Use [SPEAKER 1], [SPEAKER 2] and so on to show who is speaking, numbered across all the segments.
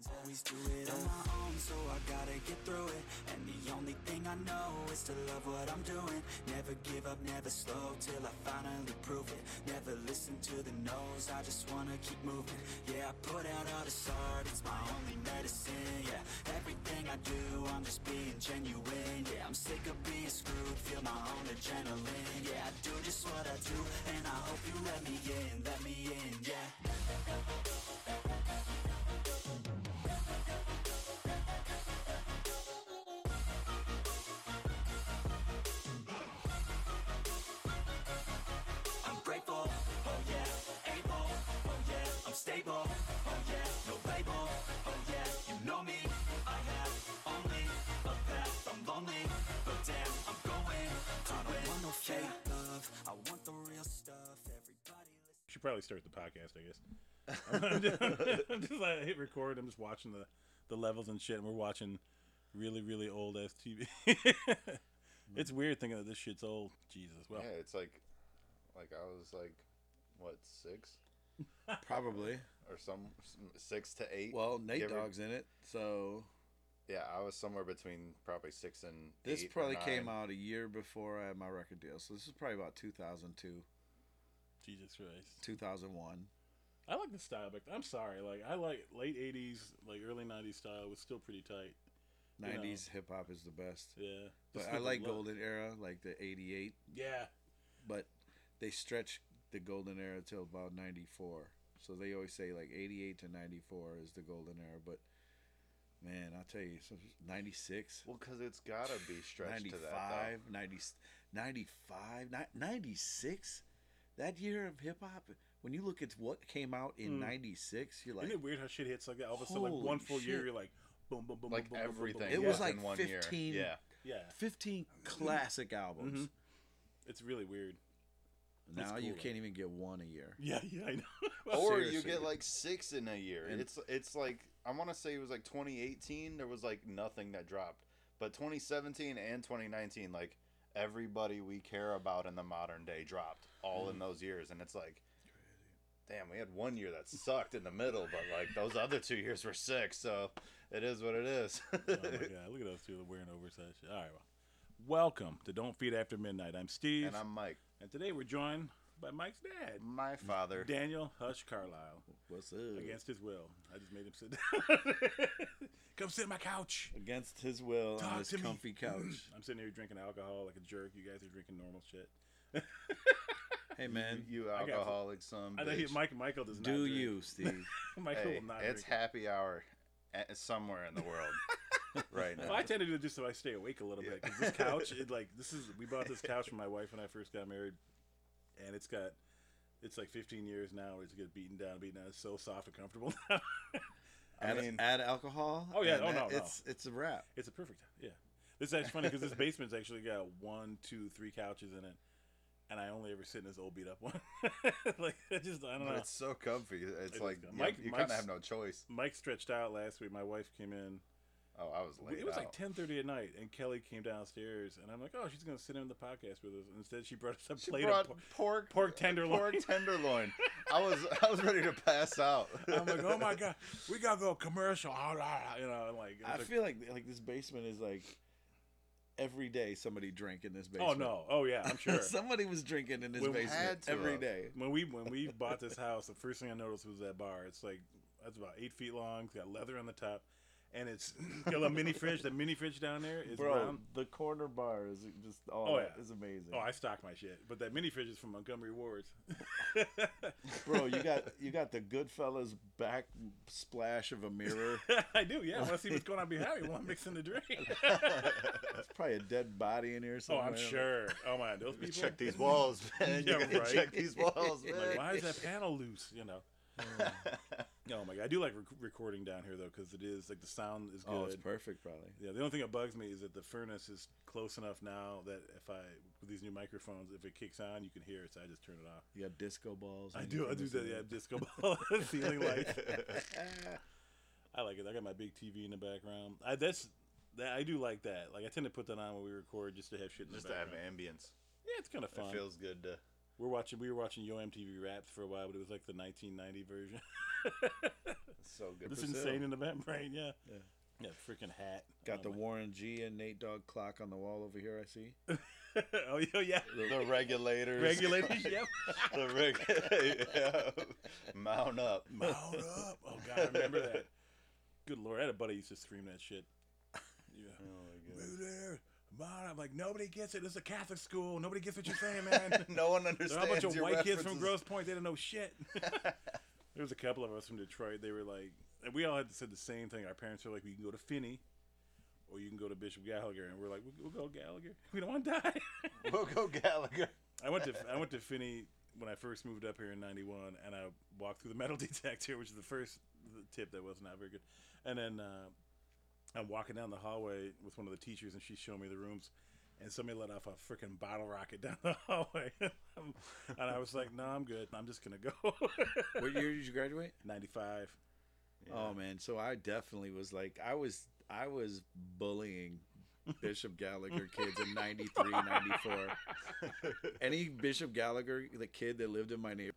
[SPEAKER 1] always do it on my own, so I gotta get through it. And the only thing I know is to love what I'm doing. Never give up, never slow till I finally prove it. Never listen to the no's, I just wanna keep moving. Yeah, I put out all this art, it's my only medicine. Yeah, everything I do, I'm just being genuine. Yeah, I'm sick of being screwed, feel my own adrenaline. Yeah, I do just what I do, and I hope you let me in, let me in, yeah. I'm grateful, oh yeah, able, oh yeah, I'm stable, oh yeah, no label, oh yeah, you know me, I have only a path, I'm lonely, but damn, I'm going to I don't want no fake love, I want the real stuff, everybody listen.
[SPEAKER 2] Should probably start the podcast, I guess. I'm just, I'm just like I hit record. I'm just watching the the levels and shit, and we're watching really really old ass TV. it's weird thinking that this shit's old. Jesus, well,
[SPEAKER 3] Yeah, it's like, like I was like, what six
[SPEAKER 4] Probably.
[SPEAKER 3] or some some- six to eight.
[SPEAKER 4] Well, Nate
[SPEAKER 3] give or-
[SPEAKER 4] Dogg's in it, so
[SPEAKER 3] Yeah, I was somewhere between probably six and.
[SPEAKER 4] this
[SPEAKER 3] eight or
[SPEAKER 4] probably came
[SPEAKER 3] nine.
[SPEAKER 4] out a year before I had my record deal. So this is probably about 2002,
[SPEAKER 2] Jesus Christ.
[SPEAKER 4] 2001.
[SPEAKER 2] I like the style back. then. I'm sorry, like I like late '80s, like early '90s style was still pretty tight.
[SPEAKER 4] 90s hip hop is the best.
[SPEAKER 2] Yeah,
[SPEAKER 4] But
[SPEAKER 2] Just
[SPEAKER 4] I
[SPEAKER 2] the
[SPEAKER 4] like
[SPEAKER 2] look.
[SPEAKER 4] golden era, like the 88,
[SPEAKER 2] Yeah,
[SPEAKER 4] but they stretch the golden era till about 94. So they always say like 88 to 94 is the golden era, but man, I'll tell you, so 96,
[SPEAKER 3] Well, because it's gotta be stretched to that.
[SPEAKER 4] 95, 90, 95, ni- 96. That year of hip hop, when you look at what came out in 96, you're
[SPEAKER 2] Hmm.
[SPEAKER 4] like,
[SPEAKER 2] isn't it
[SPEAKER 4] it,
[SPEAKER 2] weird how shit hits like that? All of a sudden, like
[SPEAKER 4] Holy
[SPEAKER 2] one full year,
[SPEAKER 4] shit.
[SPEAKER 2] you're like, boom, boom, boom,
[SPEAKER 3] Like
[SPEAKER 2] boom, boom, boom, boom,
[SPEAKER 3] everything,
[SPEAKER 2] boom.
[SPEAKER 3] yeah.
[SPEAKER 4] was
[SPEAKER 3] in
[SPEAKER 4] like
[SPEAKER 3] one year.
[SPEAKER 4] 15,
[SPEAKER 3] Yeah.
[SPEAKER 2] Yeah.
[SPEAKER 4] 15 classic albums.
[SPEAKER 2] It's really weird.
[SPEAKER 4] Mm-hmm. Now
[SPEAKER 2] cool,
[SPEAKER 4] you
[SPEAKER 2] though.
[SPEAKER 4] can't even get one a year.
[SPEAKER 2] Yeah, yeah, I know.
[SPEAKER 3] Though. Or you
[SPEAKER 4] Seriously.
[SPEAKER 3] get like six in a year.
[SPEAKER 4] And-
[SPEAKER 3] it's it's like I want to say it was like 2018. There was like nothing that dropped, but 2017 and 2019, like everybody we care about in the modern day dropped all
[SPEAKER 2] Mm.
[SPEAKER 3] in those years, and it's like. Damn, we had one year that sucked in the middle, but like those other two years were sick, so it is what it is.
[SPEAKER 2] oh my god, look at those two wearing oversized shit. All right, well, welcome to Don't Feed After Midnight. I'm Steve,
[SPEAKER 3] and I'm Mike,
[SPEAKER 2] and today we're joined by Mike's dad,
[SPEAKER 3] my father.
[SPEAKER 2] Daniel Hush Carlisle,
[SPEAKER 4] What's up?
[SPEAKER 2] against his will. I just made him sit down. Come sit on my couch.
[SPEAKER 4] Against his will
[SPEAKER 2] Talk
[SPEAKER 4] on this
[SPEAKER 2] to me.
[SPEAKER 4] comfy couch.
[SPEAKER 2] I'm sitting here drinking alcohol like a jerk. You guys are drinking normal shit.
[SPEAKER 4] hey man,
[SPEAKER 3] You
[SPEAKER 2] I got-
[SPEAKER 3] alcoholic son.
[SPEAKER 2] I know he,
[SPEAKER 3] bitch.
[SPEAKER 2] Mike. Michael does not
[SPEAKER 4] do
[SPEAKER 2] drink.
[SPEAKER 4] you, Steve?
[SPEAKER 2] Michael
[SPEAKER 3] Hey,
[SPEAKER 2] will not
[SPEAKER 3] it's
[SPEAKER 2] drink.
[SPEAKER 3] happy hour at, somewhere in the world right
[SPEAKER 2] Well, I
[SPEAKER 3] now.
[SPEAKER 2] tend to do it just so I stay awake a little bit 'cause bit. Cause this couch, it, like this is, we bought this couch from my wife when I first got married, and it's got, it's like 15 years now. It's get beaten down, beaten down. It's so soft and comfortable now.
[SPEAKER 4] add,
[SPEAKER 3] mean-
[SPEAKER 4] add alcohol.
[SPEAKER 2] Oh, yeah.
[SPEAKER 4] and
[SPEAKER 2] Oh, no, no.
[SPEAKER 4] It's it's a wrap.
[SPEAKER 2] it's a perfect, yeah. This is actually funny because this basement's actually got one, two, three couches in it, and I only ever sit in this old beat up one. like I just, I don't know.
[SPEAKER 3] It's so comfy. It's
[SPEAKER 2] is
[SPEAKER 3] like
[SPEAKER 2] good.
[SPEAKER 3] you,
[SPEAKER 2] Mike-
[SPEAKER 3] you kind
[SPEAKER 2] Mike's-
[SPEAKER 3] of have no choice.
[SPEAKER 2] Mike stretched out last week. My wife came in.
[SPEAKER 3] Oh, I was late.
[SPEAKER 2] It was like
[SPEAKER 3] out.
[SPEAKER 2] 10:30 at night, and Kelly came downstairs, and I'm like, "Oh, she's gonna sit in the podcast with us." Instead, she brought us a
[SPEAKER 3] She
[SPEAKER 2] plate
[SPEAKER 3] brought
[SPEAKER 2] of por-
[SPEAKER 3] pork,
[SPEAKER 2] pork tenderloin.
[SPEAKER 3] Pork tenderloin. I was I was ready to pass out.
[SPEAKER 2] I'm like, oh my god, we gotta go commercial. ah, ah, ah," You know, and like,
[SPEAKER 4] I
[SPEAKER 2] it's like,
[SPEAKER 4] feel like like this basement is like every day somebody drank in this
[SPEAKER 2] oh
[SPEAKER 4] basement.
[SPEAKER 2] no, oh yeah, I'm sure.
[SPEAKER 4] somebody was drinking in this
[SPEAKER 2] When we
[SPEAKER 3] had
[SPEAKER 4] basement
[SPEAKER 3] to,
[SPEAKER 4] every
[SPEAKER 3] uh,
[SPEAKER 4] day.
[SPEAKER 2] when we when we bought this house, the first thing I noticed was that bar. It's like that's about eight feet long. It's got leather on the top, and it's got a little mini fridge. The mini fridge down there is
[SPEAKER 4] Bro,
[SPEAKER 2] brown.
[SPEAKER 4] the corner bar is just all
[SPEAKER 2] Oh,
[SPEAKER 4] oh,
[SPEAKER 2] yeah.
[SPEAKER 4] is amazing.
[SPEAKER 2] Oh, I stock my shit, but that mini fridge is from Montgomery Ward's.
[SPEAKER 4] Bro, you got you got the Goodfellas back splash of a mirror.
[SPEAKER 2] I do, yeah. I want to see what's going on behind me while I'm mixing the drink.
[SPEAKER 4] Oh, It's probably a dead body in here
[SPEAKER 2] oh,
[SPEAKER 4] somewhere.
[SPEAKER 2] I'm sure. Oh my, those people.
[SPEAKER 3] Check these walls, man.
[SPEAKER 2] Yeah,
[SPEAKER 3] You gotta
[SPEAKER 2] right.
[SPEAKER 3] Check these walls, man.
[SPEAKER 2] Like, why is that panel loose? You know. oh my god, I do like rec- recording down here though, because it is like the sound is good.
[SPEAKER 4] Oh, it's perfect, probably.
[SPEAKER 2] Yeah, the only thing that bugs me is that the furnace is close enough now that if I with these new microphones, if it kicks on, you can hear it. So I just turn it off.
[SPEAKER 4] You got disco balls.
[SPEAKER 2] I
[SPEAKER 4] and
[SPEAKER 2] do. I do
[SPEAKER 4] everything.
[SPEAKER 2] that. Yeah, disco ball ceiling lights. I like it. I got my big TV in the background. I that's that I do like that. Like I tend to put that on when we record just to have shit in
[SPEAKER 3] Just
[SPEAKER 2] the
[SPEAKER 3] to have
[SPEAKER 2] background.
[SPEAKER 3] ambience.
[SPEAKER 2] Yeah, it's kind of fun.
[SPEAKER 3] It feels good to
[SPEAKER 2] We're watching. We were watching Yo MTV Raps for a while, but it was like the 1990 version.
[SPEAKER 3] It's so good.
[SPEAKER 2] It's
[SPEAKER 3] Brazil.
[SPEAKER 2] insane in the membrane. Yeah.
[SPEAKER 4] Yeah.
[SPEAKER 2] Yeah. Freaking hat.
[SPEAKER 4] Got
[SPEAKER 2] Oh
[SPEAKER 4] the
[SPEAKER 2] my-
[SPEAKER 4] Warren G and Nate Dogg clock on the wall over here. I see.
[SPEAKER 2] oh yeah, yeah.
[SPEAKER 3] The regulators.
[SPEAKER 2] Regulators. yep.
[SPEAKER 3] the reg. yeah. Mount up.
[SPEAKER 2] Mount up. Oh god, I remember that. Good lord, I had a buddy who used to scream that shit. Yeah.
[SPEAKER 3] Oh my
[SPEAKER 2] Move there, mount. I'm like nobody gets it. This is a Catholic school. Nobody gets what you're saying, man.
[SPEAKER 3] no one
[SPEAKER 2] They're
[SPEAKER 3] understands
[SPEAKER 2] all a bunch of
[SPEAKER 3] your
[SPEAKER 2] white kids from
[SPEAKER 3] references.
[SPEAKER 2] Gross Point. They didn't know shit. there was a couple of us from Detroit. They were like, and we all had said the same thing. Our parents were like, "You can go to Finney, or you can go to Bishop Gallagher," and we're like, "We'll, we'll go Gallagher. We don't want to die."
[SPEAKER 3] We'll go Gallagher.
[SPEAKER 2] I went to I went to Finney when I first moved up here in '91, and I walked through the metal detector, which is the first tip that was not very good. And then uh, I'm walking down the hallway with one of the teachers, and she's showing me the rooms. And somebody let off a freaking bottle rocket down the hallway, and I was like, "No, I'm good. I'm just gonna go."
[SPEAKER 4] What year did you graduate?
[SPEAKER 2] '95.
[SPEAKER 4] Oh man, so I definitely was like I was I was bullying Bishop Gallagher kids in 93, 94. Any Bishop Gallagher the kid that lived in my neighborhood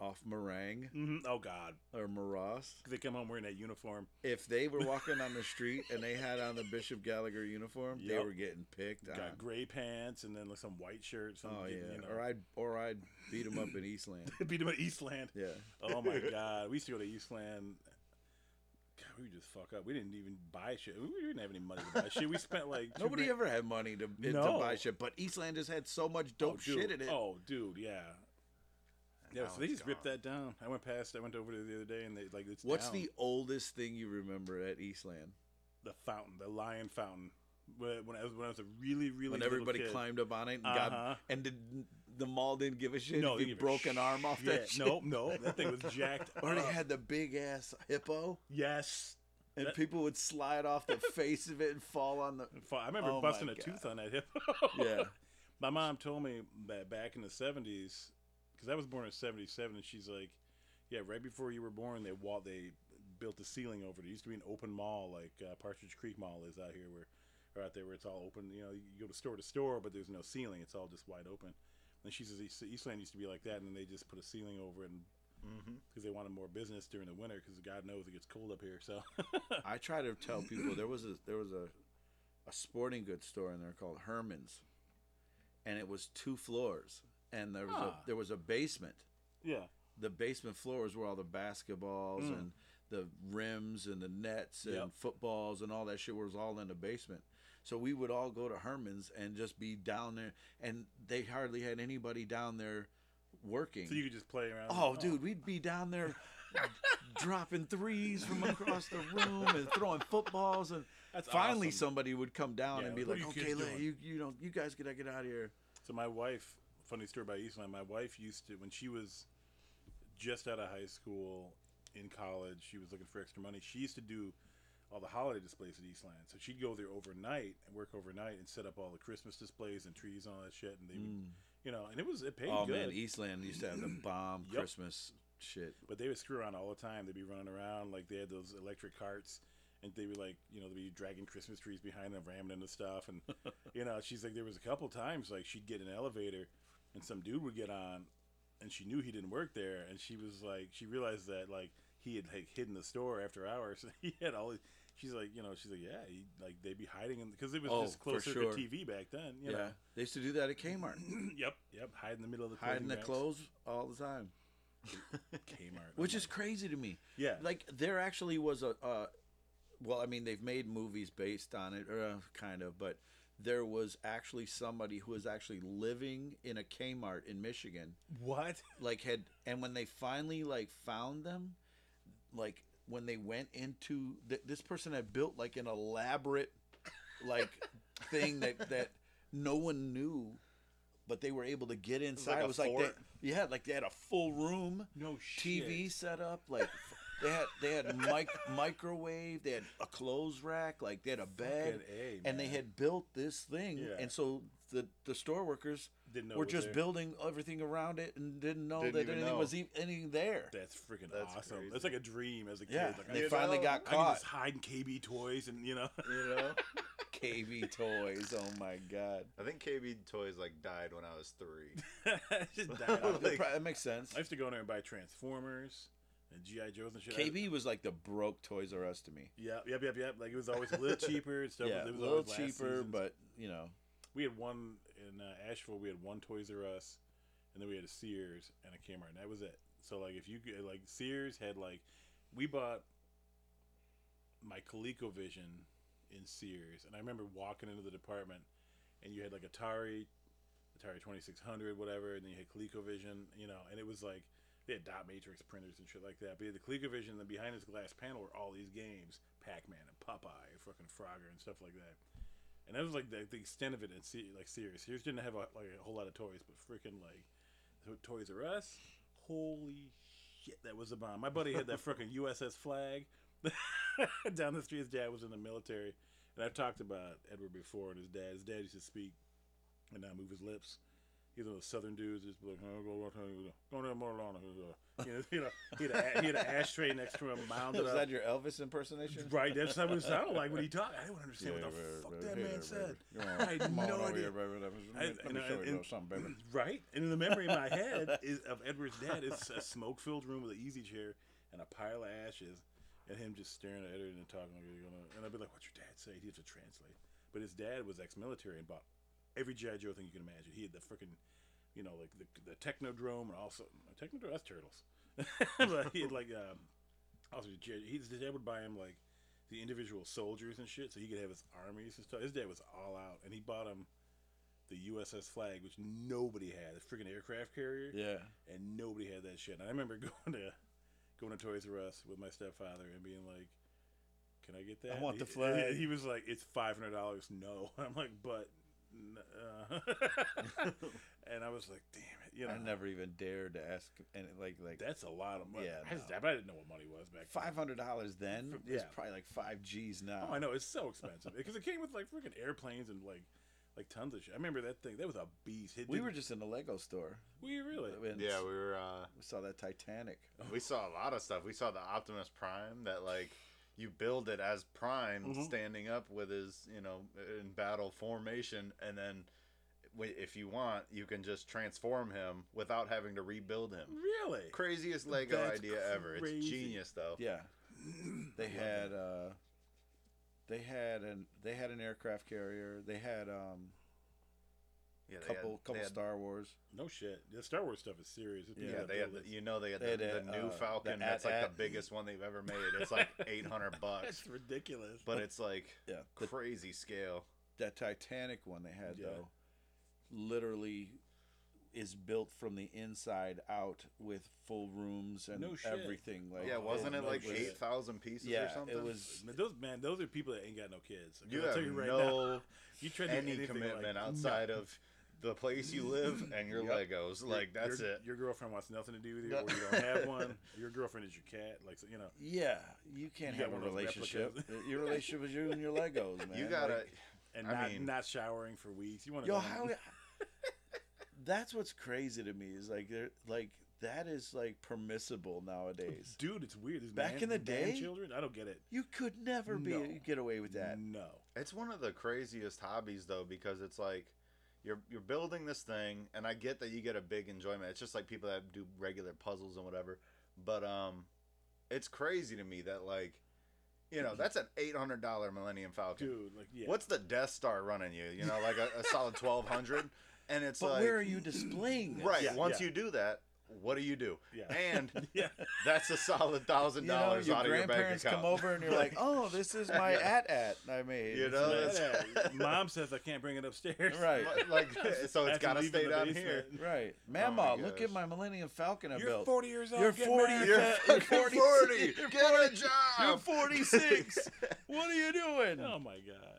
[SPEAKER 4] off Meringue
[SPEAKER 2] hmm Oh God,
[SPEAKER 4] or Maras,
[SPEAKER 2] they come home wearing that uniform.
[SPEAKER 4] if they were walking on the street and they had on the Bishop Gallagher uniform, they
[SPEAKER 2] Yep.
[SPEAKER 4] were getting picked on.
[SPEAKER 2] Got gray pants and then like some white shirts. And,
[SPEAKER 4] Oh
[SPEAKER 2] you
[SPEAKER 4] yeah,
[SPEAKER 2] know,
[SPEAKER 4] or I'd or I'd beat them up in Eastland.
[SPEAKER 2] beat them at Eastland.
[SPEAKER 4] Yeah,
[SPEAKER 2] Oh my god, we used to go to Eastland. God, we would just fuck up. We didn't even buy shit. We didn't have any money to buy shit. We spent like two
[SPEAKER 4] nobody
[SPEAKER 2] grand-
[SPEAKER 4] ever had money to, to
[SPEAKER 2] No.
[SPEAKER 4] buy shit, but Eastland just had so much
[SPEAKER 2] oh,
[SPEAKER 4] dope
[SPEAKER 2] dude.
[SPEAKER 4] shit in it.
[SPEAKER 2] Oh, dude, yeah, yeah.
[SPEAKER 3] now
[SPEAKER 2] So they
[SPEAKER 3] it's
[SPEAKER 2] just ripped
[SPEAKER 3] gone.
[SPEAKER 2] that down. I went past. I went over there the other day, and they like it's
[SPEAKER 4] What's
[SPEAKER 2] down.
[SPEAKER 4] the oldest thing you remember at Eastland?
[SPEAKER 2] the fountain, the lion fountain? When when I was when I was a really really
[SPEAKER 4] when
[SPEAKER 2] little
[SPEAKER 4] everybody
[SPEAKER 2] kid.
[SPEAKER 4] climbed up on it and
[SPEAKER 2] Uh-huh.
[SPEAKER 4] got and did, the mall didn't give a shit.
[SPEAKER 2] No,
[SPEAKER 4] if
[SPEAKER 2] they
[SPEAKER 4] you
[SPEAKER 2] gave a
[SPEAKER 4] broke an arm off that.
[SPEAKER 2] Yeah,
[SPEAKER 4] Shit. Uh-huh.
[SPEAKER 2] no, no, that thing was jacked.
[SPEAKER 4] Or they
[SPEAKER 2] up.
[SPEAKER 4] had the big ass hippo,
[SPEAKER 2] yes.
[SPEAKER 4] and
[SPEAKER 2] That-
[SPEAKER 4] people would slide off the face of it and fall on the.
[SPEAKER 2] I remember
[SPEAKER 4] Oh my
[SPEAKER 2] busting a
[SPEAKER 4] God.
[SPEAKER 2] tooth on that hip.
[SPEAKER 4] Yeah,
[SPEAKER 2] My mom told me that back in the 70s, because I was born in 77, and she's like, yeah, right before you were born, they wa- they built a ceiling over it. It used to be an open mall, like uh, Partridge Creek Mall is out here, where or out there where it's all open. You know, you go to store to store, but there's no ceiling; it's all just wide open. And she says East- Eastland used to be like that, and then they just put a ceiling over it
[SPEAKER 3] Mm-hmm.
[SPEAKER 2] because they wanted more business during the winter, because God knows it gets cold up here. So,
[SPEAKER 4] I try to tell people there was a there was a a sporting goods store in there called Herman's, and it was two floors, and there was
[SPEAKER 2] Ah.
[SPEAKER 4] a there was a basement.
[SPEAKER 2] yeah,
[SPEAKER 4] the basement floors where all the basketballs
[SPEAKER 2] Mm.
[SPEAKER 4] and the rims and the nets and
[SPEAKER 2] Yep.
[SPEAKER 4] footballs and all that shit was all in the basement. So we would all go to Herman's and just be down there, and they hardly had anybody down there working.
[SPEAKER 2] so you could just play around.
[SPEAKER 4] oh, dude, we'd be down there dropping threes from across the room and throwing footballs, and
[SPEAKER 2] That's
[SPEAKER 4] finally
[SPEAKER 2] awesome.
[SPEAKER 4] somebody would come down
[SPEAKER 2] Yeah,
[SPEAKER 4] and be
[SPEAKER 2] what
[SPEAKER 4] like,
[SPEAKER 2] are you
[SPEAKER 4] "Okay,
[SPEAKER 2] kids
[SPEAKER 4] look,
[SPEAKER 2] doing?"
[SPEAKER 4] you you know you guys gotta get out of here."
[SPEAKER 2] So my wife, funny story about Eastland. My wife used to when she was just out of high school, in college, she was looking for extra money. She used to do all the holiday displays at Eastland. So she'd go there overnight and work overnight and set up all the Christmas displays and trees and all that shit. And they, would,
[SPEAKER 4] Mm.
[SPEAKER 2] you know, and it was it paid
[SPEAKER 4] Oh
[SPEAKER 2] good.
[SPEAKER 4] man, Eastland used to have the bomb
[SPEAKER 2] Yep.
[SPEAKER 4] Christmas shit.
[SPEAKER 2] But they would screw around all the time. They'd be running around like they had those electric carts, and they were like, you know, they'd be dragging Christmas trees behind them, ramming into stuff, and you know, she's like, there was a couple times like she'd get in an elevator, and some dude would get on, and she knew he didn't work there, and she was like, she realized that like he had like hidden the store after hours. he had all. These, she's like, you know, she's like, yeah, he, like they'd be hiding in because it was
[SPEAKER 4] Oh,
[SPEAKER 2] just
[SPEAKER 4] for
[SPEAKER 2] closer
[SPEAKER 4] sure.
[SPEAKER 2] to TV back then. You
[SPEAKER 4] yeah,
[SPEAKER 2] know?
[SPEAKER 4] they used to do that at Kmart,
[SPEAKER 2] yep, yep, hide in the middle of the
[SPEAKER 4] hiding
[SPEAKER 2] clothing
[SPEAKER 4] the
[SPEAKER 2] racks.
[SPEAKER 4] clothes all the time,
[SPEAKER 2] Kmart,
[SPEAKER 4] which
[SPEAKER 2] Oh
[SPEAKER 4] is crazy to me.
[SPEAKER 2] my- yeah,
[SPEAKER 4] Like there actually was a, uh, well, I mean they've made movies based on it, or uh, kind of, but there was actually somebody who was actually living in a Kmart in Michigan,
[SPEAKER 2] what?
[SPEAKER 4] like had, and when they finally like found them, like when they went into th- this person had built like an elaborate like thing that that no one knew but they were able to get inside
[SPEAKER 3] a
[SPEAKER 4] it was like,
[SPEAKER 3] fort.
[SPEAKER 4] they, yeah like they had a full room
[SPEAKER 2] No
[SPEAKER 4] tv set up like f- they had they had mic- microwave they had a clothes rack like they had a bed
[SPEAKER 2] A,
[SPEAKER 4] and they
[SPEAKER 2] man.
[SPEAKER 4] had built this thing
[SPEAKER 2] Yeah.
[SPEAKER 4] and so the the store workers
[SPEAKER 2] didn't know
[SPEAKER 4] were
[SPEAKER 2] it was
[SPEAKER 4] just
[SPEAKER 2] there.
[SPEAKER 4] building everything around it and didn't know
[SPEAKER 3] Didn't
[SPEAKER 4] that
[SPEAKER 3] even
[SPEAKER 4] anything
[SPEAKER 3] know.
[SPEAKER 4] was e- anything there
[SPEAKER 2] That's freaking
[SPEAKER 3] That's
[SPEAKER 2] awesome.
[SPEAKER 3] crazy.
[SPEAKER 2] That's like a dream as a kid.
[SPEAKER 4] yeah
[SPEAKER 2] Like,
[SPEAKER 4] and
[SPEAKER 2] I,
[SPEAKER 4] they
[SPEAKER 3] Dude,
[SPEAKER 2] just,
[SPEAKER 4] finally
[SPEAKER 3] I-
[SPEAKER 4] got
[SPEAKER 2] I can
[SPEAKER 4] caught
[SPEAKER 3] Mm-hmm.
[SPEAKER 2] just hide in KB toys and you know.
[SPEAKER 3] You know,
[SPEAKER 4] KB Toys. Oh my god.
[SPEAKER 3] I think KB Toys like died when I was three.
[SPEAKER 2] Just died off.
[SPEAKER 4] That
[SPEAKER 3] Like-
[SPEAKER 4] pro- that makes sense.
[SPEAKER 2] I used to go in there and buy Transformers and GI Joes and shit.
[SPEAKER 4] KB was like the broke Toys R Us to me.
[SPEAKER 2] Yep, yep, yep, yep. Like it was always a little cheaper. and Stuff
[SPEAKER 4] yeah,
[SPEAKER 2] it was
[SPEAKER 4] a little
[SPEAKER 2] always last
[SPEAKER 4] cheaper,
[SPEAKER 2] season's.
[SPEAKER 4] but you know,
[SPEAKER 2] we had one in uh, Asheville. We had one Toys R Us, and then we had a Sears and a Kmart, and that was it. So like, if you could- like Sears had like, we bought my ColecoVision in Sears, and I remember walking into the department, and you had like Atari, Atari Twenty Six Hundred, whatever, and then you had ColecoVision, you know, and it was like they had dot matrix printers and shit like that. But you had the ColecoVision, and then behind this glass panel were all these games, Pac Man and Popeye, and fucking Frogger and stuff like that. And that was like the, the extent of it in Se- like Sears. Sears didn't have a, like a whole lot of toys, but freaking like to- Toys R Us, holy shit, that was a bomb. My buddy had that freaking USS flag down the street. His dad was in the military, and I've talked about Edward before and his dad. His dad used to speak and not move his lips. He's one of those southern dudes, just like, "Huh, go walk, huh, go go down Marlana, huh, go." you know, you know, he had, a, he had an ashtray next to him, mounded
[SPEAKER 4] was
[SPEAKER 2] up.
[SPEAKER 4] that your Elvis impersonation?
[SPEAKER 2] Right, that's how it sounded like when he talked. I don't understand
[SPEAKER 4] Yeah,
[SPEAKER 2] what the
[SPEAKER 4] baby,
[SPEAKER 2] fuck
[SPEAKER 4] baby,
[SPEAKER 2] that
[SPEAKER 4] hey
[SPEAKER 2] man
[SPEAKER 4] there,
[SPEAKER 2] said.
[SPEAKER 4] baby. Come on-
[SPEAKER 2] I had
[SPEAKER 4] come on
[SPEAKER 2] no
[SPEAKER 4] over
[SPEAKER 2] idea.
[SPEAKER 4] here, baby. Let me,
[SPEAKER 2] I-
[SPEAKER 4] let me
[SPEAKER 2] and I-
[SPEAKER 4] show you a
[SPEAKER 2] and-
[SPEAKER 4] little something, baby.
[SPEAKER 2] Right, and in the memory in my head is of Edward's dad is a smoke-filled room with an easy chair and a pile of ashes, and him just staring at Edward and talking. Like, you know, and I'd be like, "What's your dad say?" He'd have to translate. But his dad was ex-military and bought every GI Joe thing you can imagine. He had the freaking, you know, like the the Technodrome and also Technodrome. That's turtles. but he had like um, also G.I. He his dad would buy him like the individual soldiers and shit, so he could have his armies and stuff. His dad was all out, and he bought him the USS flag, which nobody had, a freaking aircraft carrier,
[SPEAKER 4] Yeah.
[SPEAKER 2] and nobody had that shit. And I remember going to going to Toys R Us with my stepfather and being like, "Can I get that?
[SPEAKER 4] I want the
[SPEAKER 2] He-
[SPEAKER 4] flag.
[SPEAKER 2] He, was like, "It's five hundred dollars." No, I'm like, "But," n- uh. and I was like, "Damn it!" You know,
[SPEAKER 4] I never even dared to ask, and like like
[SPEAKER 2] That's a lot of money.
[SPEAKER 4] Yeah,
[SPEAKER 2] I,
[SPEAKER 4] no.
[SPEAKER 2] just- but I didn't know what money was back then.
[SPEAKER 4] five hundred dollars then
[SPEAKER 2] F-
[SPEAKER 4] is
[SPEAKER 2] yeah.
[SPEAKER 4] probably like five G's now.
[SPEAKER 2] Oh, I know it's so expensive because it came with like freaking airplanes and like like tons of shit. I remember that thing. That was a beast. It
[SPEAKER 4] We
[SPEAKER 2] didn't-
[SPEAKER 4] were just in the Lego store.
[SPEAKER 2] we really. Oh,
[SPEAKER 4] and
[SPEAKER 3] yeah, we were. Uh,
[SPEAKER 4] we saw that Titanic.
[SPEAKER 3] we saw a lot of stuff. We saw the Optimus Prime that like you build it as Prime
[SPEAKER 2] Mhm.
[SPEAKER 3] standing up with his you know in battle formation, and then wi- if you want, you can just transform him without having to rebuild him.
[SPEAKER 2] Really?
[SPEAKER 3] Craziest Lego
[SPEAKER 2] Mm-hmm. That's
[SPEAKER 3] idea ever. It's
[SPEAKER 2] crazy.
[SPEAKER 3] genius though.
[SPEAKER 4] Yeah, they
[SPEAKER 2] love
[SPEAKER 4] had uh, they had an they had an aircraft carrier. They had um
[SPEAKER 3] Yeah, they had-
[SPEAKER 4] couple couple
[SPEAKER 3] they had-
[SPEAKER 4] Star Wars.
[SPEAKER 2] No shit. The Star Wars stuff is serious. It's
[SPEAKER 4] Yeah,
[SPEAKER 3] Yeah,
[SPEAKER 2] people
[SPEAKER 3] they
[SPEAKER 2] that
[SPEAKER 3] had
[SPEAKER 2] build
[SPEAKER 3] the,
[SPEAKER 2] it.
[SPEAKER 3] you know they had
[SPEAKER 4] They
[SPEAKER 3] the,
[SPEAKER 4] had,
[SPEAKER 3] the
[SPEAKER 4] uh,
[SPEAKER 3] new
[SPEAKER 4] the
[SPEAKER 3] Falcon.
[SPEAKER 4] at-
[SPEAKER 3] that's like
[SPEAKER 4] at-
[SPEAKER 3] the biggest one they've ever made. It's like eight hundred bucks,
[SPEAKER 2] That's ridiculous.
[SPEAKER 3] but it's like
[SPEAKER 4] Yeah, the,
[SPEAKER 3] crazy scale.
[SPEAKER 4] that Titanic one they had
[SPEAKER 2] Yeah.
[SPEAKER 4] though, literally is built from the inside out with full rooms and
[SPEAKER 2] No shit.
[SPEAKER 4] everything. Like
[SPEAKER 3] Yeah,
[SPEAKER 2] Oh,
[SPEAKER 3] wasn't
[SPEAKER 2] yeah,
[SPEAKER 3] it like
[SPEAKER 2] no shit.
[SPEAKER 3] eight thousand pieces
[SPEAKER 4] Yeah,
[SPEAKER 3] or something?
[SPEAKER 4] it was.
[SPEAKER 2] Man, those man, those are people that ain't got no kids. Okay,
[SPEAKER 3] You
[SPEAKER 2] I'll
[SPEAKER 3] have
[SPEAKER 2] tell you right now.
[SPEAKER 3] no
[SPEAKER 2] You try to do
[SPEAKER 3] any
[SPEAKER 2] anything
[SPEAKER 3] commitment
[SPEAKER 2] like,
[SPEAKER 3] outside of the place you live and your
[SPEAKER 2] Yep.
[SPEAKER 3] Legos.
[SPEAKER 2] your-
[SPEAKER 3] Like that's
[SPEAKER 2] your,
[SPEAKER 3] it.
[SPEAKER 2] Your girlfriend wants nothing to do with you,
[SPEAKER 3] No.
[SPEAKER 2] or you don't have one. Your girlfriend is your cat. Like so, you know,
[SPEAKER 4] Yeah, you can't
[SPEAKER 2] You got
[SPEAKER 4] have a
[SPEAKER 2] one of those
[SPEAKER 4] relationship. Your relationship is you and your Legos, man.
[SPEAKER 3] you gotta.
[SPEAKER 4] Like,
[SPEAKER 2] and
[SPEAKER 3] I
[SPEAKER 2] not
[SPEAKER 3] mean-
[SPEAKER 2] not showering for weeks. You want to
[SPEAKER 4] yo, how? that's what's crazy to me is like they're like that is like permissible nowadays.
[SPEAKER 2] dude? It's weird. These
[SPEAKER 4] Back
[SPEAKER 2] man-
[SPEAKER 4] in the
[SPEAKER 2] man
[SPEAKER 4] day?
[SPEAKER 2] children. I don't get it.
[SPEAKER 4] You could never be
[SPEAKER 2] No.
[SPEAKER 4] you get away with that.
[SPEAKER 2] No.
[SPEAKER 3] it's one of the craziest hobbies though because it's like. You're, you're building this thing and i get that you get a big enjoyment it's just like people that do regular puzzles and whatever but um it's crazy to me that like you know that's an $800 millennium falcon
[SPEAKER 2] Dude, like yeah.
[SPEAKER 3] what's the death star running you you know like a, a solid 1200 and it's
[SPEAKER 4] But
[SPEAKER 3] like
[SPEAKER 4] where are you displaying this?
[SPEAKER 3] Right.
[SPEAKER 2] Yeah,
[SPEAKER 3] Once
[SPEAKER 2] yeah.
[SPEAKER 3] you do that, what do you do?
[SPEAKER 2] Yeah.
[SPEAKER 3] And
[SPEAKER 2] yeah.
[SPEAKER 3] that's a solid thousand
[SPEAKER 4] You know,
[SPEAKER 3] dollars
[SPEAKER 4] your
[SPEAKER 3] out of your bank
[SPEAKER 4] grandparents
[SPEAKER 3] account.
[SPEAKER 4] come over and you're like, "Oh, this is my at at I made."
[SPEAKER 3] You
[SPEAKER 4] It's
[SPEAKER 3] know,
[SPEAKER 4] like-
[SPEAKER 3] that's-
[SPEAKER 2] Yeah, Mom says I can't bring it upstairs.
[SPEAKER 4] right,
[SPEAKER 3] like, so it's
[SPEAKER 2] After
[SPEAKER 3] got to
[SPEAKER 2] leaving
[SPEAKER 3] stay
[SPEAKER 2] the
[SPEAKER 3] down here.
[SPEAKER 2] basement.
[SPEAKER 4] right. Mama,
[SPEAKER 3] my
[SPEAKER 4] look
[SPEAKER 3] gosh.
[SPEAKER 4] at my Millennium Falcon I
[SPEAKER 2] You're
[SPEAKER 4] built.
[SPEAKER 2] 40 years old.
[SPEAKER 4] You're
[SPEAKER 2] get
[SPEAKER 4] 40
[SPEAKER 2] married.
[SPEAKER 3] You're,
[SPEAKER 4] You're
[SPEAKER 3] fucking 40.
[SPEAKER 4] 46. You're
[SPEAKER 3] Get a job.
[SPEAKER 4] 46. what are you doing?
[SPEAKER 2] Oh my god.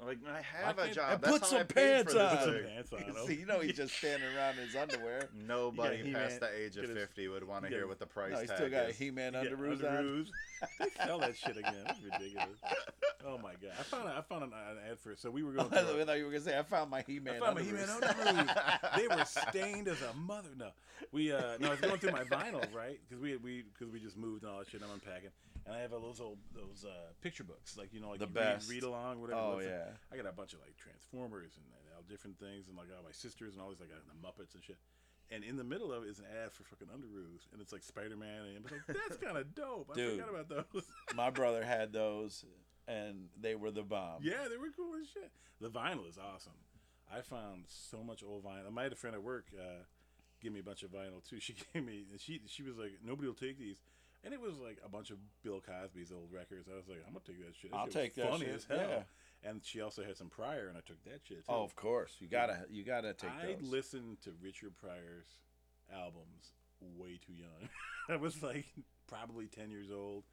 [SPEAKER 3] like I have
[SPEAKER 2] I
[SPEAKER 3] a
[SPEAKER 2] can't-
[SPEAKER 3] job.
[SPEAKER 4] and
[SPEAKER 3] That's
[SPEAKER 4] put
[SPEAKER 3] how
[SPEAKER 4] some
[SPEAKER 3] I paid for
[SPEAKER 4] pants
[SPEAKER 3] this
[SPEAKER 4] on.
[SPEAKER 2] Put
[SPEAKER 3] thing.
[SPEAKER 2] some pants on.
[SPEAKER 4] See, you know he's just standing around in his underwear.
[SPEAKER 3] Nobody
[SPEAKER 2] You got a
[SPEAKER 3] past
[SPEAKER 2] He-Man.
[SPEAKER 3] the age of
[SPEAKER 2] Get a-
[SPEAKER 3] fifty would want
[SPEAKER 2] you
[SPEAKER 3] to
[SPEAKER 2] got
[SPEAKER 3] hear
[SPEAKER 2] a-
[SPEAKER 3] what the price
[SPEAKER 4] No, he's
[SPEAKER 3] tag
[SPEAKER 4] still got
[SPEAKER 3] is.
[SPEAKER 4] He-Man
[SPEAKER 2] Yeah,
[SPEAKER 4] underoos on.
[SPEAKER 2] underoos. They sell that shit again. That's ridiculous. Oh my god. I found a, I found an, an ad for it. So we were going.
[SPEAKER 4] I
[SPEAKER 2] through a-
[SPEAKER 4] thought you were gonna say I found my He-Man.
[SPEAKER 2] I found my
[SPEAKER 4] underoos."
[SPEAKER 2] He-Man underoos. they were stained as a mother. No, we uh, no, I was going through my vinyl right because we we because we just moved and all that shit. I'm unpacking, and I have all those old those uh, picture books, like you know, like
[SPEAKER 3] The
[SPEAKER 2] you
[SPEAKER 3] best.
[SPEAKER 2] Read, read along, whatever.
[SPEAKER 4] Oh
[SPEAKER 2] It's like-
[SPEAKER 4] yeah.
[SPEAKER 2] I got a bunch of like Transformers and, and all different things, and like all my sisters and all these like uh, the Muppets and shit. And in the middle of it is an ad for fucking Underoos, and it's like Spider Man, and it's like that's kind of dope. I
[SPEAKER 4] Dude.
[SPEAKER 2] forgot about those.
[SPEAKER 4] My brother had those, and they were the bomb.
[SPEAKER 2] yeah, they were cool as shit. The vinyl is awesome. I found so much old vinyl. I had a friend at work uh, give me a bunch of vinyl too. She gave me, and she she was like, nobody will take these. And it was like a bunch of Bill Cosby's old records. I was like, I'm gonna take that shit. That
[SPEAKER 4] I'll
[SPEAKER 2] shit was
[SPEAKER 4] take that
[SPEAKER 2] Funny
[SPEAKER 4] shit,
[SPEAKER 2] as hell.
[SPEAKER 4] yeah.
[SPEAKER 2] And she also had some Pryor, and I took that shit. Too.
[SPEAKER 4] Oh, of course. You gotta you gotta take
[SPEAKER 2] I
[SPEAKER 4] those.
[SPEAKER 2] listened to Richard Pryor's albums way too young. I was like probably 10 years old,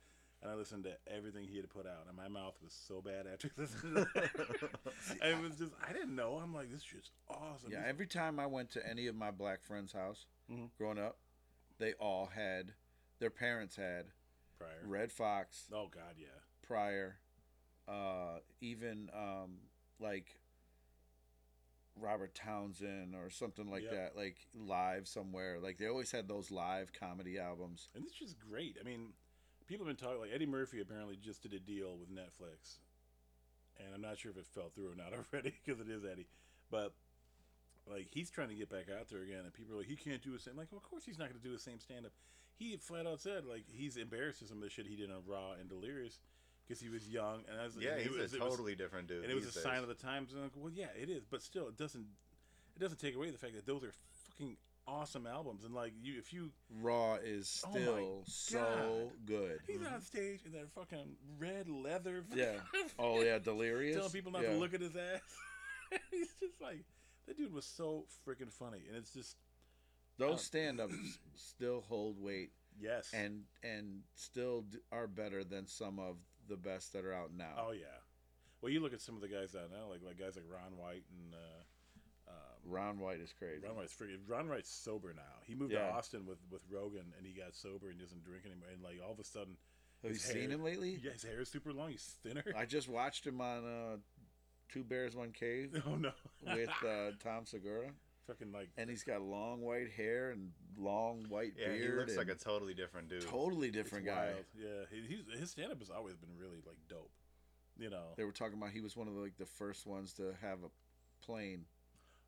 [SPEAKER 2] and I listened to everything he had put out, and my mouth was so bad after listening to that. it was just, I didn't know. I'm like, this shit's awesome.
[SPEAKER 4] yeah.
[SPEAKER 2] This-
[SPEAKER 4] Every time I went to any of my black friends' house
[SPEAKER 2] Mhm.
[SPEAKER 4] growing up, they all had their parents had
[SPEAKER 2] Pryor.
[SPEAKER 4] Red Fox,
[SPEAKER 2] Oh, God, yeah.
[SPEAKER 4] Pryor, uh, even um, like Robert Townsend or something like
[SPEAKER 2] Yep.
[SPEAKER 4] that, like live somewhere. Like they always had those live comedy albums.
[SPEAKER 2] And this shit's great. I mean, people have been talking, like Eddie Murphy apparently just did a deal with Netflix. And I'm not sure if it fell through or not already because it is Eddie. But, like, he's trying to get back out there again. And people are like, he can't do the same. Like, well, of course he's not going to do the same stand up. He flat out said, like, he's embarrassed with some of the shit he did on Raw and Delirious because he was young. And I was
[SPEAKER 3] Yeah,
[SPEAKER 2] and it
[SPEAKER 3] he's
[SPEAKER 2] was-
[SPEAKER 3] a
[SPEAKER 2] it was-
[SPEAKER 3] totally different dude.
[SPEAKER 2] and it was a
[SPEAKER 3] these
[SPEAKER 2] sign
[SPEAKER 3] days.
[SPEAKER 2] of the times. And I'm like, well, yeah, it is, but still, it doesn't. It doesn't take away the fact that those are fucking awesome albums. And like, you, if you
[SPEAKER 4] Raw is
[SPEAKER 2] Oh my
[SPEAKER 4] still so good.
[SPEAKER 2] He's on stage in that fucking red leather.
[SPEAKER 4] Mm-hmm. Yeah. Oh yeah, Delirious.
[SPEAKER 2] Telling people not
[SPEAKER 4] Yeah.
[SPEAKER 2] to look at his ass. He's just like, that dude was so freaking funny. And it's just,
[SPEAKER 4] Those stand-ups still hold weight
[SPEAKER 2] yes.
[SPEAKER 4] and and still d- are better than some of the best that are out now.
[SPEAKER 2] oh, yeah. Well, you look at some of the guys out now, like, like guys like Ron White and, uh, um,
[SPEAKER 4] Ron White is crazy.
[SPEAKER 2] Ron White's freaking, Ron White's sober now. He moved
[SPEAKER 4] Yeah.
[SPEAKER 2] to Austin with, with Rogan and he got sober and doesn't drink anymore. And like all of a sudden,
[SPEAKER 4] Have you
[SPEAKER 2] his
[SPEAKER 4] seen
[SPEAKER 2] hair-
[SPEAKER 4] him lately?
[SPEAKER 2] yeah, his hair is super long. He's thinner.
[SPEAKER 4] I just watched him on uh, Two Bears One Cave.
[SPEAKER 2] oh no.
[SPEAKER 4] with uh, Tom Segura,
[SPEAKER 2] fucking like,
[SPEAKER 4] and he's got long white hair and long white
[SPEAKER 3] yeah,
[SPEAKER 4] beard.
[SPEAKER 3] he looks like a
[SPEAKER 4] and
[SPEAKER 3] totally different dude.
[SPEAKER 4] totally different
[SPEAKER 2] It's
[SPEAKER 4] guy.
[SPEAKER 2] wild. Yeah, he, he's, his stand up has always been really like dope. You know,
[SPEAKER 4] They were talking about he was one of the, like the first ones to have a plane,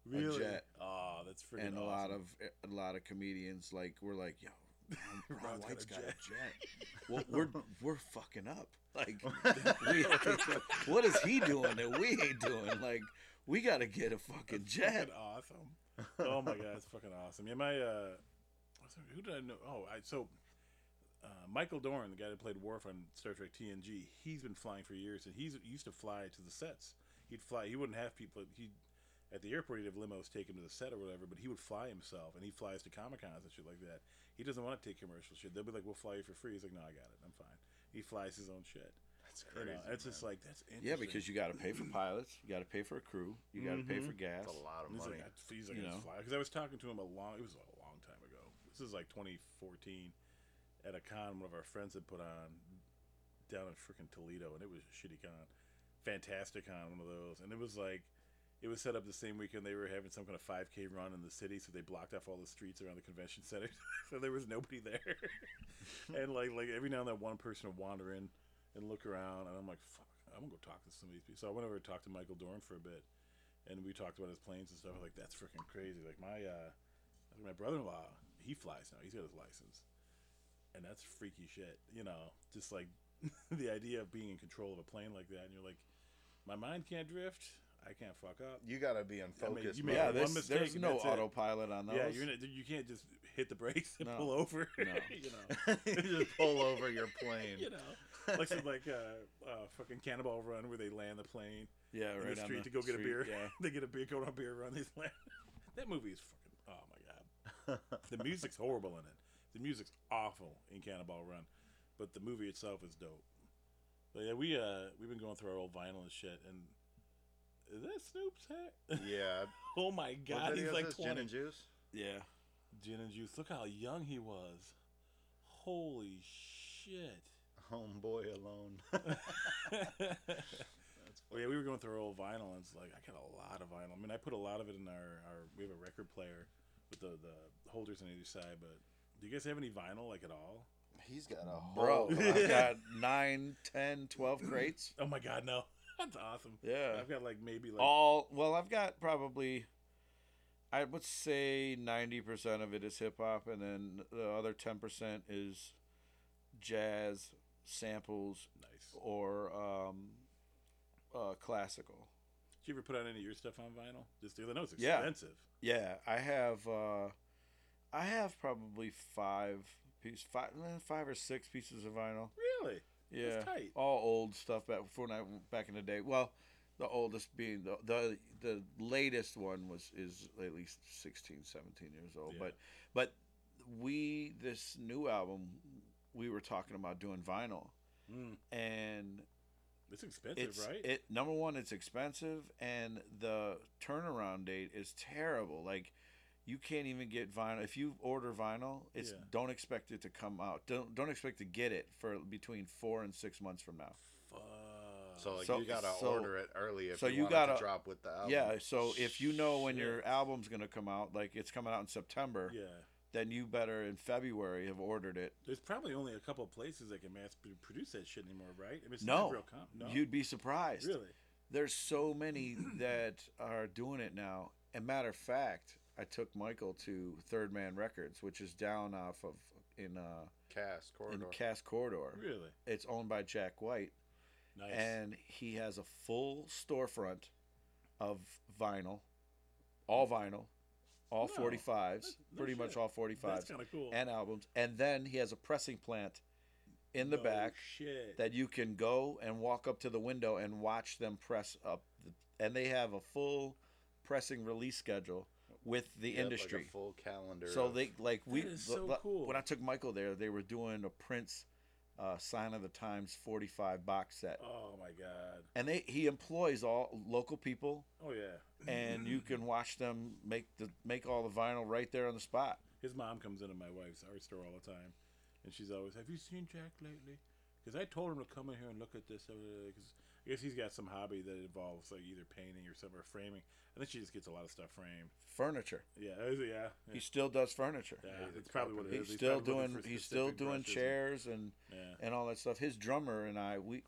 [SPEAKER 2] really.
[SPEAKER 4] jet.
[SPEAKER 2] Oh, that's freaking
[SPEAKER 4] and a
[SPEAKER 2] awesome.
[SPEAKER 4] lot of eh, a lot of comedians like were like, "Yo,
[SPEAKER 2] Ron's
[SPEAKER 4] Ron,
[SPEAKER 2] got
[SPEAKER 4] White's
[SPEAKER 2] a
[SPEAKER 4] got a
[SPEAKER 2] jet."
[SPEAKER 4] jet. well, we're we're fucking up. Like, we, what is he doing that we ain't doing? Like, we got to get a fucking jet."
[SPEAKER 2] Fucking awesome. Oh my god, it's fucking awesome. Yeah, my uh, who did I know? Oh, I so. Uh, Michael Dorn, the guy that played Worf on Star Trek TNG, he's been flying for years, and he's he used to fly to the sets. He'd fly. He wouldn't have people. He at the airport, he'd have limos take him to the set or whatever. But he would fly himself, and he flies to comic cons and shit like that. He doesn't want to take commercial shit. They'll be like, "We'll fly you for free." He's like, "No, I got it. I'm fine." He flies his own shit.
[SPEAKER 3] That's
[SPEAKER 2] You
[SPEAKER 3] crazy.
[SPEAKER 2] know, it's just like that's interesting.
[SPEAKER 4] Yeah, because you got to pay for pilots, you got to pay for a crew, you got to pay
[SPEAKER 2] Mhm.
[SPEAKER 4] for gas.
[SPEAKER 3] That's a lot of
[SPEAKER 2] He's
[SPEAKER 3] money.
[SPEAKER 2] like, I, he's like,
[SPEAKER 4] You
[SPEAKER 2] I
[SPEAKER 4] know?
[SPEAKER 2] just fly because I was talking to him a long. It was a long time ago. This is like 2014 at a con one of our friends had put on down in freaking Toledo, and it was a shitty con, fantastic con, one of those. And it was like, it was set up the same weekend they were having some kind of 5K run in the city, so they blocked off all the streets around the convention center, so there was nobody there. and like, like every now and then, one person would wander in and look around, and I'm like, fuck, I'm gonna go talk to some of these people. So I went over to talk to Michael Dorn for a bit and we talked about his planes and stuff. I was like, that's freaking crazy. Like my uh, like my brother in law, he flies now. He's got his license, and that's freaky shit. You know, just like the idea of being in control of a plane like that, and you're like, my mind can't drift. I can't fuck up.
[SPEAKER 3] you gotta be in
[SPEAKER 2] I mean,
[SPEAKER 3] focus.
[SPEAKER 2] you
[SPEAKER 3] mode.
[SPEAKER 2] may
[SPEAKER 4] yeah,
[SPEAKER 2] have one
[SPEAKER 4] this,
[SPEAKER 2] mistake
[SPEAKER 4] there's
[SPEAKER 2] and
[SPEAKER 4] no
[SPEAKER 2] that's it.
[SPEAKER 4] autopilot on those.
[SPEAKER 2] Yeah, you're not, you can't just hit the brakes and
[SPEAKER 4] No.
[SPEAKER 2] pull over.
[SPEAKER 4] No.
[SPEAKER 2] you know.
[SPEAKER 3] you pull over your plane.
[SPEAKER 2] You know, like some like uh, uh, fucking Cannonball Run where they land the plane
[SPEAKER 4] yeah,
[SPEAKER 2] in
[SPEAKER 4] right
[SPEAKER 2] the
[SPEAKER 4] on
[SPEAKER 2] street to go get
[SPEAKER 4] street,
[SPEAKER 2] a beer.
[SPEAKER 4] Yeah,
[SPEAKER 2] they get a beer, go on a beer run. They land. That movie is fucking. Oh my god. the music's horrible in it. The music's awful in Cannonball Run, but the movie itself is dope. But yeah, we uh we've been going through our old vinyl and shit, and is that Snoop's hat?
[SPEAKER 3] Yeah.
[SPEAKER 2] oh my
[SPEAKER 3] what
[SPEAKER 2] god,
[SPEAKER 3] video
[SPEAKER 2] he's
[SPEAKER 3] is
[SPEAKER 2] like
[SPEAKER 3] this?
[SPEAKER 2] twenty.
[SPEAKER 3] Gin and juice.
[SPEAKER 4] yeah.
[SPEAKER 2] Gin and juice. Look how young he was. Holy shit.
[SPEAKER 3] Homeboy alone.
[SPEAKER 2] Well, yeah, we were going through our old vinyl, and it's like I got a lot of vinyl. I mean, I put a lot of it in our, our we have a record player with the, the holders on either side. But do you guys have any vinyl like at all?
[SPEAKER 3] He's got a
[SPEAKER 4] bro.
[SPEAKER 3] whole.
[SPEAKER 4] I've got nine, ten, twelve crates.
[SPEAKER 2] Oh my god, no. That's awesome.
[SPEAKER 4] Yeah.
[SPEAKER 2] I've got like maybe like
[SPEAKER 4] All well, I've got probably, I would say ninety percent of it is hip hop, and then the other ten percent is jazz samples
[SPEAKER 2] nice. Did
[SPEAKER 4] or um, uh, classical.
[SPEAKER 2] you ever put out any of your stuff on vinyl? Just because I know it's
[SPEAKER 4] Yeah.
[SPEAKER 2] expensive.
[SPEAKER 4] Yeah, I have uh, I have probably five piece five eh, five or six pieces of vinyl.
[SPEAKER 2] Really?
[SPEAKER 4] Yeah,
[SPEAKER 2] tight.
[SPEAKER 4] all old stuff back from when I back in the day. Well, the oldest being the the, the latest one was is at least 16, 17 years old.
[SPEAKER 2] Yeah.
[SPEAKER 4] But but we this new album we were talking about doing vinyl
[SPEAKER 2] Mm.
[SPEAKER 4] and
[SPEAKER 2] It's expensive,
[SPEAKER 4] it's
[SPEAKER 2] right?
[SPEAKER 4] it number one it's expensive and the turnaround date is terrible like you can't even get vinyl if you order vinyl it's
[SPEAKER 2] Yeah.
[SPEAKER 4] don't expect it to come out don't don't expect to get it for between four and six months from now
[SPEAKER 2] Ah, Fuck.
[SPEAKER 3] So like
[SPEAKER 4] So-
[SPEAKER 3] you gotta
[SPEAKER 4] so-
[SPEAKER 3] order it early if
[SPEAKER 4] so
[SPEAKER 3] you,
[SPEAKER 4] you
[SPEAKER 3] want
[SPEAKER 4] gotta-
[SPEAKER 3] to drop with the album.
[SPEAKER 4] yeah so if you know when
[SPEAKER 2] Shit.
[SPEAKER 4] your album's gonna come out like it's coming out in september
[SPEAKER 2] yeah.
[SPEAKER 4] then you better in february have ordered it
[SPEAKER 2] There's probably only a couple places that can mass pro- produce that shit anymore, right? I mean, it's
[SPEAKER 4] no,
[SPEAKER 2] not real comp. No.
[SPEAKER 4] you'd be surprised
[SPEAKER 2] really?
[SPEAKER 4] there's so many that are doing it now. And matter of fact, I took Michael to Third Man Records, which is down off of in uh
[SPEAKER 3] Cast corridor.
[SPEAKER 4] in Cass Corridor.
[SPEAKER 2] Really?
[SPEAKER 4] It's owned by Jack White,
[SPEAKER 2] Nice.
[SPEAKER 4] and he has a full storefront of vinyl, all vinyl, all
[SPEAKER 2] No,
[SPEAKER 4] 45s,
[SPEAKER 2] that's- no
[SPEAKER 4] pretty much
[SPEAKER 2] shit.
[SPEAKER 4] all
[SPEAKER 2] That's
[SPEAKER 4] 45s
[SPEAKER 2] kind of cool.
[SPEAKER 4] and albums. And then he has a pressing plant in the
[SPEAKER 2] No
[SPEAKER 4] back
[SPEAKER 2] Shit.
[SPEAKER 4] that you can go and walk up to the window and watch them press up the, and they have a full pressing release schedule with the
[SPEAKER 3] You have, like, a
[SPEAKER 4] industry
[SPEAKER 3] full calendar.
[SPEAKER 4] so
[SPEAKER 3] of-
[SPEAKER 4] they like we
[SPEAKER 2] That is so
[SPEAKER 4] l- l-
[SPEAKER 2] cool.
[SPEAKER 4] when i took michael there they were doing a prince uh, sign of the times 45 box set
[SPEAKER 2] oh my god.
[SPEAKER 4] and they he employs all local people
[SPEAKER 2] Oh yeah.
[SPEAKER 4] and you
[SPEAKER 2] Mm.
[SPEAKER 4] can watch them make the make all the vinyl right there on the spot
[SPEAKER 2] His mom comes into my wife's art store all the time, and she's always, "Have you seen Jack lately?" Because I told him to come in here and look at this. Because I guess he's got some hobby that involves like either painting or some or framing. I think she just gets a lot of stuff framed.
[SPEAKER 4] furniture
[SPEAKER 2] Yeah, it was- yeah, yeah.
[SPEAKER 4] he still does furniture
[SPEAKER 2] yeah,
[SPEAKER 3] he's a
[SPEAKER 2] that's probably what it
[SPEAKER 4] he's,
[SPEAKER 2] is.
[SPEAKER 4] still
[SPEAKER 2] probably looking
[SPEAKER 4] doing
[SPEAKER 2] for
[SPEAKER 4] he's still
[SPEAKER 2] specific
[SPEAKER 4] doing
[SPEAKER 2] brushes
[SPEAKER 4] chairs and
[SPEAKER 2] And, yeah.
[SPEAKER 4] and all that stuff. His drummer and I, we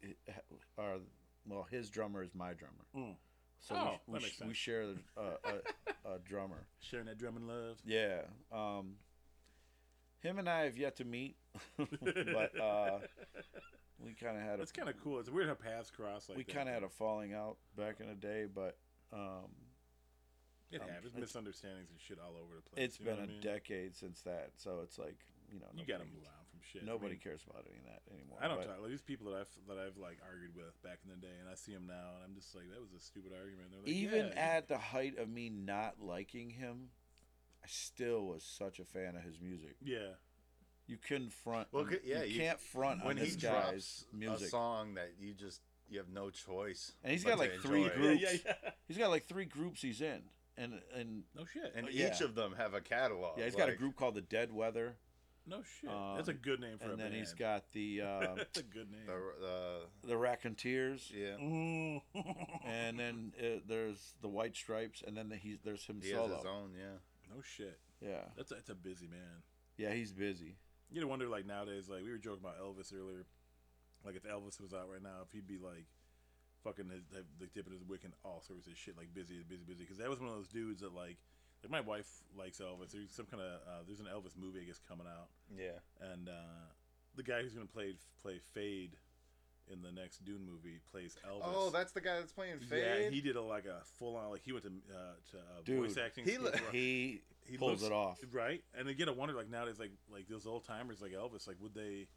[SPEAKER 4] are well. His drummer is my drummer,
[SPEAKER 2] Mm.
[SPEAKER 4] so
[SPEAKER 2] Oh,
[SPEAKER 4] we,
[SPEAKER 2] that
[SPEAKER 4] we,
[SPEAKER 2] makes
[SPEAKER 4] sh-
[SPEAKER 2] sense.
[SPEAKER 4] we share uh, a, a, a drummer.
[SPEAKER 2] Sharing that drum and love.
[SPEAKER 4] Yeah. Um, him and I have yet to meet, but uh, we kind of had a
[SPEAKER 2] That's kind of cool. It's weird how paths cross like
[SPEAKER 4] we
[SPEAKER 2] that.
[SPEAKER 4] kind of had a falling out back in the day, but um,
[SPEAKER 2] It
[SPEAKER 4] um,
[SPEAKER 2] happens.
[SPEAKER 4] it's-
[SPEAKER 2] Misunderstandings and shit all over the place.
[SPEAKER 4] it's
[SPEAKER 2] you know
[SPEAKER 4] been a
[SPEAKER 2] what I mean?
[SPEAKER 4] decade since that. So it's like you know
[SPEAKER 2] You
[SPEAKER 4] nobody,
[SPEAKER 2] gotta move on from shit. I
[SPEAKER 4] Nobody
[SPEAKER 2] mean,
[SPEAKER 4] cares about any of that anymore.
[SPEAKER 2] I don't
[SPEAKER 4] but-
[SPEAKER 2] talk like these people that I've that I've like argued with back in the day, and I see them now, and I'm just like, that was a stupid argument. They're like,
[SPEAKER 4] even
[SPEAKER 2] yeah,
[SPEAKER 4] at the height of me not liking him, I still was such a fan of his music.
[SPEAKER 2] yeah,
[SPEAKER 4] You couldn't front.
[SPEAKER 3] Well,
[SPEAKER 4] on-
[SPEAKER 3] c- yeah,
[SPEAKER 4] you,
[SPEAKER 3] you-
[SPEAKER 4] can't front
[SPEAKER 3] when
[SPEAKER 4] on
[SPEAKER 3] he
[SPEAKER 4] this
[SPEAKER 3] drops
[SPEAKER 4] guy's
[SPEAKER 3] a
[SPEAKER 4] music.
[SPEAKER 3] song that you just you have no choice.
[SPEAKER 4] And he's
[SPEAKER 3] but
[SPEAKER 4] got,
[SPEAKER 3] to
[SPEAKER 4] like, three
[SPEAKER 3] enjoy it.
[SPEAKER 4] groups.
[SPEAKER 2] yeah, yeah, yeah.
[SPEAKER 4] He's got like three groups he's in, and and
[SPEAKER 2] No shit.
[SPEAKER 3] and
[SPEAKER 4] Yeah.
[SPEAKER 3] each of them have a catalog.
[SPEAKER 4] yeah, he's
[SPEAKER 3] he's
[SPEAKER 4] got a group called the Dead Weather,
[SPEAKER 2] no shit.
[SPEAKER 4] um,
[SPEAKER 2] That's a good name for a
[SPEAKER 4] and then
[SPEAKER 2] band.
[SPEAKER 4] he's got the uh,
[SPEAKER 2] That's a good name.
[SPEAKER 3] The, the
[SPEAKER 4] the Raconteurs,
[SPEAKER 3] yeah,
[SPEAKER 2] Mm.
[SPEAKER 4] and then uh, there's the White Stripes, and then the, he's there's him
[SPEAKER 3] he has his
[SPEAKER 4] solo.
[SPEAKER 3] own. Yeah,
[SPEAKER 2] no shit.
[SPEAKER 4] Yeah,
[SPEAKER 2] That's a, that's a busy man.
[SPEAKER 4] yeah, he's busy.
[SPEAKER 2] You know, wonder like nowadays, like we were joking about Elvis earlier. Like if Elvis was out right now, if he'd be like fucking his, have, like dipping his wick in all sorts of shit, like busy, busy, busy. Because that was one of those dudes that like, like my wife likes Elvis. There's some kind of uh, there's an Elvis movie I guess coming out,
[SPEAKER 3] yeah.
[SPEAKER 2] and uh, the guy who's gonna play play Fade in the next Dune movie plays Elvis.
[SPEAKER 3] Oh, that's the guy that's playing
[SPEAKER 2] Yeah,
[SPEAKER 3] Fade.
[SPEAKER 2] he did a like a full on like he went to uh, to uh,
[SPEAKER 4] Dude,
[SPEAKER 2] voice acting.
[SPEAKER 3] he
[SPEAKER 2] school
[SPEAKER 3] lo-
[SPEAKER 2] for-
[SPEAKER 4] He
[SPEAKER 2] he looks-
[SPEAKER 4] pulls it off.
[SPEAKER 2] right? And again, I wonder like nowadays, like like those old timers like Elvis, like would they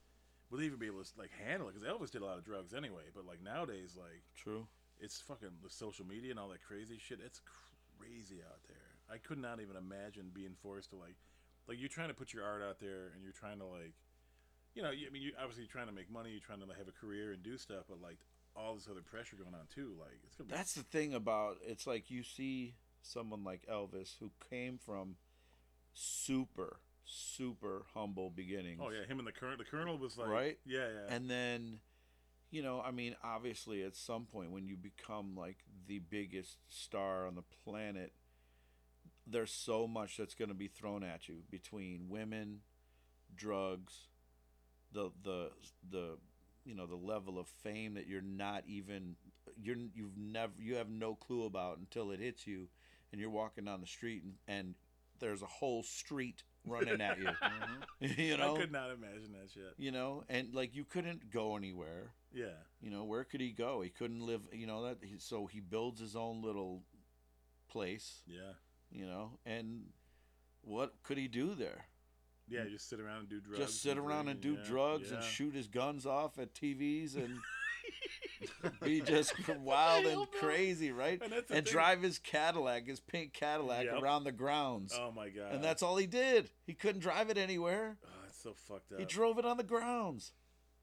[SPEAKER 2] would they even be able to like handle it? Because Elvis did a lot of drugs anyway. But like nowadays, like
[SPEAKER 4] True.
[SPEAKER 2] it's fucking the social media and all that crazy shit. It's crazy out there. I could not even imagine being forced to like like you're trying to put your art out there and you're trying to like you know you, I mean you obviously trying to make money, you're trying to like, have a career and do stuff, but like all this other pressure going on too. Like it's gonna be
[SPEAKER 4] That's the thing about it's like you see someone like Elvis who came from super super humble beginnings.
[SPEAKER 2] oh yeah him and the current the colonel was like
[SPEAKER 4] Right?
[SPEAKER 2] yeah yeah
[SPEAKER 4] And then you know, I mean, obviously at some point when you become like the biggest star on the planet there's so much that's going to be thrown at you between women, drugs, the the the you know the level of fame that you're not even you're you've never you have no clue about until it hits you and you're walking down the street and, and there's a whole street running at you
[SPEAKER 3] Mm-hmm.
[SPEAKER 4] you know
[SPEAKER 2] I could not imagine that shit.
[SPEAKER 4] you know and like you couldn't go anywhere
[SPEAKER 2] Yeah,
[SPEAKER 4] you know where could he go he couldn't live you know that he, so he builds his own little place
[SPEAKER 2] yeah,
[SPEAKER 4] you know and what could he do there
[SPEAKER 2] yeah. Just sit around and do drugs.
[SPEAKER 4] just sit
[SPEAKER 2] and
[SPEAKER 4] around
[SPEAKER 2] drink
[SPEAKER 4] and do
[SPEAKER 2] yeah,
[SPEAKER 4] drugs and
[SPEAKER 2] yeah.
[SPEAKER 4] shoot his guns off at tvs and be just wild and
[SPEAKER 2] hope not.
[SPEAKER 4] crazy right
[SPEAKER 2] And
[SPEAKER 4] and,
[SPEAKER 2] that's the thing.
[SPEAKER 4] drive his cadillac his pink cadillac
[SPEAKER 2] Yep.
[SPEAKER 4] around the grounds
[SPEAKER 2] Oh my god.
[SPEAKER 4] and that's all he did he couldn't drive it anywhere
[SPEAKER 2] Oh, it's so fucked up.
[SPEAKER 4] he drove it on the grounds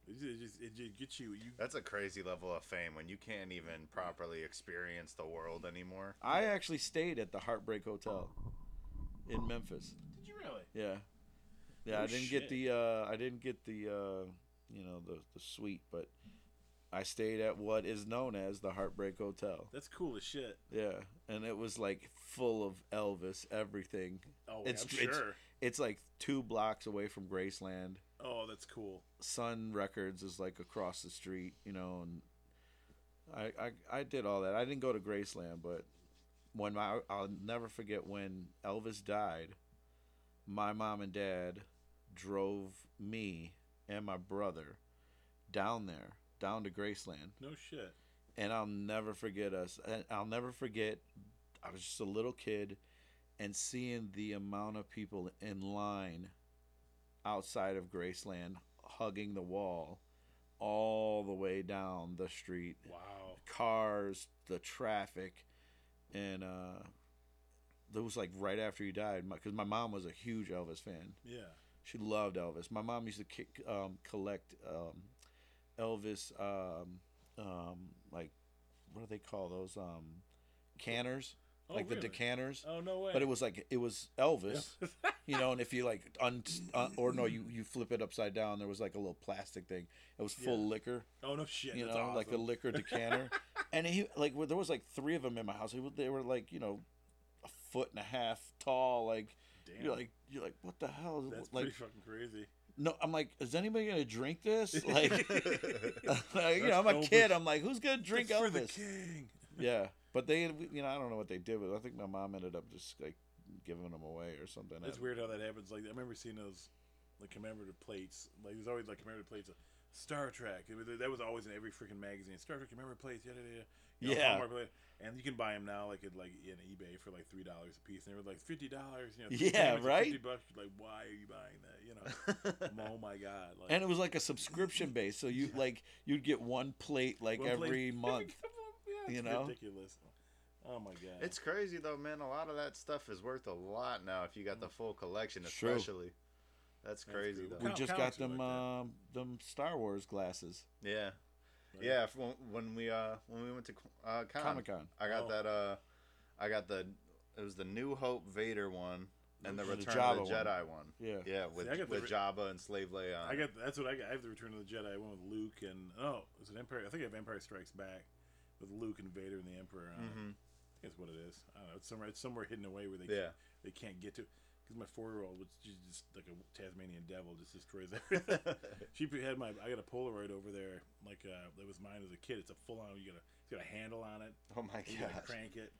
[SPEAKER 2] It ju- it just, it just gets you. You
[SPEAKER 3] That's a crazy level of fame when you can't even properly experience the world anymore.
[SPEAKER 4] i actually stayed at the heartbreak hotel in memphis
[SPEAKER 2] did you really?
[SPEAKER 4] Yeah. Yeah,
[SPEAKER 2] Oh,
[SPEAKER 4] I didn't
[SPEAKER 2] shit.
[SPEAKER 4] get the uh I didn't get the uh you know the the suite, but I stayed at what is known as the Heartbreak Hotel.
[SPEAKER 2] That's cool as shit.
[SPEAKER 4] Yeah, and it was like full of Elvis everything.
[SPEAKER 2] Oh,
[SPEAKER 4] It's-
[SPEAKER 2] I'm
[SPEAKER 4] it's-
[SPEAKER 2] sure.
[SPEAKER 4] It's like 2 blocks away from Graceland.
[SPEAKER 2] Oh, that's cool.
[SPEAKER 4] Sun Records is like across the street, you know, and I I I did all that. I didn't go to Graceland, but when my I'll never forget when Elvis died, my mom and dad drove me and my brother down there, down to Graceland,
[SPEAKER 2] No shit.
[SPEAKER 4] and I'll never forget us. And I'll never forget I was just a little kid and seeing the amount of people in line outside of Graceland hugging the wall all the way down the street
[SPEAKER 2] Wow.
[SPEAKER 4] cars, the traffic, and uh, that was like right after he died. Because my, mom was a huge Elvis fan.
[SPEAKER 2] Yeah.
[SPEAKER 4] She loved Elvis. My mom used to kick, um, collect um, Elvis, um, um, like what do they call those? Um, canners,
[SPEAKER 2] Oh,
[SPEAKER 4] like the
[SPEAKER 2] really?
[SPEAKER 4] decanters.
[SPEAKER 2] Oh no way.
[SPEAKER 4] But it was like it was Elvis, you know. And if you like, un- uh, or no, you you flip it upside down. There was like a little plastic thing. It was full
[SPEAKER 2] Yeah.
[SPEAKER 4] liquor
[SPEAKER 2] oh no shit.
[SPEAKER 4] you know,
[SPEAKER 2] that's awesome.
[SPEAKER 4] like the liquor decanter. and he like well, there was like three of them in my house. They were- They were like you know, a foot and a half tall. Like
[SPEAKER 2] Damn.
[SPEAKER 4] you're like you're like what the hell?
[SPEAKER 2] that's
[SPEAKER 4] like
[SPEAKER 2] pretty fucking crazy.
[SPEAKER 4] no, I'm like is anybody gonna drink this? Like, like, you know, I'm a
[SPEAKER 2] Elvis.
[SPEAKER 4] kid. I'm like who's gonna drink
[SPEAKER 2] It's for the
[SPEAKER 4] Elvis?
[SPEAKER 2] king.
[SPEAKER 4] Yeah, but they you know I don't know what they did with. It. I think my mom ended up just like giving them away or something.
[SPEAKER 2] That's
[SPEAKER 4] I-
[SPEAKER 2] weird how that happens. Like I remember seeing those like commemorative plates. Like there's always like commemorative plates. Of Star Trek. It was, that was always in every freaking magazine. Star Trek commemorative plates. Yeah, yeah, yeah.
[SPEAKER 4] Yeah.
[SPEAKER 2] and you can buy them now, like at like in eBay for like three dollars a piece. And they were like fifty dollars. You know,
[SPEAKER 4] Yeah,
[SPEAKER 2] damage to
[SPEAKER 4] right?
[SPEAKER 2] Fifty bucks. Like, why are you buying that? You know, oh my god. Like,
[SPEAKER 4] And it was like a subscription base, so you like you'd get one plate like
[SPEAKER 2] one plate-
[SPEAKER 4] every month.
[SPEAKER 2] yeah,
[SPEAKER 4] you
[SPEAKER 2] it's
[SPEAKER 4] know?
[SPEAKER 2] ridiculous. Oh my god.
[SPEAKER 3] It's crazy though, man. A lot of that stuff is worth a lot now if you got the full collection,
[SPEAKER 4] It's true.
[SPEAKER 3] especially. That's crazy
[SPEAKER 2] true.
[SPEAKER 3] though.
[SPEAKER 4] We
[SPEAKER 2] Comic-
[SPEAKER 4] just got
[SPEAKER 2] comics are
[SPEAKER 4] them
[SPEAKER 2] like that.
[SPEAKER 4] um, them Star Wars glasses.
[SPEAKER 3] Yeah,
[SPEAKER 2] Right.
[SPEAKER 3] yeah. if- when- when we uh when we went to uh, Comic
[SPEAKER 4] Comic-Con.
[SPEAKER 3] I got
[SPEAKER 2] Oh.
[SPEAKER 3] that uh, I got the it was the New Hope Vader one and the
[SPEAKER 4] Or the
[SPEAKER 3] Return of the
[SPEAKER 4] Jabba
[SPEAKER 3] Jedi one.
[SPEAKER 4] Yeah.
[SPEAKER 3] Yeah, with
[SPEAKER 2] I got the
[SPEAKER 3] with
[SPEAKER 2] re-
[SPEAKER 3] Jabba and Slave Leia. on
[SPEAKER 2] I
[SPEAKER 3] it.
[SPEAKER 2] got that's what I got. I have the Return of the Jedi. I went with Luke and oh, is it Empire? I think I have Empire Strikes Back with Luke and Vader and the Emperor. On it.
[SPEAKER 3] Mhm.
[SPEAKER 2] I think that's what it is. I don't know. It's somewhere it's somewhere hidden away where Mm-hmm. they
[SPEAKER 3] Yeah.
[SPEAKER 2] can't, they can't get to. Because my four year old was just, just like a Tasmanian devil, just destroys everything. she had my I got a Polaroid over there like uh, that was mine as a kid. It's a full on. You got a it's got a handle on it.
[SPEAKER 3] Oh my
[SPEAKER 2] You gotta
[SPEAKER 3] god.
[SPEAKER 2] crank it.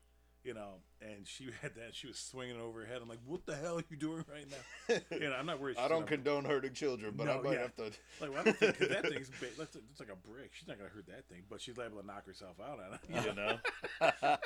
[SPEAKER 2] You know, and she had that. She was swinging it over her head. I'm like, what the hell are you doing right now? You know, I'm not worried.
[SPEAKER 3] I
[SPEAKER 2] she's
[SPEAKER 3] don't
[SPEAKER 2] gonna-
[SPEAKER 3] condone hurting children, but I
[SPEAKER 2] No,
[SPEAKER 3] might
[SPEAKER 2] yeah.
[SPEAKER 3] have to.
[SPEAKER 2] like, well, I don't think 'cause that thing's ba- that's, it's like a brick. She's not gonna hurt that thing, but she's liable to knock herself out on it.
[SPEAKER 3] You know.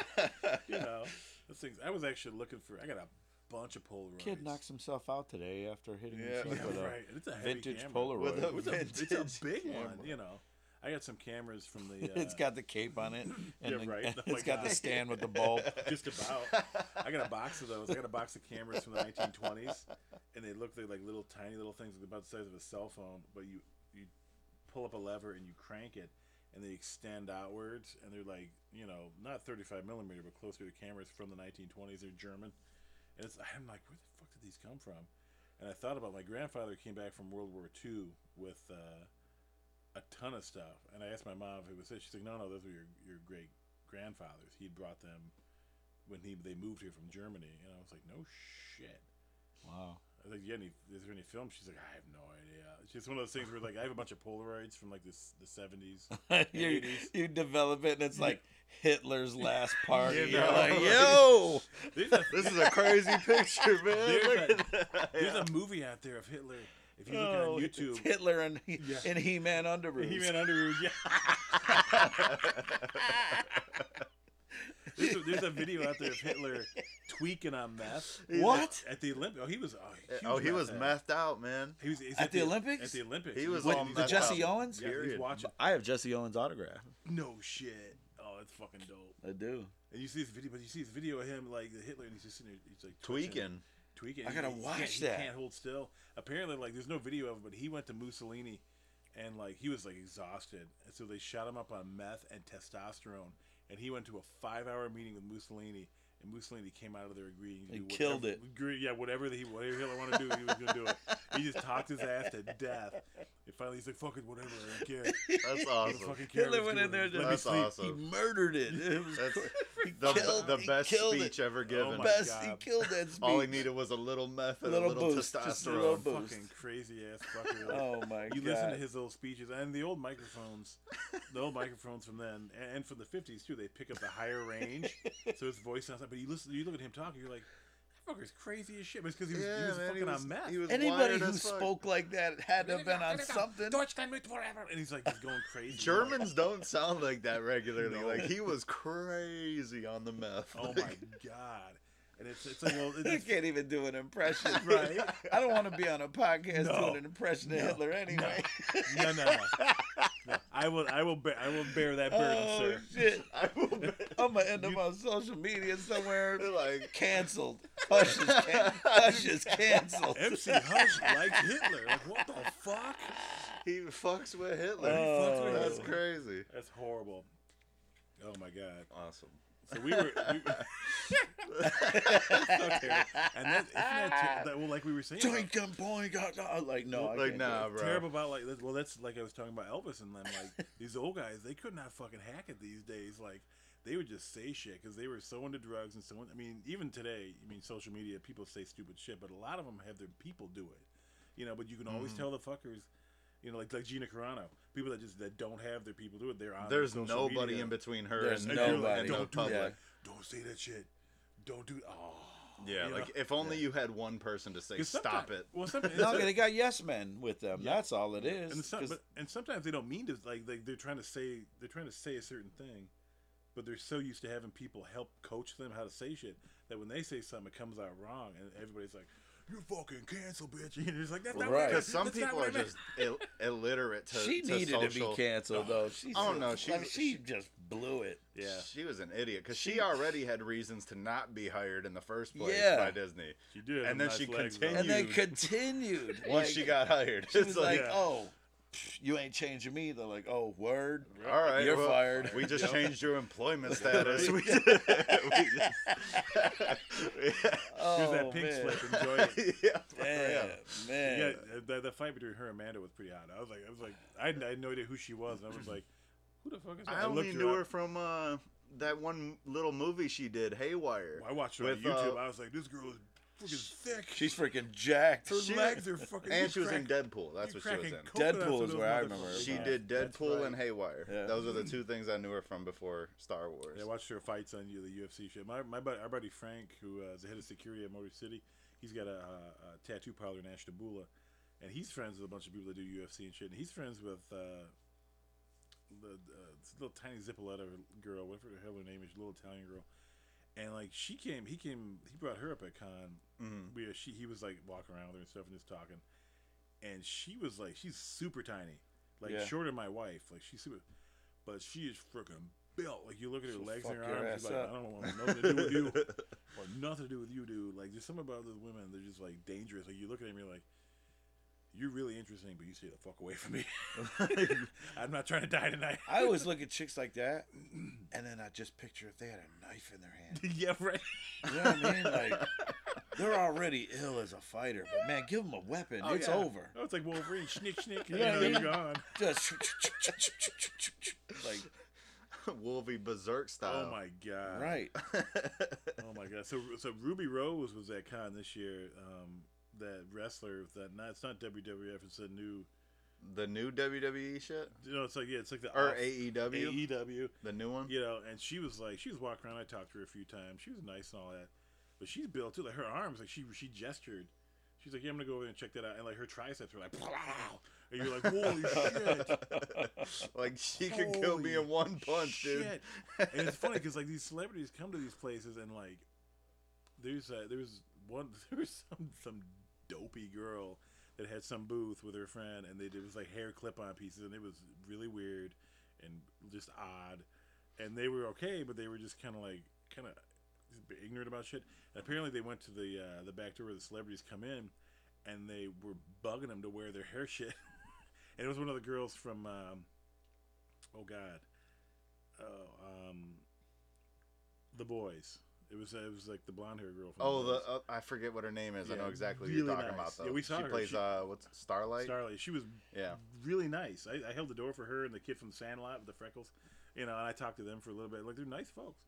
[SPEAKER 2] you know, those things. I was actually looking for. I got a bunch of Polaroids.
[SPEAKER 4] Kid knocks himself out today after hitting
[SPEAKER 3] Yeah.
[SPEAKER 2] Yeah,
[SPEAKER 4] himself with a
[SPEAKER 2] right. And It's a heavy
[SPEAKER 4] vintage
[SPEAKER 2] camera.
[SPEAKER 4] Polaroid.
[SPEAKER 2] It's
[SPEAKER 3] With a-
[SPEAKER 2] a, it's
[SPEAKER 3] Vintage
[SPEAKER 2] a big
[SPEAKER 3] camera.
[SPEAKER 2] one. You know, I got some cameras from the. Uh,
[SPEAKER 4] it's got the cape on it, and
[SPEAKER 2] Yeah,
[SPEAKER 4] the,
[SPEAKER 2] right.
[SPEAKER 4] and
[SPEAKER 2] Oh my
[SPEAKER 4] it's got the
[SPEAKER 2] God.
[SPEAKER 4] stand with the bulb.
[SPEAKER 2] just about. I got a box of those. I got a box of cameras from the 1920s, and they look they're like little tiny little things about the size of a cell phone. But you you pull up a lever and you crank it, and they extend outwards, and they're like you know not 35 millimeter, but closer to cameras from the 1920s. They're German, and it's I'm like where the fuck did these come from? And I thought about my grandfather came back from World War II with. Uh, a ton of stuff, and I asked my mom if it was this. She's like, "No, no, those were your your great grandfathers. He brought them when he they moved here from Germany, and I was like, no shit.
[SPEAKER 4] Wow.
[SPEAKER 2] I was like, "Do you have any? Is there any film?" She's like, "I have no idea." It's just one of those things where like I have a bunch of Polaroids from like this the seventies.
[SPEAKER 4] you,
[SPEAKER 2] 80s.
[SPEAKER 4] you develop it, and it's like Hitler's last party.
[SPEAKER 2] You
[SPEAKER 4] You're
[SPEAKER 2] know,
[SPEAKER 4] like,
[SPEAKER 2] like-
[SPEAKER 4] yo,
[SPEAKER 2] There's a,
[SPEAKER 3] This is a crazy picture, man.
[SPEAKER 2] There's
[SPEAKER 3] Look at that.
[SPEAKER 2] there's a movie out there of Hitler. If you look
[SPEAKER 4] Oh,
[SPEAKER 2] on
[SPEAKER 4] it's
[SPEAKER 2] YouTube,
[SPEAKER 4] Hitler and he,
[SPEAKER 2] Yeah.
[SPEAKER 4] and He-Man underoos.
[SPEAKER 2] He Man Underwood. Yeah. there's, a, there's a video out there of Hitler tweaking on meth.
[SPEAKER 4] What?
[SPEAKER 2] At the Olympics? Oh, he was. Oh,
[SPEAKER 3] oh, he was
[SPEAKER 2] meth.
[SPEAKER 3] methed out, man.
[SPEAKER 2] He was he's
[SPEAKER 4] At the Olympics?
[SPEAKER 2] At the Olympics,
[SPEAKER 3] He was
[SPEAKER 4] With
[SPEAKER 3] all
[SPEAKER 4] the
[SPEAKER 3] messed
[SPEAKER 4] Jesse
[SPEAKER 3] up.
[SPEAKER 4] Owens?
[SPEAKER 2] Yeah, he's
[SPEAKER 3] period.
[SPEAKER 2] watching.
[SPEAKER 4] I have Jesse Owens autograph.
[SPEAKER 2] No shit. Oh, that's fucking dope.
[SPEAKER 4] I do.
[SPEAKER 2] And you see this video, but you see this video of him like the Hitler, and he's just sitting there, he's like twitching,
[SPEAKER 3] Tweaking.
[SPEAKER 2] tweaking.
[SPEAKER 4] I gotta
[SPEAKER 2] He- he
[SPEAKER 4] watch
[SPEAKER 2] can't- he
[SPEAKER 4] that.
[SPEAKER 2] can't hold still. Apparently, like there's no video of it, but he went to Mussolini, and like he was like exhausted, and so they shot him up on meth and testosterone, and he went to a five-hour meeting with Mussolini, and Mussolini came out of there agreeing to
[SPEAKER 4] And
[SPEAKER 2] do
[SPEAKER 4] killed
[SPEAKER 2] whatever,
[SPEAKER 4] it.
[SPEAKER 2] agree- yeah, whatever he whatever Hitler wanted to do, he was gonna do it. He just talked his ass to death. And finally, he's like, "Fuck it, whatever, I don't care."
[SPEAKER 3] That's
[SPEAKER 2] I don't
[SPEAKER 3] awesome.
[SPEAKER 2] fucking care.
[SPEAKER 4] Hitler
[SPEAKER 2] Let's
[SPEAKER 4] went
[SPEAKER 2] do
[SPEAKER 4] in there
[SPEAKER 2] it.
[SPEAKER 4] just-
[SPEAKER 2] Let me
[SPEAKER 3] That's
[SPEAKER 2] sleep.
[SPEAKER 4] He
[SPEAKER 3] awesome.
[SPEAKER 4] murdered it. It was
[SPEAKER 3] That's
[SPEAKER 4] cr- he
[SPEAKER 3] The,
[SPEAKER 4] killed-
[SPEAKER 3] the
[SPEAKER 4] he
[SPEAKER 3] best
[SPEAKER 4] killed
[SPEAKER 3] speech
[SPEAKER 4] It.
[SPEAKER 3] ever given.
[SPEAKER 2] Oh my
[SPEAKER 4] best. He
[SPEAKER 2] God.
[SPEAKER 4] killed that speech.
[SPEAKER 3] Oh All he needed was a little meth and
[SPEAKER 4] Little
[SPEAKER 3] a little
[SPEAKER 4] boost,
[SPEAKER 3] testosterone.
[SPEAKER 4] just a little boost.
[SPEAKER 2] Fucking crazy ass fucker. Like,
[SPEAKER 4] Oh my god.
[SPEAKER 2] you listen to his little speeches and the old microphones, the old microphones from then and- and from the fifties too. They pick up the higher range, so his voice sounds. But you listen, you look at him talking, you're like, that fucker's crazy as shit. But it's because he was, he was
[SPEAKER 3] man,
[SPEAKER 2] fucking on meth.
[SPEAKER 3] he was
[SPEAKER 4] Anybody
[SPEAKER 3] wired
[SPEAKER 4] who
[SPEAKER 3] as fuck.
[SPEAKER 4] spoke like that had to have been on something.
[SPEAKER 2] Deutschland mit forever, and he's like, he's going crazy.
[SPEAKER 3] Germans don't sound like that regularly.
[SPEAKER 2] No.
[SPEAKER 3] Like he was crazy on the meth.
[SPEAKER 2] oh my god! And it's it's like well,
[SPEAKER 4] I
[SPEAKER 2] it's,
[SPEAKER 4] can't even do an impression.
[SPEAKER 2] Right.
[SPEAKER 4] I don't want to be on a podcast
[SPEAKER 2] No.
[SPEAKER 4] doing an impression of
[SPEAKER 2] No.
[SPEAKER 4] Hitler anyway.
[SPEAKER 2] no, no, no, no. I will, I will, bear, I will bear that burden,
[SPEAKER 4] oh
[SPEAKER 2] sir.
[SPEAKER 4] shit!
[SPEAKER 3] I will be
[SPEAKER 4] I'm gonna end up on social media somewhere.
[SPEAKER 3] like
[SPEAKER 4] Canceled. Hush is, can- Hush is canceled.
[SPEAKER 2] MC Hush likes Hitler. Like what the fuck?
[SPEAKER 3] he fucks with Hitler.
[SPEAKER 4] Oh,
[SPEAKER 2] fucks with
[SPEAKER 3] That's
[SPEAKER 2] Hitler.
[SPEAKER 3] crazy.
[SPEAKER 2] That's horrible. Oh my god.
[SPEAKER 3] Awesome.
[SPEAKER 2] So we were. We, okay. And that, isn't that, ter- that well, like we were saying, about-
[SPEAKER 4] Drink and point. uh, uh, Like no, I
[SPEAKER 3] like
[SPEAKER 4] can't do
[SPEAKER 3] nah,
[SPEAKER 4] it.
[SPEAKER 3] bro.
[SPEAKER 2] terrible about like that- well, that's like I was talking about Elvis and them. Like these old guys, they could not fucking hack it these days. Like they would just say shit because they were so into drugs and so. In, I mean, even today, I mean, social media people say stupid shit, but a lot of them have their people do it. You know, but you can always
[SPEAKER 3] Mm-hmm.
[SPEAKER 2] tell the fuckers. You know, like like Gina Carano, people that just that don't have their people do it. They're on
[SPEAKER 3] There's
[SPEAKER 2] social
[SPEAKER 3] nobody
[SPEAKER 2] media.
[SPEAKER 3] in between her
[SPEAKER 4] There's
[SPEAKER 3] and,
[SPEAKER 2] And
[SPEAKER 3] and
[SPEAKER 2] you're
[SPEAKER 4] nobody.
[SPEAKER 2] like,
[SPEAKER 3] the
[SPEAKER 2] don't do
[SPEAKER 3] public.
[SPEAKER 2] that. Don't say that shit. Don't do. Oh.
[SPEAKER 3] Yeah,
[SPEAKER 2] You
[SPEAKER 3] like
[SPEAKER 2] know?
[SPEAKER 3] if only you had one person to say
[SPEAKER 2] 'Cause
[SPEAKER 3] stop
[SPEAKER 2] sometime-
[SPEAKER 3] it.
[SPEAKER 2] Well, sometimes,
[SPEAKER 4] No, they got yes men with them.
[SPEAKER 2] Yeah.
[SPEAKER 4] That's all it is.
[SPEAKER 2] and, some,
[SPEAKER 4] 'Cause-
[SPEAKER 2] but, and sometimes they don't mean to. Like they, they're trying to say they're trying to say a certain thing, but they're so used to having people help coach them how to say shit that when they say something, it comes out wrong, and everybody's like, "You fucking cancel, bitch!" And it's like that's not
[SPEAKER 4] Right.
[SPEAKER 2] right.
[SPEAKER 3] Because some people are just Ill- illiterate to
[SPEAKER 4] she
[SPEAKER 3] to
[SPEAKER 4] needed
[SPEAKER 3] social.
[SPEAKER 4] to be canceled though. She
[SPEAKER 3] Oh,
[SPEAKER 4] said-
[SPEAKER 3] no, she-
[SPEAKER 4] I mean, she just blew it.
[SPEAKER 2] Yeah.
[SPEAKER 3] She was an idiot because she already had reasons to not be hired in the first place
[SPEAKER 4] Yeah.
[SPEAKER 3] by Disney.
[SPEAKER 2] She did, have
[SPEAKER 3] And then
[SPEAKER 2] nice
[SPEAKER 3] she
[SPEAKER 2] legs, though.
[SPEAKER 3] continued.
[SPEAKER 4] And then
[SPEAKER 3] Huge.
[SPEAKER 4] continued.
[SPEAKER 3] Once
[SPEAKER 4] like,
[SPEAKER 3] she got hired,
[SPEAKER 4] she was like,
[SPEAKER 2] Yeah.
[SPEAKER 4] "Oh, pff, you ain't changing me." They're like, "Oh, word."
[SPEAKER 3] all right,
[SPEAKER 4] You're
[SPEAKER 3] well,
[SPEAKER 4] fired.
[SPEAKER 3] We just
[SPEAKER 2] Yep.
[SPEAKER 3] changed your employment status. we, we just-
[SPEAKER 4] Oh
[SPEAKER 2] Here's that pink
[SPEAKER 4] man,
[SPEAKER 2] slip. Enjoy it.
[SPEAKER 3] yeah.
[SPEAKER 4] Damn, man.
[SPEAKER 2] Yeah, the, the fight between her and Amanda was pretty hot. I was like, I was like, I had, I had no idea who she was. And I was like, who the fuck is that?
[SPEAKER 3] I only
[SPEAKER 2] looked
[SPEAKER 3] knew her
[SPEAKER 2] up.
[SPEAKER 3] from uh, that one little movie she did, Haywire.
[SPEAKER 2] I watched her
[SPEAKER 3] with,
[SPEAKER 2] on YouTube.
[SPEAKER 3] uh,
[SPEAKER 2] I was like, this girl is freaking thick.
[SPEAKER 4] She's freaking jacked.
[SPEAKER 2] her
[SPEAKER 3] she-
[SPEAKER 2] legs are fucking. you
[SPEAKER 3] and she was in
[SPEAKER 2] crack-
[SPEAKER 3] Deadpool. That's
[SPEAKER 2] you
[SPEAKER 3] what she was
[SPEAKER 2] cracking
[SPEAKER 3] in.
[SPEAKER 2] coconuts
[SPEAKER 4] Deadpool
[SPEAKER 2] with
[SPEAKER 4] is
[SPEAKER 2] those
[SPEAKER 4] where I remember her
[SPEAKER 2] motherfuckers.
[SPEAKER 3] She
[SPEAKER 4] Yeah,
[SPEAKER 3] did
[SPEAKER 2] That's
[SPEAKER 3] Deadpool
[SPEAKER 2] right. Mm-hmm.
[SPEAKER 3] and Haywire.
[SPEAKER 4] Yeah.
[SPEAKER 3] Those are the two things I knew her from before Star Wars.
[SPEAKER 2] Yeah, I watched her fights on you the UFC shit. My my buddy, our buddy Frank, who uh, is the head of security at Motor City, he's got a, uh a tattoo parlor in Ashtabula, and he's friends with a bunch of people that do UFC and shit. And he's friends with uh, the uh, this little tiny Zippoletta girl, whatever the hell her name is, little Italian girl. And like she came, he came, he brought her up at con.
[SPEAKER 3] Mhm.
[SPEAKER 2] Where uh, she he was like walking around with her and stuff and just talking, and she was like she's super tiny, like
[SPEAKER 4] Yeah.
[SPEAKER 2] shorter than my wife, like she's super, but she is freaking built. Like you look at her
[SPEAKER 4] She'll
[SPEAKER 2] legs and her
[SPEAKER 4] fuck your
[SPEAKER 2] arms, she's
[SPEAKER 4] ass
[SPEAKER 2] like
[SPEAKER 4] up.
[SPEAKER 2] I don't want nothing to do with you, or nothing to do with you, dude. Like there's something about those women, they're just like dangerous. Like you look at them, you're like. You're really interesting, but you stay the fuck away from me. I'm not trying to die tonight.
[SPEAKER 4] I always look at chicks like that, and then I just picture if they had a knife in their hand.
[SPEAKER 2] yeah, right.
[SPEAKER 4] You know what I mean? Like they're already ill as a fighter, but man, give them a weapon. it's
[SPEAKER 2] yeah.
[SPEAKER 4] over.
[SPEAKER 2] Oh, it's like Wolverine, schnick, schnick, and
[SPEAKER 4] Yeah,
[SPEAKER 2] you know,
[SPEAKER 4] yeah.
[SPEAKER 2] you're gone.
[SPEAKER 4] Just like
[SPEAKER 3] Wolvie Berserk style.
[SPEAKER 2] Oh my god!
[SPEAKER 4] right.
[SPEAKER 2] Oh my god! So so Ruby Rose was at con this year. Um, that wrestler that not it's not WWF it's a new
[SPEAKER 3] The new WWE shit
[SPEAKER 2] you know it's like yeah it's like the
[SPEAKER 3] or E
[SPEAKER 2] off-
[SPEAKER 3] AEW,
[SPEAKER 2] E AEW
[SPEAKER 3] the new one.
[SPEAKER 2] you know and she was like she was walking around I talked to her a few times she was nice and all that but she's built too like her arms like she she gestured she's like yeah I'm gonna go over there and check that out and like her triceps were like and you're like holy shit
[SPEAKER 3] like she could kill me
[SPEAKER 2] Holy
[SPEAKER 3] in one punch, dude.
[SPEAKER 2] shit. and it's funny because like these celebrities come to these places and like there's uh, there was one there was some some dopey girl that had some booth with her friend and they did it was like hair clip on pieces and it was really weird and just odd and they were okay but they were just kind of like kind of ignorant about shit and apparently they went to the uh, the back door where the celebrities come in and they were bugging them to wear their hair shit and it was one of the girls from um, oh god oh, um, the boys. It was it was like the blonde hair girl. From
[SPEAKER 3] Oh, the
[SPEAKER 2] Boys.
[SPEAKER 3] uh, I forget what her name is. I
[SPEAKER 2] Yeah,
[SPEAKER 3] know exactly who
[SPEAKER 2] really
[SPEAKER 3] you're talking
[SPEAKER 2] nice.
[SPEAKER 3] about though.
[SPEAKER 2] Yeah, we saw
[SPEAKER 3] she
[SPEAKER 2] her.
[SPEAKER 3] plays
[SPEAKER 2] She-
[SPEAKER 3] uh what's Starlight?
[SPEAKER 2] Starlight. She was
[SPEAKER 3] Yeah.
[SPEAKER 2] really nice. I, I held the door for her and the kid from Sandlot with the freckles, you know. And I talked to them for a little bit. Like they're nice folks,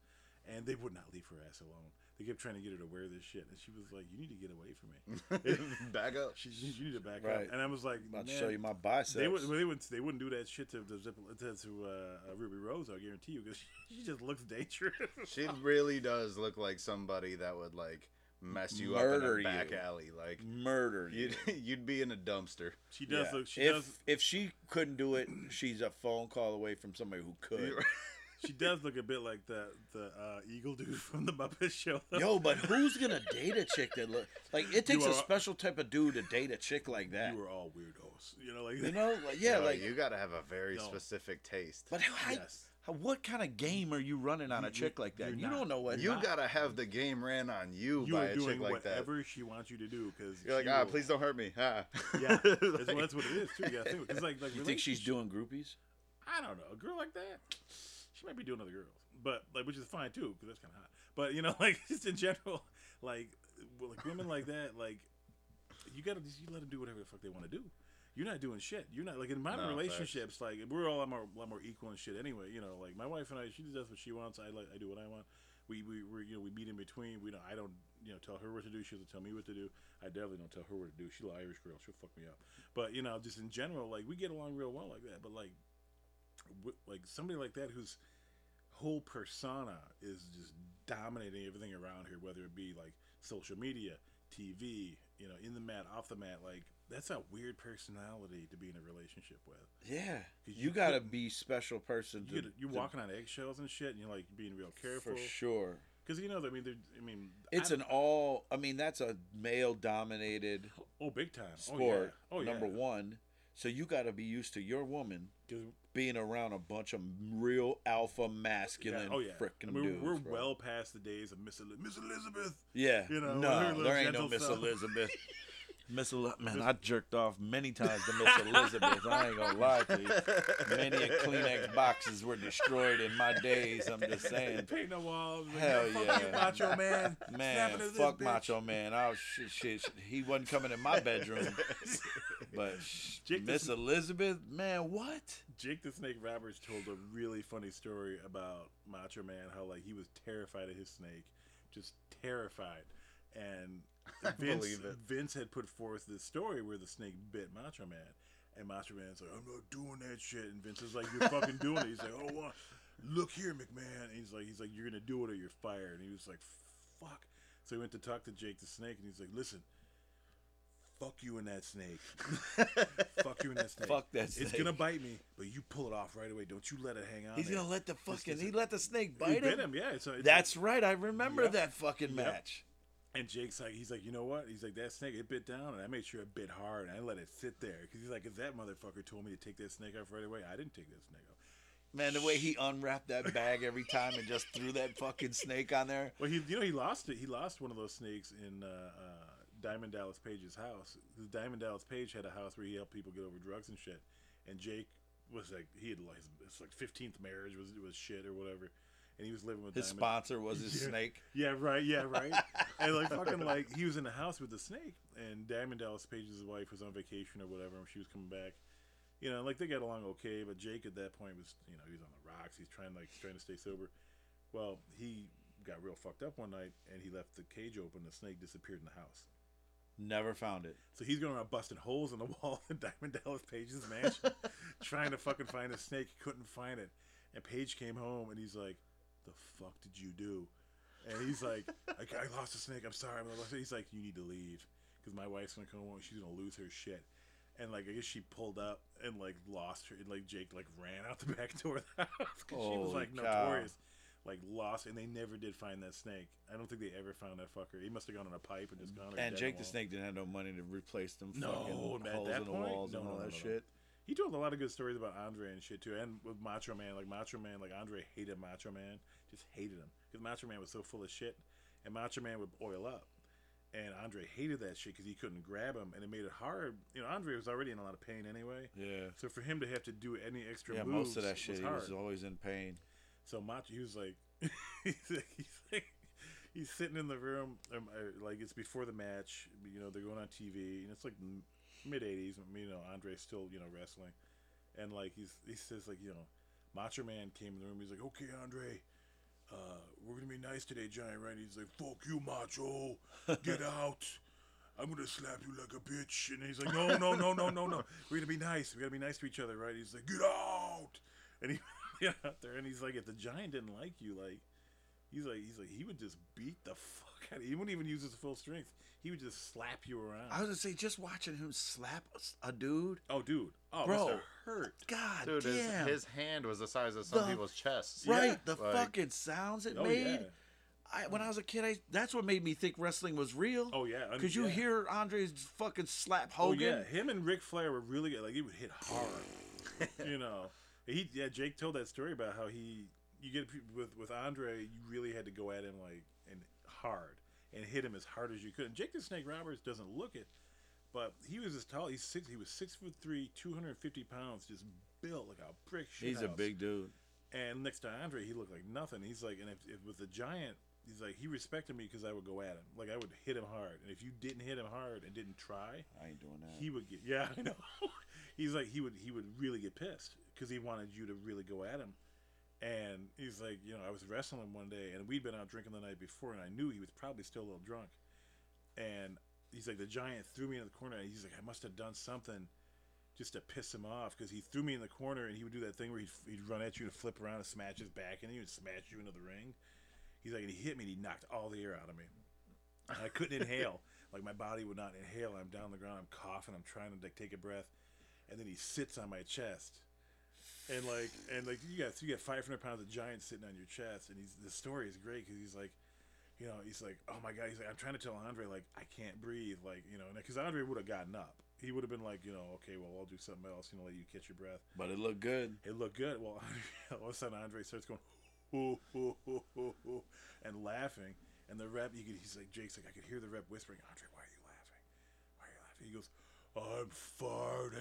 [SPEAKER 2] and they would not leave her ass alone. They kept trying to get her to wear this shit, and she was like, "You need to get away from me.
[SPEAKER 3] Back up.
[SPEAKER 2] She, you need to back
[SPEAKER 4] Right.
[SPEAKER 2] up." And I was like,
[SPEAKER 4] about to
[SPEAKER 2] "Man,
[SPEAKER 4] show you my biceps.
[SPEAKER 2] They would, they would, they wouldn't do that shit to to, Zip- to, to uh, Ruby Rose. I guarantee you, because she, she just looks dangerous.
[SPEAKER 3] She really does look like somebody that would like mess you up
[SPEAKER 4] Murder
[SPEAKER 3] in a back
[SPEAKER 4] you.
[SPEAKER 3] alley. Like
[SPEAKER 4] murder you.
[SPEAKER 3] you'd you'd be in a dumpster.
[SPEAKER 2] She does
[SPEAKER 4] Yeah.
[SPEAKER 2] look. She
[SPEAKER 4] if
[SPEAKER 2] does.
[SPEAKER 4] if she couldn't do it, she's a phone call away from somebody who could.
[SPEAKER 2] She does look a bit like the the uh, eagle dude from the Muppet Show. though.
[SPEAKER 4] Yo, but who's gonna date a chick that look like it takes
[SPEAKER 2] are-
[SPEAKER 4] a special type of dude to date a chick like that?
[SPEAKER 2] you were all weirdos. You know, like
[SPEAKER 4] You know, like yeah,
[SPEAKER 3] Yo,
[SPEAKER 4] like.
[SPEAKER 3] you got to have a very
[SPEAKER 2] No.
[SPEAKER 3] specific taste.
[SPEAKER 4] but how,
[SPEAKER 2] Yes.
[SPEAKER 4] how- what kind of game are you running on a chick like that?
[SPEAKER 2] you're
[SPEAKER 4] You
[SPEAKER 2] not.
[SPEAKER 4] don't know what
[SPEAKER 3] you
[SPEAKER 2] not-
[SPEAKER 3] got to have the game ran on you,
[SPEAKER 2] you
[SPEAKER 3] by
[SPEAKER 2] are
[SPEAKER 3] a chick
[SPEAKER 2] doing
[SPEAKER 3] like that.
[SPEAKER 2] whatever she wants you to do because
[SPEAKER 3] You're like, ah, please don't hurt me. Ah.
[SPEAKER 2] Yeah, that's,
[SPEAKER 3] Like-
[SPEAKER 2] that's what it is too. Yeah, too. It's like like
[SPEAKER 4] You think she's doing groupies?
[SPEAKER 2] I don't know a girl like that. She might be doing other girls, but like which is fine too because that's kind of hot. But you know, like just in general, like well, like women like that, like you gotta just you let them do whatever the fuck they want to do. You're not doing shit. You're not like in modern
[SPEAKER 3] No, facts.
[SPEAKER 2] relationships. Like we're all a lot more, lot more equal and shit. Anyway, you know, like my wife and I, she does what she wants. I like I do what I want. We we we you know we meet in between. We don't I don't you know tell her what to do. She doesn't tell me what to do. I definitely don't tell her what to do. She's an Irish girl. She'll fuck me up. But you know, just in general, like we get along real well like that. But like, w- like somebody like that whose whole persona is just dominating everything around here, whether it be like social media, TV, you know, in the mat, off the mat, like that's a weird personality to be in a relationship with.
[SPEAKER 4] Yeah, you,
[SPEAKER 2] 'Cause you
[SPEAKER 4] gotta
[SPEAKER 2] couldn't-
[SPEAKER 4] be special person. To,
[SPEAKER 2] You get, you're
[SPEAKER 4] to-
[SPEAKER 2] walking on eggshells and shit, and you're like being real careful
[SPEAKER 4] for sure.
[SPEAKER 2] because you know. I mean, they're- I mean,
[SPEAKER 4] It's
[SPEAKER 2] I-
[SPEAKER 4] an all. I mean, that's a male dominated
[SPEAKER 2] oh big time
[SPEAKER 4] sport.
[SPEAKER 2] Oh yeah, oh,
[SPEAKER 4] number one. So you got to be used to your woman
[SPEAKER 2] yeah. 'Cause
[SPEAKER 4] being around a bunch of real alpha masculine
[SPEAKER 2] Yeah, oh yeah,
[SPEAKER 4] frickin'
[SPEAKER 2] I mean,
[SPEAKER 4] dudes.
[SPEAKER 2] we're
[SPEAKER 4] bro.
[SPEAKER 2] well past the days of Miss, Eli- Miss Elizabeth.
[SPEAKER 4] yeah.
[SPEAKER 2] you know, her
[SPEAKER 4] no,
[SPEAKER 2] little
[SPEAKER 4] there ain't
[SPEAKER 2] gentle
[SPEAKER 4] no Miss
[SPEAKER 2] self.
[SPEAKER 4] Elizabeth. Miss El- man, I jerked off many times to Miss Elizabeth. I ain't gonna lie to you. Many a Kleenex boxes were destroyed in my days. I'm just saying.
[SPEAKER 2] Paint the walls. Like,
[SPEAKER 4] Hell
[SPEAKER 2] fuck
[SPEAKER 4] yeah.
[SPEAKER 2] you, Macho Man.
[SPEAKER 4] Man,
[SPEAKER 2] Snapping at this
[SPEAKER 4] fuck
[SPEAKER 2] bitch.
[SPEAKER 4] Macho Man. I was, shit, shit, shit. He wasn't coming in my bedroom. But sh-
[SPEAKER 2] Jake the
[SPEAKER 4] Miss
[SPEAKER 2] Sn-
[SPEAKER 4] Elizabeth, man, what?
[SPEAKER 2] Jake the Snake Roberts told a really funny story about Macho Man, how like he was terrified of his snake, just terrified. And Vince,
[SPEAKER 3] believe it.
[SPEAKER 2] Vince had put forth this story where the snake bit Macho Man, and Macho Man's like, "I'm not doing that shit," and Vince is like, "You're fucking doing it." He's like, "Oh, uh, look here, McMahon," and he's like, "He's like, you're gonna do it or you're fired." And he was like, "Fuck." So he went to talk to Jake the Snake, and he's like, "Listen." Fuck you and that snake. Fuck you and that snake.
[SPEAKER 4] Fuck that
[SPEAKER 2] It's
[SPEAKER 4] snake.
[SPEAKER 2] gonna bite me, but you pull it off right away. Don't you let it hang on.
[SPEAKER 4] He's
[SPEAKER 2] there.
[SPEAKER 4] gonna let the fucking
[SPEAKER 2] is-
[SPEAKER 4] he let the snake
[SPEAKER 2] He
[SPEAKER 4] bite
[SPEAKER 2] bit
[SPEAKER 4] him.
[SPEAKER 2] him. Yeah. So it's-
[SPEAKER 4] That's right. I remember
[SPEAKER 2] Yep.
[SPEAKER 4] that fucking
[SPEAKER 2] Yep.
[SPEAKER 4] match.
[SPEAKER 2] and Jake's like he's like you know what he's like that snake it bit down and I made sure it bit hard and I let it sit there because he's like if that motherfucker told me to take that snake off right away I didn't take that snake off.
[SPEAKER 4] Man, the way he unwrapped that bag every time and just threw that fucking snake on there.
[SPEAKER 2] Well, he you know he lost it. He lost one of those snakes in uh, uh, Diamond Dallas Page's house. Diamond Dallas Page had a house where he helped people get over drugs and shit. And Jake was like he had like it's like fifteenth marriage was was shit or whatever, and he was living with
[SPEAKER 4] His
[SPEAKER 2] Diamond.
[SPEAKER 4] sponsor was his
[SPEAKER 2] Yeah.
[SPEAKER 4] snake.
[SPEAKER 2] Yeah, right. Yeah, right. and like fucking like he was in the house with the snake, and Diamond Dallas Page's wife was on vacation or whatever, and she was coming back. You know, like they got along okay, but Jake at that point was, you know, he was on the rocks. He's trying like trying to stay sober. Well, he got real fucked up one night, and he left the cage open. The snake disappeared in the house.
[SPEAKER 4] Never found it.
[SPEAKER 2] So he's going around busting holes in the wall in Diamond Dallas Page's mansion, trying to fucking find a snake. He couldn't find it. And Page came home and he's like, The fuck did you do? And he's like, I, I lost a snake. I'm sorry. blah, blah, blah." He's like, You need to leave because my wife's going to come home and she's going to lose her shit. And like, I guess she pulled up and like lost her. And like, Jake like ran out the back door of the house 'cause she was
[SPEAKER 3] Holy
[SPEAKER 2] like
[SPEAKER 3] cow.
[SPEAKER 2] notorious. Like lost, and they never did find that snake. I don't think they ever found that fucker. He must have gone on a pipe and just gone. or dead in
[SPEAKER 4] And Jake the
[SPEAKER 2] wall.
[SPEAKER 4] Snake didn't have no money to replace them
[SPEAKER 2] No,
[SPEAKER 4] fucking
[SPEAKER 2] at
[SPEAKER 4] holes
[SPEAKER 2] that
[SPEAKER 4] in the
[SPEAKER 2] point,
[SPEAKER 4] walls
[SPEAKER 2] no,
[SPEAKER 4] and
[SPEAKER 2] no,
[SPEAKER 4] all
[SPEAKER 2] no,
[SPEAKER 4] that
[SPEAKER 2] no, no.
[SPEAKER 4] shit.
[SPEAKER 2] He told a lot of good stories about Andre and shit too, and with Macho Man. Like Macho Man, like Andre hated Macho Man, just hated him because Macho Man was so full of shit, and Macho Man would oil up, and Andre hated that shit because he couldn't grab him, and it made it hard. You know, Andre was already in a lot of pain anyway,
[SPEAKER 4] Yeah.
[SPEAKER 2] so for him to have to do any extra
[SPEAKER 4] Yeah,
[SPEAKER 2] moves,
[SPEAKER 4] most of that shit,
[SPEAKER 2] was
[SPEAKER 4] he
[SPEAKER 2] hard.
[SPEAKER 4] was always in pain.
[SPEAKER 2] So Macho, he was like, he's like, he's like, he's sitting in the room, um, uh, like it's before the match. You know, they're going on TV, and it's like mid '80s. You know, Andre's still you know wrestling, and like he's he says like you know, Macho Man came in the room. He's like, okay, Andre. Uh, we're gonna be nice today, Giant Randy. He's like, "Fuck you, Macho, get out! I'm gonna slap you like a bitch." And he's like, "No, no, no, no, no, no. We're gonna be nice. We gotta be nice to each other, right?" He's like, "Get out!" And he got out there, and he's like, "If the Giant didn't like you, like, he's like, he's like, he would just beat the fuck out of you. He wouldn't even use his full strength. He would just slap you around.
[SPEAKER 4] I was gonna say, just watching him slap a s- a dude,
[SPEAKER 2] oh, dude. Oh, it must
[SPEAKER 4] bro,
[SPEAKER 2] have hurt.
[SPEAKER 4] God
[SPEAKER 3] Dude, his,
[SPEAKER 4] damn,
[SPEAKER 3] his hand was the size of some
[SPEAKER 4] The-
[SPEAKER 3] people's chests.
[SPEAKER 4] right?
[SPEAKER 2] yeah,
[SPEAKER 4] the
[SPEAKER 3] like-
[SPEAKER 4] fucking sounds it
[SPEAKER 2] Oh
[SPEAKER 4] made.
[SPEAKER 2] yeah.
[SPEAKER 4] I, when I was a kid, I, that's what made me think wrestling was real.
[SPEAKER 2] Oh yeah. I mean,
[SPEAKER 4] Because you
[SPEAKER 2] yeah.
[SPEAKER 4] hear Andre's fucking slap
[SPEAKER 2] Oh
[SPEAKER 4] Hogan.
[SPEAKER 2] yeah, him and Ric Flair were really good. Like he would hit hard. you know, he yeah. Jake told that story about how he you get pe- with with Andre, you really had to go at him like and hard and hit him as hard as you could. And Jake the Snake Roberts doesn't look it, but he was as tall. He's six. He was six foot three, two hundred and fifty pounds, just built like a brick.
[SPEAKER 4] He's a
[SPEAKER 2] shithouse.
[SPEAKER 4] big dude.
[SPEAKER 2] And next to Andre, he looked like nothing. He's like, and if, if with the giant, he's like, he respected me because I would go at him. Like I would hit him hard, and if you didn't hit him hard and didn't try,
[SPEAKER 4] I ain't doing that.
[SPEAKER 2] he would get yeah i know he's like he would he would really get pissed because he wanted you to really go at him and he's like you know i was wrestling one day and we'd been out drinking the night before and i knew he was probably still a little drunk and he's like the giant threw me in the corner and he's like i must have done something just to piss him off because he threw me in the corner and he would do that thing where he'd, he'd run at you and flip around and smash his back and he would smash you into the ring he's like and he hit me and he knocked all the air out of me and I couldn't inhale. Like my body would not inhale. I'm down on the ground. I'm coughing. I'm trying to like take a breath, and then he sits on my chest, and like and like you got you got 500 pounds of giant sitting on your chest, and he's the story is great because he's like, you know, he's like, oh my god, he's like, I'm trying to tell Andre like I can't breathe, like you know, because Andre would have gotten up. He would have been like, you know, okay, well I'll do something else, you know, let you catch your breath
[SPEAKER 4] But it looked good.
[SPEAKER 2] it looked good. Well, all of a sudden Andre starts going, hoo, hoo, hoo, hoo, hoo, and laughing. And the rep, you could, he's like, Jake's like, I could hear the rep whispering, Andre, why are you laughing? Why are you laughing?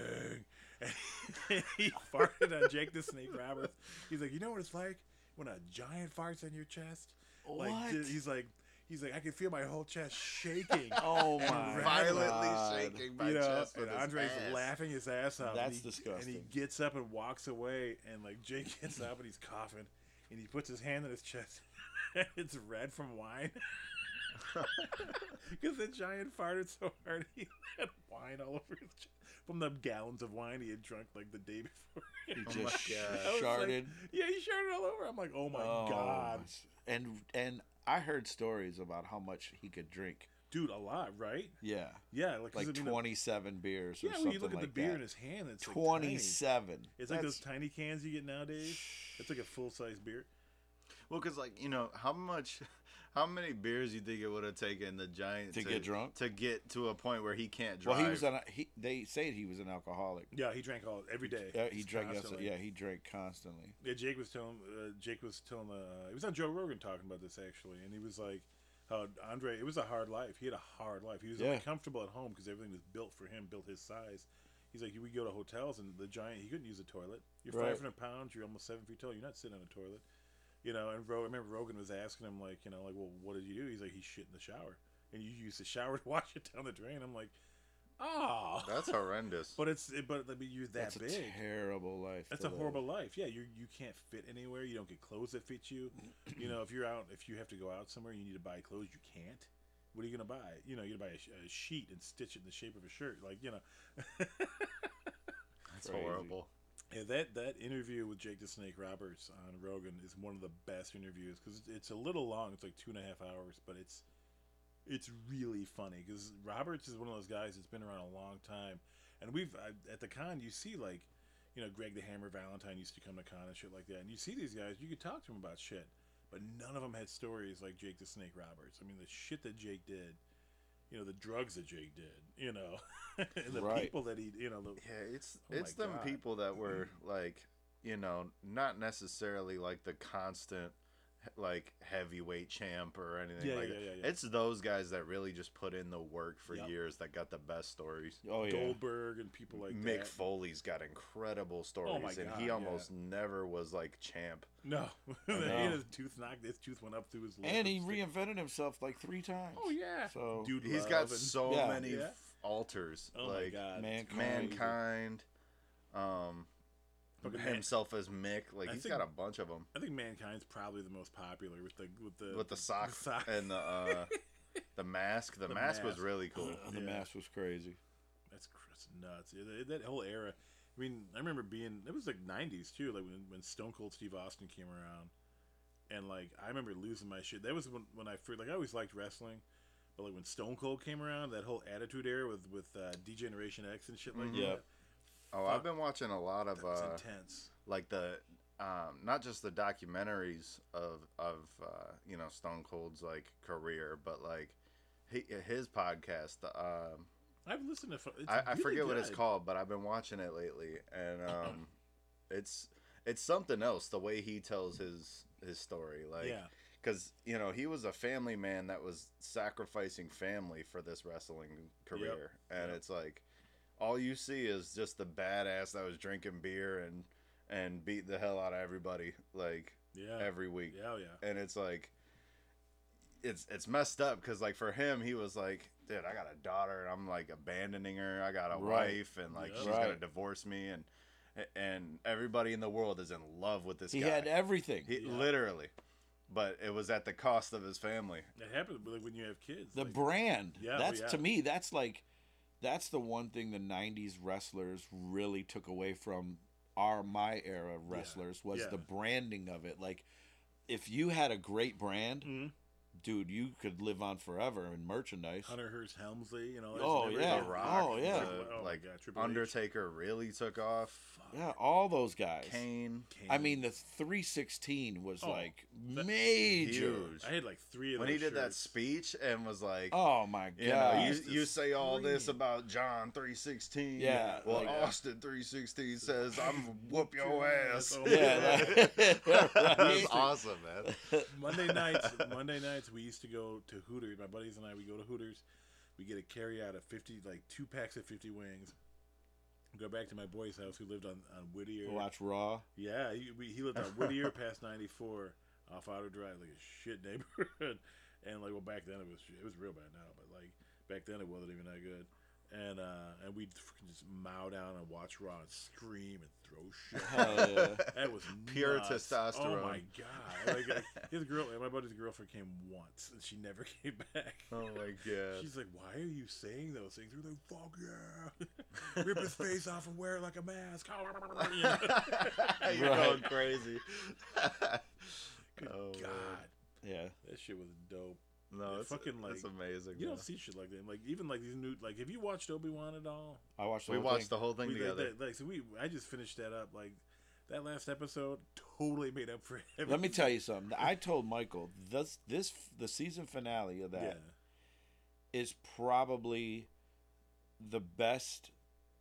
[SPEAKER 2] He goes, I'm farting. And he farted on Jake the Snake Roberts. He's like, you know what it's like when a giant farts on your chest? Like,
[SPEAKER 4] What?
[SPEAKER 2] th- he's like, he's like, I can feel my whole chest shaking.
[SPEAKER 4] Oh
[SPEAKER 2] And
[SPEAKER 4] my
[SPEAKER 2] violently
[SPEAKER 4] God.
[SPEAKER 2] you know, and Andre's laughing his ass off.
[SPEAKER 4] That's
[SPEAKER 2] and he, And
[SPEAKER 4] disgusting.
[SPEAKER 2] he gets up and walks away, and like Jake gets up and he's coughing, and he puts his hand on his chest. it's red from wine. Because the giant farted so hard, he had wine all over his chest from the gallons of wine he had drunk like the day before.
[SPEAKER 4] He
[SPEAKER 3] my
[SPEAKER 4] just sh-
[SPEAKER 3] God.
[SPEAKER 2] I was like-
[SPEAKER 4] sharded.
[SPEAKER 2] yeah, he sharted all over. I'm like, oh my
[SPEAKER 4] Oh,
[SPEAKER 2] god,
[SPEAKER 4] And and I heard stories about how much he could drink.
[SPEAKER 2] dude, a lot, right?
[SPEAKER 4] Yeah,
[SPEAKER 2] Yeah, like 'cause
[SPEAKER 4] like
[SPEAKER 2] I mean, the-
[SPEAKER 4] twenty seven beers or
[SPEAKER 2] Yeah,
[SPEAKER 4] something
[SPEAKER 2] when you look at
[SPEAKER 4] like
[SPEAKER 2] the beer
[SPEAKER 4] that.
[SPEAKER 2] in his hand, it's like tiny.
[SPEAKER 4] twenty seven.
[SPEAKER 2] It's like those tiny cans you get nowadays. It's like a full size beer.
[SPEAKER 3] Well, because like you know, how much, how many beers you think it would have taken the giant
[SPEAKER 4] To get drunk?
[SPEAKER 3] to get to a point where he can't drive?
[SPEAKER 4] Well, he was an. He, they said he was an alcoholic.
[SPEAKER 2] Yeah, he drank all every day.
[SPEAKER 4] Uh, he drank.
[SPEAKER 2] Constantly.
[SPEAKER 4] Yeah, he drank constantly.
[SPEAKER 2] Yeah, Jake was telling uh, Jake was telling uh, it was on Joe Rogan talking about this actually, and he was like how Andre it was a hard life. He had a hard life. He was
[SPEAKER 4] Yeah.
[SPEAKER 2] only comfortable at home because everything was built for him, built his size. He's like, we go to hotels and the giant he couldn't use a toilet. You're
[SPEAKER 4] Right.
[SPEAKER 2] 500 pounds. You're almost seven feet tall. You're not sitting on a toilet. You know, and Ro- I remember Rogan was asking him like, you know, like, well, what did you do? He's like, he shit in the shower, and you use the shower to wash it down the drain. I'm like, oh,
[SPEAKER 3] That's horrendous.
[SPEAKER 2] but it's but I mean, you're that
[SPEAKER 4] That's
[SPEAKER 2] big.
[SPEAKER 4] a terrible life.
[SPEAKER 2] That's
[SPEAKER 4] to
[SPEAKER 2] a
[SPEAKER 4] live.
[SPEAKER 2] horrible life. Yeah, you you can't fit anywhere. You don't get clothes that fit you. You know, if you're out, if you have to go out somewhere, you need to buy clothes. You can't. What are you gonna buy? You know, you're gonna buy a, sh- a sheet and stitch it in the shape of a shirt. Like you know,
[SPEAKER 3] That's
[SPEAKER 2] Crazy.
[SPEAKER 3] horrible.
[SPEAKER 2] Yeah, that that interview with Jake the Snake Roberts on Rogan is one of the best interviews because it's a little long. It's like two and a half hours, but it's it's really funny because Roberts is one of those guys that's been around a long time, and we've I, at the con you see like you know Greg the Hammer Valentine used to come to con and shit like that, and you see these guys you could talk to them about shit, but none of them had stories like Jake the Snake Roberts. I mean the shit that Jake did, you know the drugs that Jake did, you know, and the
[SPEAKER 4] Right.
[SPEAKER 2] people that he you know the,
[SPEAKER 3] Yeah, it's
[SPEAKER 2] Oh
[SPEAKER 3] it's
[SPEAKER 2] my
[SPEAKER 3] them
[SPEAKER 2] God.
[SPEAKER 3] people that were like, you know, not necessarily like the constant like heavyweight champ or anything
[SPEAKER 2] Yeah,
[SPEAKER 3] like
[SPEAKER 2] yeah,
[SPEAKER 3] that.
[SPEAKER 2] yeah, yeah.
[SPEAKER 3] It's those guys that really just put in the work for
[SPEAKER 2] Yep.
[SPEAKER 3] years that got the best stories.
[SPEAKER 4] Oh yeah.
[SPEAKER 2] Goldberg and people like
[SPEAKER 3] Mick
[SPEAKER 2] that. Oh
[SPEAKER 3] Foley's got incredible stories,
[SPEAKER 2] my
[SPEAKER 3] and
[SPEAKER 2] God,
[SPEAKER 3] he
[SPEAKER 2] yeah.
[SPEAKER 3] almost never was like champ.
[SPEAKER 2] No, he
[SPEAKER 4] know.
[SPEAKER 2] had his tooth knocked. His tooth went up through his. lip
[SPEAKER 4] And he
[SPEAKER 2] stick-
[SPEAKER 4] reinvented himself like three times.
[SPEAKER 2] Oh yeah,
[SPEAKER 4] So
[SPEAKER 2] dude,
[SPEAKER 3] He's
[SPEAKER 2] Love
[SPEAKER 3] got
[SPEAKER 2] and-
[SPEAKER 3] so
[SPEAKER 4] Yeah.
[SPEAKER 3] many
[SPEAKER 2] Yeah.
[SPEAKER 3] f- alters,
[SPEAKER 2] Oh
[SPEAKER 3] like
[SPEAKER 2] my god,
[SPEAKER 4] Mankind.
[SPEAKER 3] mankind, um,
[SPEAKER 2] Fucking Man-
[SPEAKER 3] himself as Mick. Like
[SPEAKER 2] I
[SPEAKER 3] he's
[SPEAKER 2] think-
[SPEAKER 3] got a bunch of them
[SPEAKER 2] I think mankind's probably the most popular with the with the
[SPEAKER 3] with the sock,
[SPEAKER 2] sock.
[SPEAKER 3] and the uh, the mask. The,
[SPEAKER 2] The
[SPEAKER 3] mask, was
[SPEAKER 2] mask.
[SPEAKER 3] really cool.
[SPEAKER 4] the
[SPEAKER 2] oh, Yeah.
[SPEAKER 4] mask was crazy.
[SPEAKER 2] That's that's nuts. Yeah, that, that whole era. I mean, I remember being. It was like '90s too. Like when, when Stone Cold Steve Austin came around, and like I remember losing my shit. That was when when I first like I always liked wrestling, but like when Stone Cold came around, that whole Attitude Era with with uh, Degeneration X and shit like
[SPEAKER 3] Mhm.
[SPEAKER 2] that.
[SPEAKER 4] Yep.
[SPEAKER 3] oh, I've been watching a lot of
[SPEAKER 2] That was
[SPEAKER 3] uh,
[SPEAKER 2] intense.
[SPEAKER 3] like the um, not just the documentaries of of uh, you know Stone Cold's like career, but like he, his podcast. The, um,
[SPEAKER 2] I've listened to. fu- It's
[SPEAKER 3] I, I
[SPEAKER 2] really
[SPEAKER 3] forget what it's
[SPEAKER 2] good.
[SPEAKER 3] called, but I've been watching it lately, and um, it's it's something else. The way he tells his his story, like
[SPEAKER 2] yeah,
[SPEAKER 3] because you know he was a family man that was sacrificing family for this wrestling career and
[SPEAKER 2] Yep.
[SPEAKER 3] it's like all you see is just the badass that was drinking beer and and beat the hell out of everybody like
[SPEAKER 2] yeah,
[SPEAKER 3] every week
[SPEAKER 2] yeah, oh, yeah.
[SPEAKER 3] and it's like it's it's messed up because like for him he was like dude i got a daughter and i'm like abandoning her i got a
[SPEAKER 4] Right.
[SPEAKER 3] wife and like
[SPEAKER 2] Yeah.
[SPEAKER 3] she's gonna
[SPEAKER 4] Right.
[SPEAKER 3] divorce me and and everybody in the world is in love with this
[SPEAKER 4] He
[SPEAKER 3] guy
[SPEAKER 4] had everything.
[SPEAKER 3] he,
[SPEAKER 2] Yeah.
[SPEAKER 3] Literally. But it was at the cost of his family.
[SPEAKER 2] It happens like when you have kids.
[SPEAKER 4] the
[SPEAKER 2] like,
[SPEAKER 4] brand.
[SPEAKER 2] Yeah, oh,
[SPEAKER 4] That's
[SPEAKER 2] yeah.
[SPEAKER 4] to me. That's like, that's the one thing the '90s wrestlers really took away from our my era wrestlers was
[SPEAKER 2] yeah.
[SPEAKER 4] the branding of it. Like, if you had a great brand,
[SPEAKER 3] Mm-hmm.
[SPEAKER 2] Mhm.
[SPEAKER 4] dude, you could live on forever in merchandise.
[SPEAKER 2] Hunter Hearst Helmsley, you know. that's
[SPEAKER 4] Oh,
[SPEAKER 2] never-
[SPEAKER 4] yeah.
[SPEAKER 3] The Rock,
[SPEAKER 4] Oh, yeah.
[SPEAKER 3] the,
[SPEAKER 2] Oh, my
[SPEAKER 3] like
[SPEAKER 2] God, Triple H.
[SPEAKER 3] Undertaker really took off.
[SPEAKER 4] Yeah, all those guys.
[SPEAKER 3] Kane.
[SPEAKER 2] Kane.
[SPEAKER 4] I mean, the 316 was
[SPEAKER 2] Oh,
[SPEAKER 4] like
[SPEAKER 2] that-
[SPEAKER 4] major.
[SPEAKER 3] Huge.
[SPEAKER 2] I had like three of
[SPEAKER 3] When
[SPEAKER 2] those
[SPEAKER 3] he did that
[SPEAKER 2] shirts.
[SPEAKER 3] speech and was like,
[SPEAKER 4] Oh my
[SPEAKER 3] you know,
[SPEAKER 4] god!
[SPEAKER 3] you,
[SPEAKER 2] used to
[SPEAKER 3] you say all this
[SPEAKER 2] scream.
[SPEAKER 3] about John 316.
[SPEAKER 4] Yeah,
[SPEAKER 3] Well,
[SPEAKER 4] like-
[SPEAKER 3] Austin 316 says, I'm whoop your ass.
[SPEAKER 2] Oh,
[SPEAKER 4] yeah, like-
[SPEAKER 3] that was
[SPEAKER 4] right?
[SPEAKER 3] awesome, man.
[SPEAKER 2] Monday nights, Monday nights, we used to go to Hooters. My buddies and I, we go to Hooters. We get a carry out of fifty, like two packs of fifty wings. Go back to my boy's house who lived on on Whittier.
[SPEAKER 4] Watch Raw.
[SPEAKER 2] Yeah, he, we, he lived on Whittier past 94 off Outer Drive, like a shit neighborhood. And like, well, back then it was it was real bad now, but like back then it wasn't even that good. And uh, and we'd freaking just mow down and watch Raw and scream and throw shit.
[SPEAKER 4] Hell yeah.
[SPEAKER 2] That was
[SPEAKER 3] Pure
[SPEAKER 2] nuts.
[SPEAKER 3] testosterone.
[SPEAKER 2] Oh my god! Like, I- his girl, my buddy's girlfriend came once, and she never came back.
[SPEAKER 3] Oh my god.
[SPEAKER 2] She's like, "Why are you saying those things?" We're like, "Fuck yeah! Rip his face off and wear it like a mask." Oh, You know?
[SPEAKER 3] You're
[SPEAKER 4] Right.
[SPEAKER 3] going crazy.
[SPEAKER 2] Good
[SPEAKER 3] Oh, man.
[SPEAKER 2] God,
[SPEAKER 4] Yeah.
[SPEAKER 2] that shit was dope.
[SPEAKER 3] No, it's
[SPEAKER 2] fucking,
[SPEAKER 3] that's
[SPEAKER 2] like,
[SPEAKER 3] amazing.
[SPEAKER 2] You
[SPEAKER 3] man.
[SPEAKER 2] don't see shit like that. Like even like these new like, have you watched Obi Wan at all?
[SPEAKER 4] I watched. The
[SPEAKER 3] we
[SPEAKER 4] whole
[SPEAKER 3] watched
[SPEAKER 4] thing.
[SPEAKER 3] the whole thing
[SPEAKER 2] we, like,
[SPEAKER 3] together.
[SPEAKER 2] that- like, so we, I just finished that up. Like that last episode totally made up for everything.
[SPEAKER 4] Let me tell you something. I told Michael this this the season finale of that
[SPEAKER 2] Yeah,
[SPEAKER 4] is probably the best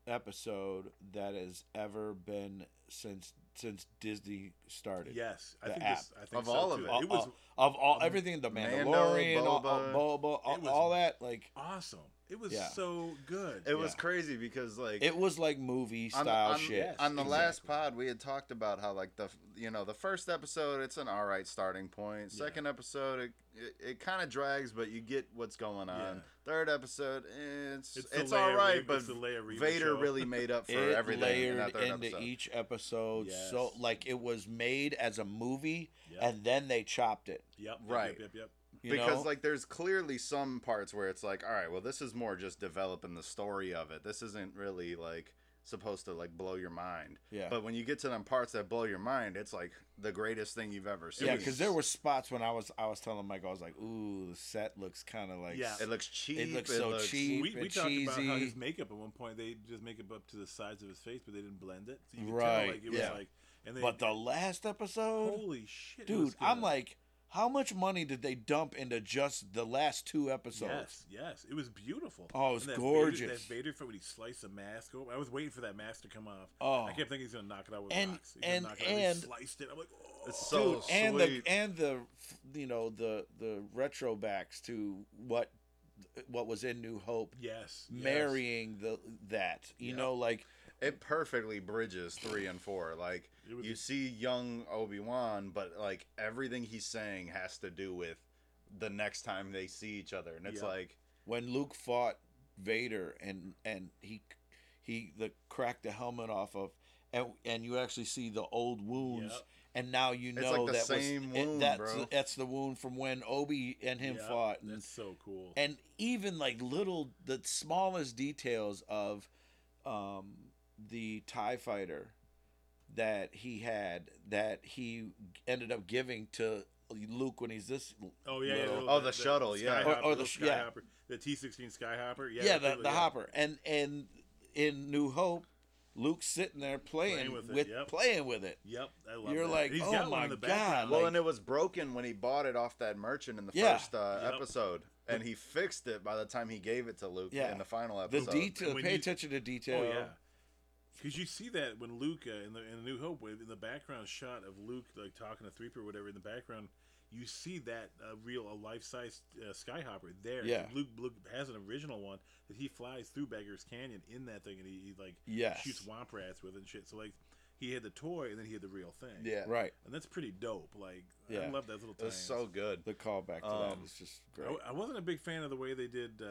[SPEAKER 4] episode that has ever been since since Disney started.
[SPEAKER 2] yes, I
[SPEAKER 4] The
[SPEAKER 2] think
[SPEAKER 4] app.
[SPEAKER 2] this, I think
[SPEAKER 3] Of
[SPEAKER 2] so,
[SPEAKER 3] all of
[SPEAKER 2] too.
[SPEAKER 3] it.
[SPEAKER 2] It was
[SPEAKER 4] All- Of all everything, the
[SPEAKER 3] Mando,
[SPEAKER 4] Mandalorian, all, all,
[SPEAKER 3] Boba.
[SPEAKER 4] Boba, all,
[SPEAKER 2] It was-
[SPEAKER 4] all that, like
[SPEAKER 2] awesome. It was
[SPEAKER 4] Yeah.
[SPEAKER 2] so good.
[SPEAKER 3] it was
[SPEAKER 4] yeah.
[SPEAKER 3] crazy because like
[SPEAKER 4] it was like movie
[SPEAKER 3] on the-
[SPEAKER 4] style
[SPEAKER 3] on-
[SPEAKER 4] shit.
[SPEAKER 2] Yes.
[SPEAKER 3] on the last
[SPEAKER 2] exactly.
[SPEAKER 3] pod we had talked about how like the you know the first episode it's an all right starting point.
[SPEAKER 2] Yeah.
[SPEAKER 3] Second episode it it, it kind of drags but you get what's going on.
[SPEAKER 2] Yeah.
[SPEAKER 3] Third episode eh, it's it's,
[SPEAKER 2] the
[SPEAKER 3] all
[SPEAKER 2] Leia
[SPEAKER 3] right
[SPEAKER 2] Re-
[SPEAKER 3] but
[SPEAKER 2] it's the Leia Reba
[SPEAKER 3] Vader
[SPEAKER 2] show.
[SPEAKER 3] really made up for
[SPEAKER 4] it
[SPEAKER 3] everything in that
[SPEAKER 4] layered
[SPEAKER 3] third
[SPEAKER 4] into
[SPEAKER 3] episode.
[SPEAKER 4] each episode, so
[SPEAKER 2] Yes.
[SPEAKER 4] like it was made as a movie,
[SPEAKER 2] Yep.
[SPEAKER 4] and then they chopped it.
[SPEAKER 2] yep, yep,
[SPEAKER 3] right.
[SPEAKER 2] Yep, yep, yep.
[SPEAKER 4] You
[SPEAKER 3] because
[SPEAKER 4] know?
[SPEAKER 3] like there's clearly some parts where it's like all right well this is more just developing the story of it this isn't really like supposed to like blow your mind
[SPEAKER 4] Yeah.
[SPEAKER 3] but when you get to them parts that blow your mind it's like the greatest thing you've ever seen
[SPEAKER 4] yeah, because there were spots when I was I was telling Mike I was like, ooh, the set looks kind of like
[SPEAKER 2] Yeah.
[SPEAKER 3] it looks cheap
[SPEAKER 4] It looks so cheap.
[SPEAKER 2] We,
[SPEAKER 4] and
[SPEAKER 2] we talked about how
[SPEAKER 4] cheesy.
[SPEAKER 2] his makeup at one point they just make it up to the sides of his face, but they didn't blend it. So you could
[SPEAKER 4] Right,
[SPEAKER 2] Tell, like, it
[SPEAKER 4] yeah.
[SPEAKER 2] was like, and they,
[SPEAKER 4] But the last episode,
[SPEAKER 2] holy shit, it
[SPEAKER 4] dude,
[SPEAKER 2] was
[SPEAKER 4] I'm
[SPEAKER 2] good.
[SPEAKER 4] like, how much money did they dump into just the last two episodes?
[SPEAKER 2] Yes, yes, it was beautiful.
[SPEAKER 4] Oh, it was
[SPEAKER 2] And that Vader, that
[SPEAKER 4] gorgeous.
[SPEAKER 2] Vader fight when he sliced the mask open. I was waiting for that mask to come off.
[SPEAKER 4] Oh.
[SPEAKER 2] I kept thinking he's gonna knock it out with
[SPEAKER 4] And-
[SPEAKER 2] rocks. He's gonna
[SPEAKER 4] and-
[SPEAKER 2] knock it out. He
[SPEAKER 4] and-
[SPEAKER 2] sliced it. I'm like, oh,
[SPEAKER 3] it's so
[SPEAKER 4] Dude,
[SPEAKER 3] sweet
[SPEAKER 4] and the and the you know the the retro backs to what what was in New Hope,
[SPEAKER 2] yes, yes.
[SPEAKER 4] marrying the that you
[SPEAKER 3] Yeah.
[SPEAKER 4] know like
[SPEAKER 3] it perfectly bridges three and four like
[SPEAKER 2] It was
[SPEAKER 3] you
[SPEAKER 2] a-
[SPEAKER 3] see young obi-wan but like everything he's saying has to do with the next time they see each other and it's
[SPEAKER 2] Yeah.
[SPEAKER 3] like
[SPEAKER 4] when Luke fought Vader and and he he the cracked the helmet off of and and you actually see the old wounds
[SPEAKER 2] Yep.
[SPEAKER 4] and now you
[SPEAKER 3] It's
[SPEAKER 4] know
[SPEAKER 3] like the
[SPEAKER 4] that
[SPEAKER 3] same
[SPEAKER 4] was it-
[SPEAKER 3] wound,
[SPEAKER 4] that's
[SPEAKER 3] bro.
[SPEAKER 4] that's the wound from when Obi and him
[SPEAKER 2] Yeah,
[SPEAKER 4] fought and
[SPEAKER 2] That's so cool.
[SPEAKER 4] and even like little the smallest details of um the tie fighter that he had that he ended up giving to Luke when he's this
[SPEAKER 2] oh yeah, yeah,
[SPEAKER 4] little-
[SPEAKER 2] no,
[SPEAKER 3] Oh, the shuttle, yeah.
[SPEAKER 4] Or- or
[SPEAKER 2] Skyhopper,
[SPEAKER 4] the
[SPEAKER 2] little
[SPEAKER 4] sh- yeah.
[SPEAKER 2] Skyhopper, the T16 Skyhopper, yeah,
[SPEAKER 4] yeah, the,
[SPEAKER 2] totally,
[SPEAKER 4] the
[SPEAKER 2] yeah.
[SPEAKER 4] hopper and and in New Hope Luke's sitting there playing,
[SPEAKER 2] with it,
[SPEAKER 4] with,
[SPEAKER 2] yep.
[SPEAKER 4] playing with it
[SPEAKER 2] Yep, I love
[SPEAKER 4] You're
[SPEAKER 2] that.
[SPEAKER 4] like,
[SPEAKER 2] He's
[SPEAKER 4] oh
[SPEAKER 2] got one
[SPEAKER 4] my
[SPEAKER 2] in the background.
[SPEAKER 4] God,
[SPEAKER 3] Well,
[SPEAKER 4] like-
[SPEAKER 3] and it was broken when he bought it off that merchant in the
[SPEAKER 4] Yeah.
[SPEAKER 3] first uh,
[SPEAKER 2] Yep.
[SPEAKER 3] episode, and he fixed it by the time he gave it to Luke
[SPEAKER 4] Yeah.
[SPEAKER 3] in the final
[SPEAKER 4] the
[SPEAKER 3] episode.
[SPEAKER 4] detail
[SPEAKER 2] when
[SPEAKER 4] pay
[SPEAKER 2] you-
[SPEAKER 4] attention to detail
[SPEAKER 2] Oh yeah, because you see that when Luke uh, in the in the New Hope, with- in the background shot of Luke like talking to Threep or whatever in the background, you see that uh, real a life size uh, skyhopper there.
[SPEAKER 4] Yeah.
[SPEAKER 2] Luke Luke has an original one that he flies through Beggar's Canyon in that thing, and he, he like
[SPEAKER 4] Yes.
[SPEAKER 2] shoots womp rats with and shit. So like he had the toy, and then he had the real thing.
[SPEAKER 3] Yeah,
[SPEAKER 4] right
[SPEAKER 2] and that's pretty dope. Like I
[SPEAKER 4] Yeah.
[SPEAKER 2] love that little.
[SPEAKER 3] It was
[SPEAKER 2] tie-ins.
[SPEAKER 3] so good.
[SPEAKER 4] the callback to that
[SPEAKER 3] Um,
[SPEAKER 4] is just
[SPEAKER 2] I
[SPEAKER 4] great
[SPEAKER 2] w- I, wasn't a big fan of the way they did uh,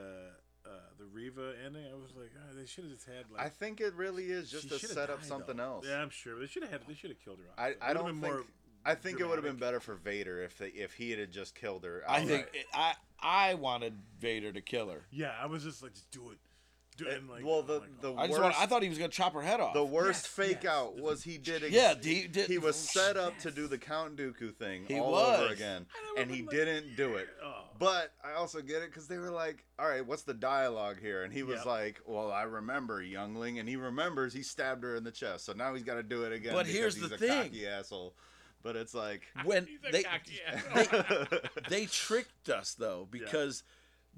[SPEAKER 2] uh, the Reva ending. I was like, oh, they should have just had like
[SPEAKER 3] I think it really is just
[SPEAKER 2] She
[SPEAKER 3] to
[SPEAKER 2] shoulda
[SPEAKER 3] set up
[SPEAKER 2] died,
[SPEAKER 3] something
[SPEAKER 2] though.
[SPEAKER 3] else.
[SPEAKER 2] Yeah, I'm sure. They should have had. They should have killed her. Off.
[SPEAKER 3] I,
[SPEAKER 2] It
[SPEAKER 3] I
[SPEAKER 2] would've
[SPEAKER 3] don't
[SPEAKER 2] been
[SPEAKER 3] think.
[SPEAKER 2] more-
[SPEAKER 3] I think it would have been
[SPEAKER 2] dramatic.
[SPEAKER 3] better for Vader if they, if he had just killed her.
[SPEAKER 4] I think
[SPEAKER 3] outright.
[SPEAKER 4] I I wanted Vader to kill her
[SPEAKER 2] Yeah, I was just like, just do it. Do it.
[SPEAKER 3] It-
[SPEAKER 2] And like,
[SPEAKER 3] well,
[SPEAKER 2] I'm
[SPEAKER 3] the
[SPEAKER 2] like, oh.
[SPEAKER 3] the
[SPEAKER 4] I just
[SPEAKER 3] worst,
[SPEAKER 4] want, I thought he was gonna chop her head off
[SPEAKER 3] the worst
[SPEAKER 2] Yes,
[SPEAKER 3] fake
[SPEAKER 2] yes.
[SPEAKER 3] out was he did. Ex-
[SPEAKER 4] Yeah, he did.
[SPEAKER 3] he was set up to do the Count Dooku thing
[SPEAKER 4] He
[SPEAKER 3] all
[SPEAKER 4] was.
[SPEAKER 3] over again,
[SPEAKER 2] I would've
[SPEAKER 3] and he
[SPEAKER 2] been like,
[SPEAKER 3] didn't do it.
[SPEAKER 2] Oh.
[SPEAKER 3] But I also get it because they were like, "All right, what's the dialogue here?" And he was
[SPEAKER 2] Yeah.
[SPEAKER 3] like, "Well, I remember youngling," and he remembers he stabbed her in the chest, so now he's got to do it again.
[SPEAKER 4] But
[SPEAKER 3] because
[SPEAKER 4] here's
[SPEAKER 3] he's
[SPEAKER 4] the
[SPEAKER 3] a
[SPEAKER 4] thing.
[SPEAKER 3] cocky asshole. But it's like,
[SPEAKER 4] when
[SPEAKER 2] He's a
[SPEAKER 4] they
[SPEAKER 2] cocky asshole.
[SPEAKER 3] yeah,
[SPEAKER 4] they tricked us though because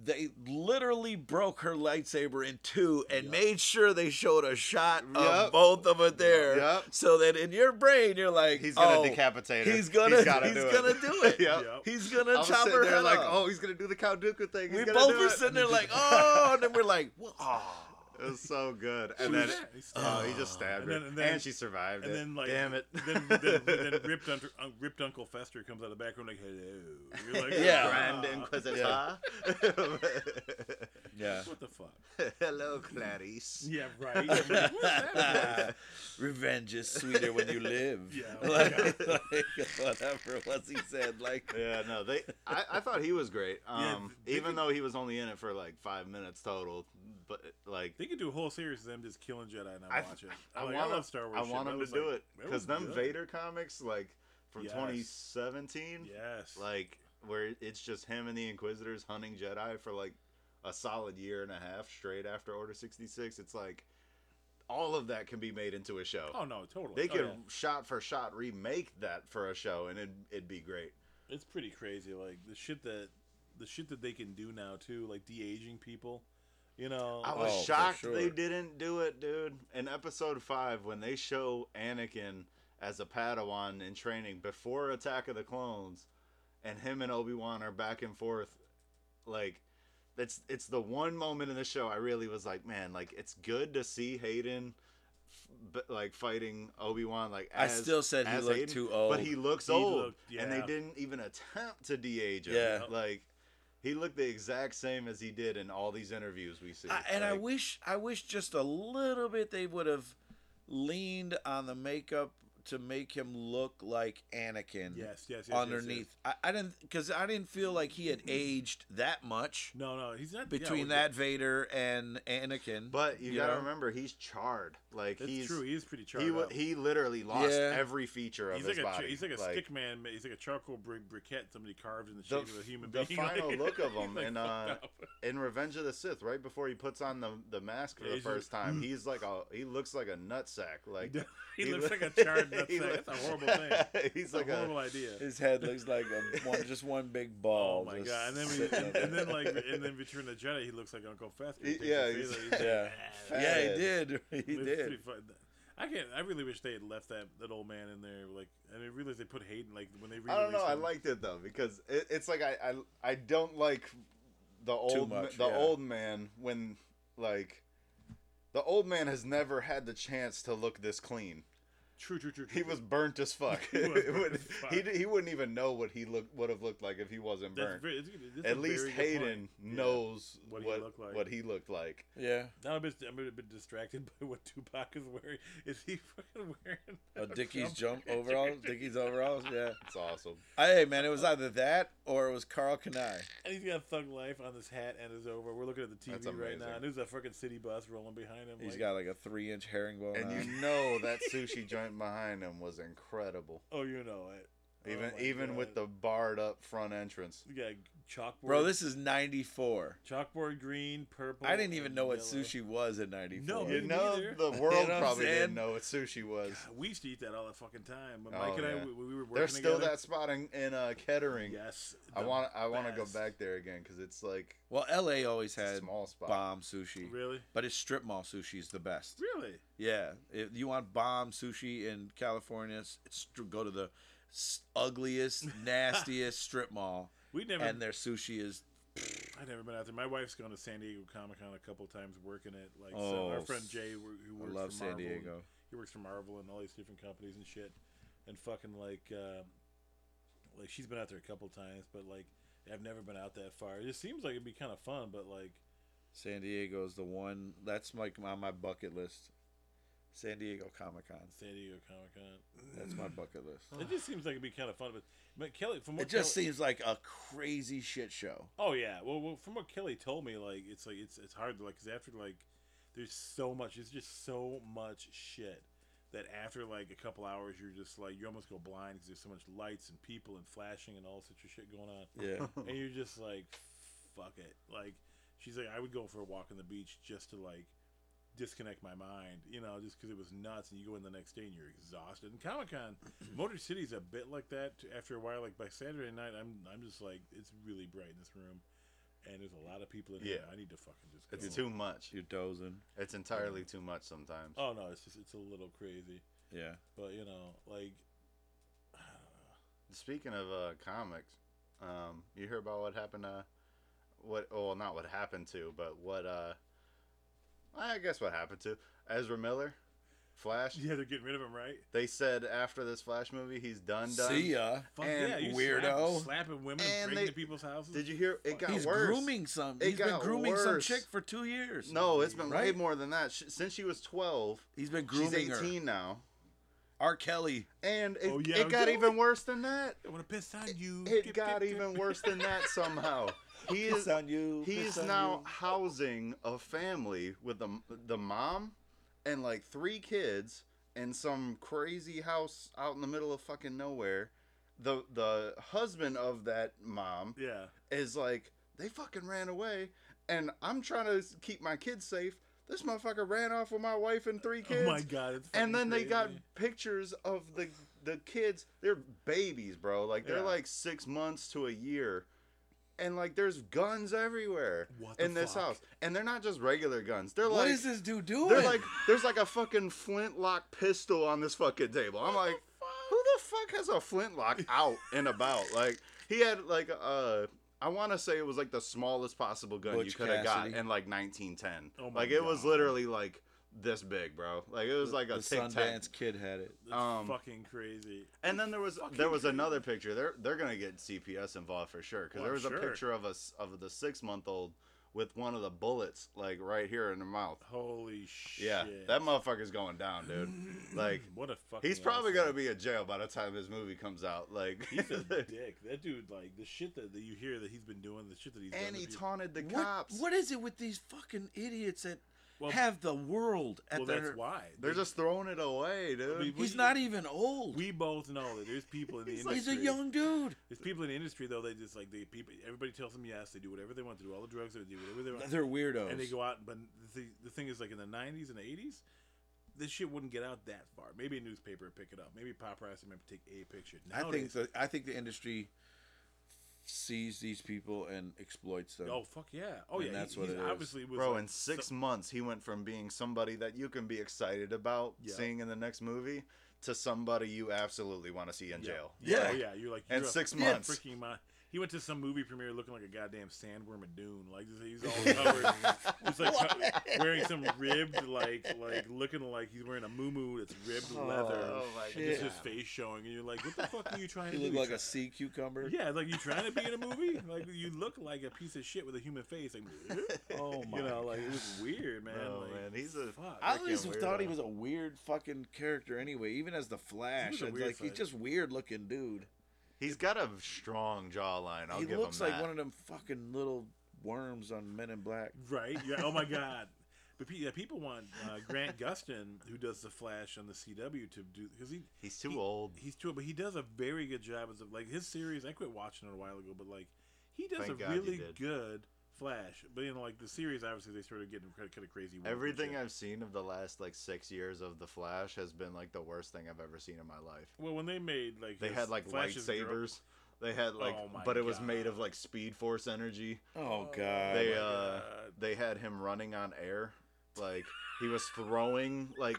[SPEAKER 4] they literally broke her lightsaber in two and made sure they showed a shot of
[SPEAKER 3] Yep.
[SPEAKER 4] both of it there.
[SPEAKER 3] Yep.
[SPEAKER 4] So that in your brain you're like,
[SPEAKER 3] he's gonna
[SPEAKER 4] oh,
[SPEAKER 3] decapitate her.
[SPEAKER 4] He's gonna. He's,
[SPEAKER 3] gotta do
[SPEAKER 4] gonna
[SPEAKER 3] it.
[SPEAKER 4] do
[SPEAKER 3] Yep.
[SPEAKER 4] it.
[SPEAKER 2] Yep.
[SPEAKER 4] He's
[SPEAKER 3] I
[SPEAKER 4] gonna
[SPEAKER 3] was
[SPEAKER 4] chop
[SPEAKER 3] sitting
[SPEAKER 4] her
[SPEAKER 3] there
[SPEAKER 4] head
[SPEAKER 3] like,
[SPEAKER 4] off.
[SPEAKER 3] "Oh, he's gonna do the Count Dooku thing." He's
[SPEAKER 4] we
[SPEAKER 3] gonna
[SPEAKER 4] both
[SPEAKER 3] do
[SPEAKER 4] were
[SPEAKER 3] it.
[SPEAKER 4] sitting there like, oh, and then we're like, oh.
[SPEAKER 3] It was so good,
[SPEAKER 2] Who's
[SPEAKER 3] and then.
[SPEAKER 2] that? He stabbed
[SPEAKER 3] Oh,
[SPEAKER 2] her.
[SPEAKER 3] he just
[SPEAKER 4] Ah.
[SPEAKER 3] stabbed
[SPEAKER 2] And
[SPEAKER 3] her,
[SPEAKER 2] then- and then-
[SPEAKER 3] and she survived.
[SPEAKER 2] and
[SPEAKER 3] it.
[SPEAKER 2] then like,
[SPEAKER 3] damn it!
[SPEAKER 2] then, then, then ripped, uncle uh, ripped Uncle Fester comes out of the background like, hello. You're like,
[SPEAKER 4] Yeah.
[SPEAKER 2] "Ah."
[SPEAKER 3] Grand Inquisitor.
[SPEAKER 4] Yeah.
[SPEAKER 2] What the fuck?
[SPEAKER 3] Hello, Clarice.
[SPEAKER 2] Yeah, right. I'm like, "What's that about?"
[SPEAKER 4] Revenge is sweeter when you live.
[SPEAKER 2] Yeah.
[SPEAKER 4] Like, like, whatever it was he said. Like,
[SPEAKER 3] Yeah, no, they. I, I thought he was great.
[SPEAKER 2] Yeah,
[SPEAKER 3] Um,
[SPEAKER 2] they
[SPEAKER 3] even
[SPEAKER 2] could-
[SPEAKER 3] though he was only in it for like five minutes total, but like
[SPEAKER 2] They could do a whole series of them just killing Jedi and I
[SPEAKER 3] I-
[SPEAKER 2] watch it.
[SPEAKER 3] I
[SPEAKER 2] like, I
[SPEAKER 3] want
[SPEAKER 2] love Star Wars.
[SPEAKER 3] I
[SPEAKER 2] shit,
[SPEAKER 3] want
[SPEAKER 2] but
[SPEAKER 3] him to
[SPEAKER 2] was
[SPEAKER 3] do
[SPEAKER 2] like,
[SPEAKER 3] it
[SPEAKER 2] that was
[SPEAKER 3] because them
[SPEAKER 2] good.
[SPEAKER 3] Vader comics, like from
[SPEAKER 2] Yes.
[SPEAKER 3] 2017,
[SPEAKER 2] Yes.
[SPEAKER 3] like where it's just him and the Inquisitors hunting Jedi for like a solid year and a half straight after Order 66. It's like all of that can be made into a show.
[SPEAKER 2] oh no, totally.
[SPEAKER 3] They
[SPEAKER 2] Oh,
[SPEAKER 3] could
[SPEAKER 2] yeah.
[SPEAKER 3] shot for shot remake that for a show, and it'd, it'd be great.
[SPEAKER 2] It's pretty crazy. Like the shit that the shit that they can do now too, like de aging people. You know,
[SPEAKER 3] I was
[SPEAKER 4] Oh, for
[SPEAKER 3] shocked
[SPEAKER 4] sure.
[SPEAKER 3] they didn't do it, dude. In episode five, when they show Anakin as a Padawan in training before Attack of the Clones, and him and Obi Wan are back and forth, like that's it's the one moment in the show I really was like, man, like it's good to see Hayden. b- Like fighting Obi Wan, like
[SPEAKER 4] I
[SPEAKER 3] as-
[SPEAKER 4] still said he
[SPEAKER 3] as
[SPEAKER 4] looked
[SPEAKER 3] Hayden,
[SPEAKER 4] too old.
[SPEAKER 3] but he looks
[SPEAKER 2] Oh, He
[SPEAKER 3] old,
[SPEAKER 2] looked-
[SPEAKER 3] and they
[SPEAKER 2] yeah.
[SPEAKER 3] didn't even attempt to de-age him.
[SPEAKER 4] Yeah.
[SPEAKER 3] like he looked the exact same as he did in all these interviews we see.
[SPEAKER 4] I, and I
[SPEAKER 3] Like,
[SPEAKER 4] wish, I wish just a little bit they would have leaned on the makeup to make him look like
[SPEAKER 2] Yes, yes,
[SPEAKER 4] Anakin
[SPEAKER 2] yes, yes. yes.
[SPEAKER 4] underneath. I, I didn't because I didn't feel like he had aged that much
[SPEAKER 2] No, no, he's not yeah,
[SPEAKER 4] between
[SPEAKER 2] well,
[SPEAKER 4] that Vader and Anakin.
[SPEAKER 3] But you
[SPEAKER 4] You
[SPEAKER 3] gotta
[SPEAKER 4] know?
[SPEAKER 3] remember, he's charred. Like
[SPEAKER 2] That's
[SPEAKER 3] he's
[SPEAKER 2] true. He is pretty charred.
[SPEAKER 3] he wa-
[SPEAKER 2] up.
[SPEAKER 3] he literally lost
[SPEAKER 4] Yeah.
[SPEAKER 3] every feature of
[SPEAKER 2] he's
[SPEAKER 3] his
[SPEAKER 2] like a
[SPEAKER 3] body.
[SPEAKER 2] cha- he's like a stick man. ma- He's like a charcoal bri- briquette somebody carved in the shape of a human
[SPEAKER 3] the
[SPEAKER 2] being.
[SPEAKER 3] final
[SPEAKER 2] like-
[SPEAKER 3] look of
[SPEAKER 2] he's
[SPEAKER 3] him
[SPEAKER 2] like
[SPEAKER 3] in,
[SPEAKER 2] fucked
[SPEAKER 3] uh,
[SPEAKER 2] up.
[SPEAKER 3] in Revenge of the Sith, right before he puts on the, the mask for
[SPEAKER 2] Yeah,
[SPEAKER 3] the
[SPEAKER 2] he's just- mm.
[SPEAKER 3] first time, he's like a he looks like a nutsack. Like
[SPEAKER 2] he,
[SPEAKER 3] he
[SPEAKER 2] looks
[SPEAKER 3] look-
[SPEAKER 2] like a charred
[SPEAKER 3] he
[SPEAKER 2] nutsack.
[SPEAKER 3] look-
[SPEAKER 2] That's a horrible thing.
[SPEAKER 3] he's
[SPEAKER 2] It's
[SPEAKER 3] like
[SPEAKER 2] a
[SPEAKER 3] a,
[SPEAKER 2] horrible idea.
[SPEAKER 4] His head looks like a, one, just one big
[SPEAKER 2] Oh
[SPEAKER 4] ball.
[SPEAKER 2] my
[SPEAKER 4] just
[SPEAKER 2] god! And then,
[SPEAKER 4] sitting
[SPEAKER 2] we,
[SPEAKER 4] there.
[SPEAKER 2] and then like, and then Return of the Jedi, he looks like Uncle Fester.
[SPEAKER 3] He-
[SPEAKER 2] He takes
[SPEAKER 3] yeah,
[SPEAKER 2] his
[SPEAKER 3] he's-
[SPEAKER 2] face, like,
[SPEAKER 4] yeah,
[SPEAKER 3] Fat
[SPEAKER 4] yeah, he
[SPEAKER 3] head.
[SPEAKER 4] did. He
[SPEAKER 2] It's pretty
[SPEAKER 4] did.
[SPEAKER 2] fun. I can't. I really wish they had left that, that old man in there. Like, I didn't realize they put Hayden. Like when they.
[SPEAKER 3] I don't know.
[SPEAKER 2] re-released
[SPEAKER 3] I
[SPEAKER 2] him.
[SPEAKER 3] liked it though because it, it's like I, I I don't like the old ma-
[SPEAKER 4] much,
[SPEAKER 3] the
[SPEAKER 4] yeah.
[SPEAKER 3] old man when like the old man has never had the chance to look this clean.
[SPEAKER 2] True, true, true. true
[SPEAKER 3] He
[SPEAKER 2] true.
[SPEAKER 3] was burnt as fuck.
[SPEAKER 2] He was burnt as fuck.
[SPEAKER 3] he, he wouldn't even know what he look would have looked like if he wasn't
[SPEAKER 2] That's
[SPEAKER 3] burnt.
[SPEAKER 2] very, that's a- that's a
[SPEAKER 3] At least
[SPEAKER 2] very good point.
[SPEAKER 3] Hayden
[SPEAKER 2] Yeah.
[SPEAKER 3] knows
[SPEAKER 2] What
[SPEAKER 3] what,
[SPEAKER 2] he
[SPEAKER 3] what, he
[SPEAKER 2] looked like.
[SPEAKER 3] looked like.
[SPEAKER 4] Yeah,
[SPEAKER 2] Now I'm, just, I'm a bit distracted by what Tupac is wearing. Is he fucking wearing
[SPEAKER 3] Oh,
[SPEAKER 4] a Dickie's jump overalls. Dickie's overalls. Yeah.
[SPEAKER 3] It's awesome.
[SPEAKER 4] I, hey man, it was either that or it was Carl Kanai.
[SPEAKER 2] And he's got Thug Life on his hat and his over. We're looking at the TV
[SPEAKER 3] That's
[SPEAKER 2] right now,
[SPEAKER 3] amazing.
[SPEAKER 2] and there's a fucking city bus rolling behind him.
[SPEAKER 4] He's
[SPEAKER 2] like,
[SPEAKER 4] got like a three-inch
[SPEAKER 2] Uh,
[SPEAKER 4] herringbone.
[SPEAKER 3] And
[SPEAKER 4] on.
[SPEAKER 3] you know that sushi joint behind him was incredible.
[SPEAKER 2] oh, you know it. Oh
[SPEAKER 3] Even
[SPEAKER 2] my
[SPEAKER 3] even with
[SPEAKER 2] God.
[SPEAKER 3] the barred up front entrance.
[SPEAKER 2] you got chalkboard,
[SPEAKER 4] bro, this is '94.
[SPEAKER 2] chalkboard green, purple.
[SPEAKER 4] I didn't even
[SPEAKER 2] and
[SPEAKER 4] know what
[SPEAKER 2] yellow.
[SPEAKER 4] sushi was in '94.
[SPEAKER 2] No,
[SPEAKER 3] You
[SPEAKER 2] Me
[SPEAKER 3] know
[SPEAKER 2] neither.
[SPEAKER 3] the
[SPEAKER 4] know
[SPEAKER 3] world
[SPEAKER 4] what I'm
[SPEAKER 3] probably
[SPEAKER 4] saying?
[SPEAKER 3] didn't know what sushi was.
[SPEAKER 2] We used to eat that all the fucking time. When
[SPEAKER 3] Oh,
[SPEAKER 2] Mike and I,
[SPEAKER 3] yeah.
[SPEAKER 2] we, we were working
[SPEAKER 3] There's still
[SPEAKER 2] together-
[SPEAKER 3] that spot in, in uh, Kettering.
[SPEAKER 2] Yes,
[SPEAKER 3] I
[SPEAKER 2] the
[SPEAKER 3] want I want to go
[SPEAKER 2] best.
[SPEAKER 3] back there again because it's like
[SPEAKER 4] Well, LA always
[SPEAKER 3] it's a
[SPEAKER 4] had
[SPEAKER 3] small spot.
[SPEAKER 4] bomb sushi,
[SPEAKER 2] Really,
[SPEAKER 4] but its strip mall sushi is the best.
[SPEAKER 2] really.
[SPEAKER 4] Yeah, if you want bomb sushi in California, s- str- go to the s- ugliest, nastiest strip mall,
[SPEAKER 2] We never.
[SPEAKER 4] and their sushi is
[SPEAKER 2] I've never been out there. My wife's gone to San Diego Comic Con a couple times working it. Like so
[SPEAKER 4] Oh,
[SPEAKER 2] our friend Jay, who who
[SPEAKER 4] I
[SPEAKER 2] works
[SPEAKER 4] love
[SPEAKER 2] for
[SPEAKER 4] San
[SPEAKER 2] Marvel, and-
[SPEAKER 4] Diego.
[SPEAKER 2] he works for Marvel and all these different companies and shit. And fucking like, uh, like she's been out there a couple times, but like I've never been out that far. It just seems like it'd be kind of fun, but like
[SPEAKER 4] San Diego is the one that's like on my bucket list. San Diego Comic Con.
[SPEAKER 2] San Diego Comic Con,
[SPEAKER 4] That's my bucket list.
[SPEAKER 2] it just seems like it'd be kind of fun. But, but Kelly, from what
[SPEAKER 4] It just
[SPEAKER 2] Kelly,
[SPEAKER 4] seems like a crazy shit show.
[SPEAKER 2] oh yeah, well, well, from what Kelly told me, like it's like it's it's hard to like because after like there's so much, there's just so much shit that after like a couple hours you're just like you almost go blind because there's so much lights and people and flashing and all sorts of shit going on.
[SPEAKER 4] Yeah.
[SPEAKER 2] and you're just like, fuck it. Like, she's like, I would go for a walk on the beach just to like disconnect my mind, you know, just because it was nuts. And you go in the next day and you're exhausted. And Comic Con, Motor City's a bit like that. t- After a while, like by Saturday night, I'm I'm just like, it's really bright in this room, and there's a lot of people in here.
[SPEAKER 3] Yeah.
[SPEAKER 2] I need to fucking just. Go.
[SPEAKER 3] It's too much.
[SPEAKER 4] You're dozing.
[SPEAKER 3] It's entirely too much sometimes.
[SPEAKER 2] Oh no, it's just it's a little crazy,
[SPEAKER 4] Yeah.
[SPEAKER 2] but you know, like. I don't know.
[SPEAKER 3] Speaking of uh, comics, um, you hear about what happened to what? Oh, well, not what happened to, but what? Uh, I guess what happened to Ezra Miller, Flash.
[SPEAKER 2] Yeah, they're getting rid of him, right?
[SPEAKER 3] They said after this Flash movie, he's done. Done.
[SPEAKER 4] See ya.
[SPEAKER 2] Fuck
[SPEAKER 3] And
[SPEAKER 2] yeah, you
[SPEAKER 4] weirdo.
[SPEAKER 2] slap, slapping women,
[SPEAKER 3] And
[SPEAKER 2] and breaking
[SPEAKER 3] they-
[SPEAKER 2] into people's houses.
[SPEAKER 3] Did you hear? It got
[SPEAKER 4] He's
[SPEAKER 3] worse.
[SPEAKER 4] grooming some.
[SPEAKER 3] It
[SPEAKER 4] He's been
[SPEAKER 3] got
[SPEAKER 4] grooming some
[SPEAKER 3] worse.
[SPEAKER 4] chick for two years.
[SPEAKER 3] No, it's been way
[SPEAKER 4] Right?
[SPEAKER 3] more than that. Sh since she was twelve,
[SPEAKER 4] He's been
[SPEAKER 3] she's
[SPEAKER 4] grooming her.
[SPEAKER 3] eighteen now,
[SPEAKER 4] R. Kelly.
[SPEAKER 3] and it,
[SPEAKER 2] Oh, yeah,
[SPEAKER 3] it got
[SPEAKER 2] really?
[SPEAKER 3] even worse than that.
[SPEAKER 2] I want to piss on you.
[SPEAKER 3] It
[SPEAKER 2] Dip,
[SPEAKER 3] got
[SPEAKER 2] dip, dip.
[SPEAKER 3] even worse than that somehow. He
[SPEAKER 4] Piss
[SPEAKER 3] is
[SPEAKER 4] on you.
[SPEAKER 3] he's
[SPEAKER 4] piss on
[SPEAKER 3] now
[SPEAKER 4] you.
[SPEAKER 3] housing a family with the the mom and like three kids in some crazy house out in the middle of fucking nowhere. The the husband of that mom
[SPEAKER 2] Yeah.
[SPEAKER 3] is like they fucking ran away, and I'm trying to s- keep my kids safe. This motherfucker ran off with my wife and three kids.
[SPEAKER 2] Oh my god. It's fucking
[SPEAKER 3] and then they got
[SPEAKER 2] crazy.
[SPEAKER 3] pictures of the the kids. They're babies, bro. Like they're
[SPEAKER 2] Yeah.
[SPEAKER 3] like six months to a year, and like there's guns everywhere
[SPEAKER 2] What the
[SPEAKER 3] in this
[SPEAKER 2] fuck?
[SPEAKER 3] house. And they're not just regular guns. They're
[SPEAKER 4] What
[SPEAKER 3] like
[SPEAKER 4] is this dude doing?
[SPEAKER 3] they're like there's like a fucking flintlock pistol on this fucking table. I'm like, who the fuck has a flintlock out and about? Like he had like uh I want to say it was like the smallest possible gun you
[SPEAKER 4] Butch
[SPEAKER 3] could have got
[SPEAKER 4] Cassidy.
[SPEAKER 3] in like 1910.
[SPEAKER 2] Oh my
[SPEAKER 3] like it was
[SPEAKER 2] God.
[SPEAKER 3] literally like this big, bro. Like it was like a
[SPEAKER 4] the
[SPEAKER 3] tic tac.
[SPEAKER 4] Sundance Kid had it.
[SPEAKER 2] That's
[SPEAKER 3] um,
[SPEAKER 2] fucking crazy.
[SPEAKER 3] And then there was
[SPEAKER 2] Fucking
[SPEAKER 3] there was
[SPEAKER 2] crazy.
[SPEAKER 3] another picture. They're they're gonna get CPS involved for sure because
[SPEAKER 2] Well,
[SPEAKER 3] there was
[SPEAKER 2] sure.
[SPEAKER 3] a picture of us of the six month old with one of the bullets like right here in the mouth.
[SPEAKER 2] Holy shit!
[SPEAKER 3] Yeah, that motherfucker's going down, dude. Like
[SPEAKER 2] what a fucking.
[SPEAKER 3] he's probably
[SPEAKER 2] asshole.
[SPEAKER 3] gonna be in jail by the time his movie comes out. Like,
[SPEAKER 2] He's a dick. That dude, like the shit that, that you hear that he's been doing, the shit that he's done
[SPEAKER 3] and
[SPEAKER 2] to
[SPEAKER 3] he
[SPEAKER 2] people-
[SPEAKER 3] taunted the
[SPEAKER 4] What-
[SPEAKER 3] cops.
[SPEAKER 4] what is it with these fucking idiots that
[SPEAKER 2] Well-
[SPEAKER 4] have the world at
[SPEAKER 2] Well,
[SPEAKER 4] their?
[SPEAKER 2] that's why
[SPEAKER 3] They're just throwing it away, dude.
[SPEAKER 2] mean,
[SPEAKER 4] He's
[SPEAKER 2] we-
[SPEAKER 4] not even old.
[SPEAKER 2] We both know that there's people in the industry.
[SPEAKER 4] He's a young dude.
[SPEAKER 2] There's people in the industry though. They just like they people. Everybody tells them yes. They do whatever they want. They do all the drugs. They do whatever they want.
[SPEAKER 4] They're weirdos.
[SPEAKER 2] and they go out. But the, thi- the thing is, like in the '90s and the '80s, this shit wouldn't get out that far. Maybe a newspaper would pick it up. Maybe paparazzi might take a picture.
[SPEAKER 4] I think
[SPEAKER 2] Nowadays,
[SPEAKER 4] the I think the industry sees these people and exploits them.
[SPEAKER 2] Oh fuck yeah! Oh
[SPEAKER 4] And
[SPEAKER 2] yeah,
[SPEAKER 4] that's
[SPEAKER 2] he,
[SPEAKER 4] what
[SPEAKER 2] he's
[SPEAKER 4] it is.
[SPEAKER 2] obviously was
[SPEAKER 3] Bro,
[SPEAKER 2] like,
[SPEAKER 3] in six
[SPEAKER 2] so-
[SPEAKER 3] months, he went from being somebody that you can be excited about
[SPEAKER 2] Yeah.
[SPEAKER 3] seeing in the next movie to somebody you absolutely want to see in
[SPEAKER 2] yeah.
[SPEAKER 3] jail.
[SPEAKER 2] Yeah, oh,
[SPEAKER 4] Yeah.
[SPEAKER 2] yeah. You're like
[SPEAKER 3] And
[SPEAKER 2] you're a
[SPEAKER 3] six
[SPEAKER 2] freaking
[SPEAKER 3] months.
[SPEAKER 2] Freaking my, he went to some movie premiere looking like a goddamn sandworm at Dune. Like he's all covered. he's like co- wearing some ribbed, like like looking like he's wearing a muumuu that's ribbed leather.
[SPEAKER 3] Oh, my
[SPEAKER 2] and just
[SPEAKER 4] shit.
[SPEAKER 2] his face showing, and you're like, what the fuck are you trying
[SPEAKER 4] He
[SPEAKER 2] to do?
[SPEAKER 4] looked
[SPEAKER 2] You
[SPEAKER 4] like
[SPEAKER 2] try-
[SPEAKER 4] a sea cucumber.
[SPEAKER 2] yeah, like you trying to be in a movie? Like you look like a piece of shit with a human face. Like,
[SPEAKER 4] Oh my.
[SPEAKER 2] you know, like it was weird, man.
[SPEAKER 3] Oh,
[SPEAKER 2] like,
[SPEAKER 3] man, he's a-
[SPEAKER 2] fuck.
[SPEAKER 4] I
[SPEAKER 3] Freaking
[SPEAKER 4] always thought he
[SPEAKER 3] weirdo.
[SPEAKER 4] was a weird fucking character anyway, even as the Flash.
[SPEAKER 2] a
[SPEAKER 4] I'd
[SPEAKER 2] weird
[SPEAKER 4] like he's
[SPEAKER 2] Flash.
[SPEAKER 4] just weird looking dude.
[SPEAKER 3] He's got a strong jawline. I'll
[SPEAKER 4] he
[SPEAKER 3] give
[SPEAKER 4] looks
[SPEAKER 3] him
[SPEAKER 4] like
[SPEAKER 3] that.
[SPEAKER 4] one of them fucking little worms on Men in Black.
[SPEAKER 2] Right? Yeah. Oh my God. But pe- yeah, people want uh, Grant Gustin, who does the Flash on the CW, to do because he
[SPEAKER 3] He's too
[SPEAKER 2] he-
[SPEAKER 3] old.
[SPEAKER 2] He's too, but he does a very good job as of like his series. I quit watching it a while ago, but like he does
[SPEAKER 3] Thank
[SPEAKER 2] a
[SPEAKER 3] God you
[SPEAKER 2] really
[SPEAKER 3] did.
[SPEAKER 2] good Flash. But you know, like the series, obviously they started getting kind of, kind of crazy. woke and
[SPEAKER 3] Everything
[SPEAKER 2] shit.
[SPEAKER 3] I've seen of the last like six years of the Flash has been like the worst thing I've ever seen in my life.
[SPEAKER 2] well, when they made like
[SPEAKER 3] They
[SPEAKER 2] his
[SPEAKER 3] had like
[SPEAKER 2] Flash's girl-
[SPEAKER 3] lightsabers. They had like,
[SPEAKER 2] Oh, my
[SPEAKER 3] but it was made of
[SPEAKER 2] God.
[SPEAKER 3] like Speed Force energy.
[SPEAKER 4] Oh god.
[SPEAKER 3] they
[SPEAKER 2] my
[SPEAKER 3] uh
[SPEAKER 2] God.
[SPEAKER 3] they had him running on air like he was throwing like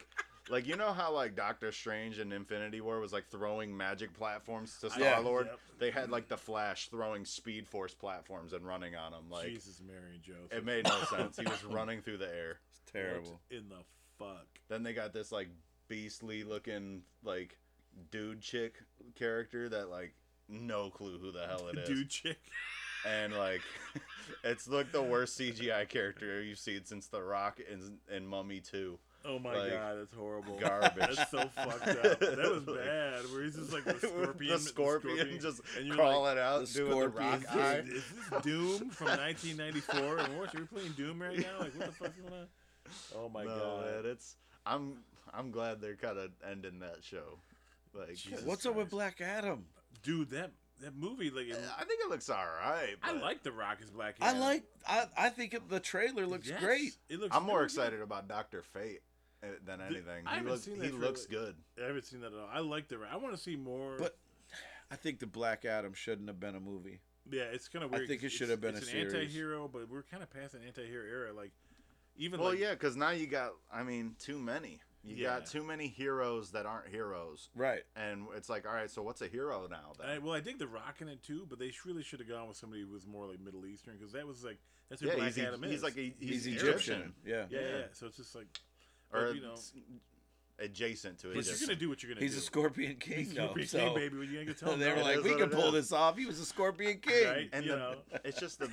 [SPEAKER 3] like you know how like Doctor Strange in Infinity War was like throwing magic platforms to
[SPEAKER 2] Yeah.
[SPEAKER 3] Star Lord.
[SPEAKER 2] Yep.
[SPEAKER 3] They had like the Flash throwing Speed Force platforms and running on them. Like
[SPEAKER 2] Jesus, Mary, and Joseph.
[SPEAKER 3] it made no sense. He was running through the air.
[SPEAKER 4] it's
[SPEAKER 2] What
[SPEAKER 4] terrible.
[SPEAKER 2] in the fuck.
[SPEAKER 3] Then they got this like beastly looking like dude chick character that like no clue who the hell it is.
[SPEAKER 2] Dude, chick.
[SPEAKER 3] and like it's like the worst CGI character you've seen since The Rock and and Mummy Two.
[SPEAKER 2] Oh my
[SPEAKER 3] Like,
[SPEAKER 2] god, that's horrible.
[SPEAKER 3] garbage.
[SPEAKER 2] That's so fucked up. That was
[SPEAKER 3] Like-
[SPEAKER 2] bad. Where he's just like the scorpion,
[SPEAKER 3] the scorpion, just
[SPEAKER 2] and you're
[SPEAKER 3] crawling out,
[SPEAKER 4] the
[SPEAKER 3] doing the
[SPEAKER 4] scorpion.
[SPEAKER 2] Like,
[SPEAKER 3] Rock
[SPEAKER 2] is,
[SPEAKER 3] eye.
[SPEAKER 2] this, is this Doom from 1994? And what? Are we playing Doom right now? Like, what the fuck's going on? Oh my
[SPEAKER 3] no,
[SPEAKER 2] god.
[SPEAKER 3] man, it's I'm I'm glad they're kind of ending that show. Like,
[SPEAKER 2] Jesus
[SPEAKER 4] What's up with Black Adam?
[SPEAKER 2] Dude, that that movie, like, it-
[SPEAKER 3] I think it looks all right.
[SPEAKER 2] I
[SPEAKER 3] but
[SPEAKER 2] like The Rock is Black
[SPEAKER 4] I
[SPEAKER 2] Adam.
[SPEAKER 4] like I I think it, the trailer looks
[SPEAKER 2] Yes,
[SPEAKER 4] great.
[SPEAKER 2] It looks
[SPEAKER 3] I'm more
[SPEAKER 2] really
[SPEAKER 3] excited about Doctor Fate uh, than anything.
[SPEAKER 2] I
[SPEAKER 3] he
[SPEAKER 2] haven't
[SPEAKER 3] looks,
[SPEAKER 2] seen
[SPEAKER 3] he
[SPEAKER 2] that
[SPEAKER 3] looks
[SPEAKER 2] trailer.
[SPEAKER 3] good.
[SPEAKER 2] Good. I haven't seen that at all. I like The Rock. I want to see more.
[SPEAKER 4] But I think the Black Adam shouldn't have been a movie.
[SPEAKER 2] Yeah, it's kind of weird.
[SPEAKER 4] think it
[SPEAKER 2] 'cause
[SPEAKER 4] should
[SPEAKER 2] it's-
[SPEAKER 4] have been
[SPEAKER 2] it's
[SPEAKER 4] a
[SPEAKER 2] an
[SPEAKER 4] series.
[SPEAKER 2] anti-hero, but we're kind of past an anti-hero era. Like, even
[SPEAKER 3] Well,
[SPEAKER 2] like,
[SPEAKER 3] yeah, because now you got, I mean, too many. You
[SPEAKER 2] Yeah.
[SPEAKER 3] got too many heroes that aren't heroes,
[SPEAKER 4] Right.
[SPEAKER 3] and it's like, all right, so what's a hero now? Then?
[SPEAKER 2] I, well, I dig the Rock in it too, but they sh- really should have gone with somebody who was more like Middle Eastern because that was like that's who
[SPEAKER 3] yeah,
[SPEAKER 2] Black
[SPEAKER 3] he's, E-
[SPEAKER 2] Adam
[SPEAKER 3] he's
[SPEAKER 2] is.
[SPEAKER 3] like a,
[SPEAKER 4] He's,
[SPEAKER 3] he's,
[SPEAKER 4] Egyptian. Yeah.
[SPEAKER 2] yeah, yeah,
[SPEAKER 3] yeah.
[SPEAKER 2] So it's just like,
[SPEAKER 3] or
[SPEAKER 2] or you know,
[SPEAKER 3] s- adjacent to
[SPEAKER 2] but you're gonna
[SPEAKER 3] Egyptian.
[SPEAKER 2] do what you're gonna
[SPEAKER 4] He's
[SPEAKER 2] do.
[SPEAKER 4] a Scorpion King
[SPEAKER 2] He's
[SPEAKER 4] though.
[SPEAKER 2] gonna be
[SPEAKER 4] so
[SPEAKER 2] king, baby. What you gonna tell him?
[SPEAKER 4] they were
[SPEAKER 3] it
[SPEAKER 4] like,
[SPEAKER 3] is
[SPEAKER 4] we
[SPEAKER 3] what
[SPEAKER 4] can
[SPEAKER 3] it
[SPEAKER 4] pull
[SPEAKER 3] is."
[SPEAKER 4] this off. He was a Scorpion King.
[SPEAKER 2] Right?
[SPEAKER 3] and
[SPEAKER 2] you
[SPEAKER 3] the,
[SPEAKER 2] know.
[SPEAKER 3] it's just the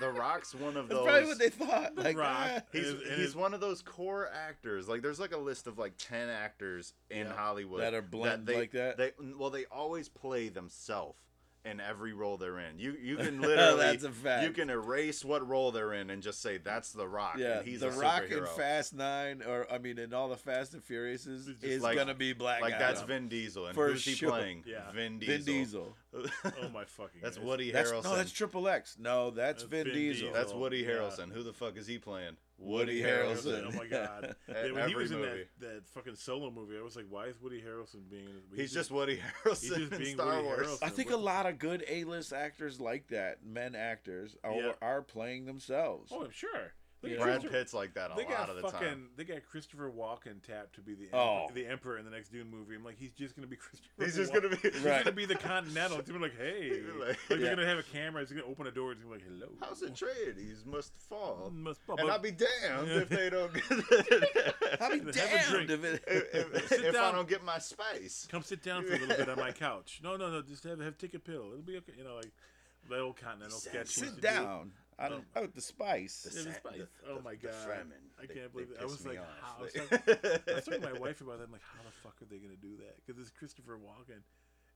[SPEAKER 3] the Rock's one of
[SPEAKER 4] That's
[SPEAKER 3] those.
[SPEAKER 4] probably what they thought. Like,
[SPEAKER 2] Rock.
[SPEAKER 4] ah.
[SPEAKER 3] He's,
[SPEAKER 2] And- and
[SPEAKER 3] he's
[SPEAKER 2] it-
[SPEAKER 3] one of those core actors. Like, there's like a list of like ten actors in
[SPEAKER 2] Yeah.
[SPEAKER 3] Hollywood
[SPEAKER 4] That are blend
[SPEAKER 3] they-
[SPEAKER 4] like that?
[SPEAKER 3] They well, they always play themselves in every role they're in. You you can literally
[SPEAKER 4] Oh, That's a fact.
[SPEAKER 3] You can erase what role they're in and just say that's the Rock.
[SPEAKER 4] Yeah,
[SPEAKER 3] and he's
[SPEAKER 4] the
[SPEAKER 3] a
[SPEAKER 4] Rock in
[SPEAKER 3] superhero.
[SPEAKER 4] Fast Nine, or I mean, in all the Fast and Furious, is
[SPEAKER 2] It's just
[SPEAKER 3] like-
[SPEAKER 4] gonna be Black
[SPEAKER 3] Like
[SPEAKER 4] Adam.
[SPEAKER 3] that's Vin Diesel, and
[SPEAKER 4] For
[SPEAKER 3] who's he
[SPEAKER 4] sure.
[SPEAKER 3] playing?
[SPEAKER 2] Yeah.
[SPEAKER 3] Vin Diesel.
[SPEAKER 4] Vin Diesel.
[SPEAKER 2] oh my fucking.
[SPEAKER 3] that's
[SPEAKER 2] God.
[SPEAKER 3] Woody
[SPEAKER 4] That's,
[SPEAKER 3] Harrelson.
[SPEAKER 4] no, that's Triple X. No, that's,
[SPEAKER 2] That's
[SPEAKER 4] Vin,
[SPEAKER 2] Vin
[SPEAKER 4] Diesel.
[SPEAKER 2] Diesel.
[SPEAKER 3] That's Woody
[SPEAKER 2] Yeah.
[SPEAKER 3] Harrelson. Who the fuck is he playing? E-
[SPEAKER 4] Woody
[SPEAKER 2] Harrelson.
[SPEAKER 4] Harrelson.
[SPEAKER 2] Oh my god! yeah, when he
[SPEAKER 3] Every
[SPEAKER 2] was in
[SPEAKER 3] movie.
[SPEAKER 2] that, that fucking solo movie, I was like, why is Woody Harrelson being? in this movie?
[SPEAKER 3] He's, just Woody Harrelson
[SPEAKER 2] just
[SPEAKER 3] in
[SPEAKER 2] being
[SPEAKER 3] Star
[SPEAKER 2] Woody
[SPEAKER 3] Wars.
[SPEAKER 2] Harrelson.
[SPEAKER 4] I think a lot of good A-list actors like that, men actors, are,
[SPEAKER 2] Yeah.
[SPEAKER 4] are playing themselves.
[SPEAKER 2] Oh, I'm sure. Look
[SPEAKER 4] Yeah.
[SPEAKER 2] at
[SPEAKER 3] Brad
[SPEAKER 2] Christopher-
[SPEAKER 3] Pitt's like that a
[SPEAKER 2] They
[SPEAKER 3] lot
[SPEAKER 2] got
[SPEAKER 3] of the
[SPEAKER 2] fucking.
[SPEAKER 3] time.
[SPEAKER 2] They got Christopher Walken tapped to be the
[SPEAKER 4] Oh.
[SPEAKER 2] emperor, the emperor in the next Dune movie. I'm like, he's just gonna be Christopher.
[SPEAKER 3] He's just
[SPEAKER 2] Walken.
[SPEAKER 3] gonna be.
[SPEAKER 2] He's
[SPEAKER 4] Right.
[SPEAKER 2] gonna be the Continental. It's gonna be like, hey,
[SPEAKER 3] Like,
[SPEAKER 2] like,
[SPEAKER 3] yeah.
[SPEAKER 2] they're gonna have a camera. It's gonna open a door. It's gonna be like, hello.
[SPEAKER 3] House of Trades must fall,
[SPEAKER 2] Must pop
[SPEAKER 3] and
[SPEAKER 2] up.
[SPEAKER 3] I'll be damned if they don't. Get if,
[SPEAKER 4] I'll be
[SPEAKER 2] Have a
[SPEAKER 4] damned
[SPEAKER 2] drink.
[SPEAKER 4] if it.
[SPEAKER 3] if,
[SPEAKER 2] Sit
[SPEAKER 3] if I
[SPEAKER 2] down.
[SPEAKER 3] don't get my spice,
[SPEAKER 2] Come sit down for a little bit on my couch. No, no, no. Just have have take a pill. It'll be okay. You know, like that old Continental sketch. used
[SPEAKER 4] Sit
[SPEAKER 2] to do.
[SPEAKER 4] down. oh,
[SPEAKER 3] I don't know the spice.
[SPEAKER 2] It was spice. oh my god! I
[SPEAKER 3] They-
[SPEAKER 2] can't believe
[SPEAKER 3] they
[SPEAKER 2] it. I was
[SPEAKER 3] pissed me
[SPEAKER 2] like,
[SPEAKER 3] off.
[SPEAKER 2] how? I was,
[SPEAKER 3] They-
[SPEAKER 2] talking, I was talking to my wife about that. I'm like, how the fuck are they gonna do that? Because it's Christopher Walken.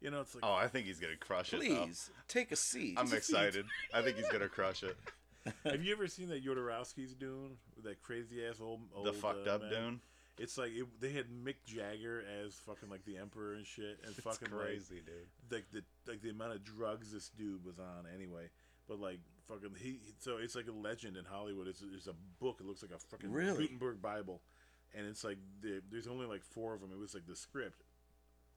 [SPEAKER 2] You know, it's like
[SPEAKER 3] oh, I think he's gonna crush it. though.
[SPEAKER 4] Please take a seat.
[SPEAKER 3] I'm excited. I think he's gonna crush it.
[SPEAKER 2] Have you ever seen that Yodorowski's Dune? With that crazy ass old, old
[SPEAKER 3] The fucked
[SPEAKER 2] uh,
[SPEAKER 3] up
[SPEAKER 2] man?
[SPEAKER 3] Dune.
[SPEAKER 2] It's like it, they had Mick Jagger as fucking like the emperor and shit, and
[SPEAKER 3] It's
[SPEAKER 2] fucking like,
[SPEAKER 3] crazy, dude.
[SPEAKER 2] like the like the amount of drugs this dude was on anyway. But like fucking he, so it's like a legend in Hollywood. It's there's a book. It looks like a fucking
[SPEAKER 4] Really?
[SPEAKER 2] Gutenberg Bible, and it's like the, there's only like four of them. It was like the script.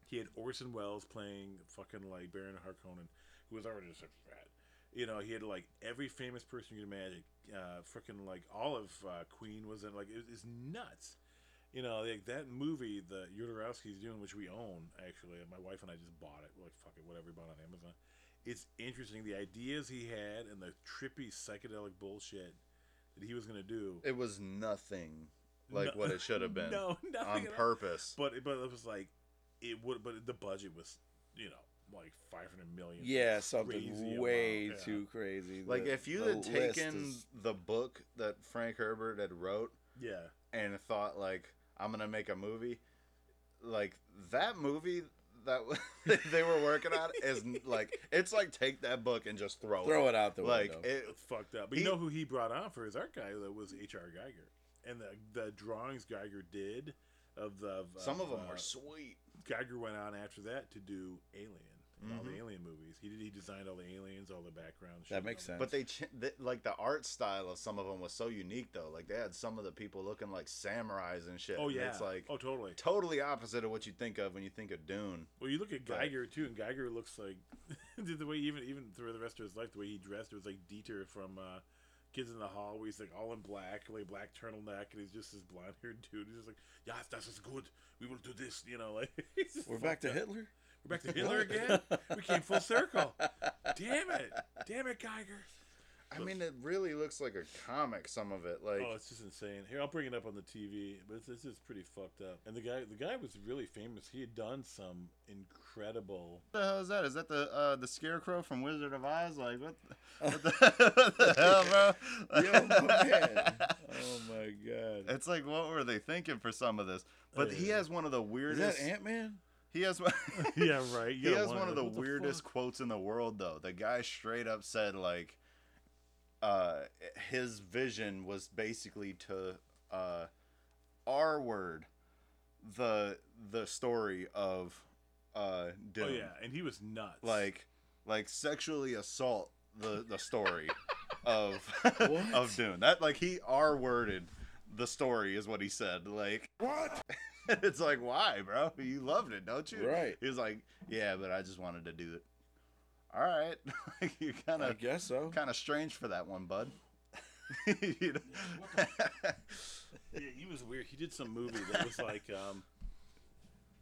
[SPEAKER 2] He had Orson Welles playing fucking like Baron Harkonnen, who was already just a frat. You know, he had like every famous person you can imagine. Uh, fucking like Olive uh, Queen was in like it, it's nuts. You know, like that movie that Yudorowski's doing, which we own actually. My wife and I just bought it. We're like, fuck it, whatever, we bought it on Amazon. It's interesting the ideas he had and the trippy psychedelic bullshit that he was gonna do.
[SPEAKER 3] It was nothing
[SPEAKER 2] No-
[SPEAKER 3] like what it should have been
[SPEAKER 2] No,
[SPEAKER 3] on
[SPEAKER 2] nothing. at all.
[SPEAKER 3] purpose.
[SPEAKER 2] But but it was like it would. But the budget was, you know, like five hundred million.
[SPEAKER 4] Yeah,
[SPEAKER 2] Crazy
[SPEAKER 4] something
[SPEAKER 2] amount,
[SPEAKER 4] way
[SPEAKER 2] yeah.
[SPEAKER 4] too crazy.
[SPEAKER 3] Like
[SPEAKER 4] The-
[SPEAKER 3] if you
[SPEAKER 4] the
[SPEAKER 3] had
[SPEAKER 4] list
[SPEAKER 3] taken
[SPEAKER 4] is-
[SPEAKER 3] the book that Frank Herbert had wrote
[SPEAKER 2] Yeah.
[SPEAKER 3] and thought like I'm gonna make a movie, like that movie that they were working on is like it's like take that book and just throw,
[SPEAKER 4] throw
[SPEAKER 3] it.
[SPEAKER 4] it out the
[SPEAKER 3] like
[SPEAKER 4] window.
[SPEAKER 3] it,
[SPEAKER 2] It's fucked up. But you
[SPEAKER 3] He-
[SPEAKER 2] know who he brought on for his art guy though was H.R. Geiger, and the the drawings Geiger did of the of,
[SPEAKER 3] some of them
[SPEAKER 2] uh,
[SPEAKER 3] were sweet.
[SPEAKER 2] Geiger went on after that to do Alien, and all the
[SPEAKER 3] Mhm.
[SPEAKER 2] Alien movies. He did, he designed all the aliens, all the background. shit,
[SPEAKER 4] that makes
[SPEAKER 2] all
[SPEAKER 4] sense.
[SPEAKER 3] But they ch- th- like the art style of some of them was so unique though. Like they had some of the people looking like samurais and shit.
[SPEAKER 2] that. Oh
[SPEAKER 3] and
[SPEAKER 2] yeah,
[SPEAKER 3] it's like
[SPEAKER 2] oh totally.
[SPEAKER 3] totally opposite of what you think of when you think of Dune.
[SPEAKER 2] Well, you look at
[SPEAKER 3] But-
[SPEAKER 2] Geiger too, and Geiger looks like the way even even through the rest of his life, the way he dressed it was like Dieter from uh, Kids in the Hall, where he's like all in black, like black turtleneck, and he's just this blonde haired dude. He's just like, yeah, that's is good. We will do this," you know. Like he's just
[SPEAKER 4] We're
[SPEAKER 2] fucked
[SPEAKER 4] back to
[SPEAKER 2] up.
[SPEAKER 4] Hitler.
[SPEAKER 2] We're back to Hitler again. we came full circle. Damn it! Damn it, Geiger.
[SPEAKER 3] I mean, it really looks like a comic. Some of it, like
[SPEAKER 2] oh, it's just insane. Here, I'll bring it up on the TV, but it's, it's just pretty fucked up. And the guy, the guy was really famous. He had done some incredible.
[SPEAKER 3] the hell is that? Is that the uh, the scarecrow from Wizard of Oz? Like what? The, what, the, what the hell, bro?
[SPEAKER 4] Yo, man. Oh my god.
[SPEAKER 3] It's like what were they thinking for some of this? But he
[SPEAKER 2] Yeah.
[SPEAKER 3] has one of the
[SPEAKER 4] Is
[SPEAKER 3] weirdest.
[SPEAKER 4] that Ant Man?
[SPEAKER 3] he has one.
[SPEAKER 2] yeah, right.
[SPEAKER 3] he has one of the weirdest quotes in the world, though. The guy straight up said like, uh, his vision was basically to uh, R word the the story of uh Dune.
[SPEAKER 2] Oh yeah, and he was nuts.
[SPEAKER 3] like like sexually assault the the story of
[SPEAKER 4] What?
[SPEAKER 3] of Dune. That like he R worded the story is what he said. Like what? it's like why, bro? You loved it, don't you?
[SPEAKER 4] Right.
[SPEAKER 3] He was like, yeah, but I just wanted to do it. All right, like you're kind
[SPEAKER 4] I
[SPEAKER 3] of
[SPEAKER 4] guess so.
[SPEAKER 3] kind of strange for that one, bud. You know?
[SPEAKER 2] yeah, he was weird. He did some movie that was like, um,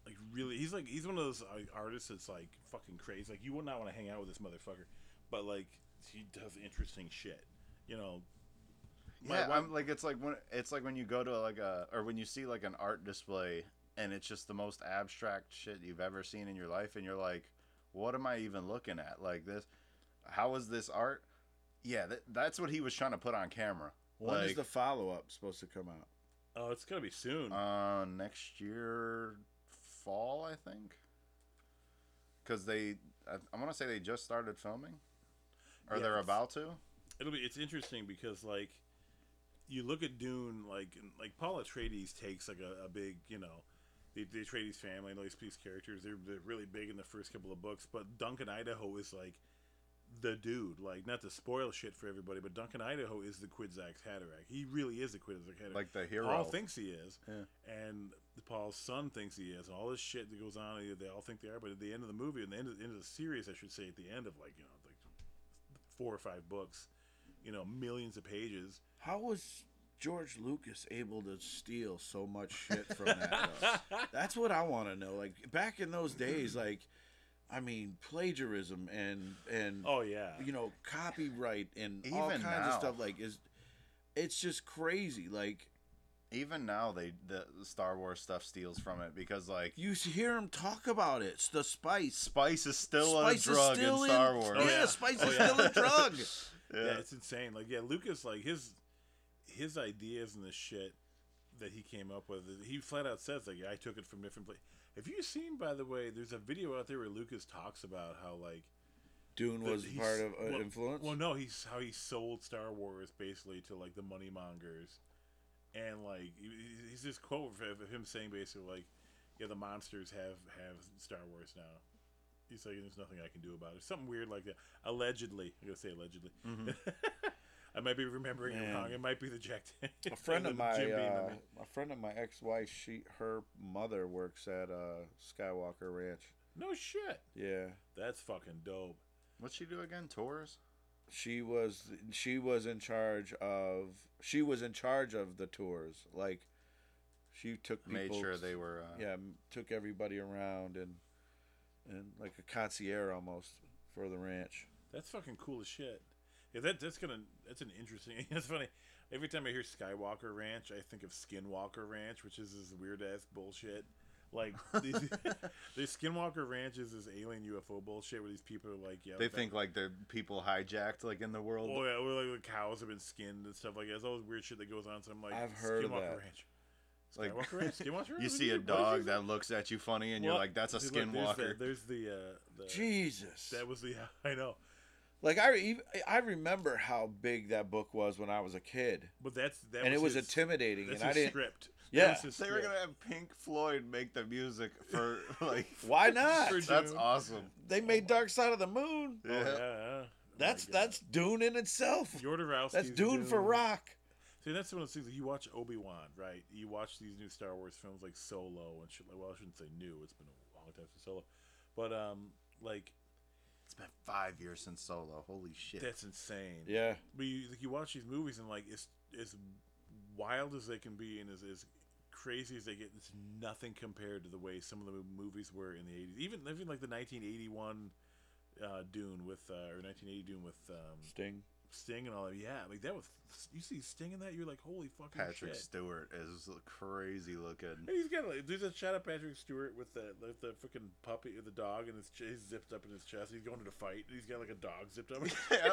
[SPEAKER 2] like really. He's like he's one of those like, artists that's like fucking crazy. Like you would not want to hang out with this motherfucker, but like he does interesting shit. You know, My
[SPEAKER 3] yeah,
[SPEAKER 2] wife-
[SPEAKER 3] I'm like it's like when it's like when you go to like a or when you see like an art display and it's just the most abstract shit you've ever seen in your life and you're like, what am I even looking at? Like this, how is this art? Yeah, that, that's what he was trying to put on camera.
[SPEAKER 4] When is
[SPEAKER 3] like,
[SPEAKER 4] the follow up supposed to come out?
[SPEAKER 2] oh, it's gonna be soon.
[SPEAKER 3] uh, next year fall, I think, because they I, I want to say they just started filming, or
[SPEAKER 2] Yeah,
[SPEAKER 3] they're
[SPEAKER 2] it's-
[SPEAKER 3] about to.
[SPEAKER 2] it'll be it's interesting because like you look at Dune like and, like Paul Atreides takes like a, a big you know the, the Atreides family and all these, these characters they're, they're really big in the first couple of books but Duncan Idaho is like the dude like not to spoil shit for everybody but Duncan Idaho is the Quidzax Haderach he really is the Quidzax Haderach
[SPEAKER 3] Like the hero.
[SPEAKER 2] Paul thinks he is,
[SPEAKER 3] Yeah.
[SPEAKER 2] and Paul's son thinks he is, and all this shit that goes on. They they all think they are, but at the end of the movie, and the end of, end of the series, I should say, at the end of like you know like four or five books, you know, millions of pages.
[SPEAKER 4] How was George Lucas able to steal so much shit from that? though? That's what I want to know. Like back in those days, like I mean, plagiarism and and
[SPEAKER 2] Oh yeah,
[SPEAKER 4] you know copyright and all
[SPEAKER 3] Even
[SPEAKER 4] kinds of
[SPEAKER 3] now.
[SPEAKER 4] stuff. Like is it's just crazy. Like
[SPEAKER 3] Even now, they the Star Wars stuff steals from it because like
[SPEAKER 4] You s- hear him talk about it. It's the spice.
[SPEAKER 3] spice is still
[SPEAKER 4] spice
[SPEAKER 3] a drug
[SPEAKER 4] is still
[SPEAKER 3] in Star Wars.
[SPEAKER 4] Yeah,
[SPEAKER 2] yeah.
[SPEAKER 4] spice
[SPEAKER 2] Oh,
[SPEAKER 4] is
[SPEAKER 2] yeah.
[SPEAKER 4] still a drug.
[SPEAKER 3] Yeah.
[SPEAKER 2] Yeah. it's insane. Like, yeah, Lucas, like his his ideas and the shit that he came up with, he flat out says like, yeah, I took it from different places. Have you seen, by the way? There's a video out there where Lucas talks about how like
[SPEAKER 4] Dune
[SPEAKER 2] that
[SPEAKER 4] was
[SPEAKER 2] he's-
[SPEAKER 4] part of uh,
[SPEAKER 2] well-
[SPEAKER 4] influence.
[SPEAKER 2] Well, no, he's how he sold Star Wars basically to like the money mongers, and like he- he- he's this quote of of him saying basically like, yeah, the monsters have have Star Wars now. He's like, there's nothing I can do about it. Something weird like that. Allegedly, I'm gonna say allegedly. I might be remembering it
[SPEAKER 4] Mm-hmm. Man.
[SPEAKER 2] wrong. It might be the Jack.
[SPEAKER 4] a friend of
[SPEAKER 2] Jim
[SPEAKER 4] my
[SPEAKER 2] Beam, I
[SPEAKER 4] uh,
[SPEAKER 2] mean.
[SPEAKER 4] a friend of my ex-wife she her mother works at uh skywalker ranch
[SPEAKER 2] No shit.
[SPEAKER 4] yeah
[SPEAKER 2] That's fucking dope.
[SPEAKER 3] What'd she do again? Tours?
[SPEAKER 4] she was she was in charge of she was in charge of the tours like she took people,
[SPEAKER 3] Made sure they were. Uh,
[SPEAKER 4] yeah m- took everybody around and and like a concierge almost for the ranch
[SPEAKER 2] That's fucking cool as shit. Yeah, that that's gonna that's an interesting. That's funny. Every time I hear Skywalker Ranch, I think of Skinwalker Ranch, which is this weird ass bullshit. Like these, these Skinwalker Ranch is this alien UFO bullshit where these people are like, yeah,
[SPEAKER 3] They
[SPEAKER 2] that-
[SPEAKER 3] think like the people hijacked like in the world.
[SPEAKER 2] oh yeah, we're like the cows have been skinned and stuff like that. It's all this weird shit that goes on. So I'm like,
[SPEAKER 4] I've heard of
[SPEAKER 2] Skinwalker
[SPEAKER 4] that.
[SPEAKER 2] Ranch.
[SPEAKER 3] Like-
[SPEAKER 2] Skywalker Ranch, Skinwalker Ranch.
[SPEAKER 3] You see a dog that looks at you funny, and you're like, "That's a skinwalker."
[SPEAKER 2] There's the, there's the, uh, the
[SPEAKER 4] jesus
[SPEAKER 2] that was the I know,
[SPEAKER 4] like i re- i remember how big that book was when i was a kid
[SPEAKER 2] but that's that
[SPEAKER 4] and it was
[SPEAKER 2] his-
[SPEAKER 4] intimidating
[SPEAKER 2] That's
[SPEAKER 4] and i
[SPEAKER 2] his
[SPEAKER 4] didn't
[SPEAKER 2] script. That
[SPEAKER 4] Yeah.
[SPEAKER 2] was his
[SPEAKER 3] They were
[SPEAKER 2] script.
[SPEAKER 3] gonna have Pink Floyd make the music for like.
[SPEAKER 4] why not
[SPEAKER 2] For-
[SPEAKER 3] That's
[SPEAKER 2] Dude.
[SPEAKER 3] awesome.
[SPEAKER 4] they made dark side of the moon
[SPEAKER 2] Oh,
[SPEAKER 3] Yeah.
[SPEAKER 2] yeah, yeah. Oh, my
[SPEAKER 4] That's
[SPEAKER 2] God.
[SPEAKER 4] that's Dune in itself.
[SPEAKER 2] Jodorowsky's
[SPEAKER 4] That's Dune for rock.
[SPEAKER 2] See, that's one of those things. That you watch Obi Wan, right? You watch these new Star Wars films like Solo and shit. Like, well, I shouldn't say new. It's been a long time since Solo, but um, like
[SPEAKER 3] It's been five years since Solo. Holy shit.
[SPEAKER 2] that's insane.
[SPEAKER 4] Yeah,
[SPEAKER 2] But you like, you watch these movies and like it's as wild as they can be and as, as crazy as they get, it's nothing compared to the way some of the movies were in the eighties. Even even like the nineteen eighty one uh, Dune with uh, or nineteen eighty Dune with um,
[SPEAKER 4] Sting.
[SPEAKER 2] Sting and all that. Yeah, like that was. You see Sting in that, you're like, holy fucking
[SPEAKER 3] Patrick
[SPEAKER 2] shit.
[SPEAKER 3] Stewart is crazy looking.
[SPEAKER 2] And he's got like, there's a shot of Patrick Stewart with the with the freaking puppy, the dog, and his ch- he's zipped up in his chest. He's going to the fight. And he's got like a dog zipped up.
[SPEAKER 3] Yeah.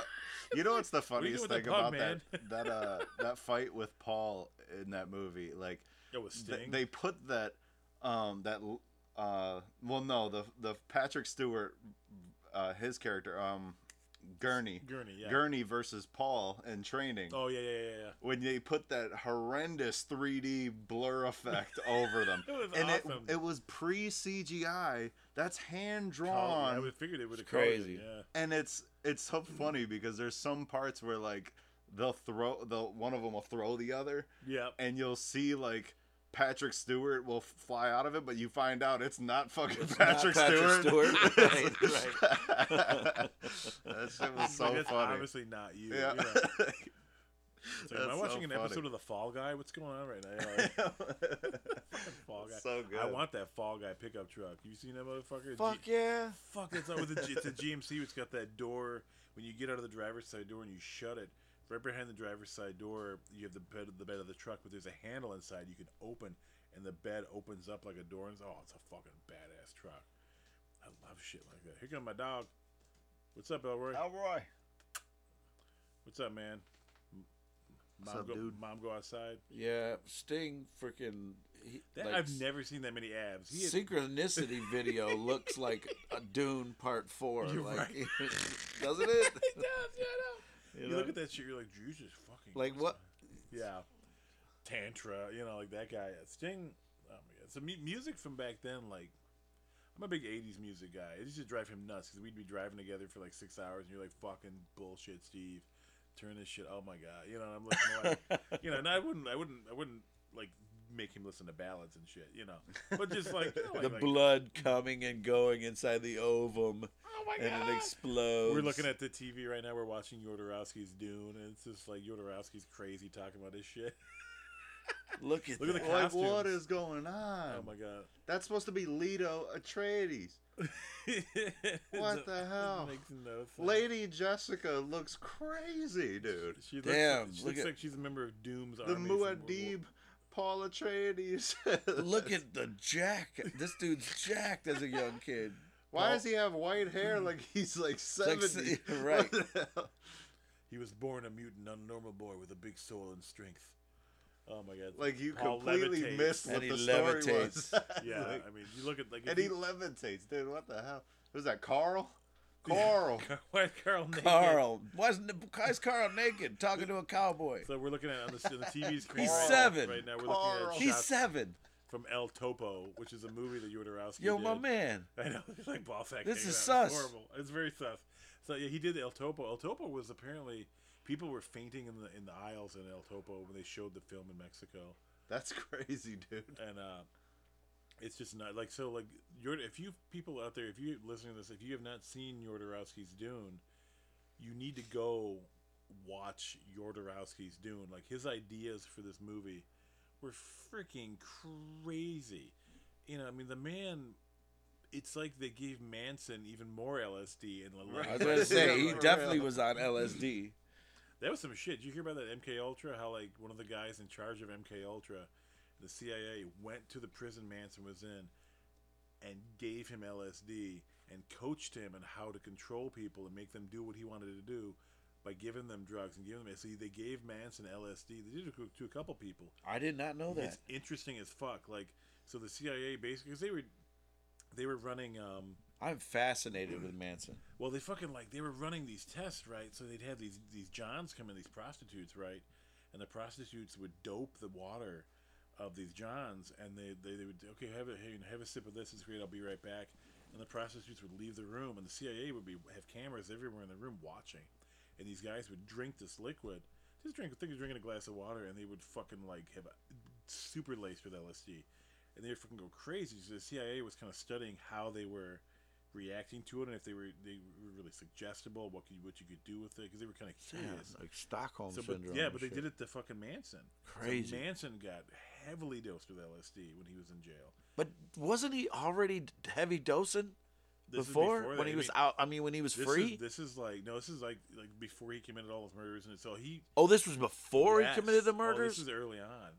[SPEAKER 3] You know what's the funniest
[SPEAKER 2] with the
[SPEAKER 3] thing
[SPEAKER 2] pug,
[SPEAKER 3] about that that uh that fight with Paul in that movie? Like
[SPEAKER 2] That was
[SPEAKER 3] th-
[SPEAKER 2] Sting.
[SPEAKER 3] they put that um that l- uh well no the the Patrick Stewart uh his character um Gurney
[SPEAKER 2] Gurney, yeah.
[SPEAKER 3] Gurney versus Paul in training.
[SPEAKER 2] Oh yeah, yeah, yeah, yeah, yeah.
[SPEAKER 3] When they put that horrendous 3D blur effect over them,
[SPEAKER 2] It was
[SPEAKER 3] and
[SPEAKER 2] awesome.
[SPEAKER 3] it, it was pre CGI, that's hand
[SPEAKER 2] Oh, yeah, I
[SPEAKER 3] drawn,
[SPEAKER 2] would figured it would have
[SPEAKER 4] It's
[SPEAKER 2] crazy.
[SPEAKER 4] crazy.
[SPEAKER 2] yeah.
[SPEAKER 3] and it's it's so funny because there's some parts where like they'll throw the one of them will throw the other
[SPEAKER 2] Yeah.
[SPEAKER 3] and you'll see like Patrick Stewart will fly out of it, but you find out it's not fucking Patrick, Stewart.
[SPEAKER 4] Patrick Stewart. Right,
[SPEAKER 3] that shit was so
[SPEAKER 2] Like, that's
[SPEAKER 3] funny.
[SPEAKER 2] obviously not you.
[SPEAKER 3] Yeah.
[SPEAKER 2] You're right. It's like, am I
[SPEAKER 3] That's so
[SPEAKER 2] watching an
[SPEAKER 3] funny.
[SPEAKER 2] episode of The Fall Guy? What's going on right now? Like, Fall Guy.
[SPEAKER 3] so good.
[SPEAKER 2] I want that Fall Guy pickup truck. You seen that motherfucker?
[SPEAKER 4] Fuck yeah.
[SPEAKER 2] Fuck, that's not with the, G- it's a GMC. It's got that door. When you get out of the driver's side door and you shut it, right behind the driver's side door, you have the bed, the bed of the truck, but there's a handle inside you can open, and the bed opens up like a door. And it's, oh, it's a fucking badass truck. I love shit like that. Here comes my dog. What's up, Elroy?
[SPEAKER 3] Elroy.
[SPEAKER 2] What's up, man? M- Mom
[SPEAKER 3] up,
[SPEAKER 2] go,
[SPEAKER 3] dude?
[SPEAKER 2] Mom go outside.
[SPEAKER 4] Yeah, Sting freaking. he-
[SPEAKER 2] That,
[SPEAKER 4] like,
[SPEAKER 2] I've never seen that many abs. He had-
[SPEAKER 4] Synchronicity video looks like a Dune Part 4
[SPEAKER 2] You're
[SPEAKER 4] like,
[SPEAKER 2] right.
[SPEAKER 4] doesn't it?
[SPEAKER 2] He does, yeah, I know.
[SPEAKER 4] You
[SPEAKER 2] You,
[SPEAKER 4] know?
[SPEAKER 2] look at that shit, you're like, Jesus fucking.
[SPEAKER 4] Like
[SPEAKER 2] Christ,
[SPEAKER 4] what?
[SPEAKER 2] yeah, Tantra, you know, like that guy Sting. Oh my god! So mu- music from back then, like I'm a big '80s music guy. It used to drive him nuts because we'd be driving together for like six hours, and you're like, "Fucking bullshit, Steve, turn this shit." Oh my god! You know, and I'm listening, to, like, you know, and I wouldn't, I wouldn't, I wouldn't like make him listen to ballads and shit, you know, but just like, you know, like-
[SPEAKER 4] The
[SPEAKER 2] like,
[SPEAKER 4] blood coming and going inside the ovum,
[SPEAKER 2] oh my
[SPEAKER 4] and
[SPEAKER 2] god.
[SPEAKER 4] it explodes.
[SPEAKER 2] We're looking at the TV right now. We're watching Yodorowski's Dune, and it's just like Yodorowski's crazy talking about his shit.
[SPEAKER 4] look at
[SPEAKER 2] Look at the
[SPEAKER 4] that.
[SPEAKER 3] Like, what
[SPEAKER 2] Costumes.
[SPEAKER 3] is going on?
[SPEAKER 2] Oh my god!
[SPEAKER 3] That's supposed to be Leto Atreides. What the
[SPEAKER 2] It
[SPEAKER 3] hell?
[SPEAKER 2] makes no sense.
[SPEAKER 3] Lady Jessica looks crazy, dude.
[SPEAKER 2] She looks,
[SPEAKER 4] Damn,
[SPEAKER 2] she
[SPEAKER 4] look
[SPEAKER 2] looks
[SPEAKER 4] at-
[SPEAKER 2] like she's a member of Doom's
[SPEAKER 3] The
[SPEAKER 2] army. from World War-
[SPEAKER 3] Muad'Dib Paul Atreides.
[SPEAKER 4] Look at the jack. This dude's jacked as a young kid.
[SPEAKER 3] Why does he have white hair
[SPEAKER 2] Mm-hmm.
[SPEAKER 3] like he's like
[SPEAKER 4] like
[SPEAKER 3] 70?
[SPEAKER 4] se- right.
[SPEAKER 3] What the hell?
[SPEAKER 2] He was born a mutant, unnormal boy with a big soul and strength. Oh my god!
[SPEAKER 3] Like you
[SPEAKER 2] Paul
[SPEAKER 3] completely
[SPEAKER 2] levitates.
[SPEAKER 3] missed what
[SPEAKER 4] And he
[SPEAKER 3] the story
[SPEAKER 4] levitates.
[SPEAKER 3] was.
[SPEAKER 2] Yeah,
[SPEAKER 3] Like,
[SPEAKER 2] I mean, you look at like
[SPEAKER 3] and he levitates, dude. What the hell? Who's that? Carl? Carl.
[SPEAKER 2] Why Carl naked?
[SPEAKER 4] Carl. Why is, why is Carl naked talking to a cowboy?
[SPEAKER 2] So we're looking at on the, on the TV screen.
[SPEAKER 4] He's
[SPEAKER 2] right,
[SPEAKER 4] seven.
[SPEAKER 2] Right now we're looking
[SPEAKER 3] Carl.
[SPEAKER 2] at
[SPEAKER 4] He's
[SPEAKER 2] shots
[SPEAKER 4] seven.
[SPEAKER 2] from El Topo, which is a movie that Yoderowski
[SPEAKER 4] Yo,
[SPEAKER 2] did.
[SPEAKER 4] my man.
[SPEAKER 2] I know. It's like ball sack.
[SPEAKER 4] This
[SPEAKER 2] hanging
[SPEAKER 4] is
[SPEAKER 2] out. It's
[SPEAKER 4] sus.
[SPEAKER 2] horrible. It's very sus. So yeah, he did El Topo. El Topo was apparently people were fainting in the in the aisles in El Topo when they showed the film in Mexico,
[SPEAKER 3] That's crazy, dude.
[SPEAKER 2] and uh, it's just not like so. Like Yor- if you people out there, if you're listening to this, if you have not seen Yoderowski's Dune, you need to go watch Yoderowski's Dune. Like his ideas for this movie were freaking crazy. You know, I mean, the man. It's like they gave Manson even more LSD and
[SPEAKER 3] Right.
[SPEAKER 4] I was going to say, he
[SPEAKER 3] For
[SPEAKER 4] definitely
[SPEAKER 3] real.
[SPEAKER 4] was on LSD.
[SPEAKER 2] that was some shit. Did you hear about that MK Ultra? How like one of the guys in charge of MK Ultra, the CIA, went to the prison Manson was in, and gave him LSD and coached him on how to control people and make them do what he wanted to do by giving them drugs and giving them. So they gave Manson LSD. They did it to- to a couple people.
[SPEAKER 4] I did not know that.
[SPEAKER 2] It's interesting as fuck. Like so, the CIA basically because they were they were running um,
[SPEAKER 4] I'm fascinated with Manson.
[SPEAKER 2] well, they fucking like they were running these tests, right? So they'd have these these johns come in, these prostitutes, right? And the prostitutes would dope the water of these johns, and they they, they would okay have a hey, have a sip of this. It's great. I'll be right back. And the prostitutes would leave the room, and the CIA would be have cameras everywhere in the room watching. And these guys would drink this liquid, just drink. Think of drinking a glass of water, and they would fucking like have a, super laced with LSD, and they would fucking go crazy. So the CIA was kind of studying how they were reacting to it and if they were they were really suggestible what could what you could do with it because they were kind of curious
[SPEAKER 4] like Stockholm
[SPEAKER 2] so, but, yeah but they did it to fucking manson So
[SPEAKER 4] Crazy.
[SPEAKER 2] manson got heavily dosed with lsd when he was in jail
[SPEAKER 4] But wasn't he already d- heavy dosing
[SPEAKER 2] This is
[SPEAKER 4] before,
[SPEAKER 2] that.
[SPEAKER 4] when
[SPEAKER 2] I
[SPEAKER 4] he was
[SPEAKER 2] mean,
[SPEAKER 4] out? I mean, when he was
[SPEAKER 2] this
[SPEAKER 4] free.
[SPEAKER 2] is, this is like no this is like like before he committed all his murders and so he
[SPEAKER 4] oh, this was before
[SPEAKER 2] Yes.
[SPEAKER 4] he committed the
[SPEAKER 2] Oh,
[SPEAKER 4] murders.
[SPEAKER 2] this is early on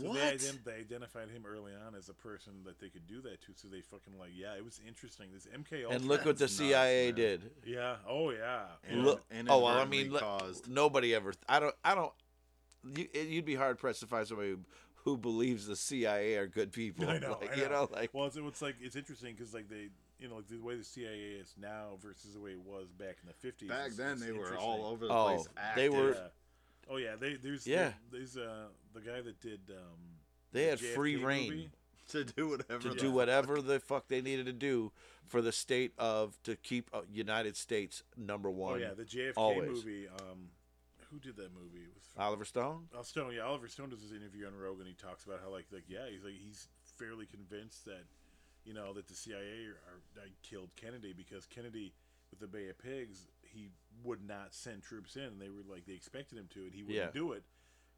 [SPEAKER 2] So
[SPEAKER 4] what?
[SPEAKER 2] They, ident- they identified him early on as a person that they could do that to. So they fucking like, yeah, it was interesting. This MK Ultra
[SPEAKER 4] and look what the
[SPEAKER 3] nuts,
[SPEAKER 4] CIA
[SPEAKER 3] man.
[SPEAKER 4] did.
[SPEAKER 2] yeah, oh yeah,
[SPEAKER 3] And
[SPEAKER 4] Look- oh, well, I
[SPEAKER 3] inadvertently
[SPEAKER 4] mean, look,
[SPEAKER 3] caused.
[SPEAKER 4] nobody ever. I don't. I don't. You, it- you'd be hard pressed to find somebody who, who believes the CIA are good people.
[SPEAKER 2] I know,
[SPEAKER 4] Like,
[SPEAKER 2] I
[SPEAKER 4] You know, like
[SPEAKER 2] well, it's, it's like it's interesting because like they, you know, like the way the CIA is now versus the way it was back in the fifties.
[SPEAKER 3] Back then, they were all over the
[SPEAKER 4] Oh,
[SPEAKER 3] place. Active.
[SPEAKER 4] they were-
[SPEAKER 2] Oh yeah, they, there's
[SPEAKER 4] Yeah.
[SPEAKER 2] there's uh the guy that did um
[SPEAKER 4] they had
[SPEAKER 2] JFK
[SPEAKER 4] free reign
[SPEAKER 2] movie.
[SPEAKER 3] to do whatever.
[SPEAKER 4] to
[SPEAKER 3] the
[SPEAKER 4] do whatever the fuck they needed to do for the state of to keep uh, United States number one.
[SPEAKER 2] Oh yeah, the JFK
[SPEAKER 4] always.
[SPEAKER 2] movie. Um, who did that movie? It was
[SPEAKER 4] Oliver Stone.
[SPEAKER 2] Oh, Stone, yeah, Oliver Stone does this interview on Rogan. He talks about how like like yeah, he's like he's fairly convinced that you know that the CIA are, like, killed Kennedy because Kennedy with the Bay of Pigs he would not send troops in. And they were like they expected him to, and he wouldn't
[SPEAKER 4] Yeah.
[SPEAKER 2] do it.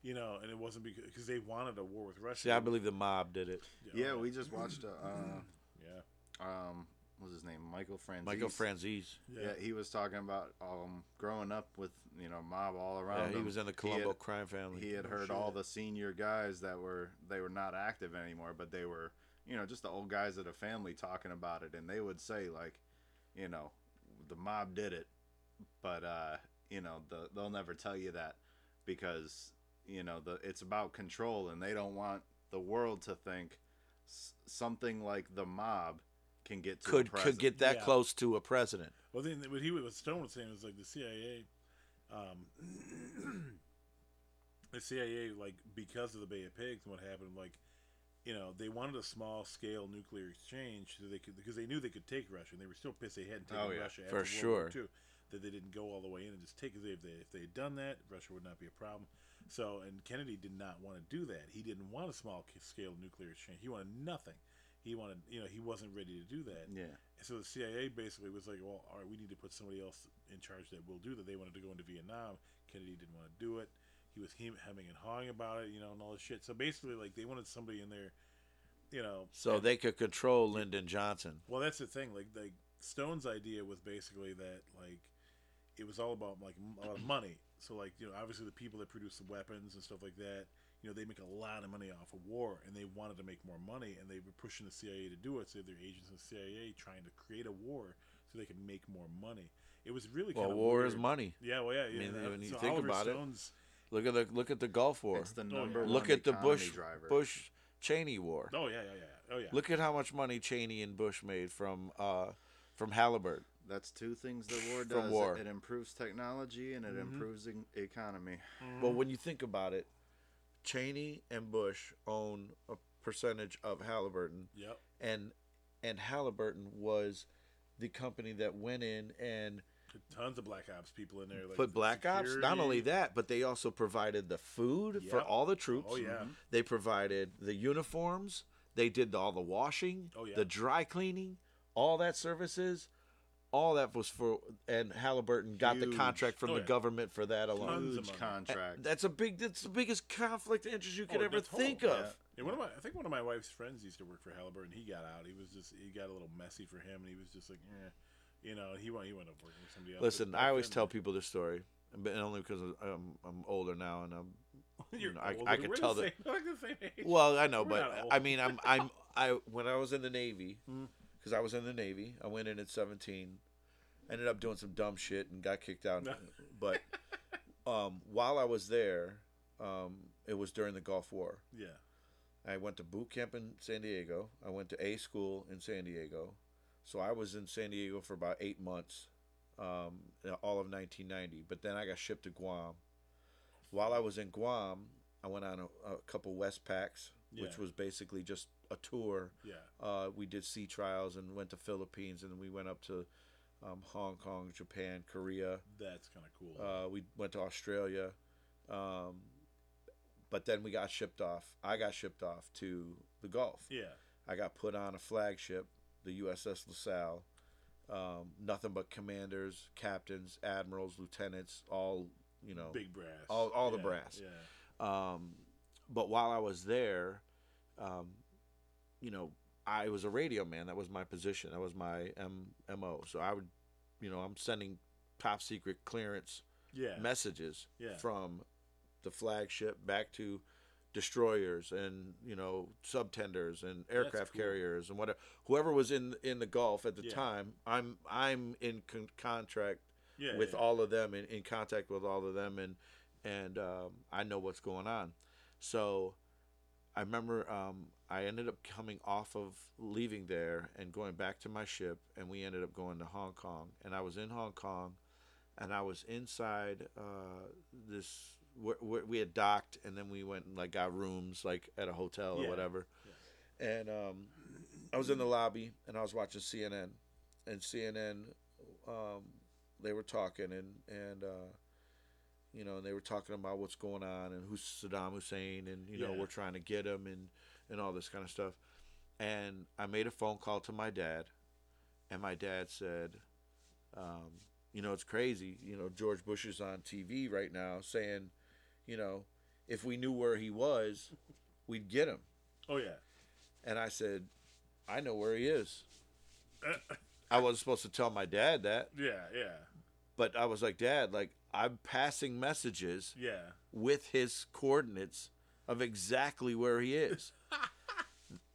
[SPEAKER 2] You know, and it wasn't because they wanted a war with Russia.
[SPEAKER 4] See, I believe the mob did it.
[SPEAKER 3] Yeah, we just watched a.
[SPEAKER 2] yeah,
[SPEAKER 3] Uh, um, what was his name? Michael Franzese.
[SPEAKER 4] Michael Franzese.
[SPEAKER 2] yeah.
[SPEAKER 3] Yeah. he was talking about um growing up with you know mob all around.
[SPEAKER 4] Yeah, he
[SPEAKER 3] him.
[SPEAKER 4] was in the
[SPEAKER 3] had-
[SPEAKER 4] Colombo crime family.
[SPEAKER 3] he had
[SPEAKER 2] Oh,
[SPEAKER 3] heard all
[SPEAKER 2] shit.
[SPEAKER 3] the senior guys that were they were not active anymore but they were you know just the old guys of the family talking about it and they would say like you know the mob did it but uh you know the, they'll never tell you that because you know the it's about control and they don't want the world to think s- something like the mob can get to a
[SPEAKER 4] could could
[SPEAKER 3] president."
[SPEAKER 4] get that
[SPEAKER 2] Yeah.
[SPEAKER 4] close to a president.
[SPEAKER 2] Well, then what he what Stone was saying was like the CIA, um, the CIA like because of the Bay of Pigs and what happened, like you know they wanted a small scale nuclear exchange so they could because they knew they could take Russia and they were still pissed they hadn't taken
[SPEAKER 3] Oh, yeah.
[SPEAKER 2] Russia
[SPEAKER 4] For
[SPEAKER 2] after World War
[SPEAKER 4] sure.
[SPEAKER 2] II, that they didn't go all the way in and just take it. If they if they had done that, Russia would not be a problem. So and Kennedy did not want to do that. He didn't want a small scale nuclear exchange. He wanted nothing. He wanted you know he wasn't ready to do that.
[SPEAKER 3] yeah
[SPEAKER 2] So the CIA basically was like, well, all right, we need to put somebody else in charge that will do that. They wanted to go into Vietnam. Kennedy didn't want to do it. He was hem- hemming and hawing about it, you know, and all this shit. So basically, like, they wanted somebody in there, you know.
[SPEAKER 4] So they could control Lyndon Johnson.
[SPEAKER 2] Well, that's the thing. Like, like Stone's idea was basically that, like, it was all about like m- a lot of money. So, like, you know, obviously the people that produce the weapons and stuff like that, you know they make a lot of money off of war, and they wanted to make more money, and they were pushing the CIA to do it. So their agents in the CIA trying to create a war so they could make more money. It was really
[SPEAKER 4] Well,
[SPEAKER 2] kind of
[SPEAKER 4] war
[SPEAKER 2] weird.
[SPEAKER 4] is money.
[SPEAKER 2] Yeah, well, yeah.
[SPEAKER 4] mean,
[SPEAKER 2] yeah,
[SPEAKER 4] when you
[SPEAKER 2] so
[SPEAKER 4] think
[SPEAKER 2] Oliver
[SPEAKER 4] about it,
[SPEAKER 2] Stone's,
[SPEAKER 4] Look at the look at the Gulf War.
[SPEAKER 3] It's the
[SPEAKER 2] yeah.
[SPEAKER 3] number one
[SPEAKER 4] look at the
[SPEAKER 3] economy
[SPEAKER 4] Bush
[SPEAKER 3] driver.
[SPEAKER 4] Bush Cheney war.
[SPEAKER 2] Oh yeah, yeah, yeah, yeah. Oh yeah.
[SPEAKER 4] Look at how much money Cheney and Bush made from uh from Halliburton.
[SPEAKER 3] That's two things the war
[SPEAKER 4] From
[SPEAKER 3] does.
[SPEAKER 4] war.
[SPEAKER 3] It improves technology and it
[SPEAKER 2] Mm-hmm.
[SPEAKER 3] improves the economy.
[SPEAKER 4] But when you think about it, Cheney and Bush own a percentage of Halliburton,
[SPEAKER 2] Yep.
[SPEAKER 4] and and Halliburton was the company that went in and
[SPEAKER 2] Tons of black ops people in there. Like
[SPEAKER 4] put black ops. Not only
[SPEAKER 2] security.
[SPEAKER 4] that, but they also provided the food for
[SPEAKER 2] Yep.
[SPEAKER 4] all the troops.
[SPEAKER 2] Oh, yeah.
[SPEAKER 4] They provided the uniforms. They did all the washing,
[SPEAKER 2] Oh, yeah.
[SPEAKER 4] the dry cleaning, all that services. All that was for, and Halliburton got the
[SPEAKER 3] Huge.
[SPEAKER 4] contract from
[SPEAKER 2] Oh,
[SPEAKER 4] the
[SPEAKER 2] yeah.
[SPEAKER 4] government for that alone.
[SPEAKER 2] Tons of
[SPEAKER 3] Huge
[SPEAKER 2] money.
[SPEAKER 3] contract.
[SPEAKER 4] That's a big. That's the biggest conflict of interest you could
[SPEAKER 2] Oh,
[SPEAKER 4] ever
[SPEAKER 2] that's
[SPEAKER 4] think
[SPEAKER 2] horrible.
[SPEAKER 4] of.
[SPEAKER 2] Yeah, one of my, I think one of my wife's friends used to work for Halliburton. He got out. He was just, he got a little messy for him, and he was just like, eh, you know, he went, he went up working with somebody else.
[SPEAKER 4] Listen,
[SPEAKER 2] But
[SPEAKER 4] I always
[SPEAKER 2] then-
[SPEAKER 4] tell people this story, but only because I'm, I'm older now and I'm.
[SPEAKER 2] You're
[SPEAKER 4] know, I-
[SPEAKER 2] older.
[SPEAKER 4] I could
[SPEAKER 2] We're the
[SPEAKER 4] tell that-
[SPEAKER 2] same- like the same age.
[SPEAKER 4] Well, I know,
[SPEAKER 2] We're not
[SPEAKER 4] but
[SPEAKER 2] old. Hmm.
[SPEAKER 4] I mean, I'm I'm I when I was in the Navy, because I was in the Navy, I went in at 17, ended up doing some dumb shit and got kicked out. but um, while I was there, um, it was during the Gulf War.
[SPEAKER 2] yeah,
[SPEAKER 4] I went to boot camp in San Diego. I went to A school in San Diego. So I was in San Diego for about eight months, um, all of 1990. But then I got shipped to Guam. While I was in Guam, I went on a, a couple Westpacs, which
[SPEAKER 2] Yeah.
[SPEAKER 4] was basically just a tour.
[SPEAKER 2] yeah.
[SPEAKER 4] Uh, we did sea trials and went to Philippines, and then we went up to um, Hong Kong, Japan, Korea.
[SPEAKER 2] That's kind of cool.
[SPEAKER 4] Uh, we went to Australia, um, but then we got shipped off. I got shipped off to the Gulf.
[SPEAKER 2] yeah,
[SPEAKER 4] I got put on a flagship, the USS LaSalle. Um, nothing but commanders, captains, admirals, lieutenants, all you know.
[SPEAKER 2] big brass.
[SPEAKER 4] all- all the
[SPEAKER 2] Yeah,
[SPEAKER 4] brass.
[SPEAKER 2] Yeah,
[SPEAKER 4] Um, but while I was there, um, you know, I was a radio man. That was my position. That was my M- MO. So I would, you know, I'm sending top secret clearance
[SPEAKER 2] yeah.
[SPEAKER 4] messages
[SPEAKER 2] Yeah.
[SPEAKER 4] from the flagship back to destroyers and you know subtenders and aircraft
[SPEAKER 2] cool.
[SPEAKER 4] carriers and whatever whoever was in in the Gulf at the
[SPEAKER 2] Yeah.
[SPEAKER 4] time I'm I'm in con- contract
[SPEAKER 2] yeah,
[SPEAKER 4] with
[SPEAKER 2] yeah.
[SPEAKER 4] all of them and in contact with all of them and and um, I know what's going on so I remember um, I ended up coming off of leaving there and going back to my ship, and we ended up going to Hong Kong. And I was in Hong Kong, and I was inside uh, this. Where, where we had docked, and then we went and like got rooms like at a hotel or
[SPEAKER 2] Yeah.
[SPEAKER 4] whatever. And um, I was in the lobby, and I was watching CNN, and CNN, um, they were talking, and and uh, you know, and they were talking about what's going on and who's Saddam Hussein, and you know,
[SPEAKER 2] Yeah.
[SPEAKER 4] we're trying to get him, and and all this kind of stuff. And I made a phone call to my dad, and my dad said, um, you know, it's crazy. You know, George Bush is on TV right now saying, you know, if we knew where he was, we'd get him.
[SPEAKER 2] Oh yeah.
[SPEAKER 4] And I said, I know where he is. I wasn't supposed to tell my dad that,
[SPEAKER 2] Yeah, yeah,
[SPEAKER 4] but I was like, Dad, like, I'm passing messages
[SPEAKER 2] yeah.
[SPEAKER 4] with his coordinates of exactly where he is.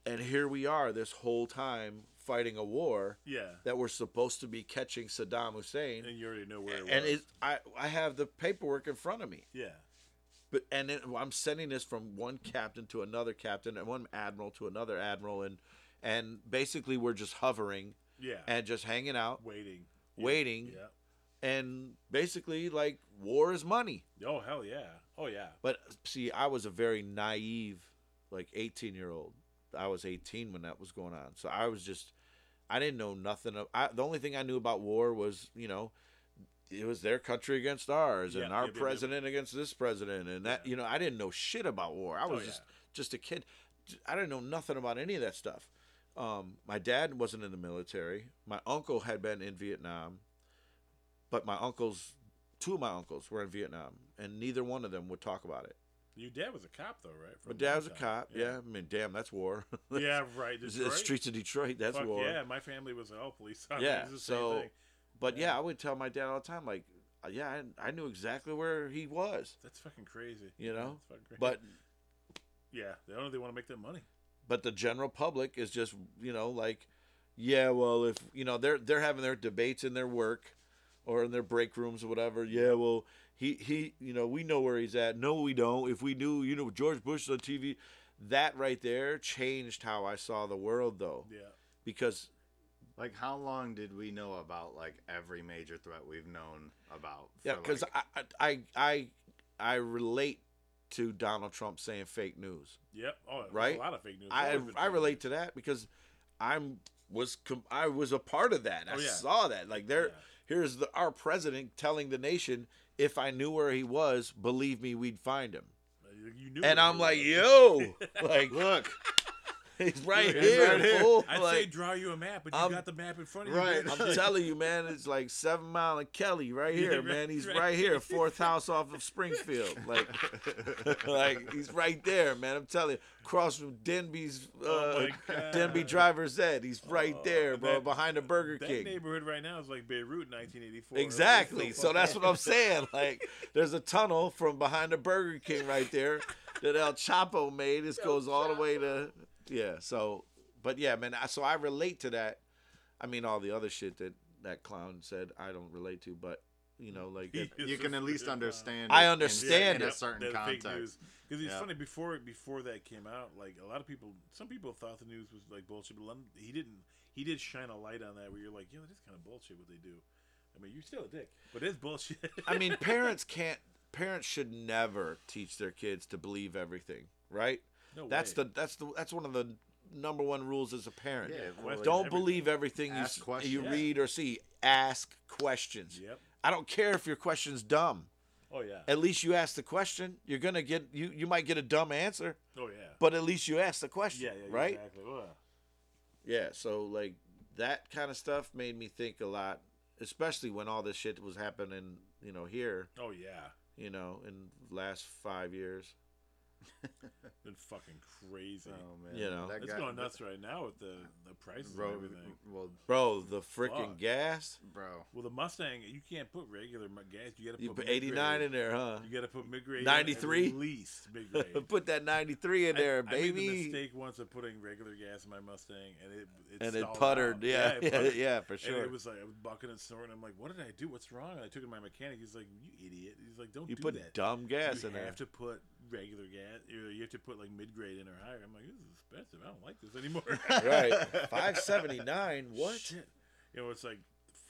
[SPEAKER 4] and here we are this whole time fighting a war
[SPEAKER 2] Yeah.
[SPEAKER 4] that we're supposed to be catching Saddam Hussein.
[SPEAKER 2] And you already know where it
[SPEAKER 4] and
[SPEAKER 2] was.
[SPEAKER 4] it, I, I have the paperwork in front of me.
[SPEAKER 2] yeah.
[SPEAKER 4] But and it, I'm sending this from one captain to another captain and one admiral to another admiral, and and basically we're just hovering
[SPEAKER 2] Yeah.
[SPEAKER 4] and just hanging out,
[SPEAKER 2] waiting.
[SPEAKER 4] waiting,
[SPEAKER 2] Yeah.
[SPEAKER 4] and basically like war is money.
[SPEAKER 2] Oh hell yeah. Oh yeah.
[SPEAKER 4] But see, I was a very naive, like 18 year old. I was 18 when that was going on, so I was just, I didn't know nothing. Of, I, the only thing I knew about war was, you know, it was their country against ours, and
[SPEAKER 2] Yeah,
[SPEAKER 4] our
[SPEAKER 2] yeah, yeah, yeah.
[SPEAKER 4] president against this president, and that, you know, I didn't know shit about war. I was
[SPEAKER 2] Oh, yeah.
[SPEAKER 4] just, just a kid. I didn't know nothing about any of that stuff. Um, my dad wasn't in the military. My uncle had been in Vietnam, but my uncles, two of my uncles, were in Vietnam, and neither one of them would talk about it.
[SPEAKER 2] Your dad was a cop though, right? For
[SPEAKER 4] My
[SPEAKER 2] long
[SPEAKER 4] dad was a
[SPEAKER 2] time.
[SPEAKER 4] cop. Yeah. I mean, damn, that's war.
[SPEAKER 2] Yeah, right.
[SPEAKER 4] the
[SPEAKER 2] Detroit?
[SPEAKER 4] streets of Detroit, that's
[SPEAKER 2] Fuck
[SPEAKER 4] war.
[SPEAKER 2] yeah, my family was all police officers.
[SPEAKER 4] Yeah,
[SPEAKER 2] It's the same
[SPEAKER 4] so,
[SPEAKER 2] thing.
[SPEAKER 4] but yeah. I would tell my dad all the time, like, uh, yeah, I, I knew exactly where he was,
[SPEAKER 2] that's fucking crazy.
[SPEAKER 4] you know.
[SPEAKER 2] That's fucking crazy.
[SPEAKER 4] But
[SPEAKER 2] Yeah, they only they want to make that money.
[SPEAKER 4] but the general public is just you know like yeah well if you know they're they're having their debates in their work or in their break rooms or whatever yeah well he he you know we know where he's at no we don't if we knew you know george bush is on tv that right there changed how i saw the world though
[SPEAKER 2] Yeah,
[SPEAKER 4] because
[SPEAKER 3] Like, how long did we know about like every major threat we've known about?
[SPEAKER 4] yeah
[SPEAKER 3] for,
[SPEAKER 4] because
[SPEAKER 3] like-
[SPEAKER 4] I, I i i relate to donald trump saying fake news
[SPEAKER 2] yep. Oh, there's
[SPEAKER 4] Right?
[SPEAKER 2] A lot of fake news.
[SPEAKER 4] I
[SPEAKER 2] Always been
[SPEAKER 4] I
[SPEAKER 2] fake
[SPEAKER 4] relate
[SPEAKER 2] news.
[SPEAKER 4] to that because I'm was com- I was a part of that. I
[SPEAKER 2] Oh, yeah.
[SPEAKER 4] saw that. Like there,
[SPEAKER 2] Yeah.
[SPEAKER 4] here's the our president telling the nation, if I knew where he was, believe me, we'd find him.
[SPEAKER 2] You knew
[SPEAKER 4] And
[SPEAKER 2] it
[SPEAKER 4] I'm
[SPEAKER 2] was
[SPEAKER 4] like,
[SPEAKER 2] a-
[SPEAKER 4] yo, like
[SPEAKER 3] look,
[SPEAKER 4] he's right
[SPEAKER 2] It's
[SPEAKER 4] here,
[SPEAKER 2] right here.
[SPEAKER 4] fool.
[SPEAKER 2] I'd say
[SPEAKER 4] Like,
[SPEAKER 2] draw you a map, but you
[SPEAKER 4] I'm-
[SPEAKER 2] got the map in front of
[SPEAKER 3] Right.
[SPEAKER 2] you. man.
[SPEAKER 4] I'm telling you, man, it's like Seven Mile and Kelly right
[SPEAKER 2] Yeah,
[SPEAKER 4] here,
[SPEAKER 2] right-
[SPEAKER 4] man. He's
[SPEAKER 2] right.
[SPEAKER 4] right. here, fourth house off of Springfield. Like, like he's right there, man. I'm telling you, across from Denby's, uh,
[SPEAKER 2] Oh my God.
[SPEAKER 4] Denby Driver's Ed. He's right
[SPEAKER 2] Oh,
[SPEAKER 4] there, bro,
[SPEAKER 2] that-
[SPEAKER 4] behind a Burger
[SPEAKER 2] that
[SPEAKER 4] King.
[SPEAKER 2] neighborhood right now is like Beirut, 1984.
[SPEAKER 4] Exactly. So that's what
[SPEAKER 2] I'm.
[SPEAKER 4] I'm saying. Like, there's a tunnel from behind the Burger King right there that El Chapo made. This goes all the way to yeah. So, but yeah, man. I, so I relate to that. I mean, all the other shit that that clown said, I don't relate to. But you know, like that,
[SPEAKER 3] you can at
[SPEAKER 2] uh,
[SPEAKER 3] least understand.
[SPEAKER 4] I
[SPEAKER 3] it in-
[SPEAKER 4] understand
[SPEAKER 3] in,
[SPEAKER 4] it.
[SPEAKER 3] a certain context.
[SPEAKER 2] Because it's
[SPEAKER 3] Yeah.
[SPEAKER 2] funny before before that came out, like a lot of people, some people thought the news was like bullshit, but Lon- he didn't. He did shine a light on that where you're like, yo, it is kind of bullshit what they do. I mean, you're still a dick, but it's bullshit.
[SPEAKER 4] I mean, parents can't. Parents should never teach their kids to believe everything. Right.
[SPEAKER 2] no
[SPEAKER 4] That's
[SPEAKER 2] way.
[SPEAKER 4] the that's the that's one of the number one rules as a parent.
[SPEAKER 3] Yeah,
[SPEAKER 2] well, like-
[SPEAKER 4] Don't
[SPEAKER 2] everything.
[SPEAKER 4] believe everything you,
[SPEAKER 3] Ask
[SPEAKER 4] s-
[SPEAKER 3] questions.
[SPEAKER 4] you
[SPEAKER 2] Yeah.
[SPEAKER 4] read or see. Ask questions.
[SPEAKER 2] Yep.
[SPEAKER 4] I don't care if your question's dumb.
[SPEAKER 2] Oh yeah.
[SPEAKER 4] At least you asked the question. You're gonna get you. You might get a dumb answer,
[SPEAKER 2] Oh yeah.
[SPEAKER 4] but at least you asked the question.
[SPEAKER 2] Yeah. Yeah.
[SPEAKER 4] right.
[SPEAKER 2] Exactly. Ugh.
[SPEAKER 4] Yeah. So like that kind of stuff made me think a lot, especially when all this shit was happening. You know here.
[SPEAKER 2] Oh yeah.
[SPEAKER 4] You know in last five years.
[SPEAKER 2] Been fucking crazy.
[SPEAKER 3] Oh, man.
[SPEAKER 4] You know.
[SPEAKER 3] That
[SPEAKER 2] it's
[SPEAKER 3] guy-
[SPEAKER 2] going nuts right now with the the prices
[SPEAKER 3] Bro,
[SPEAKER 2] and everything.
[SPEAKER 3] well,
[SPEAKER 4] Bro, the freaking
[SPEAKER 2] Fuck.
[SPEAKER 4] gas.
[SPEAKER 3] bro.
[SPEAKER 2] Well, the Mustang, you can't put regular mu- gas. You got to
[SPEAKER 4] You
[SPEAKER 2] put
[SPEAKER 4] put
[SPEAKER 2] mid-grade.
[SPEAKER 4] 89 in there, huh?
[SPEAKER 2] You got to put mid grade.
[SPEAKER 4] 93?
[SPEAKER 2] At least mid grade.
[SPEAKER 4] Put that 93 in there,
[SPEAKER 2] I, I
[SPEAKER 4] baby.
[SPEAKER 2] made the mistake once of putting regular gas in my Mustang, and it, it
[SPEAKER 4] and it
[SPEAKER 2] stalled
[SPEAKER 4] puttered.
[SPEAKER 2] out.
[SPEAKER 4] Yeah,
[SPEAKER 2] it
[SPEAKER 4] yeah,
[SPEAKER 2] puttered.
[SPEAKER 4] yeah, for
[SPEAKER 2] And
[SPEAKER 4] sure.
[SPEAKER 2] it was like I was bucking and snorting. I'm like, "What did I do? What's wrong?" And I took it to my mechanic. He's like, "You idiot!" He's like, "Don't
[SPEAKER 4] you
[SPEAKER 2] do
[SPEAKER 4] put
[SPEAKER 2] that.
[SPEAKER 4] dumb gas
[SPEAKER 2] you
[SPEAKER 4] in
[SPEAKER 2] have
[SPEAKER 4] there.
[SPEAKER 2] to put regular gas. Or you have to put like mid grade in or higher." I'm like, "This is expensive. I don't like this anymore."
[SPEAKER 4] right, five seventy nine. What?
[SPEAKER 2] Shit. You know, it's like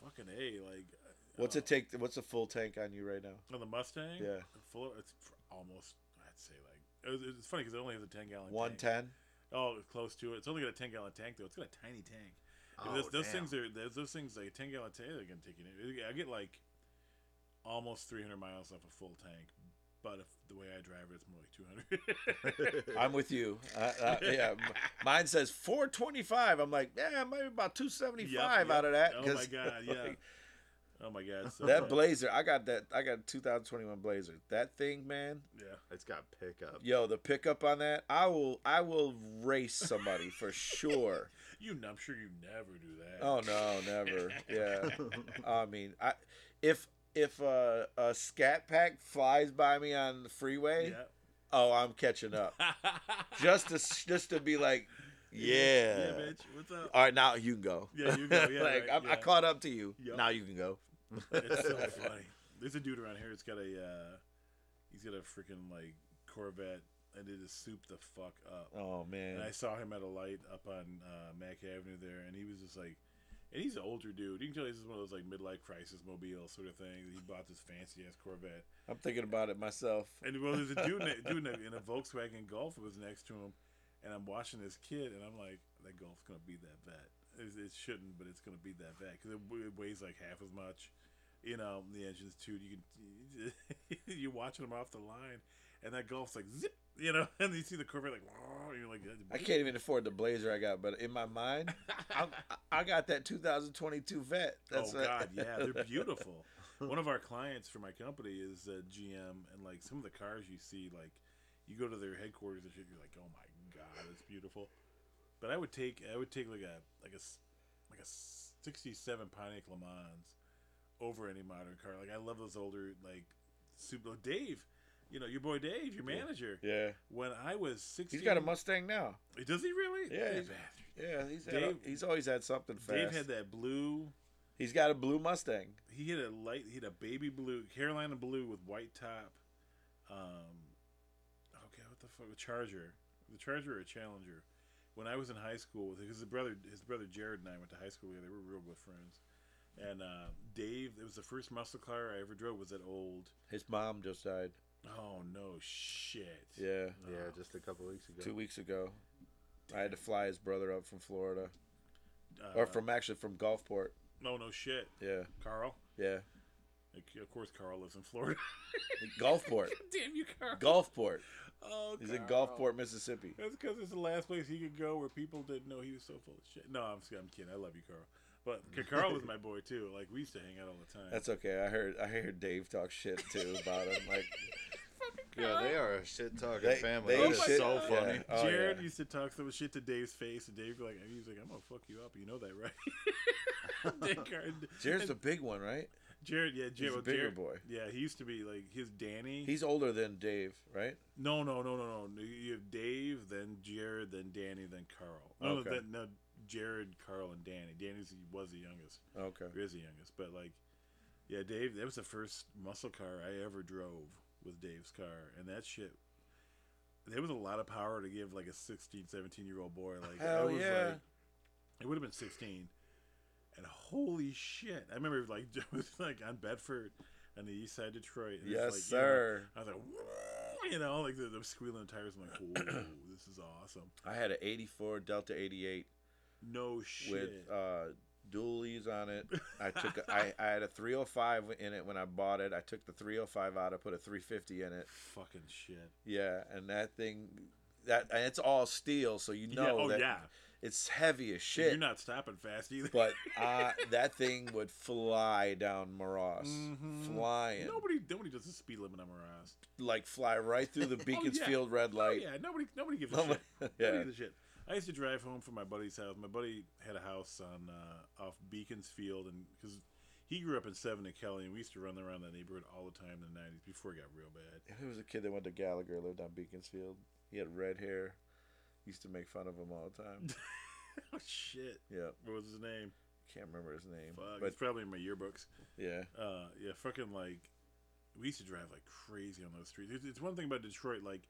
[SPEAKER 2] fucking a like. uh,
[SPEAKER 4] What's
[SPEAKER 2] uh,
[SPEAKER 4] it take? What's a full tank on you right now?
[SPEAKER 2] on the Mustang?
[SPEAKER 4] Yeah.
[SPEAKER 2] full. It's fr- almost. I'd say like it was- it's funny because it only has a ten gallon.
[SPEAKER 4] One
[SPEAKER 2] tank.
[SPEAKER 4] ten.
[SPEAKER 2] Oh, it's close to it. It's only got a ten gallon tank though. It's got a tiny tank.
[SPEAKER 3] Oh,
[SPEAKER 2] those, those
[SPEAKER 3] damn.
[SPEAKER 2] things are those, those things like a ten gallon tank. They're gonna take it. I get like almost three hundred miles off a full tank, but if the way I drive it, it's more like two hundred.
[SPEAKER 4] I'm with you. Uh, uh, yeah, m- mine says four twenty five. I'm like, yeah, maybe about two seventy five out of that.
[SPEAKER 2] Oh my
[SPEAKER 4] 'cause,
[SPEAKER 2] god! Yeah.
[SPEAKER 4] like,
[SPEAKER 2] oh my god! So
[SPEAKER 4] that Blazer, I got that. I got a 2021 Blazer. That thing, man.
[SPEAKER 2] Yeah.
[SPEAKER 3] It's got pickup.
[SPEAKER 4] Yo, the pickup on that, I will, I will race somebody for sure.
[SPEAKER 2] You. I'm sure you never do that.
[SPEAKER 4] Oh no, never. Yeah. I mean, I if if a, a scat pack flies by me on the freeway,
[SPEAKER 2] Yeah.
[SPEAKER 4] oh, I'm catching up. just to s- just to be like, yeah.
[SPEAKER 2] Yeah, bitch. What's up?
[SPEAKER 4] All right, now you can go.
[SPEAKER 2] Yeah, you go. Yeah,
[SPEAKER 4] like
[SPEAKER 2] right,
[SPEAKER 4] I'm, I
[SPEAKER 2] yeah.
[SPEAKER 4] caught up to you.
[SPEAKER 2] Yup.
[SPEAKER 4] Now you can go.
[SPEAKER 2] It's so funny. There's a dude around here. It's got a. Uh, he's got a freaking like Corvette, and it is souped the fuck up.
[SPEAKER 4] Oh man.
[SPEAKER 2] And I saw him at a light up on uh, Mack Avenue there, and he was just like, and he's an older dude. You can tell he's just one of those like midlife crisis mobile sort of thing. He bought this fancy ass Corvette,
[SPEAKER 4] I'm thinking about it myself.
[SPEAKER 2] and well, there's a dude, ne- dude in a, in a Volkswagen Golf was next to him, and I'm watching this kid, and I'm like, that Golf's gonna beat that vet. It, it shouldn't, but it's gonna beat that vet because it, w- it weighs like half as much. You know, the engine's too. You can you're watching him off the line, and that Golf's like zip. You know, and you see the Corvette like, and you're like,
[SPEAKER 4] I can't even afford the blazer I got, but in my mind, I'm, I got that 2022 vet. That's
[SPEAKER 2] oh
[SPEAKER 4] it.
[SPEAKER 2] God, yeah, they're beautiful. One of our clients for my company is uh, GM, and like some of the cars you see, like you go to their headquarters and shit, you're like, oh my God, it's beautiful. But I would take, I would take like a like a s- like a '67 Pontiac Le Mans over any modern car. Like I love those older like super Dave. you know, your boy Dave, your manager.
[SPEAKER 4] Yeah.
[SPEAKER 2] When I was 16.
[SPEAKER 4] He's got a Mustang now.
[SPEAKER 2] Does he really?
[SPEAKER 4] Yeah.
[SPEAKER 2] You bastard.
[SPEAKER 4] Yeah, he's had
[SPEAKER 2] Dave-
[SPEAKER 4] a- he's always had something fast.
[SPEAKER 2] Dave had that blue.
[SPEAKER 4] He's got a blue Mustang.
[SPEAKER 2] He had a light. He had a baby blue, Carolina blue with white top. Um, okay, what the fuck? A Charger, the Charger or a Challenger? When I was in high school, because his brother, his brother Jared and I went to high school together. We were real good friends. And uh, Dave, it was the first muscle car I ever drove. Was that old?
[SPEAKER 4] His mom just died.
[SPEAKER 2] Oh no, shit.
[SPEAKER 4] Yeah,
[SPEAKER 3] Yeah,
[SPEAKER 2] Oh.
[SPEAKER 3] just a couple weeks ago.
[SPEAKER 4] two weeks ago. I had to fly his brother up from Florida,
[SPEAKER 2] Uh,
[SPEAKER 3] Uh-huh.
[SPEAKER 4] or from actually from Gulfport.
[SPEAKER 2] no, no shit.
[SPEAKER 4] Yeah,
[SPEAKER 2] Carl.
[SPEAKER 4] yeah,
[SPEAKER 2] Like, Of course, Carl lives in Florida.
[SPEAKER 4] Gulfport,
[SPEAKER 2] Damn you, Carl.
[SPEAKER 4] Gulfport.
[SPEAKER 2] Oh,
[SPEAKER 4] He's in
[SPEAKER 2] Carl.
[SPEAKER 4] Gulfport, Mississippi.
[SPEAKER 2] That's because it's the last place he could go where people didn't know he was so full of shit. No, I'm, I'm kidding. I love you, Carl. But K- Carl was my boy too. Like we used to hang out all the time.
[SPEAKER 4] That's okay. I heard I heard Dave talk shit too about him. Like
[SPEAKER 3] Yeah, they are a shit talking
[SPEAKER 4] They-
[SPEAKER 3] family.
[SPEAKER 4] they
[SPEAKER 3] That is
[SPEAKER 2] shit-
[SPEAKER 3] so
[SPEAKER 2] yeah.
[SPEAKER 3] funny.
[SPEAKER 4] oh,
[SPEAKER 2] Jared
[SPEAKER 4] yeah.
[SPEAKER 2] used to talk so much shit to Dave's face, and Dave like he was like, "I'm gonna fuck you up," you know that, right? Dick Jared,
[SPEAKER 4] Jared's the big one, right?
[SPEAKER 2] Jared, yeah, Jared,
[SPEAKER 4] a
[SPEAKER 2] well,
[SPEAKER 4] bigger
[SPEAKER 2] Jared-
[SPEAKER 4] boy.
[SPEAKER 2] Yeah, he used to be like his Danny.
[SPEAKER 4] He's older than Dave, right?
[SPEAKER 2] no, no, no, no, no. You have Dave, then Jared, then Danny, then Carl. No,
[SPEAKER 4] Okay.
[SPEAKER 2] no, then, no, Jared, Carl, and Danny. Danny's was the youngest.
[SPEAKER 4] Okay.
[SPEAKER 2] He is the youngest, but like, yeah, Dave. That was the first muscle car I ever drove with Dave's car, and that shit. There was a lot of power to give like a 16, 17 year old boy. Like, I
[SPEAKER 4] Hell
[SPEAKER 2] was
[SPEAKER 4] yeah.
[SPEAKER 2] like, it would have been sixteen, and holy shit! I remember like I was like on Bedford, on the east side of Detroit. and it's
[SPEAKER 4] Yes,
[SPEAKER 2] like, you know,
[SPEAKER 4] sir.
[SPEAKER 2] I was like, "Whoa," you know, like the, the squealing tires. I'm like, whoa, this is awesome.
[SPEAKER 4] I had an '84 Delta '88
[SPEAKER 2] No shit.
[SPEAKER 4] with uh, dual E's on it. I took a, I, I had a 305 in it when I bought it. I took the 305 out. I put a 350 in it.
[SPEAKER 2] Fucking shit.
[SPEAKER 4] Yeah, and that thing, that and it's all steel, so you know
[SPEAKER 2] yeah. Oh
[SPEAKER 4] that
[SPEAKER 2] yeah.
[SPEAKER 4] it's heavy as
[SPEAKER 2] You're
[SPEAKER 4] shit.
[SPEAKER 2] not stopping fast either.
[SPEAKER 4] but uh, that thing would fly down Moross,
[SPEAKER 2] Mhm.
[SPEAKER 4] flying
[SPEAKER 2] Nobody, nobody does the speed limit on Maras.
[SPEAKER 4] like fly right through the Beaconsfield
[SPEAKER 2] yeah.
[SPEAKER 4] red
[SPEAKER 2] Oh,
[SPEAKER 4] light.
[SPEAKER 2] yeah, nobody, nobody gives a
[SPEAKER 4] Nobody-
[SPEAKER 2] shit.
[SPEAKER 4] yeah.
[SPEAKER 2] Nobody gives a shit. I used to drive home from my buddy's house. My buddy had a house on uh, off Beaconsfield, and because he grew up in Seven and Kelly, and we used to run around that neighborhood all the time in the '90s before it got real bad.
[SPEAKER 4] There was a kid that went to Gallagher, lived on Beaconsfield. He had red hair. Used to make fun of him all the time.
[SPEAKER 2] Oh shit!
[SPEAKER 4] yeah,
[SPEAKER 2] What was his name?
[SPEAKER 4] can't remember his name,
[SPEAKER 2] Fuck,
[SPEAKER 4] but
[SPEAKER 2] it's probably in my yearbooks.
[SPEAKER 4] yeah.
[SPEAKER 2] Uh, yeah, fucking like we used to drive like crazy on those streets. It's, it's one thing about Detroit, like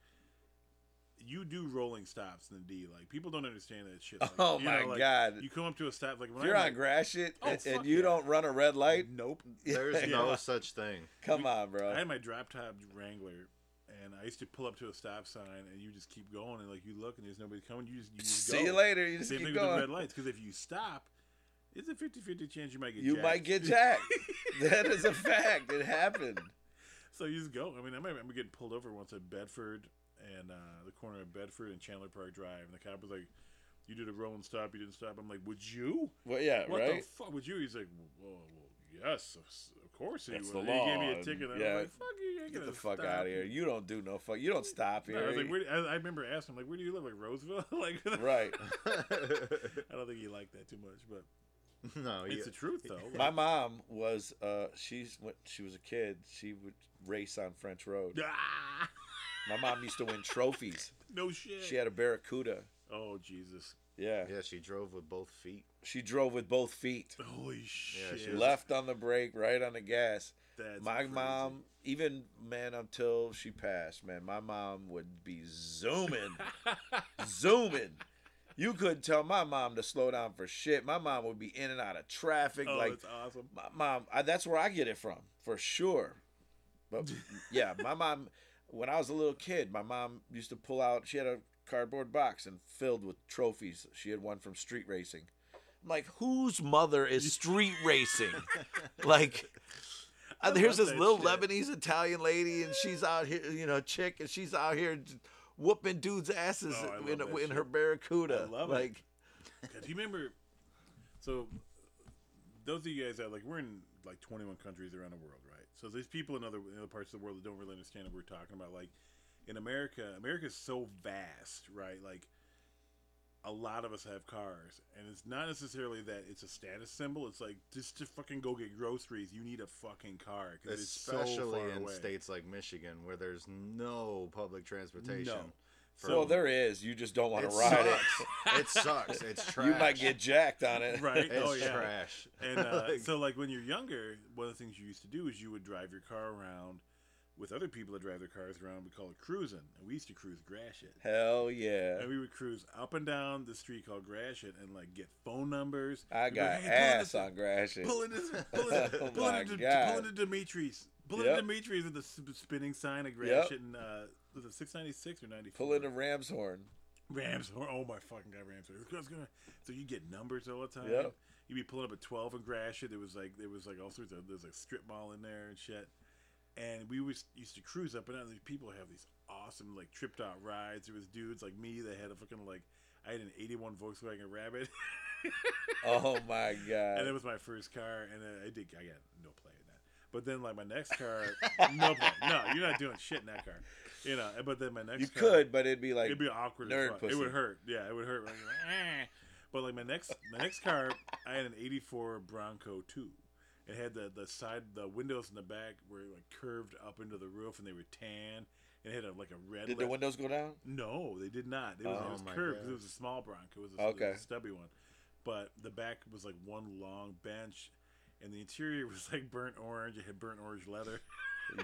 [SPEAKER 2] you do rolling stops in the D. Like people don't understand that shit. Like,
[SPEAKER 4] Oh
[SPEAKER 2] you
[SPEAKER 4] my
[SPEAKER 2] like,
[SPEAKER 4] God.
[SPEAKER 2] You come up to a stop, like when
[SPEAKER 4] If you're
[SPEAKER 2] I'm
[SPEAKER 4] on Gratiot
[SPEAKER 2] Oh,
[SPEAKER 4] and,
[SPEAKER 2] fuck
[SPEAKER 4] you
[SPEAKER 2] yeah.
[SPEAKER 4] don't run a red light,
[SPEAKER 2] Nope.
[SPEAKER 3] There's
[SPEAKER 2] Yeah.
[SPEAKER 3] no such thing.
[SPEAKER 4] come on, bro.
[SPEAKER 2] I had my drop top Wrangler, and I used to pull up to a stop sign, and you just keep going, and like you look, and there's nobody coming. You just, you just
[SPEAKER 4] See
[SPEAKER 2] go.
[SPEAKER 4] you later. You just
[SPEAKER 2] Same
[SPEAKER 4] keep
[SPEAKER 2] thing with the red
[SPEAKER 4] going.
[SPEAKER 2] lights, because if you stop, it's a 50-50 chance you might get.
[SPEAKER 4] You
[SPEAKER 2] jacked.
[SPEAKER 4] might get jacked. that is a fact. It happened.
[SPEAKER 2] So you just go. I mean, I remember getting pulled over once at Bedford and uh, the corner of Bedford and Chandler Park Drive, and the cop was like, "You did a rolling stop. You didn't stop." I'm like, "Would you?
[SPEAKER 4] Well, yeah,
[SPEAKER 2] What
[SPEAKER 4] right.
[SPEAKER 2] the fuck would you?" He's like, "Well, well yes, of s- of course he
[SPEAKER 4] That's
[SPEAKER 2] would."
[SPEAKER 4] the
[SPEAKER 2] he
[SPEAKER 4] law,
[SPEAKER 2] gave me a
[SPEAKER 4] and
[SPEAKER 2] ticket. And
[SPEAKER 4] yeah,
[SPEAKER 2] I'm like, "Fuck you! you ain't
[SPEAKER 4] get
[SPEAKER 2] gonna
[SPEAKER 4] the fuck
[SPEAKER 2] stop
[SPEAKER 4] out of
[SPEAKER 2] me."
[SPEAKER 4] here. You don't do no fuck. You don't stop
[SPEAKER 2] No, I
[SPEAKER 4] here.
[SPEAKER 2] was like, where, I, I remember asking him, like, "Where do you live? Like Roseville?" like,
[SPEAKER 4] right.
[SPEAKER 2] I don't think he liked that too much, but
[SPEAKER 3] no,
[SPEAKER 2] it's
[SPEAKER 3] you,
[SPEAKER 2] the truth though.
[SPEAKER 4] My
[SPEAKER 2] Like,
[SPEAKER 4] mom was uh she's when she was a kid, she would race on French Road.
[SPEAKER 2] ah,
[SPEAKER 4] My mom used to win trophies.
[SPEAKER 2] no shit.
[SPEAKER 4] She had a barracuda.
[SPEAKER 2] oh Jesus!
[SPEAKER 4] Yeah.
[SPEAKER 3] yeah, she drove with both feet.
[SPEAKER 4] She drove with both feet.
[SPEAKER 2] Holy shit!
[SPEAKER 3] she
[SPEAKER 4] Left on the brake, right on the gas.
[SPEAKER 2] That's
[SPEAKER 4] my
[SPEAKER 2] crazy.
[SPEAKER 4] mom, even man, until she passed, man, my mom would be zooming, zooming. You couldn't tell my mom to slow down for shit. My mom would be in and out of traffic.
[SPEAKER 2] Oh,
[SPEAKER 4] like
[SPEAKER 2] that's awesome.
[SPEAKER 4] my mom, I, that's where I get it from for sure. But yeah, my mom, when I was a little kid, my mom used to pull out. She had a cardboard box and filled with trophies. She had one from street racing. I'm like, whose mother is street racing? like, uh,
[SPEAKER 2] love
[SPEAKER 4] here's this
[SPEAKER 2] that
[SPEAKER 4] little
[SPEAKER 2] shit.
[SPEAKER 4] Lebanese Italian lady, and she's out here, you know, chick, and she's out here j- whooping dudes' asses
[SPEAKER 2] Oh, I love
[SPEAKER 4] in,
[SPEAKER 2] that
[SPEAKER 4] in
[SPEAKER 2] shit.
[SPEAKER 4] her barracuda.
[SPEAKER 2] I love it.
[SPEAKER 4] like,
[SPEAKER 2] God, do you remember? So, those of you guys that like, we're in like 21 countries around the world, right? So there's people in other in other parts of the world that don't really understand what we're talking about. Like in America, America's so vast, right? Like a lot of us have cars, and it's not necessarily that it's a status symbol. It's like just to fucking go get groceries, you need a fucking car because it's so
[SPEAKER 3] especially
[SPEAKER 2] far
[SPEAKER 3] in
[SPEAKER 2] away.
[SPEAKER 3] states like Michigan where there's no public transportation.
[SPEAKER 2] No.
[SPEAKER 3] for-
[SPEAKER 4] well, there is. You just don't want
[SPEAKER 3] it
[SPEAKER 4] to ride
[SPEAKER 3] sucks. it sucks. It's
[SPEAKER 4] it.
[SPEAKER 3] trash.
[SPEAKER 4] You might get jacked on it.
[SPEAKER 2] right?
[SPEAKER 3] It's
[SPEAKER 2] oh yeah.
[SPEAKER 3] trash.
[SPEAKER 2] And uh,
[SPEAKER 3] Like,
[SPEAKER 2] so, like when you're younger, one of the things you used to do is you would drive your car around with other people that drive their cars around. We call it cruising, and we used to cruise Gratiot.
[SPEAKER 4] Hell yeah.
[SPEAKER 2] And we would cruise up and down the street called Gratiot and like get phone numbers.
[SPEAKER 4] I
[SPEAKER 2] We'd be like, "Hey,
[SPEAKER 4] got
[SPEAKER 2] pull into-
[SPEAKER 4] ass on Gratiot.
[SPEAKER 2] Pull into, pull into,
[SPEAKER 4] Oh
[SPEAKER 2] pull
[SPEAKER 4] my
[SPEAKER 2] into,
[SPEAKER 4] God.
[SPEAKER 2] pull into Dimitri's. Pull
[SPEAKER 4] Yep.
[SPEAKER 2] into Dimitri's with the sp- spinning sign at
[SPEAKER 4] Yep.
[SPEAKER 2] Gratiot and uh, was it 696 or 94?
[SPEAKER 4] Pull into Ram's Horn.
[SPEAKER 2] Rams. Oh oh my fucking god, Rams. Who's gonna- So you get numbers all the time.
[SPEAKER 4] Yep.
[SPEAKER 2] You'd be pulling up at twelve in Gratiot. There was like there was like all sorts of there's like strip mall in there and shit. And we was used to cruise up and down. These people have these awesome like tripped out rides. There was dudes like me that had a fucking like I had an eighty one Volkswagen Rabbit,
[SPEAKER 4] Oh my
[SPEAKER 2] and it
[SPEAKER 4] god.
[SPEAKER 2] was my first car. And uh, I did I got no play in that. But then like my next car, no play. No, you're not doing shit in that car. You know. But then my next
[SPEAKER 4] You
[SPEAKER 2] car,
[SPEAKER 4] could, but it'd be like
[SPEAKER 2] it'd be awkward. as
[SPEAKER 4] nerd
[SPEAKER 2] fuck.
[SPEAKER 4] pussy.
[SPEAKER 2] It would hurt. Yeah, it would hurt. Like, "Ah." but like my next, my next car, I had an '84 Bronco two. It had the the side, the windows in the back were like curved up into the roof, and they were tan. It had a, like a red.
[SPEAKER 4] did the
[SPEAKER 2] lip-
[SPEAKER 4] windows go down?
[SPEAKER 2] no, they did not. It was,
[SPEAKER 4] Oh
[SPEAKER 2] it was
[SPEAKER 3] my
[SPEAKER 2] curved 'cause
[SPEAKER 3] God.
[SPEAKER 2] it was a small Bronco. It was a, it was a
[SPEAKER 4] Okay.
[SPEAKER 2] stubby one, but the back was like one long bench, and the interior was like burnt orange. It had burnt orange leather.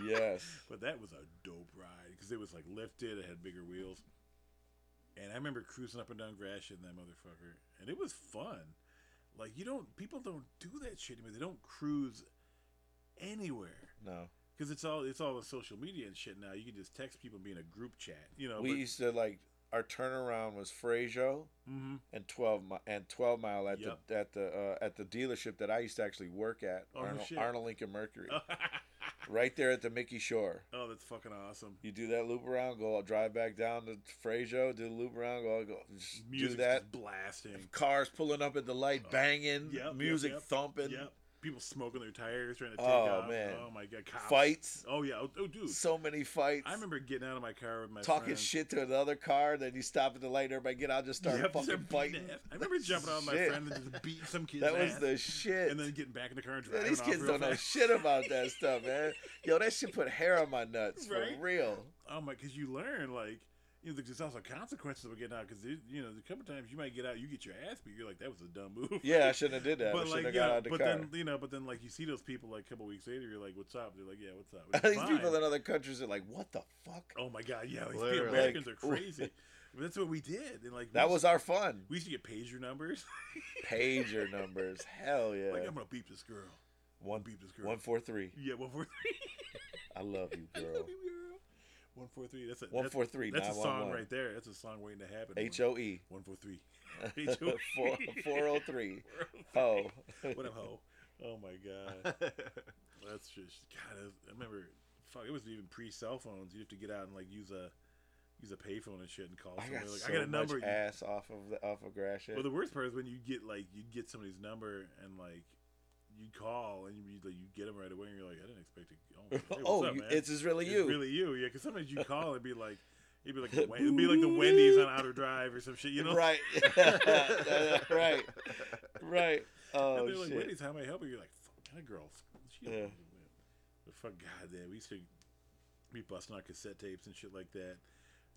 [SPEAKER 4] Yes.
[SPEAKER 2] But that was a dope ride because it was like lifted, it had bigger wheels. And I remember cruising up and down Gratiot in that motherfucker, and it was fun. Like you don't, people don't do that shit anymore. They don't cruise anywhere
[SPEAKER 4] No.
[SPEAKER 2] because it's all it's all the social media and shit now. You can just text people and be in a group chat, you know.
[SPEAKER 4] we
[SPEAKER 2] but-
[SPEAKER 4] used to like our turnaround was Fraser
[SPEAKER 2] Mhm.
[SPEAKER 4] and twelve mi- and twelve mile at
[SPEAKER 2] Yep.
[SPEAKER 4] the at the uh, at the dealership that I used to actually work at
[SPEAKER 2] Oh, no
[SPEAKER 4] Arnold,
[SPEAKER 2] shit.
[SPEAKER 4] Arnold Lincoln Mercury right there at the Mickey Shore.
[SPEAKER 2] oh, that's fucking awesome.
[SPEAKER 4] You do that loop around, go drive back down to Fraser, do the loop around, go, go just do
[SPEAKER 2] Music's
[SPEAKER 4] that.
[SPEAKER 2] just blasting.
[SPEAKER 4] Cars pulling up at the light, banging,
[SPEAKER 2] Oh, yep, yep,
[SPEAKER 4] music
[SPEAKER 2] yep,
[SPEAKER 4] thumping,
[SPEAKER 2] Yep. People smoking their tires, trying to take
[SPEAKER 4] Oh,
[SPEAKER 2] off.
[SPEAKER 4] man.
[SPEAKER 2] Oh my god, cops.
[SPEAKER 4] fights,
[SPEAKER 2] Oh yeah. Oh, oh, dude.
[SPEAKER 4] so many fights.
[SPEAKER 2] I remember getting out of my car with my
[SPEAKER 4] talking
[SPEAKER 2] friends.
[SPEAKER 4] shit to another car, then you stop at the light, everybody get out, just start
[SPEAKER 2] Yep, they're
[SPEAKER 4] fucking
[SPEAKER 2] beating
[SPEAKER 4] fighting.
[SPEAKER 2] ass. I remember jumping on my
[SPEAKER 4] Shit.
[SPEAKER 2] friend and just beating some kid's
[SPEAKER 4] That was
[SPEAKER 2] ass,
[SPEAKER 4] the shit.
[SPEAKER 2] and then getting back in the car and
[SPEAKER 4] Yeah,
[SPEAKER 2] driving
[SPEAKER 4] these
[SPEAKER 2] off
[SPEAKER 4] kids
[SPEAKER 2] real
[SPEAKER 4] don't know
[SPEAKER 2] fast.
[SPEAKER 4] shit about that stuff, man. Yo, that shit put hair on my nuts
[SPEAKER 2] Right?
[SPEAKER 4] for real.
[SPEAKER 2] Oh my, because you learn like you know there's also consequences of getting out because you know a couple times you might get out, you get your ass beat, you're like that was a dumb move.
[SPEAKER 4] Yeah, I shouldn't have did that. I
[SPEAKER 2] But
[SPEAKER 4] shouldn't
[SPEAKER 2] like,
[SPEAKER 4] have got
[SPEAKER 2] yeah,
[SPEAKER 4] out of the
[SPEAKER 2] but
[SPEAKER 4] car.
[SPEAKER 2] then you know, but then like you see those people like a couple weeks later, you're like, "What's up?" They're like, "Yeah, what's up?" It's
[SPEAKER 4] These people
[SPEAKER 2] fine.
[SPEAKER 4] in other countries are like, "What the fuck?"
[SPEAKER 2] oh my god, yeah, these
[SPEAKER 3] Literally.
[SPEAKER 2] people, Americans are
[SPEAKER 4] Like-
[SPEAKER 2] crazy. but that's what we did, and like we
[SPEAKER 4] That
[SPEAKER 2] used-
[SPEAKER 4] was our fun.
[SPEAKER 2] we used to get pager numbers.
[SPEAKER 4] Pager numbers, hell yeah.
[SPEAKER 2] like I'm gonna beep this girl,
[SPEAKER 4] one
[SPEAKER 2] beep this girl.
[SPEAKER 4] one four three.
[SPEAKER 2] yeah, one four three.
[SPEAKER 4] I love you,
[SPEAKER 2] I
[SPEAKER 4] girl.
[SPEAKER 2] love you, girl. One four three. That's a
[SPEAKER 4] One
[SPEAKER 2] that's-
[SPEAKER 4] four three
[SPEAKER 2] That's
[SPEAKER 4] nine
[SPEAKER 2] a song
[SPEAKER 4] one one.
[SPEAKER 2] right there. That's a song waiting to happen.
[SPEAKER 4] H O E.
[SPEAKER 2] One four three. H O E.
[SPEAKER 4] Four oh three.
[SPEAKER 2] Oh.
[SPEAKER 4] Oh.
[SPEAKER 2] What up, ho? Oh my god. That's just God. I- I remember. Fuck. It was even pre cell phones. You have to get out and like use a use a payphone and shit and call
[SPEAKER 4] I
[SPEAKER 2] somebody.
[SPEAKER 4] got
[SPEAKER 2] like
[SPEAKER 4] so
[SPEAKER 2] I got a
[SPEAKER 4] much
[SPEAKER 2] number.
[SPEAKER 4] ass off of the, off of Gratiot.
[SPEAKER 2] well, the worst part is when you get like you get somebody's number and like you call and you like you get them right away and you're like I didn't expect to. Oh, hey, what's
[SPEAKER 4] oh,
[SPEAKER 2] up,
[SPEAKER 4] you,
[SPEAKER 2] man?
[SPEAKER 4] it's is really
[SPEAKER 2] It's
[SPEAKER 4] you.
[SPEAKER 2] really you, yeah. Because sometimes you call and be like, it'd be like, the Wen- it'd be like the Wendy's on Outer Drive or some shit, you know?
[SPEAKER 4] Right. right. Right.
[SPEAKER 2] And
[SPEAKER 4] Oh
[SPEAKER 2] they're like,
[SPEAKER 4] shit.
[SPEAKER 2] Wendy's, how may I help you? You're like, fuck, that girl. fuck, She
[SPEAKER 4] Yeah.
[SPEAKER 2] But fuck God, damn. We used to be busting out cassette tapes and shit like that.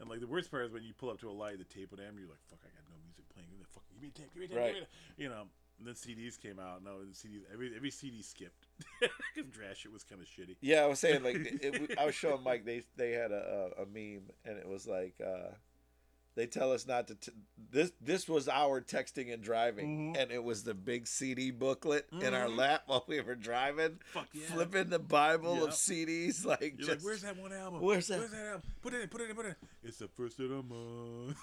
[SPEAKER 2] And like the worst part is when you pull up to a light, the tape would end, you're like, fuck, I got no music playing. Give me the fuck, give me a tape, give me a tape, give me
[SPEAKER 4] Right.
[SPEAKER 2] a tape. You know. And then CDs came out. No, and CDs every every CD skipped because trash shit was kind of shitty.
[SPEAKER 4] Yeah, I was saying like it, it- I was showing Mike they they had a, a a meme and it was like uh they tell us not to t- this this was our texting and driving
[SPEAKER 2] Mm-hmm.
[SPEAKER 4] and it was the big CD booklet in our
[SPEAKER 2] Mhm.
[SPEAKER 4] lap while we were driving
[SPEAKER 2] Fuck yeah.
[SPEAKER 4] flipping the bible
[SPEAKER 2] Yep.
[SPEAKER 4] of CDs like
[SPEAKER 2] You're like,
[SPEAKER 4] just
[SPEAKER 2] where's that one album?
[SPEAKER 4] Where's that-
[SPEAKER 2] Where's that album? Put it in, put it in, put it in. It's the first of the month.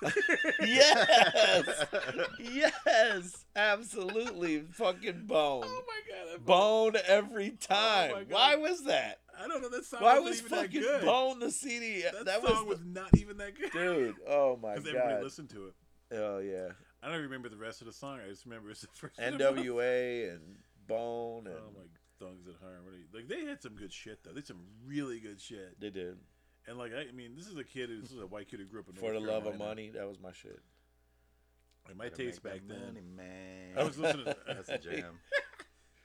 [SPEAKER 4] yes yes absolutely fucking bone
[SPEAKER 2] Oh my god, that
[SPEAKER 4] bone every time
[SPEAKER 2] God.
[SPEAKER 4] why was that
[SPEAKER 2] fucking- I don't know that song.
[SPEAKER 4] Why was
[SPEAKER 2] wasn't even that
[SPEAKER 4] fucking
[SPEAKER 2] good.
[SPEAKER 4] Bone the CD?
[SPEAKER 2] That,
[SPEAKER 4] That, was,
[SPEAKER 2] song was, not even that good.
[SPEAKER 4] the- dude. Oh my
[SPEAKER 2] Because everybody
[SPEAKER 4] god.
[SPEAKER 2] listened to it.
[SPEAKER 4] Oh yeah.
[SPEAKER 2] I don't remember the rest of the song. I just remember it's the first. of the month.
[SPEAKER 4] NWA and Bone and
[SPEAKER 2] Oh my thugs at harmony. Like they had some good shit though. They had some really good shit.
[SPEAKER 4] they did And
[SPEAKER 2] And like I, I mean, this is a kid. who- This is a white kid who grew up in
[SPEAKER 4] for the
[SPEAKER 2] North
[SPEAKER 4] love of
[SPEAKER 2] Carolina.
[SPEAKER 4] money. That was my shit.
[SPEAKER 2] Like my
[SPEAKER 3] Gotta make
[SPEAKER 2] taste back
[SPEAKER 3] that
[SPEAKER 2] then.
[SPEAKER 3] money, man.
[SPEAKER 2] I was listening. To,
[SPEAKER 3] That's a jam.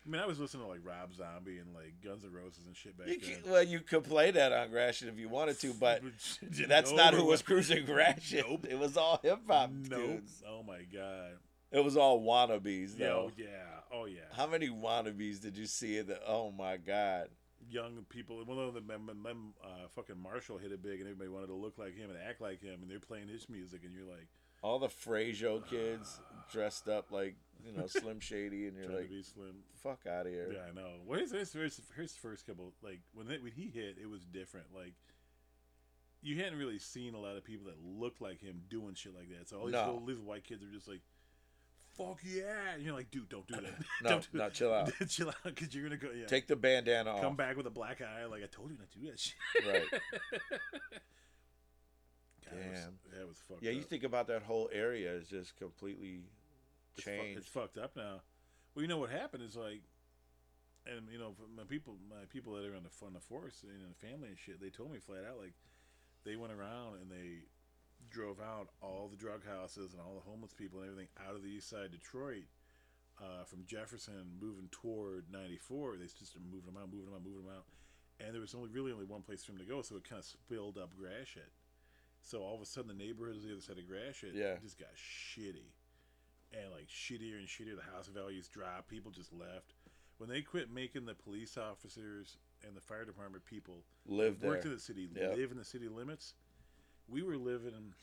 [SPEAKER 2] I mean, I was listening to like Rob Zombie and like Guns N' Roses and shit back
[SPEAKER 4] You
[SPEAKER 2] then.
[SPEAKER 4] can, well, you could play that on Gratiot if you wanted to, but
[SPEAKER 2] Which didn't
[SPEAKER 4] that's not who
[SPEAKER 2] overlap.
[SPEAKER 4] was cruising Gratiot. It was all hip hop
[SPEAKER 2] Nope.
[SPEAKER 4] dudes.
[SPEAKER 2] Oh my god.
[SPEAKER 4] It was all wannabes,
[SPEAKER 2] Yo,
[SPEAKER 4] though.
[SPEAKER 2] yeah. Oh yeah.
[SPEAKER 4] How many wannabes did you see? In the, oh my God.
[SPEAKER 2] Young people. One of them, them, them uh, fucking Marshall hit it big, and everybody wanted to look like him and act like him, and they're playing his music, and you're like
[SPEAKER 4] All the Frasier kids dressed up like, you know, Slim Shady, and you're
[SPEAKER 2] trying
[SPEAKER 4] like,
[SPEAKER 2] to be slim.
[SPEAKER 4] fuck out of here.
[SPEAKER 2] Yeah, I know. What is his his, his first couple like when they, when he hit, it was different. Like you hadn't really seen a lot of people that looked like him doing shit like that. So all these,
[SPEAKER 4] No.
[SPEAKER 2] little, these white kids are just like, "Fuck yeah!" And you're like, "Dude, don't do that.
[SPEAKER 4] No,
[SPEAKER 2] don't do
[SPEAKER 4] no, chill out.
[SPEAKER 2] chill out, because you're gonna go. Yeah,
[SPEAKER 4] Take the bandana
[SPEAKER 2] come
[SPEAKER 4] off.
[SPEAKER 2] back with a black eye. Like I told you not to do that shit.
[SPEAKER 4] Right.
[SPEAKER 2] God, that was-
[SPEAKER 4] Damn.
[SPEAKER 2] that was fucked.
[SPEAKER 4] Yeah,
[SPEAKER 2] up.
[SPEAKER 4] you think about that whole area is just completely
[SPEAKER 2] it's, fu-
[SPEAKER 4] changed.
[SPEAKER 2] it's fucked up now. Well, you know what happened is like, and you know my people, my people that are on the on the force and in the family and shit, they told me flat out like, they went around and they drove out all the drug houses and all the homeless people and everything out of the east side of Detroit. Uh, from Jefferson moving toward 94, they just moved them out, moving them out, moving them out. And there was only really only one place for them to go, so it kind of spilled up Gratiot. So all of a sudden, the neighborhoods on the other side of Gratiot
[SPEAKER 4] Yeah.
[SPEAKER 2] just got shitty. And like shittier and shittier, the house values dropped, people just left. When they quit making the police officers and the fire department people
[SPEAKER 4] Live there.
[SPEAKER 2] work in the city,
[SPEAKER 4] Yep.
[SPEAKER 2] live in the city limits. We were living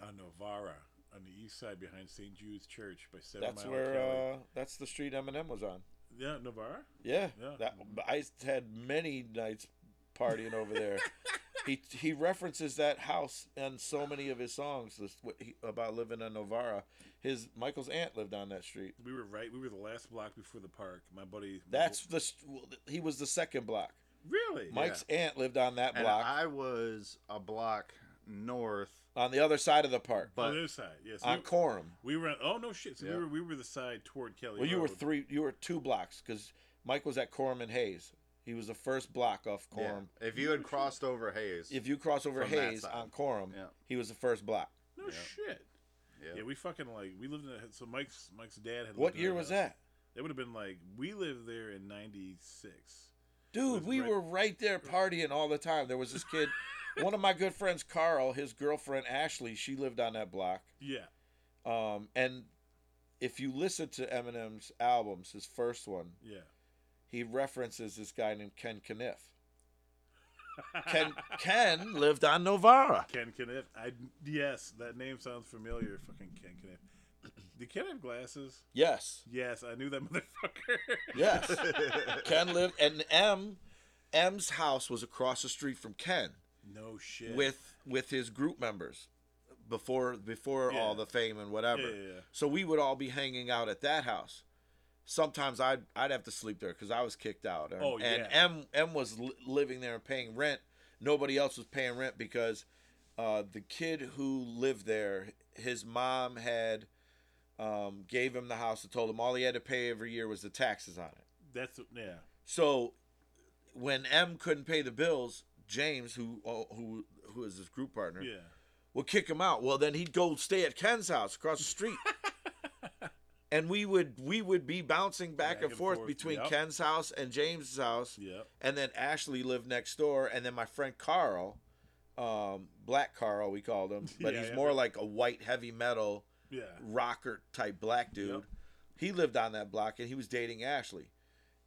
[SPEAKER 2] on Novara on the east side behind St. Jude's Church by Seven
[SPEAKER 4] That's
[SPEAKER 2] Mile
[SPEAKER 4] where
[SPEAKER 2] Alley.
[SPEAKER 4] uh, that's the street Eminem was on.
[SPEAKER 2] yeah, Novara.
[SPEAKER 4] Yeah,
[SPEAKER 2] Yeah.
[SPEAKER 4] that I had many nights partying over there. he he references that house in so many of his songs this, what he, about living in Novara. His Michael's aunt lived on that street.
[SPEAKER 2] We were right. We were the last block before the park. My buddy.
[SPEAKER 4] That's the st- well, he was the second block.
[SPEAKER 2] really
[SPEAKER 4] Mike's aunt lived on that
[SPEAKER 3] And
[SPEAKER 4] block
[SPEAKER 3] I was a block north,
[SPEAKER 4] on the other side of the park
[SPEAKER 2] on
[SPEAKER 3] but
[SPEAKER 2] the other side. Yes,
[SPEAKER 4] on Coram.
[SPEAKER 2] we, were. Oh no shit! So
[SPEAKER 3] Yeah.
[SPEAKER 2] we were we were the side toward Kelly.
[SPEAKER 4] Well, you were
[SPEAKER 2] Road.
[SPEAKER 4] three, you were two blocks because Mike was at Coram and Hayes. He was the first block off
[SPEAKER 3] yeah,
[SPEAKER 4] Coram.
[SPEAKER 3] if you had crossed over Hayes,
[SPEAKER 4] If you cross over
[SPEAKER 3] From that
[SPEAKER 4] Hayes
[SPEAKER 3] side.
[SPEAKER 4] on Coram,
[SPEAKER 3] Yeah.
[SPEAKER 4] he was the first block.
[SPEAKER 2] No
[SPEAKER 3] Yeah.
[SPEAKER 2] shit.
[SPEAKER 3] yeah.
[SPEAKER 2] Yeah, we fucking like we lived in a, so Mike's Mike's dad had. lived
[SPEAKER 4] What
[SPEAKER 2] in
[SPEAKER 4] year
[SPEAKER 2] our
[SPEAKER 4] was
[SPEAKER 2] house.
[SPEAKER 4] that?
[SPEAKER 2] That would have been like we lived there in '96. was
[SPEAKER 4] Dude, we
[SPEAKER 2] right-
[SPEAKER 4] were right there partying all the time. There was this kid, one of my good friends, Carl, his girlfriend Ashley, she lived on that block.
[SPEAKER 2] Yeah,
[SPEAKER 4] Um, and if you listen to Eminem's albums, his first one,
[SPEAKER 2] yeah.
[SPEAKER 4] he references this guy named Ken Kniff. Ken Ken lived on Novara.
[SPEAKER 2] Ken Kniff. I yes, that name sounds familiar. Fucking Ken Kniff. Did Ken have glasses?
[SPEAKER 4] Yes,
[SPEAKER 2] Yes, I knew that motherfucker.
[SPEAKER 4] yes. Ken lived, and M, M's house was across the street from Ken.
[SPEAKER 2] no shit.
[SPEAKER 4] with with his group members before before all
[SPEAKER 2] Yeah.
[SPEAKER 4] the fame and whatever.
[SPEAKER 2] Yeah, yeah, yeah.
[SPEAKER 4] So we would all be hanging out at that house. Sometimes I'd I'd have to sleep there because I was kicked out. And,
[SPEAKER 2] Oh,
[SPEAKER 4] and
[SPEAKER 2] yeah.
[SPEAKER 4] M M was li- living there and paying rent. Nobody else was paying rent because uh, the kid who lived there, his mom had um, gave him the house and told him all he had to pay every year was the taxes on it.
[SPEAKER 2] that's yeah.
[SPEAKER 4] So when M couldn't pay the bills, James, who uh, who who is his group partner,
[SPEAKER 2] Yeah.
[SPEAKER 4] would kick him out. Well, then he'd go stay at Ken's house across the street, and we would we would be bouncing back, and, forth, between
[SPEAKER 2] yep.
[SPEAKER 4] Ken's house and James's house,
[SPEAKER 2] Yep.
[SPEAKER 4] and then Ashley lived next door, and then my friend Carl, um, Black Carl, we called him, but
[SPEAKER 2] Yeah,
[SPEAKER 4] he's
[SPEAKER 2] yeah.
[SPEAKER 4] more like a white heavy metal
[SPEAKER 2] Yeah.
[SPEAKER 4] rocker type black dude.
[SPEAKER 2] Yep.
[SPEAKER 4] He lived on that block and he was dating Ashley.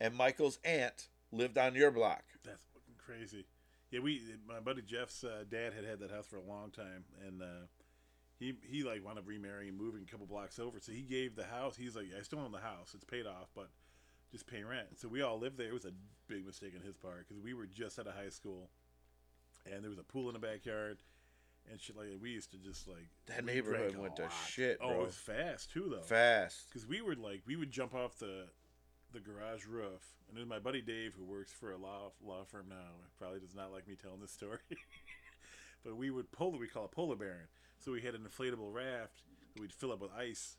[SPEAKER 4] And Michael's aunt lived on your block.
[SPEAKER 2] That's fucking crazy. Yeah, we my buddy Jeff's uh, dad had had that house for a long time, and uh, he he like wound up remarrying, and moving a couple blocks over. So he gave the house. He's like, I still own the house. It's paid off, but just pay rent. So we all lived there. It was a big mistake on his part because we were just out of high school, and there was a pool in the backyard. And shit like that. We used to just like
[SPEAKER 4] That
[SPEAKER 2] we
[SPEAKER 4] neighborhood
[SPEAKER 2] drank a
[SPEAKER 4] went to
[SPEAKER 2] lot.
[SPEAKER 4] shit,
[SPEAKER 2] Oh,
[SPEAKER 4] bro.
[SPEAKER 2] it was fast too, though
[SPEAKER 4] Fast.
[SPEAKER 2] because we would like we would jump off the the garage roof and then my buddy dave who works for a law law firm now probably does not like me telling this story but we would polar we call it polar baron so we had an inflatable raft that we'd fill up with ice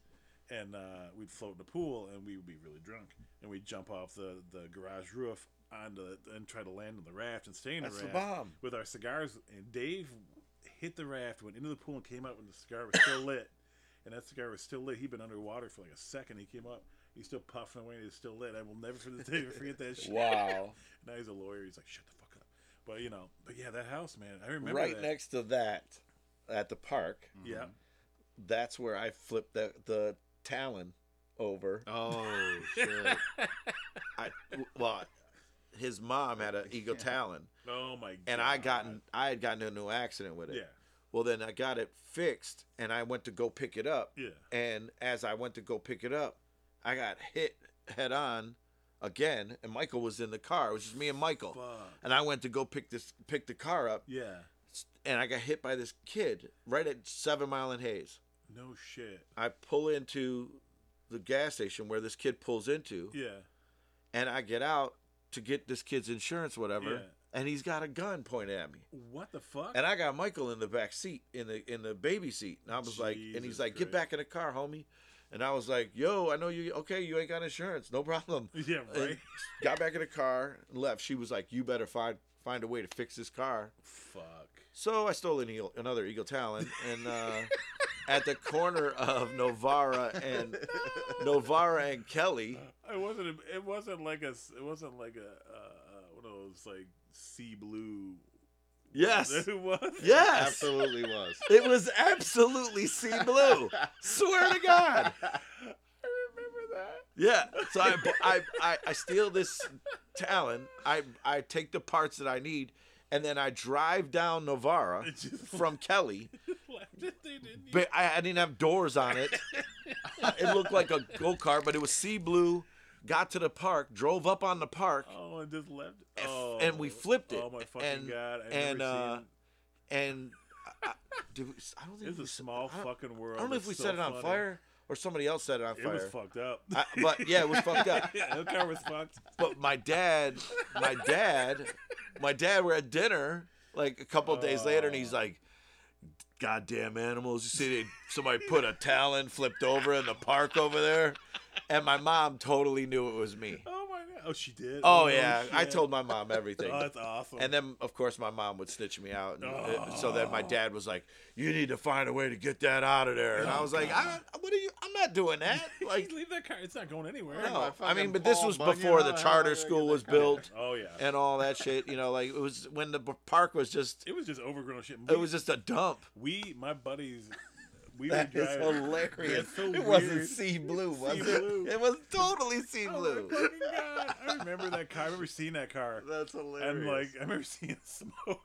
[SPEAKER 2] and uh, we'd float in the pool and we would be really drunk and we'd jump off the, the garage roof onto and try to land on the raft and stay in
[SPEAKER 4] That's
[SPEAKER 2] the
[SPEAKER 4] the
[SPEAKER 2] raft
[SPEAKER 4] bomb.
[SPEAKER 2] with our cigars and dave hit the raft went into the pool and came out when the cigar was still lit and that cigar was still lit. He'd been underwater for like a second. He came up. He's still puffing away, and he's still lit. I will never for the day forget that shit.
[SPEAKER 4] Wow.
[SPEAKER 2] Now he's a lawyer. He's like, shut the fuck up. But you know, but yeah, that house, man. I remember
[SPEAKER 4] right
[SPEAKER 2] that.
[SPEAKER 4] next to that, at the park,
[SPEAKER 3] Mm-hmm.
[SPEAKER 2] Yeah,
[SPEAKER 4] that's where I flipped the the Talon over.
[SPEAKER 3] Oh shit!
[SPEAKER 4] I, well, his mom had an Eagle Talon,
[SPEAKER 2] Oh my god.
[SPEAKER 4] and I gotten I had gotten into an accident with it.
[SPEAKER 2] Yeah.
[SPEAKER 4] Well, then I got it fixed, and I went to go pick it up.
[SPEAKER 2] Yeah.
[SPEAKER 4] And as I went to go pick it up, I got hit head on again, and Michael was in the car. It was just me and Michael.
[SPEAKER 2] Fuck.
[SPEAKER 4] And I went to go pick this pick the car up,
[SPEAKER 2] Yeah.
[SPEAKER 4] and I got hit by this kid right at Seven Mile and Hayes.
[SPEAKER 2] No shit.
[SPEAKER 4] I pull into the gas station where this kid pulls into,
[SPEAKER 2] Yeah.
[SPEAKER 4] and I get out to get this kid's insurance, whatever,
[SPEAKER 2] Yeah.
[SPEAKER 4] and he's got a gun pointed at me.
[SPEAKER 2] What the fuck?
[SPEAKER 4] And I got Michael in the back seat, in the in the baby seat, and I was like, and he's
[SPEAKER 2] Jesus
[SPEAKER 4] like, get
[SPEAKER 2] Christ.
[SPEAKER 4] back in the car, homie. And I was like, yo, I know you. Okay, you ain't got insurance, no problem.
[SPEAKER 2] yeah.
[SPEAKER 4] And
[SPEAKER 2] Right.
[SPEAKER 4] got back in the car and left. She was like, you better find find a way to fix this car.
[SPEAKER 2] fuck.
[SPEAKER 4] So I stole an eagle, another Eagle Talon, and uh, at the corner of Novara and Novara and Kelly,
[SPEAKER 2] It wasn't. It wasn't like a. s- It wasn't like a. Uh, one of those like sea blue.
[SPEAKER 4] yes,
[SPEAKER 2] It was.
[SPEAKER 4] yes,
[SPEAKER 3] Absolutely was.
[SPEAKER 4] it was absolutely sea blue. Swear to God,
[SPEAKER 2] I remember that.
[SPEAKER 4] yeah. So I, bu- I, I, I steal this Talon. I, I take the parts that I need, and then I drive down Novara
[SPEAKER 2] It just
[SPEAKER 4] from Kelly.
[SPEAKER 2] left it. They didn't.
[SPEAKER 4] But I, I didn't have doors on it. it looked like a go kart, but it was sea blue. Got to the park, drove up on the park,
[SPEAKER 2] even- oh, and just left.
[SPEAKER 4] f-
[SPEAKER 2] Oh,
[SPEAKER 4] and we flipped it,
[SPEAKER 2] Oh my fucking
[SPEAKER 4] and-
[SPEAKER 2] god! I've
[SPEAKER 4] and,
[SPEAKER 2] never
[SPEAKER 4] uh,
[SPEAKER 2] seen-
[SPEAKER 4] and I, I, did we, I don't think
[SPEAKER 2] it's a
[SPEAKER 4] we s-
[SPEAKER 2] small
[SPEAKER 4] I don't,
[SPEAKER 2] fucking world.
[SPEAKER 4] I don't know if
[SPEAKER 2] It's
[SPEAKER 4] we
[SPEAKER 2] so
[SPEAKER 4] set it on
[SPEAKER 2] funny.
[SPEAKER 4] fire or somebody else set it on
[SPEAKER 2] It
[SPEAKER 4] fire.
[SPEAKER 2] was fucked up.
[SPEAKER 4] I, but yeah, it was fucked up.
[SPEAKER 2] yeah, the car was fucked.
[SPEAKER 4] But my dad, my dad, my dad were at dinner like a couple of days later, and he's like, "Goddamn animals! You see, they, somebody put a talon flipped over in the park over there." And my mom totally knew it was me.
[SPEAKER 2] Oh my god! Oh, she did.
[SPEAKER 4] Oh
[SPEAKER 2] no
[SPEAKER 4] yeah, I
[SPEAKER 2] shit.
[SPEAKER 4] told my mom everything.
[SPEAKER 2] Oh, that's awesome.
[SPEAKER 4] And then, of course, my mom would snitch me out. And, uh, so then my dad was like, "You need to find a way to get that out of there." And I was like, I don't, "What are you? I'm not doing that." Like,
[SPEAKER 2] leave that car. It's not going anywhere.
[SPEAKER 4] no.
[SPEAKER 3] fucking
[SPEAKER 4] I mean, but this
[SPEAKER 3] Paul
[SPEAKER 4] was
[SPEAKER 3] Bunyan,
[SPEAKER 4] before
[SPEAKER 3] how
[SPEAKER 4] the
[SPEAKER 3] the hell are
[SPEAKER 4] charter
[SPEAKER 3] they gonna
[SPEAKER 4] school
[SPEAKER 3] get
[SPEAKER 4] was
[SPEAKER 3] that out of
[SPEAKER 4] built
[SPEAKER 2] Oh yeah.
[SPEAKER 4] and all that shit. You know, like it was when the b- park was just
[SPEAKER 2] it was just overgrown shit.
[SPEAKER 4] it was just a dump.
[SPEAKER 2] we, my buddies, we
[SPEAKER 4] That
[SPEAKER 2] were
[SPEAKER 4] is
[SPEAKER 2] driving.
[SPEAKER 4] hilarious.
[SPEAKER 2] That's so
[SPEAKER 4] it wasn't
[SPEAKER 2] weird.
[SPEAKER 4] sea blue, was
[SPEAKER 2] Sea
[SPEAKER 4] it?
[SPEAKER 2] blue.
[SPEAKER 4] It was totally sea
[SPEAKER 2] Oh, my
[SPEAKER 4] blue.
[SPEAKER 2] fucking God. I remember that car. I remember seeing that car.
[SPEAKER 3] That's hilarious.
[SPEAKER 2] And like I remember seeing smoke.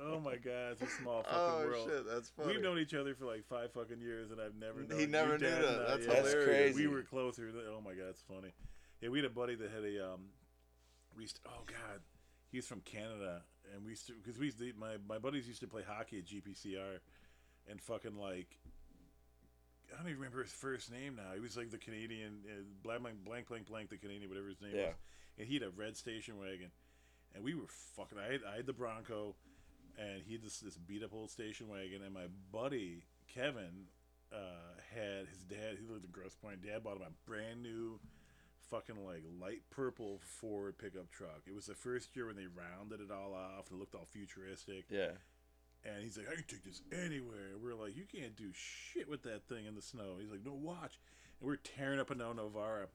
[SPEAKER 2] oh my god, it's a small fucking
[SPEAKER 3] oh
[SPEAKER 2] world.
[SPEAKER 3] shit, that's funny.
[SPEAKER 2] We've known each other for like five fucking years, and I've never
[SPEAKER 3] He
[SPEAKER 2] known.
[SPEAKER 3] never
[SPEAKER 2] your
[SPEAKER 3] knew
[SPEAKER 2] dad
[SPEAKER 3] that.
[SPEAKER 2] and I-
[SPEAKER 3] That's
[SPEAKER 2] yeah.
[SPEAKER 4] That's hilarious.
[SPEAKER 2] We
[SPEAKER 4] crazy.
[SPEAKER 2] were closer. Than, oh my god, it's funny. Yeah, we had a buddy that had a um, we used to, oh god, he's from Canada, and we used to because we used to, my my buddies used to play hockey at GPCR, and fucking like. I don't even remember his first name now. He was like the Canadian, uh, blank, blank, blank, blank, blank, the Canadian, whatever his name
[SPEAKER 4] Yeah.
[SPEAKER 2] was. And he had a red station wagon, and we were fucking. I had, I had the Bronco, and he had this this beat up old station wagon, and my buddy Kevin uh, had his dad. He lived in Gross Point. Dad bought him a brand new, fucking like light purple Ford pickup truck. It was the first year when they rounded it all off and it looked all futuristic.
[SPEAKER 4] Yeah.
[SPEAKER 2] And he's like, I can take this anywhere. And we're like, you can't do shit with that thing in the snow. He's like, no, watch. And we're tearing up a no Novara.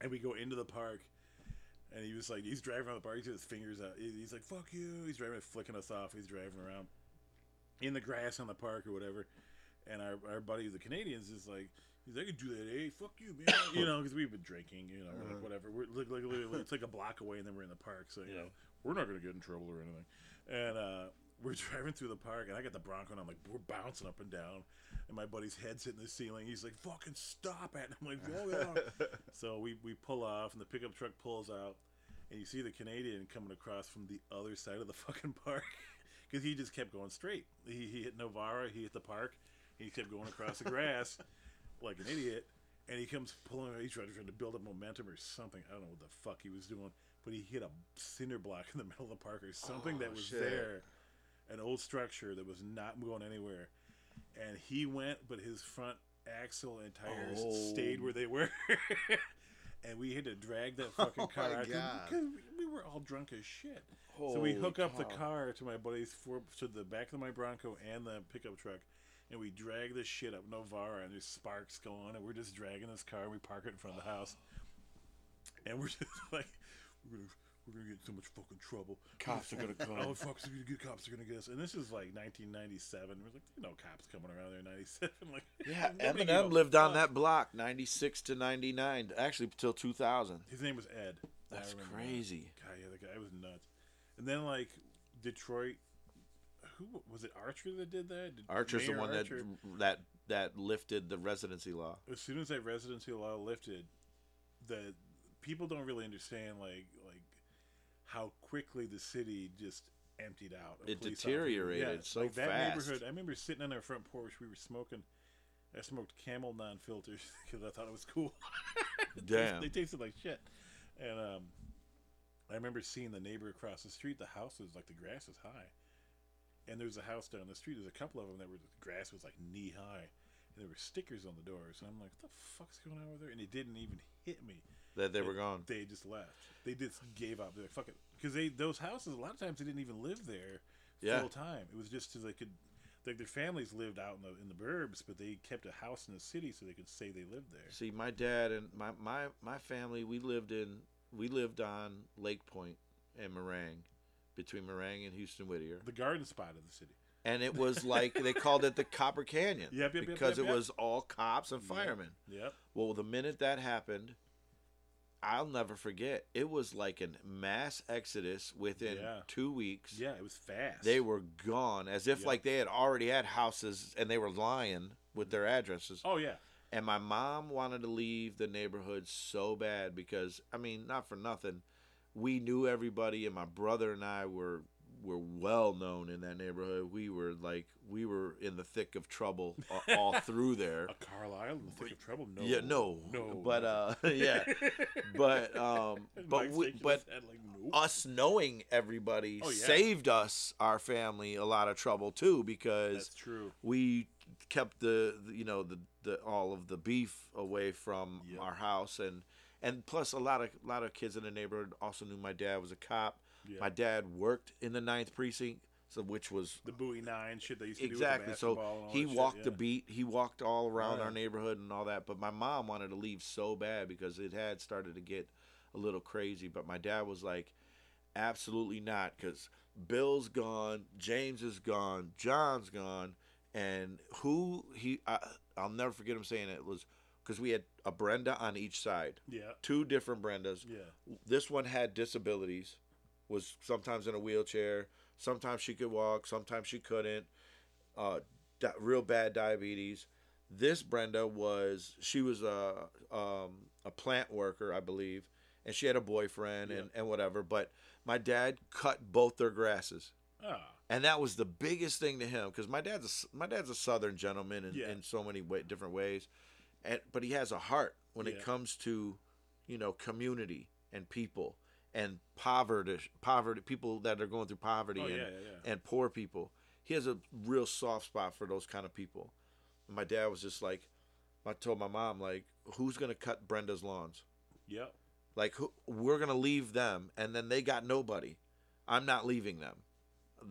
[SPEAKER 2] And we go into the park. And he was like, he's driving around the park. He's got his fingers out. He- He's like, fuck you. He's driving, flicking us off. He's driving around in the grass on the park or whatever. And our, our buddy, the Canadians, is like, he's like, I can do that, eh? Fuck you, man. you know, because we've been drinking, you know, we're like, whatever. We're like, like, literally, it's like a block away, and then we're in the park. So, you know, we're not going to get in trouble or anything. And uh, we're driving through the park, and I got the Bronco, and I'm like, we're bouncing up and down. And my buddy's head's hitting the ceiling. He's like, fucking stop it. And I'm like, whoa, yeah. so we, we pull off, and the pickup truck pulls out, and you see the Canadian coming across from the other side of the fucking park. Because he just kept going straight. He, he hit Novara, he hit the park, he kept going across the grass like an idiot, and he comes pulling. He's trying, trying to build up momentum or something. I don't know what the fuck he was doing, but he hit a cinder block in the middle of the park or something that was
[SPEAKER 3] shit.
[SPEAKER 2] there, an old structure that was not going anywhere, and he went, but his front axle and tires stayed where they were. And we had to drag that fucking
[SPEAKER 3] Oh
[SPEAKER 2] car
[SPEAKER 3] my
[SPEAKER 2] out 'cause-
[SPEAKER 3] God.
[SPEAKER 2] because we were all drunk as shit. so we
[SPEAKER 4] Holy
[SPEAKER 2] hook up the
[SPEAKER 4] cow.
[SPEAKER 2] car to my buddy's four, to the back of my Bronco and the pickup truck, and we drag this shit up Novara, and there's sparks going, and we're just dragging this car, and we park it in front of the house, and we're just like, we're gonna, we're gonna get in so much fucking trouble.
[SPEAKER 4] Cops are gonna come.
[SPEAKER 2] Oh fuck, are gonna get cops are gonna get us, and this is like 1997. We're like, you know, cops coming around there in '97. Like,
[SPEAKER 4] Yeah,
[SPEAKER 2] nobody gave a
[SPEAKER 4] Eminem lived on
[SPEAKER 2] fuck.
[SPEAKER 4] that block, ninety six to ninety nine, actually till two thousand.
[SPEAKER 2] His name was Ed. I
[SPEAKER 4] That's
[SPEAKER 2] remember that.
[SPEAKER 4] crazy.
[SPEAKER 2] God, yeah, the guy was nuts. And then like Detroit, who was it? Archer that did that. Did
[SPEAKER 4] Archer's
[SPEAKER 2] Mayor
[SPEAKER 4] the one
[SPEAKER 2] Archer?
[SPEAKER 4] that that that lifted the residency law.
[SPEAKER 2] As soon as that residency law lifted, the people don't really understand like like how quickly the city just emptied out. of
[SPEAKER 4] It
[SPEAKER 2] police officers.
[SPEAKER 4] deteriorated
[SPEAKER 2] Yeah,
[SPEAKER 4] so
[SPEAKER 2] like, that
[SPEAKER 4] fast.
[SPEAKER 2] neighborhood. I remember sitting on our front porch. We were smoking. I smoked Camel non-filters because I thought it was cool.
[SPEAKER 4] Damn.
[SPEAKER 2] They tasted like shit. And um, I remember seeing the neighbor across the street. The house was like the grass was high, and there was a house down the street. There's a couple of them that were the grass was like knee high, and there were stickers on the doors. And I'm like, what the fuck's going on over there? And it didn't even hit me.
[SPEAKER 4] That they
[SPEAKER 2] It-
[SPEAKER 4] were gone.
[SPEAKER 2] They just left. They just gave up. They're like, fuck it, because they those houses a lot of times they didn't even live there
[SPEAKER 4] Yeah.
[SPEAKER 2] full time. It was just so they could. Like their families lived out in the in the burbs, but they kept a house in the city so they could say they lived there.
[SPEAKER 4] See, my dad and my my my family, we lived in we lived on Lake Point and Meringue, between Meringue and Houston Whittier,
[SPEAKER 2] The garden spot of the city.
[SPEAKER 4] and it was like they called it the Copper Canyon
[SPEAKER 2] Yep, yep, yep,
[SPEAKER 4] because
[SPEAKER 2] yep,
[SPEAKER 4] it
[SPEAKER 2] yep.
[SPEAKER 4] was all cops and firemen.
[SPEAKER 2] Yep.
[SPEAKER 4] Well, the minute that happened, I'll never forget. It was like a mass exodus within
[SPEAKER 2] Yeah.
[SPEAKER 4] two weeks.
[SPEAKER 2] Yeah, it was fast.
[SPEAKER 4] They were gone, as if
[SPEAKER 2] Yeah.
[SPEAKER 4] like they had already had houses and they were lying with their addresses.
[SPEAKER 2] Oh yeah.
[SPEAKER 4] And my mom wanted to leave the neighborhood so bad because I mean, not for nothing, we knew everybody, and my brother and I were were well known in that neighborhood. We were like we were in the thick of trouble a- all through there.
[SPEAKER 2] A Carlisle in the thick of trouble. Oh, No.
[SPEAKER 4] yeah, no,
[SPEAKER 2] No.
[SPEAKER 4] but uh, yeah, but um, but
[SPEAKER 2] Mike's
[SPEAKER 4] we,
[SPEAKER 2] shaking
[SPEAKER 4] but
[SPEAKER 2] his head like, nope.
[SPEAKER 4] us knowing everybody
[SPEAKER 2] Oh, yeah.
[SPEAKER 4] saved us our family a lot of trouble too because
[SPEAKER 2] that's true.
[SPEAKER 4] we kept the, the- you know the, the all of the beef away from
[SPEAKER 2] Yep.
[SPEAKER 4] our house and and plus a lot of a lot of kids in the neighborhood also knew my dad was a cop
[SPEAKER 2] Yeah.
[SPEAKER 4] my dad worked in the ninth precinct so which was
[SPEAKER 2] The Bowie Nine shit they used to
[SPEAKER 4] exactly
[SPEAKER 2] do. with the basketball and
[SPEAKER 4] so
[SPEAKER 2] all
[SPEAKER 4] he
[SPEAKER 2] that shit,
[SPEAKER 4] walked the
[SPEAKER 2] yeah. Oh,
[SPEAKER 4] beat he walked all around
[SPEAKER 2] Yeah.
[SPEAKER 4] our neighborhood and all that but my mom wanted to leave so bad because it had started to get a little crazy but my dad was like absolutely not because bill's gone james is gone john's gone and who he I, i'll never forget him saying it was because we had a brenda on each side
[SPEAKER 2] Yeah.
[SPEAKER 4] two different brendas
[SPEAKER 2] Yeah.
[SPEAKER 4] this one had disabilities was sometimes in a wheelchair sometimes she could walk sometimes she couldn't uh, di- real bad diabetes this brenda was she was a, um, a plant worker i believe and she had a boyfriend and, and whatever but my dad cut both their grasses
[SPEAKER 2] Ah.
[SPEAKER 4] and that was the biggest thing to him because my dad's a, s- my dad's a southern gentleman in,
[SPEAKER 2] Yeah.
[SPEAKER 4] in so many way, different ways and but he has a heart when it
[SPEAKER 2] Yeah.
[SPEAKER 4] comes to you know community and people and poverty poverty people that are going through poverty
[SPEAKER 2] Oh,
[SPEAKER 4] and,
[SPEAKER 2] yeah, yeah, yeah.
[SPEAKER 4] and poor people he has a real soft spot for those kind of people and my dad was just like i told my mom like who's going to cut brenda's lawns
[SPEAKER 2] Yep.
[SPEAKER 4] like who, we're gonna leave them, and then they got nobody. I'm not leaving them.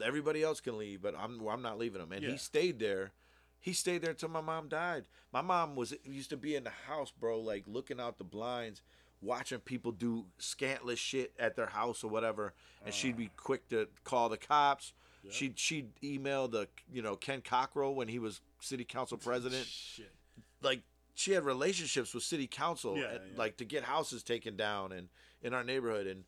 [SPEAKER 4] Everybody else can leave, but I'm I'm not leaving them. And
[SPEAKER 2] Yeah.
[SPEAKER 4] he stayed there. He stayed there till my mom died. My mom was used to be in the house, bro, like looking out the blinds, watching people do scantless shit at their house or whatever, and she'd be quick to call the cops. She'd she'd email the you know Ken Cockrell when he was city council president
[SPEAKER 2] Shit.
[SPEAKER 4] like she had relationships with city council
[SPEAKER 2] Yeah,
[SPEAKER 4] and,
[SPEAKER 2] yeah.
[SPEAKER 4] like to get houses taken down and in our neighborhood and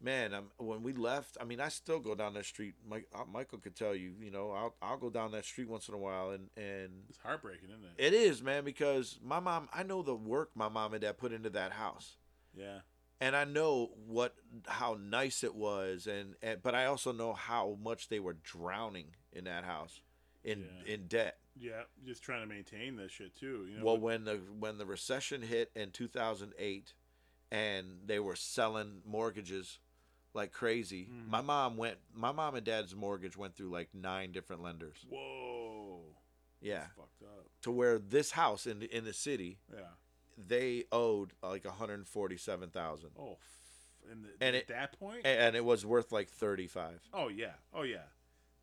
[SPEAKER 4] man i when we left i mean i still go down that street Mike, uh, michael could tell you you know I'll, I'll go down that street once in a while and and
[SPEAKER 2] It's heartbreaking, isn't it?
[SPEAKER 4] it is man because my mom i know the work my mom and dad put into that house
[SPEAKER 2] Yeah.
[SPEAKER 4] and i know what how nice it was and, and but i also know how much they were drowning in that house in
[SPEAKER 2] Yeah.
[SPEAKER 4] in debt
[SPEAKER 2] Yeah. Just trying to maintain that shit too. You know.
[SPEAKER 4] well
[SPEAKER 2] but-
[SPEAKER 4] when the when the recession hit in 2008 and they were selling mortgages like crazy
[SPEAKER 2] Mm-hmm.
[SPEAKER 4] my mom went my mom and dad's mortgage went through like nine different lenders
[SPEAKER 2] Whoa.
[SPEAKER 4] yeah
[SPEAKER 2] That's fucked up.
[SPEAKER 4] to where this house in in the city
[SPEAKER 2] Yeah.
[SPEAKER 4] they owed like 147,000
[SPEAKER 2] Oh. F- and, the, at
[SPEAKER 4] And it-
[SPEAKER 2] that point.
[SPEAKER 4] A- and it was worth like 35
[SPEAKER 2] Oh yeah, oh yeah,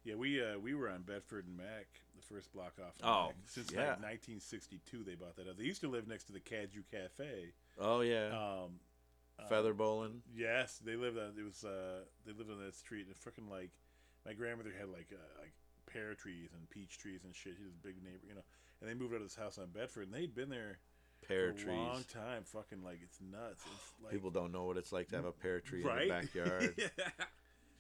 [SPEAKER 2] yeah. We uh, we were on Bedford and Mac the first block off. in
[SPEAKER 5] Oh,
[SPEAKER 2] Mac. since
[SPEAKER 5] yeah.
[SPEAKER 2] like 1962, they bought that up. They used to live next to the Cadu Cafe.
[SPEAKER 5] Oh yeah,
[SPEAKER 2] Um, uh,
[SPEAKER 5] feather bowling.
[SPEAKER 2] Yes, they lived on. It was uh, they lived on that street and freaking like my grandmother had like uh, like pear trees and peach trees and shit. She was a big neighbor, you know. And they moved out of this house on Bedford, and they'd been there
[SPEAKER 5] Pear
[SPEAKER 2] for a
[SPEAKER 5] trees.
[SPEAKER 2] long time. Fucking like it's nuts. It's like
[SPEAKER 5] People don't know what it's like to have a pear tree in
[SPEAKER 2] right
[SPEAKER 5] the backyard.
[SPEAKER 2] yeah.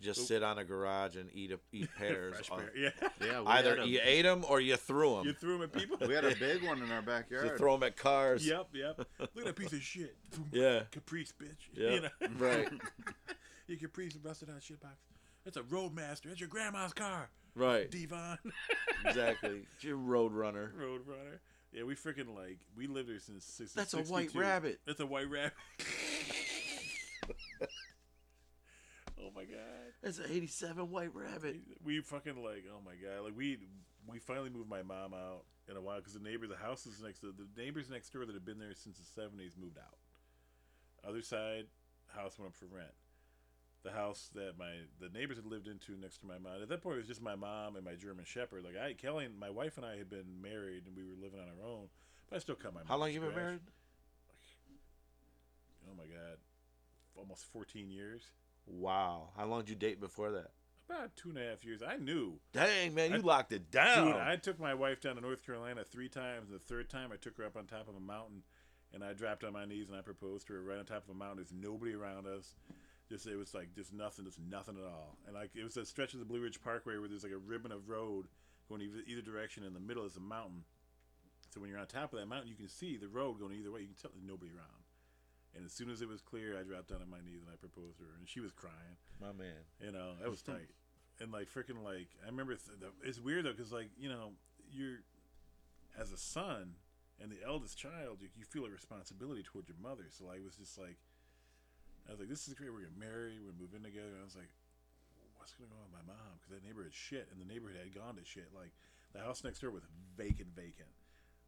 [SPEAKER 5] Just sit on a garage and eat a, eat pears.
[SPEAKER 2] Fresh
[SPEAKER 5] Uh,
[SPEAKER 2] pear. Yeah,
[SPEAKER 6] Yeah, we
[SPEAKER 5] Either
[SPEAKER 6] had a-
[SPEAKER 5] you ate them or you threw
[SPEAKER 2] you
[SPEAKER 5] them.
[SPEAKER 2] threw them at people.
[SPEAKER 3] We had E a big one in our
[SPEAKER 5] You,
[SPEAKER 3] backyard.
[SPEAKER 5] throw them at cars.
[SPEAKER 2] Yep, yep. Look at that piece of shit.
[SPEAKER 5] Yeah.
[SPEAKER 2] Caprice, bitch.
[SPEAKER 5] Yeah.
[SPEAKER 2] You know?
[SPEAKER 5] Right.
[SPEAKER 2] Your Caprice busted out shitbox. It's a Roadmaster. It's your grandma's car.
[SPEAKER 5] Right.
[SPEAKER 2] Devon.
[SPEAKER 5] Exactly. You're a road runner.
[SPEAKER 2] Roadrunner. Yeah, we freaking like we lived there since six.
[SPEAKER 5] That's a
[SPEAKER 2] 62.
[SPEAKER 5] white rabbit.
[SPEAKER 2] That's a white rabbit. oh my god,
[SPEAKER 5] That's an '87 White Rabbit.
[SPEAKER 2] we fucking like oh my god, like we we finally moved my mom out in a while because the neighbor, the houses next to the neighbors next door that had been there since the seventies moved out. Other side house went up for rent. The house that my the neighbors had lived into next to my mom at that point it was just my mom and my German Shepherd. Like I Kelly and my wife and I had been married and we were living on our own, but I still cut my.
[SPEAKER 5] How long
[SPEAKER 2] mom's
[SPEAKER 5] you been
[SPEAKER 2] grass.
[SPEAKER 5] married?
[SPEAKER 2] Oh my god, almost fourteen years.
[SPEAKER 5] Wow. How long did you date before that?
[SPEAKER 2] About two and a half years. I knew.
[SPEAKER 5] Dang man, you
[SPEAKER 2] I-
[SPEAKER 5] locked it down.
[SPEAKER 2] Dude, I took my wife down to North Carolina three times. The third time, I took her up on top of a mountain, and I dropped on my knees and I proposed to her right on top of a mountain. There's nobody around us. Just it was like just nothing, just nothing at all. And like it was a stretch of the Blue Ridge Parkway where there's like a ribbon of road going either, either direction. In the middle is a mountain. So when you're on top of that mountain, you can see the road going either way. You can tell there's nobody around. And as soon as it was clear, I dropped down on my knees and I proposed to her, and she was crying.
[SPEAKER 5] My man.
[SPEAKER 2] You know, that was tight. And like freaking like I remember th- the, it's weird though because like you know you're as a son and the eldest child you, you feel a responsibility toward your mother. So I was just like I was like this is great. We're gonna marry. We're gonna move in together. And I was like, what's gonna go on with my mom? Because that neighborhood shit and the neighborhood had gone to shit. Like the house next door was vacant, vacant.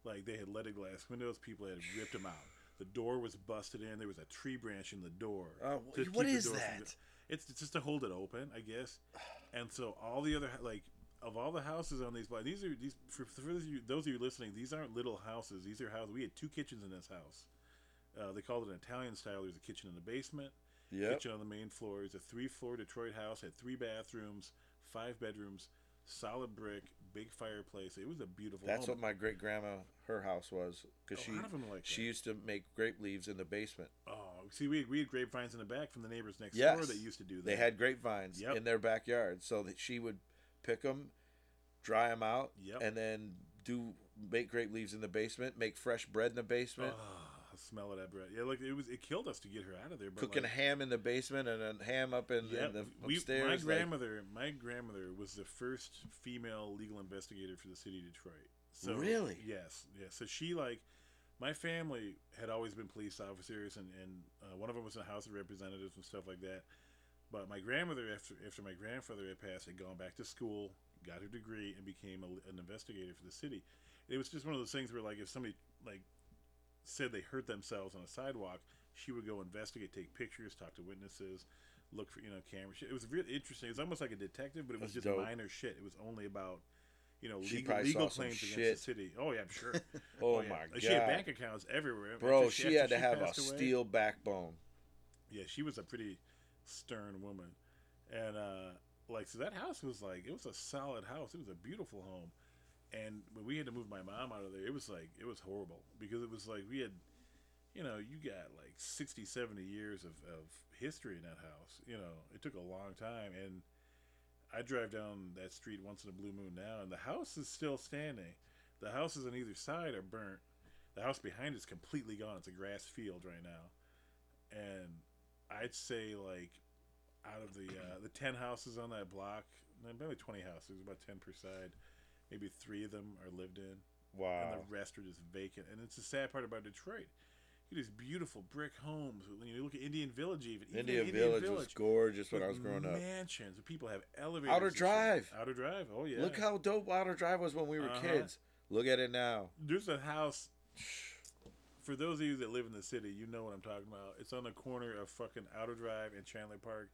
[SPEAKER 2] Like they had leaded glass windows. People had ripped them out. The door was busted in. There was a tree branch in the door.
[SPEAKER 4] Oh, wh-
[SPEAKER 2] to
[SPEAKER 4] what
[SPEAKER 2] keep the
[SPEAKER 4] is
[SPEAKER 2] door from
[SPEAKER 4] that?
[SPEAKER 2] it's it's just to hold it open, I guess. And so all the other like of all the houses on these blocks, these are these for, for those of you those of you listening, these aren't little houses. These are houses. We had two kitchens in this house. Uh, they called it an Italian style. There's a kitchen in the basement,
[SPEAKER 4] Yep.
[SPEAKER 2] kitchen on the main floor. It's a three floor Detroit house. Had three bathrooms, five bedrooms, solid brick, big fireplace. It was a beautiful.
[SPEAKER 4] That's
[SPEAKER 2] home. Oh,
[SPEAKER 4] what my great grandma her house was because
[SPEAKER 2] A
[SPEAKER 4] she
[SPEAKER 2] lot of 'em are like
[SPEAKER 4] she
[SPEAKER 2] that.
[SPEAKER 4] used to make grape leaves in the basement.
[SPEAKER 2] Oh, see, we had, we had grapevines in the back from the neighbors next
[SPEAKER 4] Yes.
[SPEAKER 2] door that used to do that.
[SPEAKER 4] They had grapevines
[SPEAKER 2] Yep.
[SPEAKER 4] in their backyard, so that she would pick them, dry them out,
[SPEAKER 2] Yep.
[SPEAKER 4] and then do make grape leaves in the basement, make fresh bread in the basement,
[SPEAKER 2] Ah, smell of that bread. Yeah, like it was. It killed us to get her out of there. But
[SPEAKER 4] cooking
[SPEAKER 2] like,
[SPEAKER 4] a ham in the basement and a ham up in, in
[SPEAKER 2] Yeah,
[SPEAKER 4] the
[SPEAKER 2] we-
[SPEAKER 4] upstairs.
[SPEAKER 2] my
[SPEAKER 4] like-
[SPEAKER 2] grandmother, my grandmother was the first female legal investigator for the city of Detroit. So
[SPEAKER 4] Really?
[SPEAKER 2] yes, yeah. So she like, my family had always been police officers, and and uh, one of them was in the House of Representatives and stuff like that. But my grandmother, after after my grandfather had passed, had gone back to school, got her degree, and became a, an investigator for the city. It was just one of those things where like if somebody like said they hurt themselves on a sidewalk, she would go investigate, take pictures, talk to witnesses, look for you know camera shit. It was really interesting. It was almost like a detective, but it was
[SPEAKER 4] That's
[SPEAKER 2] just
[SPEAKER 4] dope.
[SPEAKER 2] minor shit. It was only about you know
[SPEAKER 4] She
[SPEAKER 2] legal,
[SPEAKER 4] probably
[SPEAKER 2] legal
[SPEAKER 4] saw some
[SPEAKER 2] claims
[SPEAKER 4] shit.
[SPEAKER 2] against the city. Oh yeah, I'm sure.
[SPEAKER 4] Oh,
[SPEAKER 2] yeah.
[SPEAKER 4] my
[SPEAKER 2] She had
[SPEAKER 4] God.
[SPEAKER 2] bank accounts everywhere.
[SPEAKER 4] Bro,
[SPEAKER 2] After
[SPEAKER 4] she,
[SPEAKER 2] after
[SPEAKER 4] had to have a
[SPEAKER 2] passed away-
[SPEAKER 4] steel backbone.
[SPEAKER 2] yeah, she was a pretty stern woman. And uh like so that house was like it was a solid house. It was a beautiful home. And when we had to move my mom out of there, it was like it was horrible because it was like we had you know, you got like 60, 70 years of, of history in that house. You know, it took a long time. And I drive down that street once in a blue moon now, and the house is still standing. The houses on either side are burnt. The house behind is completely gone. It's a grass field right now. And I'd say like out of the uh, the ten houses on that block, no, maybe twenty houses, about ten per side. Maybe three of them are lived in, and
[SPEAKER 4] Wow.
[SPEAKER 2] the rest are just vacant. And it's the sad part about Detroit. You get these beautiful brick homes. When you look at Indian Village, even even
[SPEAKER 4] Indian Village, was gorgeous when I
[SPEAKER 2] with
[SPEAKER 4] was growing up.
[SPEAKER 2] mansions. where People have elevators.
[SPEAKER 4] Outer
[SPEAKER 2] and shit.
[SPEAKER 4] Drive.
[SPEAKER 2] Outer Drive. Oh yeah.
[SPEAKER 4] Look how dope Outer Drive was when we were
[SPEAKER 2] Uh-huh.
[SPEAKER 4] kids. Look at it now.
[SPEAKER 2] there's a house. For those of you that live in the city, you know what I'm talking about. It's on the corner of fucking Outer Drive and Chandler Park,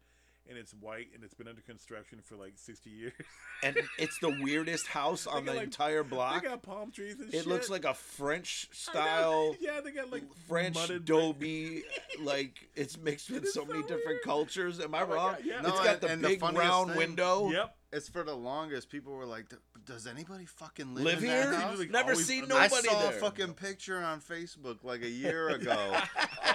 [SPEAKER 2] and it's white and it's been under construction for like 60 years.
[SPEAKER 4] and it's the weirdest house on
[SPEAKER 2] got,
[SPEAKER 4] the
[SPEAKER 2] like-
[SPEAKER 4] entire
[SPEAKER 2] they
[SPEAKER 4] block.
[SPEAKER 2] got palm trees and
[SPEAKER 4] It
[SPEAKER 2] shit.
[SPEAKER 4] looks like a French
[SPEAKER 2] I know.
[SPEAKER 4] style,
[SPEAKER 2] Yeah, they got like
[SPEAKER 4] French
[SPEAKER 2] mudded brick.
[SPEAKER 4] doby. like it's mixed with
[SPEAKER 2] is
[SPEAKER 4] so many
[SPEAKER 2] so
[SPEAKER 4] different
[SPEAKER 2] weird. Oh
[SPEAKER 4] cultures. Am
[SPEAKER 2] my
[SPEAKER 4] I wrong?
[SPEAKER 2] God, yeah.
[SPEAKER 4] it's
[SPEAKER 3] No,
[SPEAKER 4] got
[SPEAKER 3] and-
[SPEAKER 4] the
[SPEAKER 3] and the
[SPEAKER 4] big
[SPEAKER 3] funniest
[SPEAKER 4] round
[SPEAKER 3] thing-
[SPEAKER 4] window.
[SPEAKER 2] Yep.
[SPEAKER 3] It's for the longest. People were like, "Does anybody fucking live,
[SPEAKER 4] Live
[SPEAKER 3] in that
[SPEAKER 4] here?
[SPEAKER 3] house?"
[SPEAKER 2] Like,
[SPEAKER 4] Never
[SPEAKER 2] always
[SPEAKER 4] seen
[SPEAKER 2] under-
[SPEAKER 3] I
[SPEAKER 4] nobody
[SPEAKER 3] saw
[SPEAKER 4] there.
[SPEAKER 3] a fucking picture on Facebook like a year ago.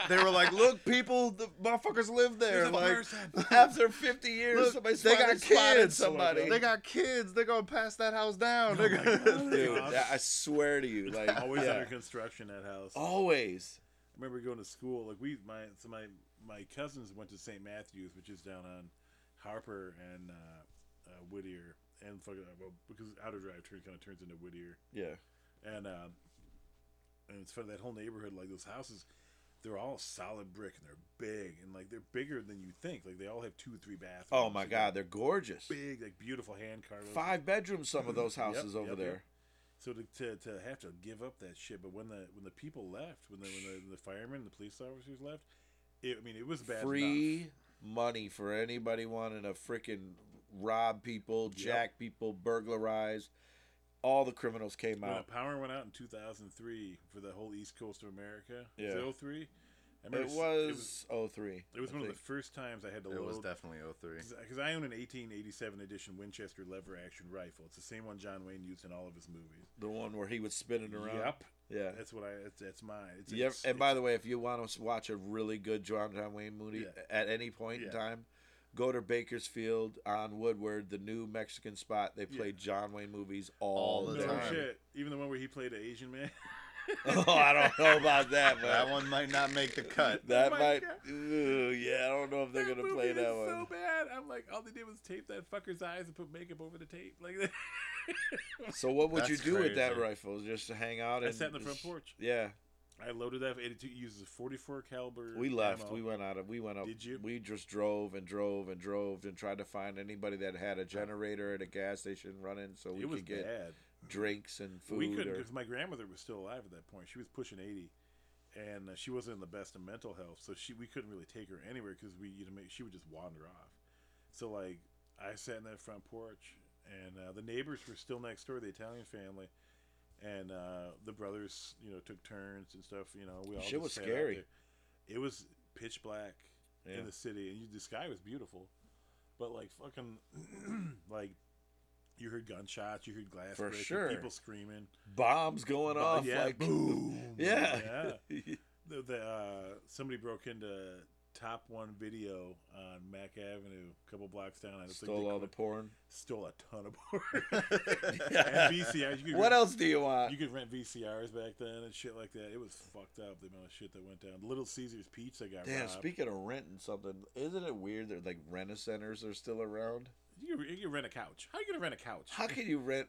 [SPEAKER 3] they were like, "Look, people, the motherfuckers live there."
[SPEAKER 2] There's a
[SPEAKER 3] Like,
[SPEAKER 2] person.
[SPEAKER 4] After 50 years,
[SPEAKER 3] Look,
[SPEAKER 4] somebody's
[SPEAKER 3] they got
[SPEAKER 4] finally spotted
[SPEAKER 3] kids.
[SPEAKER 4] somebody.
[SPEAKER 3] they got kids. They gonna pass that house down.
[SPEAKER 2] Oh
[SPEAKER 3] They
[SPEAKER 2] my
[SPEAKER 3] gonna-
[SPEAKER 2] God.
[SPEAKER 4] Dude,
[SPEAKER 2] Gosh.
[SPEAKER 4] I swear to you, like
[SPEAKER 2] always
[SPEAKER 4] yeah. Oh,
[SPEAKER 2] under construction that house.
[SPEAKER 4] always.
[SPEAKER 2] I remember going to school. Like we, my so my my cousins went to St. Matthews, which is down on Harper and uh, uh, Whittier, and fucking uh, well because Outer Drive turn kind of turns into Whittier,
[SPEAKER 4] Yeah.
[SPEAKER 2] and um, and it's funny that whole neighborhood. Like those houses, they're all solid brick and they're big and like they're bigger than you think. Like they all have two or three bathrooms.
[SPEAKER 4] Oh my
[SPEAKER 2] Like,
[SPEAKER 4] God, they're gorgeous.
[SPEAKER 2] Big, like beautiful hand carved.
[SPEAKER 4] Five bedrooms, some of those
[SPEAKER 2] Yep,
[SPEAKER 4] houses over
[SPEAKER 2] Mm-hmm. yep,
[SPEAKER 4] there.
[SPEAKER 2] yep. So to, to, to have to give up that shit, but when the when the people left, when the when the, the firemen, and the police officers left, it, I mean it was bad.
[SPEAKER 4] free
[SPEAKER 2] enough.
[SPEAKER 4] money for anybody wanting to freaking rob people, jack people, burglarize. All the criminals came
[SPEAKER 2] When the
[SPEAKER 4] out.
[SPEAKER 2] power went out in 2003 for the whole east coast of America, was
[SPEAKER 4] Yeah.
[SPEAKER 2] it 03? I
[SPEAKER 4] It
[SPEAKER 2] s-
[SPEAKER 4] was oh three.
[SPEAKER 2] it was, it was
[SPEAKER 4] I
[SPEAKER 2] one of
[SPEAKER 4] think.
[SPEAKER 2] the first times I had to
[SPEAKER 3] It was
[SPEAKER 2] load
[SPEAKER 3] definitely 03.
[SPEAKER 2] because I own an 1887 edition Winchester lever action rifle. It's the same one John Wayne used in all of his movies.
[SPEAKER 4] the one where he was spinning around.
[SPEAKER 2] Yep,
[SPEAKER 4] Yeah.
[SPEAKER 2] that's what I. That's, that's mine. It's,
[SPEAKER 4] You ever-
[SPEAKER 2] it's-
[SPEAKER 4] and by the way, if you want to s- watch a really good John John Wayne movie
[SPEAKER 2] Yeah.
[SPEAKER 4] at any point in
[SPEAKER 2] Yeah.
[SPEAKER 4] time, go to Bakersfield on Woodward, the new Mexican spot. They play John Wayne movies all,
[SPEAKER 3] All the
[SPEAKER 4] the
[SPEAKER 2] no
[SPEAKER 4] time.
[SPEAKER 2] shit. Even the one where he played an Asian man.
[SPEAKER 4] oh, I don't know about that, but
[SPEAKER 3] That one might not make the cut.
[SPEAKER 4] That
[SPEAKER 2] my
[SPEAKER 4] might.
[SPEAKER 2] God.
[SPEAKER 4] Ooh, yeah, I don't know if they're gonna play
[SPEAKER 2] movie
[SPEAKER 4] that
[SPEAKER 2] is
[SPEAKER 4] one.
[SPEAKER 2] So bad. I'm like, all they did was tape that fucker's eyes and put makeup over the tape. Like, that.
[SPEAKER 4] So what would you
[SPEAKER 3] That's
[SPEAKER 4] do with that
[SPEAKER 3] crazy.
[SPEAKER 4] rifle? Just to hang out
[SPEAKER 2] I
[SPEAKER 4] and
[SPEAKER 2] sat in the front
[SPEAKER 4] just-
[SPEAKER 2] porch.
[SPEAKER 4] Yeah,
[SPEAKER 2] I loaded that. It uses 44 caliber.
[SPEAKER 4] we left.
[SPEAKER 2] ammo.
[SPEAKER 4] We went out of. We went up.
[SPEAKER 2] Did you?
[SPEAKER 4] We just drove and drove and drove and tried to find anybody that had a generator at a gas station running, so we
[SPEAKER 2] It was
[SPEAKER 4] could get
[SPEAKER 2] bad.
[SPEAKER 4] drinks and food.
[SPEAKER 2] we couldn't
[SPEAKER 4] or,
[SPEAKER 2] because my grandmother was still alive at that point. She was pushing 80, and uh, she wasn't in the best of mental health, so she we couldn't really take her anywhere because we you know make, she would just wander off. So like I sat in that front porch, and uh, the neighbors were still next door, the Italian family, and uh, the brothers you know took turns and stuff. You know we all
[SPEAKER 4] Shit
[SPEAKER 2] just
[SPEAKER 4] was
[SPEAKER 2] sat out
[SPEAKER 4] scary.
[SPEAKER 2] there. It was pitch black
[SPEAKER 4] Yeah.
[SPEAKER 2] in the city, and you, the sky was beautiful, but like fucking like. You heard gunshots. You heard glass
[SPEAKER 4] For
[SPEAKER 2] break. you
[SPEAKER 4] sure.
[SPEAKER 2] heard People screaming
[SPEAKER 4] bombs going
[SPEAKER 2] Well,
[SPEAKER 4] off.
[SPEAKER 2] yeah,
[SPEAKER 4] like,
[SPEAKER 2] boom.
[SPEAKER 4] Yeah.
[SPEAKER 2] the, the uh, somebody broke into top one video on Mac Avenue, a couple blocks down. I just think
[SPEAKER 4] Stole
[SPEAKER 2] they
[SPEAKER 4] all the porn.
[SPEAKER 2] stole a ton of porn and VCRs. You could
[SPEAKER 4] What
[SPEAKER 2] rent,
[SPEAKER 4] else do you want?
[SPEAKER 2] You could rent VCRs back then and shit like that. It was fucked up the amount of shit that went down. Little Caesars Pizza got
[SPEAKER 4] Damn.
[SPEAKER 2] robbed.
[SPEAKER 4] Speaking of renting something, isn't it weird that like rent centers are still around?
[SPEAKER 2] you, could, you could rent a couch. How you gonna rent a couch?
[SPEAKER 4] How can you rent?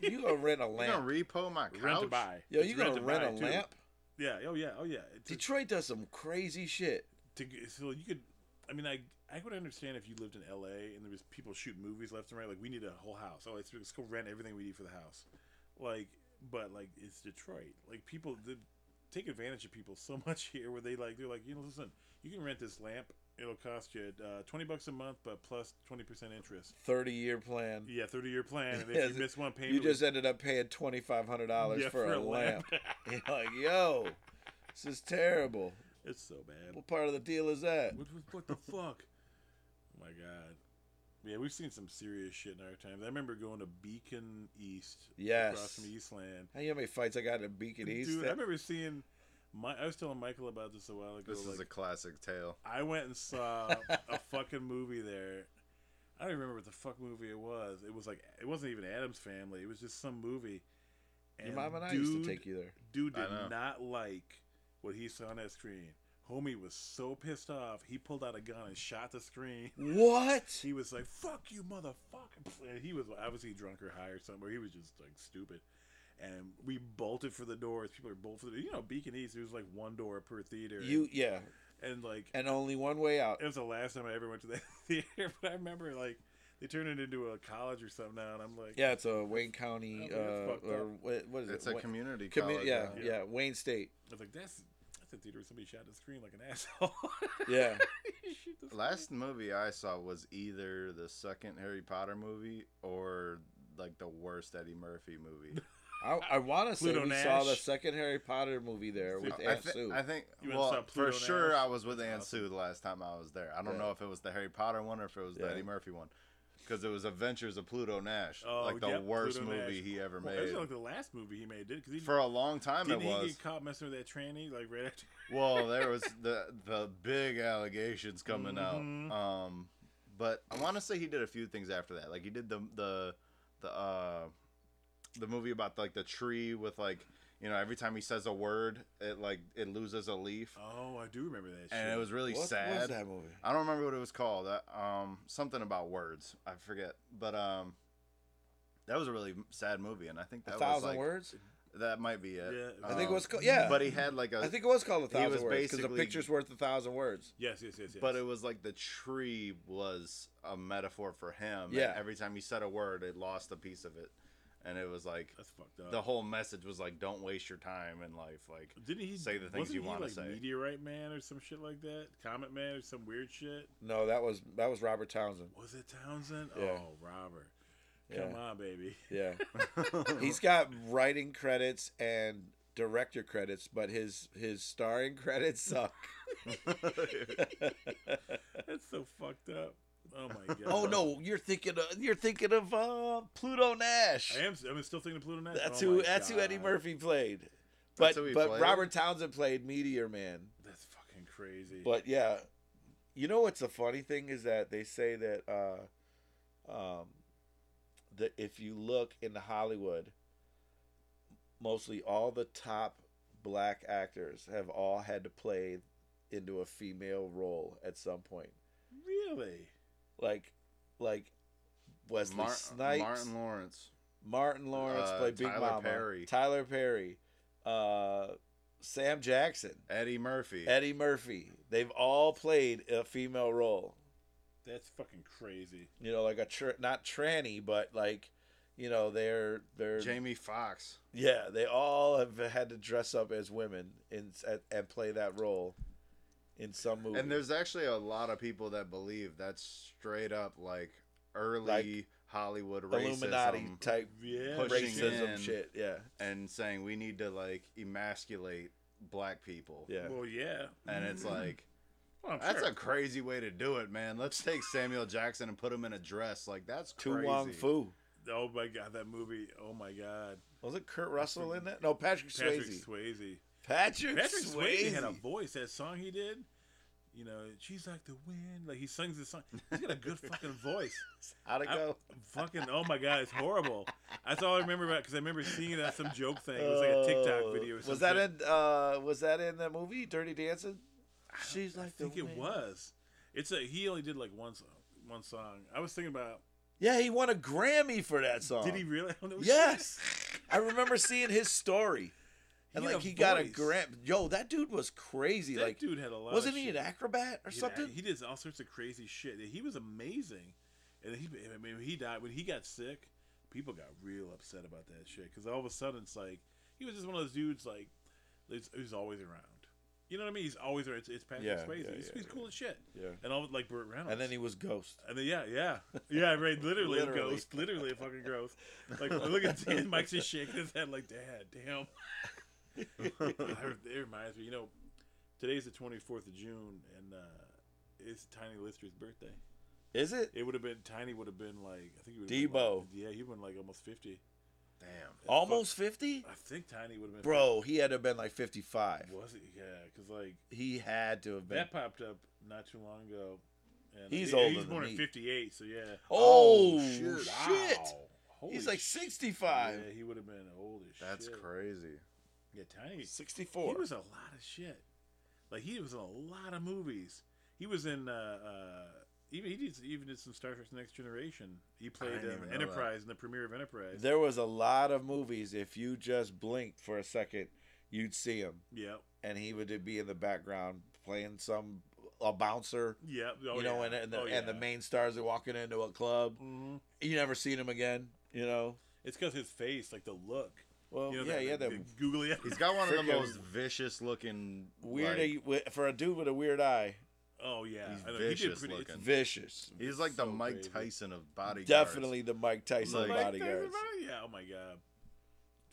[SPEAKER 4] you gonna rent a
[SPEAKER 3] You gonna
[SPEAKER 4] lamp?
[SPEAKER 3] repo my couch?
[SPEAKER 2] Rent to buy.
[SPEAKER 4] Yo,
[SPEAKER 2] It's
[SPEAKER 4] you gonna
[SPEAKER 2] to
[SPEAKER 4] rent a
[SPEAKER 2] buy, too.
[SPEAKER 4] lamp?
[SPEAKER 2] Yeah. Oh yeah. Oh yeah. It's-
[SPEAKER 4] Detroit does some crazy shit.
[SPEAKER 2] to g- so you could I mean I I would understand if you lived in LA and there was people shooting movies left and right like we need a whole house oh let's, let's go rent everything we need for the house like but like it's Detroit like people the, take advantage of people so much here where they like they're like you know listen you can rent this lamp it'll cost you uh, 20 bucks a month but plus 20% interest
[SPEAKER 4] Thirty year plan.
[SPEAKER 2] yeah 30 year plan and
[SPEAKER 4] Yes,
[SPEAKER 2] if you miss one payment
[SPEAKER 4] You
[SPEAKER 2] we-
[SPEAKER 4] just ended up paying twenty five hundred dollars
[SPEAKER 2] Yeah,
[SPEAKER 4] for, a lamp. You're like, yo, this is terrible.
[SPEAKER 2] it's so bad
[SPEAKER 4] What part of the deal is that?
[SPEAKER 2] What, what, what the fuck? Oh my god. Yeah, we've seen some serious shit in our times. I remember going to Beacon East.
[SPEAKER 4] Yes.
[SPEAKER 2] Across from Eastland.
[SPEAKER 4] How you know how many fights I got in Beacon East?
[SPEAKER 2] Dude, I
[SPEAKER 4] That-
[SPEAKER 2] remember seeing. My, I was telling Michael about this a while ago.
[SPEAKER 3] This is
[SPEAKER 2] like,
[SPEAKER 3] a classic tale.
[SPEAKER 2] I went and saw a fucking movie there. I don't even remember what the fuck movie it was. It was like it wasn't even Adam's Family. It was just some movie.
[SPEAKER 4] Your mom and I used to take you there.
[SPEAKER 2] Dude
[SPEAKER 3] I
[SPEAKER 2] did
[SPEAKER 3] know.
[SPEAKER 2] not like what he saw on that screen. Homie was so pissed off. He pulled out a gun and shot the screen.
[SPEAKER 4] What?
[SPEAKER 2] He was like, "Fuck you, motherfucker!" And he was obviously drunk or high or something. Or he was just like stupid. And we bolted for the doors. People are bolted for the. You know, Beacon East. There's like one door per theater.
[SPEAKER 4] You yeah,
[SPEAKER 2] and, like
[SPEAKER 4] and only one way out.
[SPEAKER 2] it was the last time I ever went to that theater. But I remember like they turned it into a college or something now, and I'm like,
[SPEAKER 4] Yeah, it's a Wayne County.
[SPEAKER 2] Oh,
[SPEAKER 4] Uh,
[SPEAKER 2] that's fucked
[SPEAKER 4] or
[SPEAKER 2] up.
[SPEAKER 4] what, what is
[SPEAKER 3] It's
[SPEAKER 4] it?
[SPEAKER 3] a
[SPEAKER 4] Wa-
[SPEAKER 3] community
[SPEAKER 4] commu-
[SPEAKER 3] college.
[SPEAKER 4] yeah,
[SPEAKER 3] now.
[SPEAKER 4] yeah, Wayne State.
[SPEAKER 2] I was like, that's that's the theater where somebody shot the screen like an asshole.
[SPEAKER 4] Yeah.
[SPEAKER 2] He shoot the
[SPEAKER 3] Last movie I saw was either the second Harry Potter movie or like the worst Eddie Murphy movie.
[SPEAKER 4] I, I want to say
[SPEAKER 2] Pluto
[SPEAKER 4] we saw the
[SPEAKER 2] Nash.
[SPEAKER 4] second Harry Potter movie there with
[SPEAKER 3] I,
[SPEAKER 4] Aunt
[SPEAKER 3] thi-
[SPEAKER 4] Sue.
[SPEAKER 3] I think
[SPEAKER 2] You went and saw
[SPEAKER 3] well for
[SPEAKER 2] Pluto
[SPEAKER 3] sure
[SPEAKER 2] Nash.
[SPEAKER 3] I was with
[SPEAKER 2] That's
[SPEAKER 3] Aunt Sue the last time I was there. I don't
[SPEAKER 4] Yeah.
[SPEAKER 3] know if it was the Harry Potter one or if it was
[SPEAKER 4] Yeah.
[SPEAKER 3] the Eddie Murphy one. Because it was Adventures of Pluto Nash,
[SPEAKER 2] Oh,
[SPEAKER 3] like the
[SPEAKER 2] yep,
[SPEAKER 3] worst
[SPEAKER 2] Pluto
[SPEAKER 3] movie
[SPEAKER 2] Nash.
[SPEAKER 3] he ever
[SPEAKER 2] Well,
[SPEAKER 3] made.
[SPEAKER 2] that's like the last movie he made, did? Because he
[SPEAKER 3] for a long time
[SPEAKER 2] didn't
[SPEAKER 3] it was.
[SPEAKER 2] he get caught messing with that tranny like right after.
[SPEAKER 3] well, there was the the big allegations coming
[SPEAKER 2] Mhm.
[SPEAKER 3] out. Um, but I want to say he did a few things after that. Like he did the the the uh, the movie about like the tree with like you know every time he says a word it like it loses a leaf,
[SPEAKER 2] Oh, I do remember that.
[SPEAKER 3] and
[SPEAKER 2] shit.
[SPEAKER 3] it was really
[SPEAKER 4] what was
[SPEAKER 3] sad.
[SPEAKER 4] that movie?
[SPEAKER 3] I don't remember what it was called. Uh, Um, something about words. I forget. But um, that was a really sad movie, and I think that
[SPEAKER 4] A
[SPEAKER 3] was
[SPEAKER 4] thousand
[SPEAKER 3] like
[SPEAKER 4] words.
[SPEAKER 3] that might be it.
[SPEAKER 2] Yeah.
[SPEAKER 4] I think it
[SPEAKER 3] Um,
[SPEAKER 4] was called. Yeah,
[SPEAKER 3] But he had like a.
[SPEAKER 4] I think it was called a
[SPEAKER 3] he was
[SPEAKER 4] thousand words because the
[SPEAKER 3] basically-
[SPEAKER 4] picture's worth a thousand words.
[SPEAKER 2] yes, yes, yes, yes.
[SPEAKER 3] But it was like the tree was a metaphor for him. and
[SPEAKER 4] Yeah.
[SPEAKER 3] every time he said a word, it lost a piece of it, and it was like
[SPEAKER 2] that's fucked up.
[SPEAKER 3] the whole message was like, "Don't waste your time in life." Like,
[SPEAKER 2] Didn't he
[SPEAKER 3] say the things
[SPEAKER 2] wasn't
[SPEAKER 3] you
[SPEAKER 2] he,
[SPEAKER 3] wanna
[SPEAKER 2] like,
[SPEAKER 3] say.
[SPEAKER 2] Meteorite Man or some shit like that. Comet Man or some weird shit.
[SPEAKER 4] No, that was that was Robert Townsend.
[SPEAKER 2] Was it Townsend?
[SPEAKER 4] Yeah.
[SPEAKER 2] Oh, Robert.
[SPEAKER 4] Yeah,
[SPEAKER 2] Come on, baby.
[SPEAKER 4] yeah. He's got writing credits and director credits, but his his starring credits suck.
[SPEAKER 2] That's so fucked up. Oh my god.
[SPEAKER 4] oh no, you're thinking of you're thinking of uh, Pluto Nash.
[SPEAKER 2] I am. I'm still thinking of Pluto Nash.
[SPEAKER 4] That's
[SPEAKER 2] Oh
[SPEAKER 4] who.
[SPEAKER 2] my
[SPEAKER 4] That's who Eddie
[SPEAKER 2] God.
[SPEAKER 4] Murphy played. But
[SPEAKER 3] That's who he
[SPEAKER 4] but
[SPEAKER 3] played?
[SPEAKER 4] Robert Townsend played Meteor Man.
[SPEAKER 2] That's fucking crazy.
[SPEAKER 4] But yeah, you know what's the funny thing is that they say that uh, um, that if you look into Hollywood, mostly all the top black actors have all had to play into a female role at some point.
[SPEAKER 2] really,
[SPEAKER 4] Like like Wesley
[SPEAKER 3] Mar-
[SPEAKER 4] Snipes,
[SPEAKER 3] Martin Lawrence.
[SPEAKER 4] Martin Lawrence
[SPEAKER 3] Uh,
[SPEAKER 4] played Big
[SPEAKER 3] Tyler
[SPEAKER 4] Mama.
[SPEAKER 3] Perry.
[SPEAKER 4] Tyler Perry. Uh, Sam Jackson.
[SPEAKER 3] Eddie Murphy.
[SPEAKER 4] Eddie Murphy. They've all played a female role.
[SPEAKER 2] that's fucking crazy.
[SPEAKER 4] You know, like a tr- not tranny, but like, you know, they're they're
[SPEAKER 3] Jamie Foxx.
[SPEAKER 4] yeah. They all have had to dress up as women and and, and play that role in some movie.
[SPEAKER 3] And there's actually a lot of people that believe that's straight up like early
[SPEAKER 4] Like
[SPEAKER 3] Hollywood racism
[SPEAKER 4] Illuminati type
[SPEAKER 2] Yeah,
[SPEAKER 3] Pushing
[SPEAKER 2] man.
[SPEAKER 4] racism
[SPEAKER 3] in.
[SPEAKER 4] shit. Yeah,
[SPEAKER 3] and saying we need to like emasculate black people.
[SPEAKER 4] yeah.
[SPEAKER 2] Well, yeah, Mm-hmm.
[SPEAKER 3] And it's like
[SPEAKER 2] Well, I'm
[SPEAKER 3] that's
[SPEAKER 2] sure.
[SPEAKER 3] a crazy way to do it, man. Let's take Samuel Jackson and put him in a dress. Like that's
[SPEAKER 4] Tu
[SPEAKER 3] crazy.
[SPEAKER 4] Wong Fu.
[SPEAKER 2] Oh my god, that movie. Oh my god,
[SPEAKER 4] Was it Kurt Russell in that? No, Patrick
[SPEAKER 2] Patrick
[SPEAKER 4] Swayze.
[SPEAKER 2] Swayze.
[SPEAKER 4] Patrick,
[SPEAKER 2] Patrick Swayze.
[SPEAKER 4] Swayze
[SPEAKER 2] had a voice. That song he did, you know, she's like the wind. Like he sings the song. He's got a good fucking voice.
[SPEAKER 4] How'd it
[SPEAKER 2] I-
[SPEAKER 4] go?
[SPEAKER 2] Fucking oh my god, it's horrible. That's all I remember about because I remember seeing that some joke thing. It was like a TikTok video. Or
[SPEAKER 4] Oh, was that
[SPEAKER 2] it?
[SPEAKER 4] in? Uh, was that in the movie Dirty Dancing? She's
[SPEAKER 2] I think it was. It's a he only did like one song. One song. I was thinking about.
[SPEAKER 4] Yeah, he won a Grammy for that song.
[SPEAKER 2] Did he really? I don't know.
[SPEAKER 4] Yes, I remember seeing his story, and
[SPEAKER 2] had
[SPEAKER 4] like
[SPEAKER 2] a
[SPEAKER 4] he got a
[SPEAKER 2] voice.
[SPEAKER 4] Gram. Yo, that dude was crazy.
[SPEAKER 2] That
[SPEAKER 4] like,
[SPEAKER 2] dude had a lot. of
[SPEAKER 4] wasn't he
[SPEAKER 2] shit.
[SPEAKER 4] an acrobat or
[SPEAKER 2] He had-
[SPEAKER 4] something?
[SPEAKER 2] He did all sorts of crazy shit. He was amazing, and he. I mean, he died when he got sick. People got real upset about that shit because all of a sudden it's like he was just one of those dudes like that's- who's always around. You know what I mean? He's always around. It's, it's Patrick
[SPEAKER 4] Yeah,
[SPEAKER 2] Swayze.
[SPEAKER 4] yeah,
[SPEAKER 2] he's,
[SPEAKER 4] yeah,
[SPEAKER 2] he's cool as shit.
[SPEAKER 4] Yeah.
[SPEAKER 2] and all like Burt Reynolds.
[SPEAKER 4] and then he was Ghost.
[SPEAKER 2] And then, yeah, yeah, yeah, right. Literally, a
[SPEAKER 4] Literally.
[SPEAKER 2] ghost. Literally a fucking ghost. Like, look at Dan. Mike's just shaking his head like, Dad, damn. it reminds me, you know, today's the 24th of June, and uh, it's Tiny Lister's birthday.
[SPEAKER 4] Is it?
[SPEAKER 2] It would have been Tiny would have been like I think he would have Been like,
[SPEAKER 4] Debo.
[SPEAKER 2] yeah, he would been like almost 50.
[SPEAKER 3] Damn.
[SPEAKER 4] Almost fifty,
[SPEAKER 2] I think Tiny would have been.
[SPEAKER 4] bro. He had to have been like fifty-five.
[SPEAKER 2] was it? Yeah, because like
[SPEAKER 4] He had to have been.
[SPEAKER 2] that popped up not too long ago. And
[SPEAKER 4] He's
[SPEAKER 2] yeah,
[SPEAKER 4] older
[SPEAKER 2] He's
[SPEAKER 4] than
[SPEAKER 2] born
[SPEAKER 4] me.
[SPEAKER 2] in 58, so yeah.
[SPEAKER 3] Oh,
[SPEAKER 4] Oh, shit!
[SPEAKER 3] shit.
[SPEAKER 2] Holy
[SPEAKER 4] He's like
[SPEAKER 2] shit.
[SPEAKER 4] sixty-five.
[SPEAKER 2] Yeah, he would have been old as
[SPEAKER 3] That's
[SPEAKER 2] shit.
[SPEAKER 3] crazy.
[SPEAKER 2] Yeah, Tiny.
[SPEAKER 4] 64.
[SPEAKER 2] He was a lot of shit. Like he was in a lot of movies. He was in uh, uh even he did even did some Star Trek: Next Generation. He played
[SPEAKER 3] didn't
[SPEAKER 2] um,
[SPEAKER 3] even know that.
[SPEAKER 2] Enterprise in the premiere of Enterprise.
[SPEAKER 4] There was a lot of movies. If you just blinked for a second, you'd see him,
[SPEAKER 2] yep,
[SPEAKER 4] and he would be in the background playing some a bouncer.
[SPEAKER 2] yep. Oh,
[SPEAKER 4] you know,
[SPEAKER 2] yeah.
[SPEAKER 4] and, and the
[SPEAKER 2] Oh,
[SPEAKER 4] and the
[SPEAKER 2] yeah.
[SPEAKER 4] main stars are walking into a club.
[SPEAKER 2] Mhm.
[SPEAKER 4] You never seen him again. You know.
[SPEAKER 2] It's because his face, like the look,
[SPEAKER 4] Well,
[SPEAKER 2] You know,
[SPEAKER 4] yeah,
[SPEAKER 2] that,
[SPEAKER 4] yeah,
[SPEAKER 2] that
[SPEAKER 4] that
[SPEAKER 2] googly.
[SPEAKER 3] He's got one of the
[SPEAKER 4] Freaking-
[SPEAKER 3] most vicious looking
[SPEAKER 4] weird
[SPEAKER 3] like-
[SPEAKER 4] eye- wi- for a dude with a weird eye.
[SPEAKER 2] Oh yeah,
[SPEAKER 3] He's
[SPEAKER 2] I know, he did
[SPEAKER 3] vicious
[SPEAKER 2] pretty- it's-
[SPEAKER 3] looking.
[SPEAKER 4] Vicious,
[SPEAKER 3] he's like the
[SPEAKER 2] so
[SPEAKER 3] Mike
[SPEAKER 2] crazy.
[SPEAKER 3] Tyson of bodyguards.
[SPEAKER 4] definitely the Mike Tyson
[SPEAKER 3] Like-
[SPEAKER 2] Mike Tyson
[SPEAKER 4] bodyguards.
[SPEAKER 2] body- Yeah. Oh my god.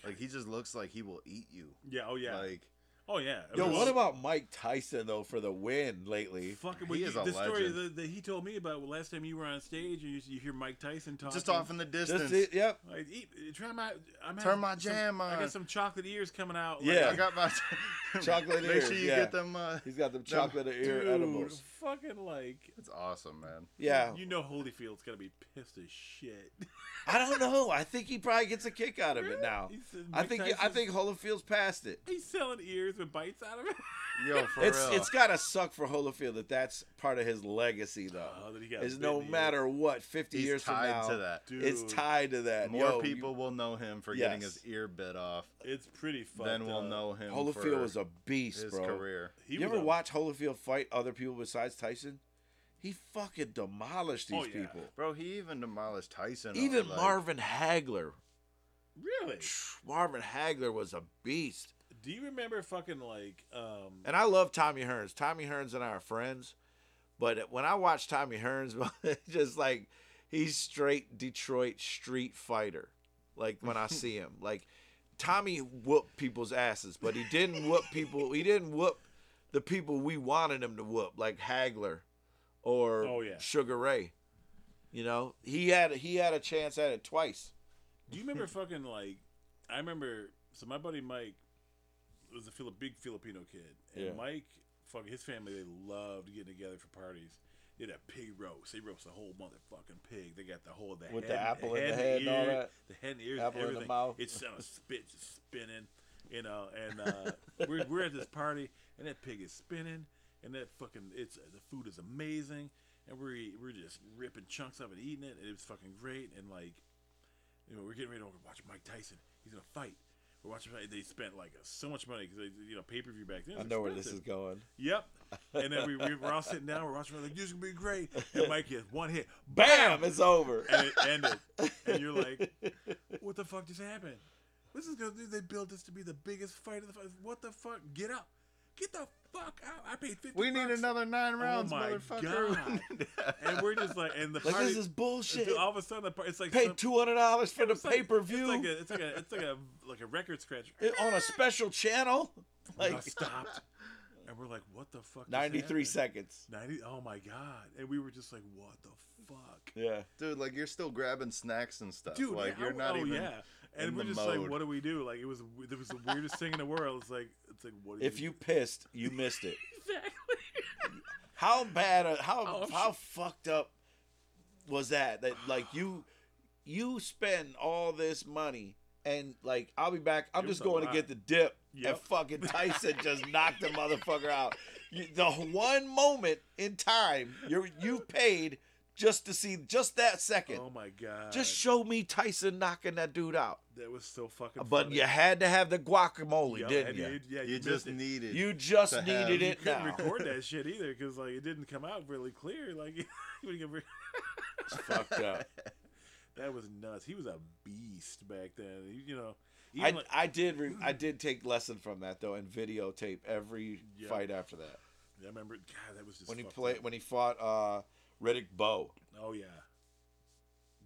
[SPEAKER 3] Like he just looks like he will eat you.
[SPEAKER 2] Yeah. Oh yeah.
[SPEAKER 3] Like
[SPEAKER 2] oh yeah.
[SPEAKER 4] Yo,
[SPEAKER 2] Well,
[SPEAKER 4] what about Mike Tyson though for the win lately?
[SPEAKER 2] Fucking
[SPEAKER 3] He
[SPEAKER 2] he
[SPEAKER 3] is
[SPEAKER 2] the
[SPEAKER 3] a
[SPEAKER 2] story
[SPEAKER 3] legend.
[SPEAKER 2] that, that he told me about last time you were on stage and you, you hear Mike Tyson talking.
[SPEAKER 3] just off in the distance.
[SPEAKER 4] Just it, yep.
[SPEAKER 2] Like, eat, try my, I'm
[SPEAKER 3] Turn
[SPEAKER 2] having
[SPEAKER 3] my
[SPEAKER 2] some-
[SPEAKER 3] jam
[SPEAKER 2] I
[SPEAKER 3] on.
[SPEAKER 2] got some chocolate ears coming out.
[SPEAKER 4] Yeah.
[SPEAKER 3] I got my
[SPEAKER 4] Chocolate
[SPEAKER 3] Make sure
[SPEAKER 4] ears,
[SPEAKER 3] you
[SPEAKER 4] yeah.
[SPEAKER 3] get them. Uh,
[SPEAKER 4] He's got the chocolate ear
[SPEAKER 2] dude,
[SPEAKER 4] edibles.
[SPEAKER 2] fucking like,
[SPEAKER 3] it's awesome, man.
[SPEAKER 4] Yeah,
[SPEAKER 2] you know, Holyfield's gonna be pissed as shit.
[SPEAKER 4] I don't know. I think he probably gets a kick out of it
[SPEAKER 2] Really?
[SPEAKER 4] now.
[SPEAKER 2] He said
[SPEAKER 4] I
[SPEAKER 2] Mike
[SPEAKER 4] think I
[SPEAKER 2] Tyson's-
[SPEAKER 4] think Holyfield's past it.
[SPEAKER 2] he's selling ears with bites out of it.
[SPEAKER 3] Yo, for
[SPEAKER 4] it's
[SPEAKER 3] real.
[SPEAKER 4] it's gotta suck for Holyfield that that's part of his legacy though.
[SPEAKER 2] Oh, that he got
[SPEAKER 4] is
[SPEAKER 2] bit
[SPEAKER 4] no
[SPEAKER 2] in the ear.
[SPEAKER 4] matter what, fifty
[SPEAKER 3] He's
[SPEAKER 4] years
[SPEAKER 3] tied
[SPEAKER 4] from now,
[SPEAKER 3] to that.
[SPEAKER 2] Dude,
[SPEAKER 4] it's tied to that.
[SPEAKER 3] More
[SPEAKER 4] Yo, you-
[SPEAKER 3] people will know him for getting
[SPEAKER 4] Yes. uh,
[SPEAKER 3] his ear bit off
[SPEAKER 2] It's pretty fucked.
[SPEAKER 3] than will
[SPEAKER 2] up.
[SPEAKER 3] know him for
[SPEAKER 4] Holyfield was a beast,
[SPEAKER 3] his
[SPEAKER 4] bro.
[SPEAKER 3] career.
[SPEAKER 2] He
[SPEAKER 4] you
[SPEAKER 2] was
[SPEAKER 4] ever
[SPEAKER 2] a-
[SPEAKER 4] watch Holyfield fight other people besides Tyson? He fucking demolished these
[SPEAKER 2] Oh, yeah.
[SPEAKER 4] people.
[SPEAKER 3] Bro, he even demolished Tyson.
[SPEAKER 4] Even
[SPEAKER 3] like,
[SPEAKER 4] Marvin Hagler.
[SPEAKER 2] Really?
[SPEAKER 4] Marvin Hagler was a beast.
[SPEAKER 2] Do you remember fucking like, um,
[SPEAKER 4] And I love Tommy Hearns. Tommy Hearns and I are friends. But when I watch Tommy Hearns, it's just like he's straight Detroit street fighter. Like when I see him, like Tommy whooped people's asses, but he didn't whoop people. He didn't whoop the people we wanted him to whoop, like Hagler or
[SPEAKER 2] Oh, yeah.
[SPEAKER 4] Sugar Ray. You know, he had he had a chance at it twice.
[SPEAKER 2] Do you remember fucking like? I remember. So my buddy Mike was a Fili- big Filipino kid, and
[SPEAKER 4] Yeah.
[SPEAKER 2] Mike, fucking his family, they loved getting together for parties. They had a pig roast. They roast a whole motherfucking pig. They got the whole the
[SPEAKER 4] With the
[SPEAKER 2] head,
[SPEAKER 4] apple in the
[SPEAKER 2] head
[SPEAKER 4] head and all
[SPEAKER 2] ear,
[SPEAKER 4] that.
[SPEAKER 2] The head and ears,
[SPEAKER 4] Apple in the
[SPEAKER 2] everything.
[SPEAKER 4] mouth.
[SPEAKER 2] It's on a spit just spinning, you know. And uh, we're we're at this party, and that pig is spinning, and that fucking it's the food is amazing, and we're eat- we're just ripping chunks of it, eating it, and it was fucking great, and like you know, we're getting ready to watch Mike Tyson. He's gonna fight. We're watching. Fight. They spent like so much money because you know pay per view back then.
[SPEAKER 4] I
[SPEAKER 2] was
[SPEAKER 4] know where this is
[SPEAKER 2] expensive.
[SPEAKER 4] going.
[SPEAKER 2] Yep. And then we, we were all sitting down. We're watching. We're like, this is gonna be great. And Mike gets one hit.
[SPEAKER 4] Bam! It's over.
[SPEAKER 2] And it ended. And you're like, what the fuck just happened? This is gonna. They built this to be the biggest fight of the. fu- What the fuck? Get up. Get the fuck out. I paid fifty.
[SPEAKER 3] We need
[SPEAKER 2] bucks. Oh
[SPEAKER 3] another nine
[SPEAKER 4] Oh
[SPEAKER 3] rounds,
[SPEAKER 2] my
[SPEAKER 3] motherfucker.
[SPEAKER 2] And we're just like, and the
[SPEAKER 4] Like
[SPEAKER 2] party.
[SPEAKER 4] this is bullshit.
[SPEAKER 2] all of a sudden, the party, it's like some-
[SPEAKER 4] Paid two hundred dollars for the
[SPEAKER 2] It's like-
[SPEAKER 4] pay per view
[SPEAKER 2] It's like a, it's like a, it's like a, like a record scratch.
[SPEAKER 4] on a special channel.
[SPEAKER 2] Like
[SPEAKER 4] Like
[SPEAKER 2] stopped, and we're like, what the fuck? just
[SPEAKER 4] ninety three
[SPEAKER 2] happened?
[SPEAKER 4] seconds.
[SPEAKER 2] Ninety. Oh my god! And we were just like, what the fuck,
[SPEAKER 4] Yeah.
[SPEAKER 3] Dude, like you're still grabbing snacks and stuff.
[SPEAKER 2] dude?
[SPEAKER 3] like
[SPEAKER 2] yeah,
[SPEAKER 3] you're
[SPEAKER 2] I-
[SPEAKER 3] not
[SPEAKER 2] oh,
[SPEAKER 3] even.
[SPEAKER 2] Yeah. And
[SPEAKER 3] in
[SPEAKER 2] we're
[SPEAKER 3] the
[SPEAKER 2] just
[SPEAKER 3] mode.
[SPEAKER 2] like, what do we do? Like it was, it was the weirdest thing in the world. It's like, it's like, what? Do
[SPEAKER 4] If you pissed, you missed it.
[SPEAKER 2] exactly.
[SPEAKER 4] How bad? a- How
[SPEAKER 2] Oh, I'm
[SPEAKER 4] how fucked up was that? That like you you spend all this money and like I'll be back. I'm
[SPEAKER 2] It
[SPEAKER 4] just
[SPEAKER 2] was a
[SPEAKER 4] going to
[SPEAKER 2] lot.
[SPEAKER 4] get the dip. And
[SPEAKER 2] Yep.
[SPEAKER 4] fucking Tyson just knocked the motherfucker out. You, the one moment in time you you paid just to see just that second.
[SPEAKER 2] Oh my god!
[SPEAKER 4] Just show me Tyson knocking that dude out.
[SPEAKER 2] that was so fucking.
[SPEAKER 4] But
[SPEAKER 2] funny.
[SPEAKER 4] you had to have the guacamole,
[SPEAKER 2] Yeah,
[SPEAKER 4] didn't
[SPEAKER 2] and
[SPEAKER 4] you?
[SPEAKER 2] you- Yeah,
[SPEAKER 3] You
[SPEAKER 2] missed
[SPEAKER 3] just
[SPEAKER 2] it.
[SPEAKER 3] needed.
[SPEAKER 4] You just
[SPEAKER 3] to have-
[SPEAKER 4] needed
[SPEAKER 3] you
[SPEAKER 4] it
[SPEAKER 2] couldn't
[SPEAKER 4] now.
[SPEAKER 2] record that shit either because like it didn't come out really clear. Like you wouldn't get re-
[SPEAKER 4] Fucked up.
[SPEAKER 2] That was nuts. He was a beast back then. He- You know, even
[SPEAKER 4] I,
[SPEAKER 2] like,
[SPEAKER 4] I did re- I did take lesson from that though and videotape every
[SPEAKER 2] Yeah.
[SPEAKER 4] fight after that.
[SPEAKER 2] I remember. God, that was just
[SPEAKER 4] When he
[SPEAKER 2] fucked
[SPEAKER 4] played
[SPEAKER 2] up.
[SPEAKER 4] when he fought uh Riddick Bowe.
[SPEAKER 2] Oh yeah,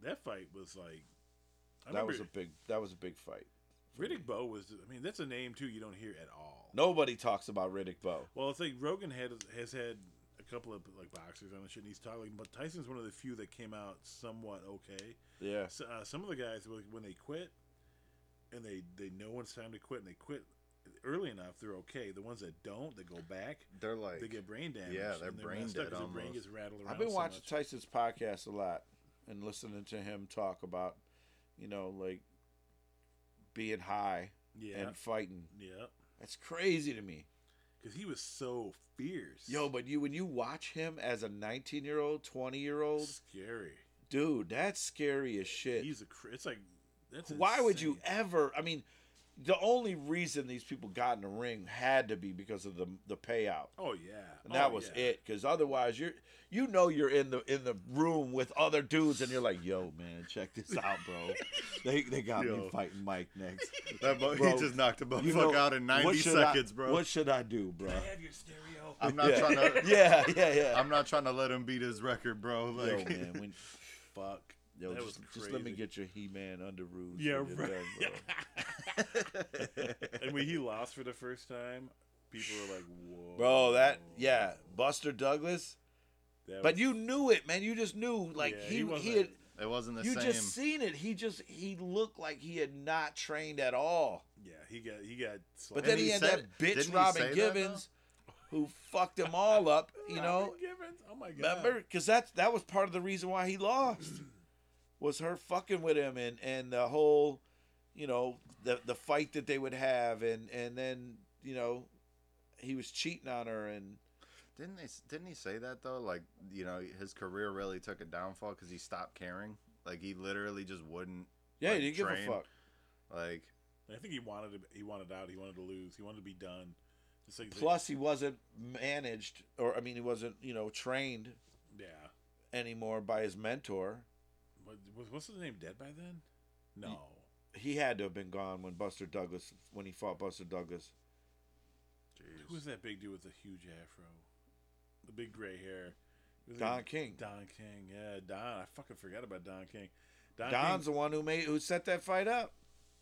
[SPEAKER 2] that fight was like. I
[SPEAKER 4] That
[SPEAKER 2] remember
[SPEAKER 4] was a big that was a big fight.
[SPEAKER 2] Riddick Bowe was. I mean, that's a name too you don't hear at all.
[SPEAKER 4] Nobody talks about Riddick Bowe.
[SPEAKER 2] Well, it's like Rogan had has had a couple of like boxers on the shit, and he's talking. But Tyson's one of the few that came out somewhat okay.
[SPEAKER 4] Yeah.
[SPEAKER 2] So, uh, some of the guys like, when they quit, and they they know when it's time to quit, and they quit early enough, they're okay. The ones that don't, they go back.
[SPEAKER 3] they're like.
[SPEAKER 2] they get brain damage.
[SPEAKER 3] yeah, they're
[SPEAKER 2] and
[SPEAKER 3] brain
[SPEAKER 2] messed up
[SPEAKER 3] dead
[SPEAKER 2] 'cause their brain
[SPEAKER 3] almost.
[SPEAKER 2] gets rattled around.
[SPEAKER 4] I've been
[SPEAKER 2] so
[SPEAKER 4] watching
[SPEAKER 2] much.
[SPEAKER 4] Tyson's podcast a lot and listening to him talk about, you know, like being high
[SPEAKER 2] Yeah,
[SPEAKER 4] and fighting.
[SPEAKER 2] yeah,
[SPEAKER 4] That's crazy to me.
[SPEAKER 2] because he was so fierce.
[SPEAKER 4] Yo, but you when you watch him as a 19 year old, 20 year old,
[SPEAKER 2] scary.
[SPEAKER 4] dude, that's scary as shit.
[SPEAKER 2] He's a. cr- It's like that's.
[SPEAKER 4] Why would you
[SPEAKER 2] insane.
[SPEAKER 4] ever? I mean, the only reason these people got in the ring had to be because of the the payout.
[SPEAKER 2] Oh yeah,
[SPEAKER 4] And that
[SPEAKER 2] Oh,
[SPEAKER 4] was
[SPEAKER 2] yeah.
[SPEAKER 4] it, because otherwise you're you know you're in the in the room with other dudes, and you're like, "Yo, man, check this out, bro. They they got me
[SPEAKER 3] Yo.
[SPEAKER 4] fighting Mike next.
[SPEAKER 3] That bo-
[SPEAKER 4] Bro,
[SPEAKER 3] he just knocked a motherfucker
[SPEAKER 4] You know,
[SPEAKER 3] out in 90
[SPEAKER 4] what should I-
[SPEAKER 3] seconds, bro.
[SPEAKER 4] What should I do, bro?
[SPEAKER 2] I have your stereo.
[SPEAKER 3] I'm not
[SPEAKER 4] yeah.
[SPEAKER 3] trying to.
[SPEAKER 4] yeah, yeah, yeah.
[SPEAKER 3] I'm not trying to let him beat his record, bro.
[SPEAKER 4] Yo,
[SPEAKER 3] Like,
[SPEAKER 4] man, when fuck. Yo,
[SPEAKER 2] That
[SPEAKER 4] just,
[SPEAKER 2] was
[SPEAKER 4] just let me
[SPEAKER 2] crazy.
[SPEAKER 4] get your He-Man under roof.
[SPEAKER 2] Yeah,
[SPEAKER 4] and you're
[SPEAKER 2] right.
[SPEAKER 4] done,
[SPEAKER 2] and when he lost for the first time, people were like, "Whoa,
[SPEAKER 4] bro. bro, that yeah, Buster Douglas.
[SPEAKER 2] That
[SPEAKER 4] But
[SPEAKER 2] was-
[SPEAKER 4] you knew it, man. You just knew, like
[SPEAKER 2] Yeah,
[SPEAKER 4] he
[SPEAKER 2] he
[SPEAKER 4] he,
[SPEAKER 2] wasn't-
[SPEAKER 4] had,
[SPEAKER 3] it wasn't the
[SPEAKER 4] you
[SPEAKER 3] same.
[SPEAKER 4] just seen it. He just he looked like he had not trained at all.
[SPEAKER 2] yeah, he got he got.
[SPEAKER 4] But
[SPEAKER 2] slammed.
[SPEAKER 4] then
[SPEAKER 3] he
[SPEAKER 4] he had
[SPEAKER 3] said-
[SPEAKER 4] that bitch
[SPEAKER 3] didn't he say
[SPEAKER 4] Robin
[SPEAKER 3] that,
[SPEAKER 4] Givens, who fucked them all up. You know,
[SPEAKER 2] Robert Givens? oh my god,
[SPEAKER 4] remember? Because that's that was part of the reason why he lost, was her fucking with him and and the whole, you know, the the fight that they would have and and then you know, he was cheating on her and
[SPEAKER 3] didn't they? Didn't he say that though? Like, you know, his career really took a downfall because he stopped caring. Like, he literally just wouldn't.
[SPEAKER 4] yeah,
[SPEAKER 3] Like,
[SPEAKER 4] he didn't give
[SPEAKER 3] train.
[SPEAKER 4] a fuck.
[SPEAKER 3] Like,
[SPEAKER 2] I think he wanted to, he wanted out. He wanted to lose. He wanted to be done. Just like
[SPEAKER 4] Plus, he wasn't managed, or I mean, he wasn't you know trained
[SPEAKER 2] yeah.
[SPEAKER 4] anymore by his mentor.
[SPEAKER 2] What, was what's his name dead by then? No,
[SPEAKER 4] He had to have been gone when Buster Douglas when he fought Buster Douglas.
[SPEAKER 3] jeez.
[SPEAKER 2] who was that big dude with the huge afro, the big gray hair? It was
[SPEAKER 4] Don
[SPEAKER 2] like-
[SPEAKER 4] King.
[SPEAKER 2] Don King, yeah, Don. I fucking forgot about Don King. Don
[SPEAKER 4] Don's
[SPEAKER 2] King,
[SPEAKER 4] the one who made who set that fight up.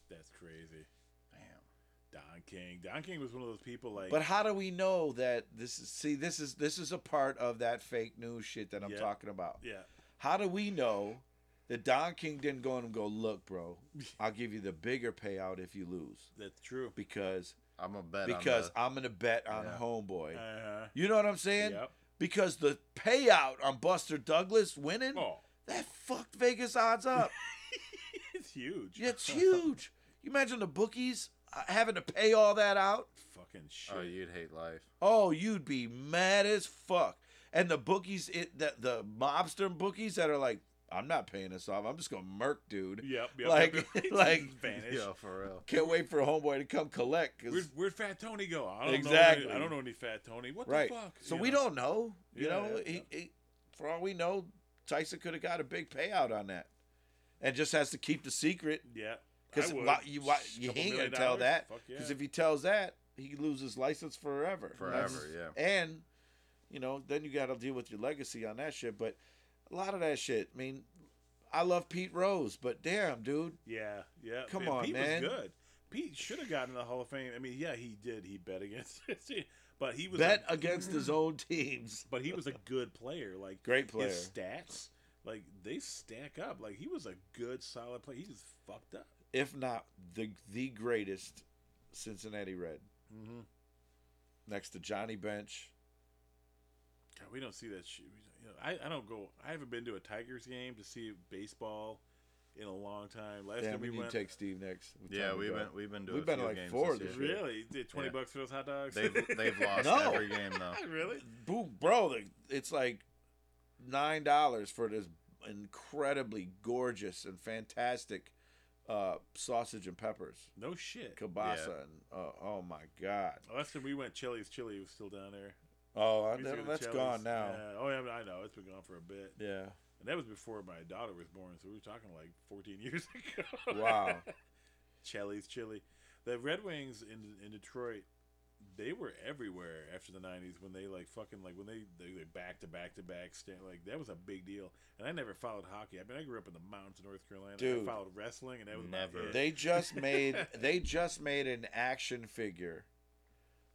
[SPEAKER 2] that's crazy.
[SPEAKER 3] Damn.
[SPEAKER 2] Don King. Don King was one of those people like.
[SPEAKER 4] But how do we know that this is see this is this is a part of that fake news shit that I'm
[SPEAKER 2] Yeah.
[SPEAKER 4] talking about.
[SPEAKER 2] yeah,
[SPEAKER 4] How do we know that Don King didn't go in and go, look, bro, I'll give you the bigger payout if you lose.
[SPEAKER 2] that's true.
[SPEAKER 4] Because
[SPEAKER 3] I'm a bet. on
[SPEAKER 4] because
[SPEAKER 3] the-
[SPEAKER 4] I'm gonna bet on
[SPEAKER 3] Yeah.
[SPEAKER 4] homeboy.
[SPEAKER 2] Uh-huh.
[SPEAKER 4] You know what I'm saying?
[SPEAKER 2] Yep.
[SPEAKER 4] Because the payout on Buster Douglas winning
[SPEAKER 2] Oh,
[SPEAKER 4] that fucked Vegas odds up.
[SPEAKER 2] it's huge.
[SPEAKER 4] Yeah, It's huge. You imagine the bookies uh, having to pay all that out?
[SPEAKER 2] Fucking shit.
[SPEAKER 3] oh, you'd hate life.
[SPEAKER 4] Oh, you'd be mad as fuck. And the bookies, it, the, the mobster bookies that are like, I'm not paying this off. I'm just gonna murk, dude.
[SPEAKER 2] Yep. yep
[SPEAKER 4] Like-
[SPEAKER 2] yep, yep.
[SPEAKER 4] like-
[SPEAKER 2] Just vanish.
[SPEAKER 3] Yeah, for real.
[SPEAKER 4] Can't wait for homeboy to come collect. 'cause-
[SPEAKER 2] Where'd, where'd Fat Tony go? I don't
[SPEAKER 4] Exactly.
[SPEAKER 2] know. Any, I don't know any Fat Tony. What
[SPEAKER 4] right.
[SPEAKER 2] the fuck?
[SPEAKER 4] So
[SPEAKER 2] You
[SPEAKER 4] we
[SPEAKER 2] know?
[SPEAKER 4] don't know. You
[SPEAKER 2] Yeah,
[SPEAKER 4] know,
[SPEAKER 2] yeah,
[SPEAKER 4] he, he, for all we know, Tyson could have got a big payout on that, and just has to keep the secret
[SPEAKER 2] Yeah. I
[SPEAKER 4] because
[SPEAKER 2] would.
[SPEAKER 4] you why, you
[SPEAKER 2] Couple
[SPEAKER 4] ain't gonna
[SPEAKER 2] million
[SPEAKER 4] tell
[SPEAKER 2] dollars?
[SPEAKER 4] that
[SPEAKER 2] Fuck yeah.
[SPEAKER 4] because if he tells that, he loses license forever.
[SPEAKER 3] Forever,
[SPEAKER 4] That's-
[SPEAKER 3] yeah.
[SPEAKER 4] And you know, then you got to deal with your legacy on that shit. But a lot of that shit. I mean, I love Pete Rose, but damn, dude,
[SPEAKER 2] Yeah. Yeah.
[SPEAKER 4] Come on,
[SPEAKER 2] Pete
[SPEAKER 4] man.
[SPEAKER 2] was good. Pete should have gotten in the Hall of Fame. I mean, yeah, he did. He bet against it, but he was
[SPEAKER 4] bet
[SPEAKER 2] a,
[SPEAKER 4] against his own teams.
[SPEAKER 2] but he was a good player. Like
[SPEAKER 4] Great player.
[SPEAKER 2] His stats, like they stack up. Like he was a good, solid player. He just fucked up.
[SPEAKER 4] if not the the greatest Cincinnati Red,
[SPEAKER 2] Mm-hmm.
[SPEAKER 4] next to Johnny Bench.
[SPEAKER 2] God, we don't see that shit. We- You know, I, I don't go. I haven't been to a Tigers game to see baseball in a long time. Last
[SPEAKER 4] Damn,
[SPEAKER 2] time
[SPEAKER 4] we,
[SPEAKER 2] we,
[SPEAKER 4] need
[SPEAKER 2] went,
[SPEAKER 4] to take Steve next. What
[SPEAKER 3] Yeah,
[SPEAKER 4] time we
[SPEAKER 3] we've
[SPEAKER 4] got?
[SPEAKER 3] been we've been to
[SPEAKER 4] We've
[SPEAKER 3] a
[SPEAKER 4] been to,
[SPEAKER 3] few
[SPEAKER 4] like,
[SPEAKER 3] games
[SPEAKER 4] four
[SPEAKER 3] this
[SPEAKER 4] this
[SPEAKER 3] year.
[SPEAKER 2] really You did twenty
[SPEAKER 3] Yeah.
[SPEAKER 2] bucks for those hot dogs.
[SPEAKER 3] They've they've lost
[SPEAKER 4] No.
[SPEAKER 3] every game though.
[SPEAKER 2] really?
[SPEAKER 4] Boo, bro, the, it's like nine dollars for this incredibly gorgeous and fantastic uh, sausage and peppers
[SPEAKER 2] No shit.
[SPEAKER 4] kielbasa.
[SPEAKER 3] Yeah.
[SPEAKER 4] And, uh, oh my god!
[SPEAKER 2] Last time we went, Chili's Chili was still down there.
[SPEAKER 4] Oh, I,
[SPEAKER 2] We threw
[SPEAKER 4] that,
[SPEAKER 2] to
[SPEAKER 4] that's
[SPEAKER 2] Chili's.
[SPEAKER 4] gone now.
[SPEAKER 2] Yeah. Oh yeah, I know. It's been gone for a bit,
[SPEAKER 4] Yeah.
[SPEAKER 2] and that was before my daughter was born. So we were talking like fourteen years ago.
[SPEAKER 4] Wow.
[SPEAKER 2] Chili's Chili. The Red Wings in in Detroit, they were everywhere after the '90s when they like fucking like when they they, they back to back to back stand like that was a big deal. And I never followed hockey. I mean, I grew up in the mountains of North Carolina.
[SPEAKER 4] Dude.
[SPEAKER 2] I followed wrestling, and that was about
[SPEAKER 3] Never.
[SPEAKER 2] it.
[SPEAKER 4] They just made they just made an action figure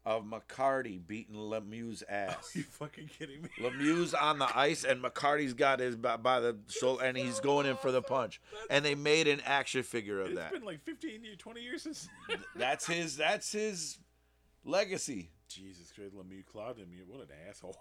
[SPEAKER 4] of McCarty beating Lemieux's ass.
[SPEAKER 2] you fucking kidding me?
[SPEAKER 4] Lemieux's on the ice and McCarty's got his by, by the shoulder and he's going in for the punch. And they made an action figure of
[SPEAKER 2] It's
[SPEAKER 4] that.
[SPEAKER 2] been like 15 years, 20 years since.
[SPEAKER 4] That's his that's his legacy.
[SPEAKER 2] Jesus Christ, Lemieux clawed him. What an asshole.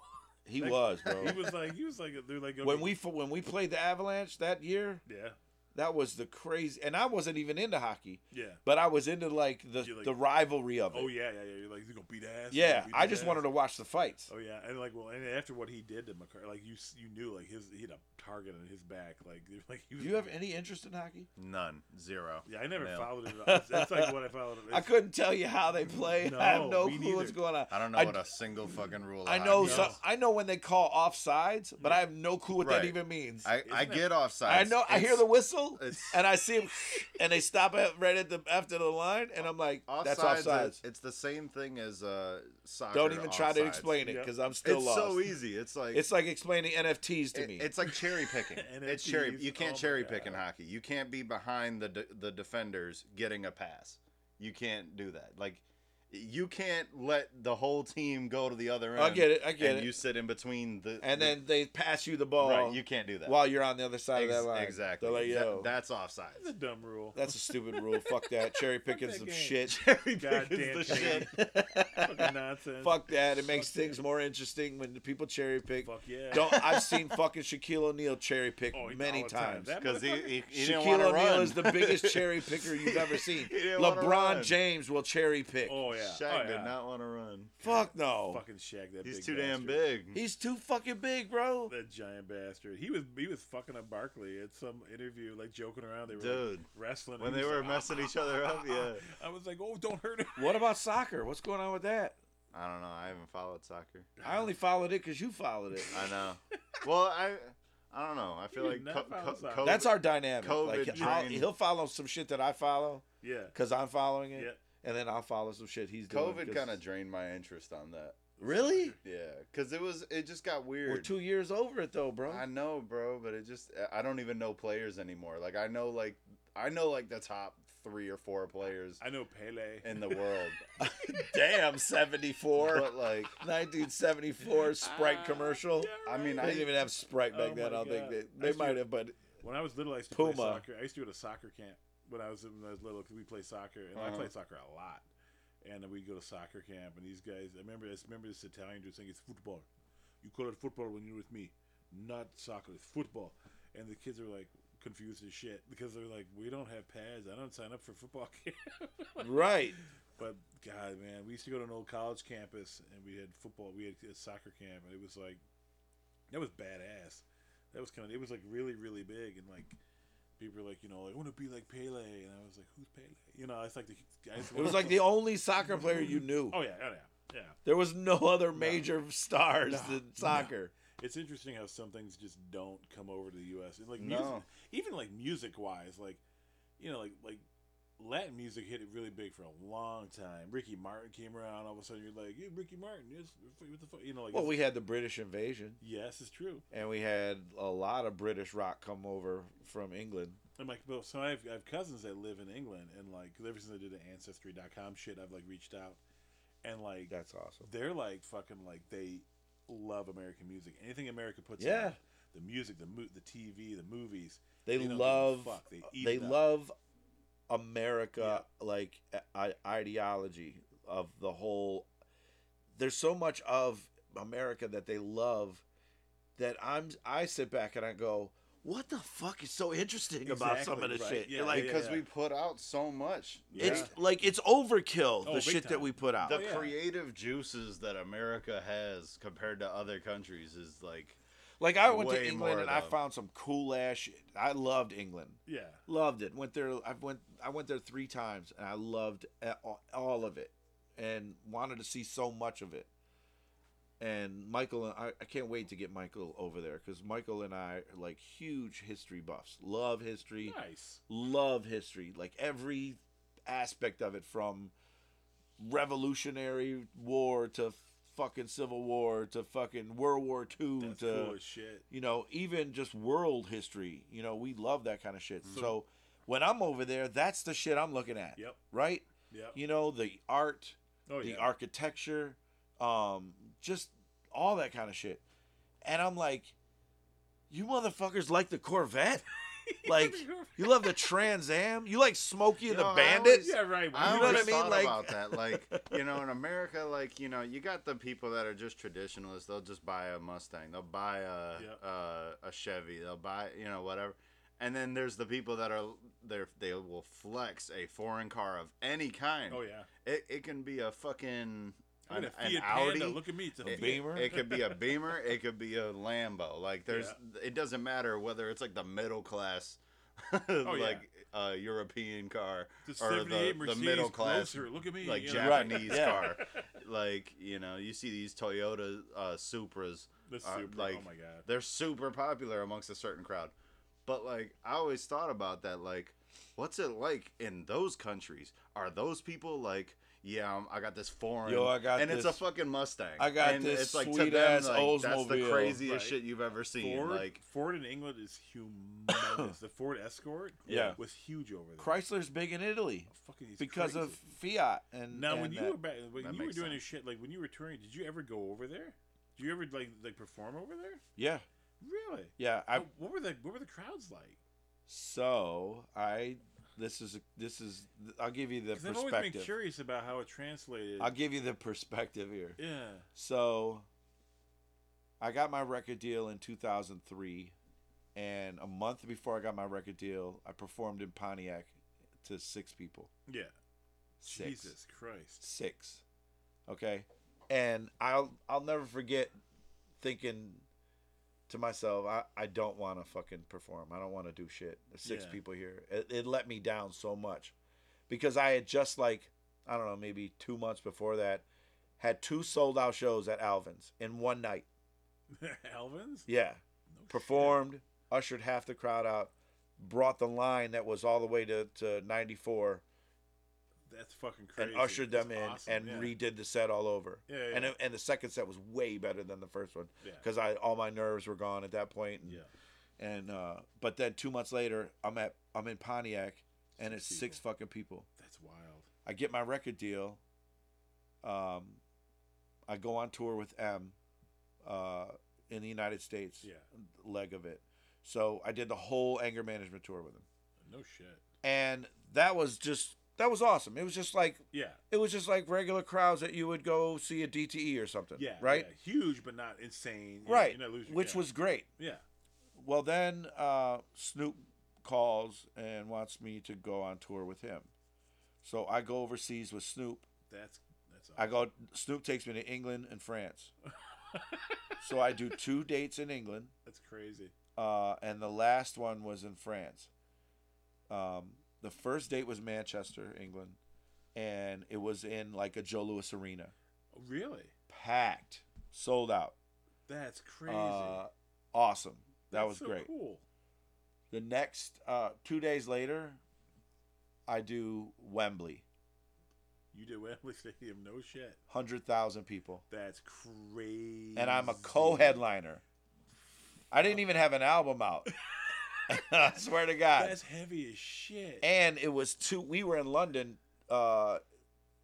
[SPEAKER 4] He
[SPEAKER 2] Like,
[SPEAKER 4] was, bro.
[SPEAKER 2] he was like, he was like, they're like,
[SPEAKER 4] When
[SPEAKER 2] okay,
[SPEAKER 4] we fo- when we played the Avalanche that year,
[SPEAKER 2] yeah,
[SPEAKER 4] That was the crazy, and I wasn't even into hockey,
[SPEAKER 2] Yeah.
[SPEAKER 4] but I was into like the
[SPEAKER 2] You like-
[SPEAKER 4] the rivalry of it.
[SPEAKER 2] Oh yeah, yeah, yeah. You're like, you gonna beat ass. you
[SPEAKER 4] Yeah,
[SPEAKER 2] gonna beat
[SPEAKER 4] I just
[SPEAKER 2] ass."
[SPEAKER 4] wanted to watch the fights.
[SPEAKER 2] Oh yeah, and like well, and after what he did to McCarthy, like you s- you knew like his he had a target in his back, like you're- like he
[SPEAKER 4] Do
[SPEAKER 2] was.
[SPEAKER 4] you have any interest in hockey?
[SPEAKER 3] None. Zero.
[SPEAKER 2] Yeah, I never
[SPEAKER 3] No.
[SPEAKER 2] followed it. At all. That's like what I followed. It.
[SPEAKER 4] I couldn't tell you how they play. I have
[SPEAKER 2] No,
[SPEAKER 4] no
[SPEAKER 2] me
[SPEAKER 4] clue what's
[SPEAKER 2] neither.
[SPEAKER 4] going on.
[SPEAKER 3] I don't know
[SPEAKER 4] I-
[SPEAKER 3] what a single fucking rule. of
[SPEAKER 4] I know
[SPEAKER 3] hockey
[SPEAKER 4] so,
[SPEAKER 3] is.
[SPEAKER 4] I know when they call offsides, but I have no clue what
[SPEAKER 3] Right.
[SPEAKER 4] that even means.
[SPEAKER 3] I,
[SPEAKER 4] I,
[SPEAKER 3] I
[SPEAKER 2] Isn't it-
[SPEAKER 3] get offside.
[SPEAKER 4] know I hear the whistle
[SPEAKER 3] it's-
[SPEAKER 4] and I see them and they stop at, right at the after the line and I'm like that's offsides.
[SPEAKER 3] It's the same thing as uh, soccer.
[SPEAKER 4] Don't even try to
[SPEAKER 3] offsides.
[SPEAKER 4] explain it
[SPEAKER 2] Yep.
[SPEAKER 4] cuz I'm still
[SPEAKER 3] it's
[SPEAKER 4] lost.
[SPEAKER 3] so easy. It's like
[SPEAKER 4] It's like explaining NFTs to
[SPEAKER 3] it-
[SPEAKER 4] me.
[SPEAKER 3] it's like cherry picking. it's cherry.
[SPEAKER 2] NFTs,
[SPEAKER 3] You
[SPEAKER 2] oh
[SPEAKER 3] can't
[SPEAKER 2] my
[SPEAKER 3] cherry
[SPEAKER 2] God.
[SPEAKER 3] pick in hockey. You can't be behind the de- the defenders getting a pass. You can't do that. Like you can't let the whole team go to the other end.
[SPEAKER 4] I get it. I get
[SPEAKER 3] and
[SPEAKER 4] it.
[SPEAKER 3] you sit in between the
[SPEAKER 4] and
[SPEAKER 3] the-
[SPEAKER 4] then they pass you the ball
[SPEAKER 3] right. You can't do that.
[SPEAKER 4] while you're on the other side
[SPEAKER 3] Ex-
[SPEAKER 4] of that line.
[SPEAKER 3] exactly.
[SPEAKER 4] They're like,
[SPEAKER 3] That-
[SPEAKER 4] yo,
[SPEAKER 3] that's
[SPEAKER 2] It's a
[SPEAKER 3] offsides.
[SPEAKER 2] dumb rule.
[SPEAKER 4] that's a stupid rule. Fuck that. Cherry picking's
[SPEAKER 2] that
[SPEAKER 4] some
[SPEAKER 2] game.
[SPEAKER 4] shit.
[SPEAKER 2] God damn
[SPEAKER 3] the shit.
[SPEAKER 2] Fucking nonsense.
[SPEAKER 4] Fuck that. It makes things more interesting when the people cherry pick.
[SPEAKER 2] Fuck yeah.
[SPEAKER 4] Don't I've seen fucking Shaquille O'Neal cherry pick
[SPEAKER 2] Oh, he-
[SPEAKER 4] many
[SPEAKER 2] all the time.
[SPEAKER 4] times.
[SPEAKER 2] That
[SPEAKER 3] Because he,
[SPEAKER 2] motherfucker-
[SPEAKER 3] he, he didn't
[SPEAKER 4] Shaquille
[SPEAKER 3] want to
[SPEAKER 4] O'Neal
[SPEAKER 3] run.
[SPEAKER 4] is the biggest cherry picker you've ever seen.
[SPEAKER 3] He didn't wanna
[SPEAKER 4] LeBron
[SPEAKER 3] run.
[SPEAKER 4] James will cherry pick.
[SPEAKER 2] Oh yeah.
[SPEAKER 3] Shaq
[SPEAKER 2] oh, yeah.
[SPEAKER 3] did not want to run.
[SPEAKER 4] Fuck no.
[SPEAKER 2] Fucking Shaq. That
[SPEAKER 3] He's
[SPEAKER 2] big
[SPEAKER 3] too damn
[SPEAKER 2] bastard.
[SPEAKER 3] big.
[SPEAKER 4] He's too fucking big, bro.
[SPEAKER 2] That giant bastard. He was he was fucking up Barkley at some interview, like joking around. They were like,
[SPEAKER 3] Dude,
[SPEAKER 2] wrestling
[SPEAKER 3] when
[SPEAKER 2] and he
[SPEAKER 3] they
[SPEAKER 2] was
[SPEAKER 3] were
[SPEAKER 2] like,
[SPEAKER 3] messing each other up, yeah.
[SPEAKER 2] I was like, oh, don't hurt him.
[SPEAKER 4] What about soccer? What's going on with that?
[SPEAKER 3] I don't know. I haven't followed soccer.
[SPEAKER 4] I only followed it because you followed it.
[SPEAKER 3] I know. well, I I don't know. I feel
[SPEAKER 2] You
[SPEAKER 3] like
[SPEAKER 2] did
[SPEAKER 3] co-
[SPEAKER 2] not follow
[SPEAKER 3] co-
[SPEAKER 2] soccer.
[SPEAKER 3] COVID
[SPEAKER 4] That's our dynamic.
[SPEAKER 3] COVID
[SPEAKER 4] like I'll,
[SPEAKER 3] drained-
[SPEAKER 4] he'll follow some shit that I follow
[SPEAKER 2] Yeah.
[SPEAKER 4] because I'm following it,
[SPEAKER 2] Yeah.
[SPEAKER 4] and then I'll follow some shit he's doing.
[SPEAKER 3] COVID
[SPEAKER 4] 'cause-
[SPEAKER 3] kind of drained my interest on that.
[SPEAKER 4] really.
[SPEAKER 3] Yeah, because it was it just got weird.
[SPEAKER 4] We're two years over it though, bro.
[SPEAKER 3] I know, bro, but it just I don't even know players anymore. Like I know like I know like the top three or four players
[SPEAKER 2] I know Pele.
[SPEAKER 3] in the world,
[SPEAKER 4] Damn, seventy four.
[SPEAKER 3] but like
[SPEAKER 4] 1974 Sprite commercial.
[SPEAKER 3] I mean,
[SPEAKER 4] They
[SPEAKER 3] I
[SPEAKER 4] didn't even have Sprite back
[SPEAKER 2] Oh
[SPEAKER 4] then. I
[SPEAKER 2] my
[SPEAKER 4] don't think
[SPEAKER 2] God.
[SPEAKER 4] they,
[SPEAKER 2] I
[SPEAKER 4] they
[SPEAKER 2] see
[SPEAKER 4] might
[SPEAKER 2] it.
[SPEAKER 4] have, but
[SPEAKER 2] When I was little, I used to play
[SPEAKER 4] Puma.
[SPEAKER 2] soccer. I used to go to soccer camp when I was when I was little because we played soccer and I
[SPEAKER 3] Uh-huh.
[SPEAKER 2] played soccer a lot. And we would go to soccer camp and these guys. I remember this. Remember this Italian dude saying it's football. You call it football when you're with me, not soccer. It's football. And the kids are like confused as shit because they're like, we don't have pads. I don't sign up for football camp.
[SPEAKER 4] right.
[SPEAKER 2] But God, man, we used to go to an old college campus and we had football. We had a soccer camp, and it was like that was badass. That was kind of it was like really really big, and like people were like, you know, like, I want to be like Pele, and I was like, who's Pele? You know, it's like the guys.
[SPEAKER 4] It was like the only soccer player you knew.
[SPEAKER 2] oh yeah, oh yeah, yeah.
[SPEAKER 4] There was no other major stars
[SPEAKER 2] No,
[SPEAKER 4] in soccer.
[SPEAKER 2] It's interesting how some things just don't come over to the U.S. And like music,
[SPEAKER 3] No.
[SPEAKER 2] even like music wise, like you know, like like Latin music hit it really big for a long time. Ricky Martin came around, all of a sudden you're like, yeah, Ricky Martin, yes, what the fuck, you know, like
[SPEAKER 4] Well,
[SPEAKER 2] it's-
[SPEAKER 4] we had the British invasion,
[SPEAKER 2] Yes, it's true.
[SPEAKER 4] and we had a lot of British rock come over from England.
[SPEAKER 2] I'm like, well, so I have, I have cousins that live in England, and like, 'cause ever since I did the Ancestry.com shit, I've like reached out, and like,
[SPEAKER 4] That's awesome.
[SPEAKER 2] they're like fucking like they love American music. Anything America puts,
[SPEAKER 4] Yeah.
[SPEAKER 2] out, the music, the mo- the TV, the movies,
[SPEAKER 4] They
[SPEAKER 2] don't give a
[SPEAKER 4] love uh,
[SPEAKER 2] fuck. They eat
[SPEAKER 4] they
[SPEAKER 2] it up.
[SPEAKER 4] love America like I- ideology of the whole. There's so much of America that they love that I'm I sit back and I go, what the fuck is so interesting about some of
[SPEAKER 2] Exactly,
[SPEAKER 4] this
[SPEAKER 2] right.
[SPEAKER 4] shit?
[SPEAKER 2] Yeah,
[SPEAKER 4] You're like
[SPEAKER 2] yeah,
[SPEAKER 3] because
[SPEAKER 2] yeah.
[SPEAKER 3] we put out so much.
[SPEAKER 4] it's
[SPEAKER 2] Yeah.
[SPEAKER 4] like it's overkill
[SPEAKER 2] Oh,
[SPEAKER 4] the
[SPEAKER 2] big
[SPEAKER 4] shit that
[SPEAKER 2] time.
[SPEAKER 4] we put out.
[SPEAKER 3] the
[SPEAKER 2] Oh, yeah.
[SPEAKER 3] creative juices that America has compared to other countries is like
[SPEAKER 4] like I went to
[SPEAKER 3] way
[SPEAKER 4] England
[SPEAKER 3] more
[SPEAKER 4] and I
[SPEAKER 3] though.
[SPEAKER 4] found some cool ass shit. I loved England.
[SPEAKER 2] yeah,
[SPEAKER 4] loved it went there i went i went there three times and i loved a- all of it and wanted to see so much of it and michael and i, I can't wait to get michael over there because michael and i are like huge history buffs love history
[SPEAKER 2] nice.
[SPEAKER 4] love history like every aspect of it from revolutionary war to fucking civil war to fucking world war ii
[SPEAKER 2] That's
[SPEAKER 4] to
[SPEAKER 2] cool as shit.
[SPEAKER 4] you know, even just world history. You know, we love that kind of shit.
[SPEAKER 2] Mhm.
[SPEAKER 4] So when I'm over there, that's the shit I'm looking at.
[SPEAKER 2] Yep,
[SPEAKER 4] Right?
[SPEAKER 2] yep.
[SPEAKER 4] You know, the art,
[SPEAKER 2] oh
[SPEAKER 4] the
[SPEAKER 2] yeah,
[SPEAKER 4] architecture, um, just all that kind of shit. And I'm like, you motherfuckers like the Corvette? like you love the Trans Am? You like Smokey and
[SPEAKER 3] Yo,
[SPEAKER 4] the
[SPEAKER 3] I
[SPEAKER 4] Bandit?
[SPEAKER 3] always-
[SPEAKER 2] yeah, right.
[SPEAKER 3] I
[SPEAKER 4] You know what
[SPEAKER 3] always
[SPEAKER 4] I mean?
[SPEAKER 3] thought
[SPEAKER 4] Like-
[SPEAKER 3] about that. Like, you know, in America, like, you know, you got the people that are just traditionalists. They'll just buy a Mustang. They'll buy a
[SPEAKER 2] Yep.
[SPEAKER 3] uh, a Chevy. They'll buy, you know, whatever. And then there's the people that are they they will flex a foreign car of any kind.
[SPEAKER 2] Oh yeah.
[SPEAKER 3] It, it can be a fucking
[SPEAKER 2] I mean,
[SPEAKER 3] an,
[SPEAKER 2] a
[SPEAKER 3] an
[SPEAKER 2] Fiat
[SPEAKER 3] Audi.
[SPEAKER 2] Panda. Look at me. It's a
[SPEAKER 3] It-
[SPEAKER 2] Fiat.
[SPEAKER 5] Beamer?
[SPEAKER 3] It could be a Beamer. It could be a Lambo. Like there's, it doesn't matter whether it's like the middle class,
[SPEAKER 2] Oh,
[SPEAKER 3] like uh, European car
[SPEAKER 2] It's a
[SPEAKER 3] or
[SPEAKER 2] 78
[SPEAKER 3] the, the
[SPEAKER 2] Mercedes
[SPEAKER 3] middle class,
[SPEAKER 2] Closer. Look at me.
[SPEAKER 3] like
[SPEAKER 2] you know,
[SPEAKER 4] Right,
[SPEAKER 3] Japanese
[SPEAKER 4] yeah.
[SPEAKER 3] car. like you know, you see these Toyota uh, Supras.
[SPEAKER 2] The
[SPEAKER 3] uh,
[SPEAKER 2] Supra.
[SPEAKER 3] like
[SPEAKER 2] oh my god.
[SPEAKER 3] they're super popular amongst a certain crowd. But like I always thought about that. Like, what's it like in those countries? Are those people like? Yeah, I'm- I got this foreign.
[SPEAKER 4] Yo, I got
[SPEAKER 3] and it's a
[SPEAKER 4] this-
[SPEAKER 3] fucking Mustang.
[SPEAKER 4] I got
[SPEAKER 3] and
[SPEAKER 4] this
[SPEAKER 3] It's like to
[SPEAKER 4] sweet
[SPEAKER 3] them,
[SPEAKER 4] ass
[SPEAKER 3] like, that's the
[SPEAKER 4] Oldsmobile.
[SPEAKER 3] craziest
[SPEAKER 2] Right.
[SPEAKER 3] shit you've ever seen.
[SPEAKER 2] Ford,
[SPEAKER 3] Like,
[SPEAKER 2] Ford in England is humongous. the Ford Escort
[SPEAKER 4] Yeah.
[SPEAKER 2] was huge over there. Oh,
[SPEAKER 4] Chrysler's big in Italy
[SPEAKER 2] Fucking, it's
[SPEAKER 4] because
[SPEAKER 2] crazy.
[SPEAKER 4] of Fiat and
[SPEAKER 2] now
[SPEAKER 4] and
[SPEAKER 2] when you
[SPEAKER 4] that.
[SPEAKER 2] were back, when
[SPEAKER 3] that
[SPEAKER 2] you were doing
[SPEAKER 3] makes
[SPEAKER 2] this shit, like when you were touring, did you ever go over there? Did you ever like like perform over there?
[SPEAKER 4] yeah
[SPEAKER 2] Really?
[SPEAKER 4] yeah I
[SPEAKER 2] What- what were the what were the crowds like?
[SPEAKER 4] so I this is this is I'll give you the
[SPEAKER 2] Because I've always been
[SPEAKER 4] perspective
[SPEAKER 2] curious about how it translated.
[SPEAKER 4] I'll give you the perspective here
[SPEAKER 2] yeah.
[SPEAKER 4] So I got my record deal in 2003 and a month before I got my record deal, I performed in Pontiac to 6 people.
[SPEAKER 2] Yeah.
[SPEAKER 4] 6.
[SPEAKER 2] Jesus Christ.
[SPEAKER 4] 6. Okay? And I'll I'll never forget thinking to myself, I, I don't want to fucking perform. I don't want to do shit. There's six
[SPEAKER 2] Yeah.
[SPEAKER 4] people here. It, it let me down so much because I had just like, I don't know, maybe two months before that, had two sold out shows at Alvin's in one night.
[SPEAKER 2] Alvin's?
[SPEAKER 4] Yeah.
[SPEAKER 2] No shit.
[SPEAKER 4] Performed, ushered half the crowd out, brought the line that was all the way to, to 94
[SPEAKER 2] That's fucking crazy.
[SPEAKER 4] and ushered them
[SPEAKER 2] That's
[SPEAKER 4] in
[SPEAKER 2] awesome,
[SPEAKER 4] and
[SPEAKER 2] yeah.
[SPEAKER 4] redid the set all over.
[SPEAKER 2] Yeah, yeah,
[SPEAKER 4] And,
[SPEAKER 2] yeah.
[SPEAKER 4] it- and the second set was way better than the first one
[SPEAKER 2] Yeah.
[SPEAKER 4] because I all my nerves were gone at that point. And,
[SPEAKER 2] Yeah.
[SPEAKER 4] and uh, but then two months later, I'm at I'm in Pontiac, and it's
[SPEAKER 2] Six
[SPEAKER 4] six fucking people.
[SPEAKER 2] That's wild.
[SPEAKER 4] I get my record deal. Um, I go on tour with M, uh, in the United States.
[SPEAKER 2] Yeah.
[SPEAKER 4] Leg of it, so I did the whole anger management tour with him,
[SPEAKER 2] No shit.
[SPEAKER 4] and that was just that was awesome. It was just like
[SPEAKER 2] Yeah.
[SPEAKER 4] it was just like regular crowds that you would go see a DTE E or something.
[SPEAKER 2] Yeah.
[SPEAKER 4] Right.
[SPEAKER 2] yeah. Huge, but not insane. You know,
[SPEAKER 4] Right.
[SPEAKER 2] You're not losing,
[SPEAKER 4] Which
[SPEAKER 2] yeah.
[SPEAKER 4] was great.
[SPEAKER 2] Yeah.
[SPEAKER 4] Well, then uh, Snoop calls and wants me to go on tour with him. So I go overseas with Snoop.
[SPEAKER 2] That's that's. Awesome.
[SPEAKER 4] I go. Snoop takes me to England and France. so I do two dates in England,
[SPEAKER 2] That's crazy.
[SPEAKER 4] uh, and the last one was in France. Um, the first date was Manchester, England, and it was in like a Joe Louis Arena,
[SPEAKER 2] Oh, Really?
[SPEAKER 4] packed, sold out,
[SPEAKER 2] That's crazy.
[SPEAKER 4] uh, awesome. That
[SPEAKER 2] That's
[SPEAKER 4] was
[SPEAKER 2] so
[SPEAKER 4] great.
[SPEAKER 2] Cool.
[SPEAKER 4] The next uh, two days later, I do Wembley,
[SPEAKER 2] You did Wembley Stadium. No shit.
[SPEAKER 4] hundred thousand people,
[SPEAKER 2] That's crazy.
[SPEAKER 4] and I'm a co-headliner. I didn't even have an album out. I swear to God.
[SPEAKER 2] That's heavy as shit.
[SPEAKER 4] and it was two. We were in London, uh,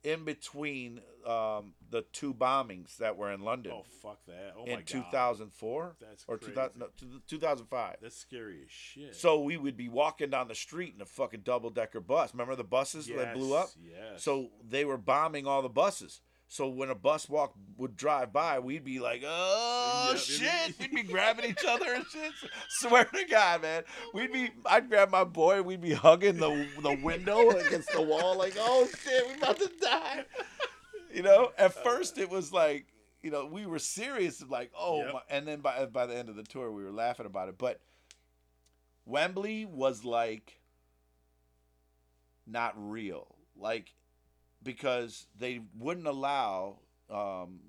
[SPEAKER 4] in between um, the two bombings that were in London
[SPEAKER 2] oh fuck that. Oh my
[SPEAKER 4] in
[SPEAKER 2] god.
[SPEAKER 4] 2004
[SPEAKER 2] That's
[SPEAKER 4] or
[SPEAKER 2] crazy.
[SPEAKER 4] 2000, no, two- 2005.
[SPEAKER 2] That's scary as shit.
[SPEAKER 4] So we would be walking down the street in a fucking double decker bus. Remember the buses that blew up?
[SPEAKER 2] Yes.
[SPEAKER 4] So they were bombing all the buses. So when a bus walk would drive by, we'd be like, "Oh
[SPEAKER 2] Yeah, dude.
[SPEAKER 4] shit!" We'd be grabbing each other and shit. Swear to God, man, we'd be. I'd grab my boy. and We'd be hugging the the window against the wall, like, "Oh shit, we about to die." You know. At
[SPEAKER 2] Uh,
[SPEAKER 4] first, it was like, you know, we were serious, like, "Oh,"
[SPEAKER 2] Yep.
[SPEAKER 4] my, and then by by the end of the tour, we were laughing about it. But Wembley was like not real. Like because they wouldn't allow um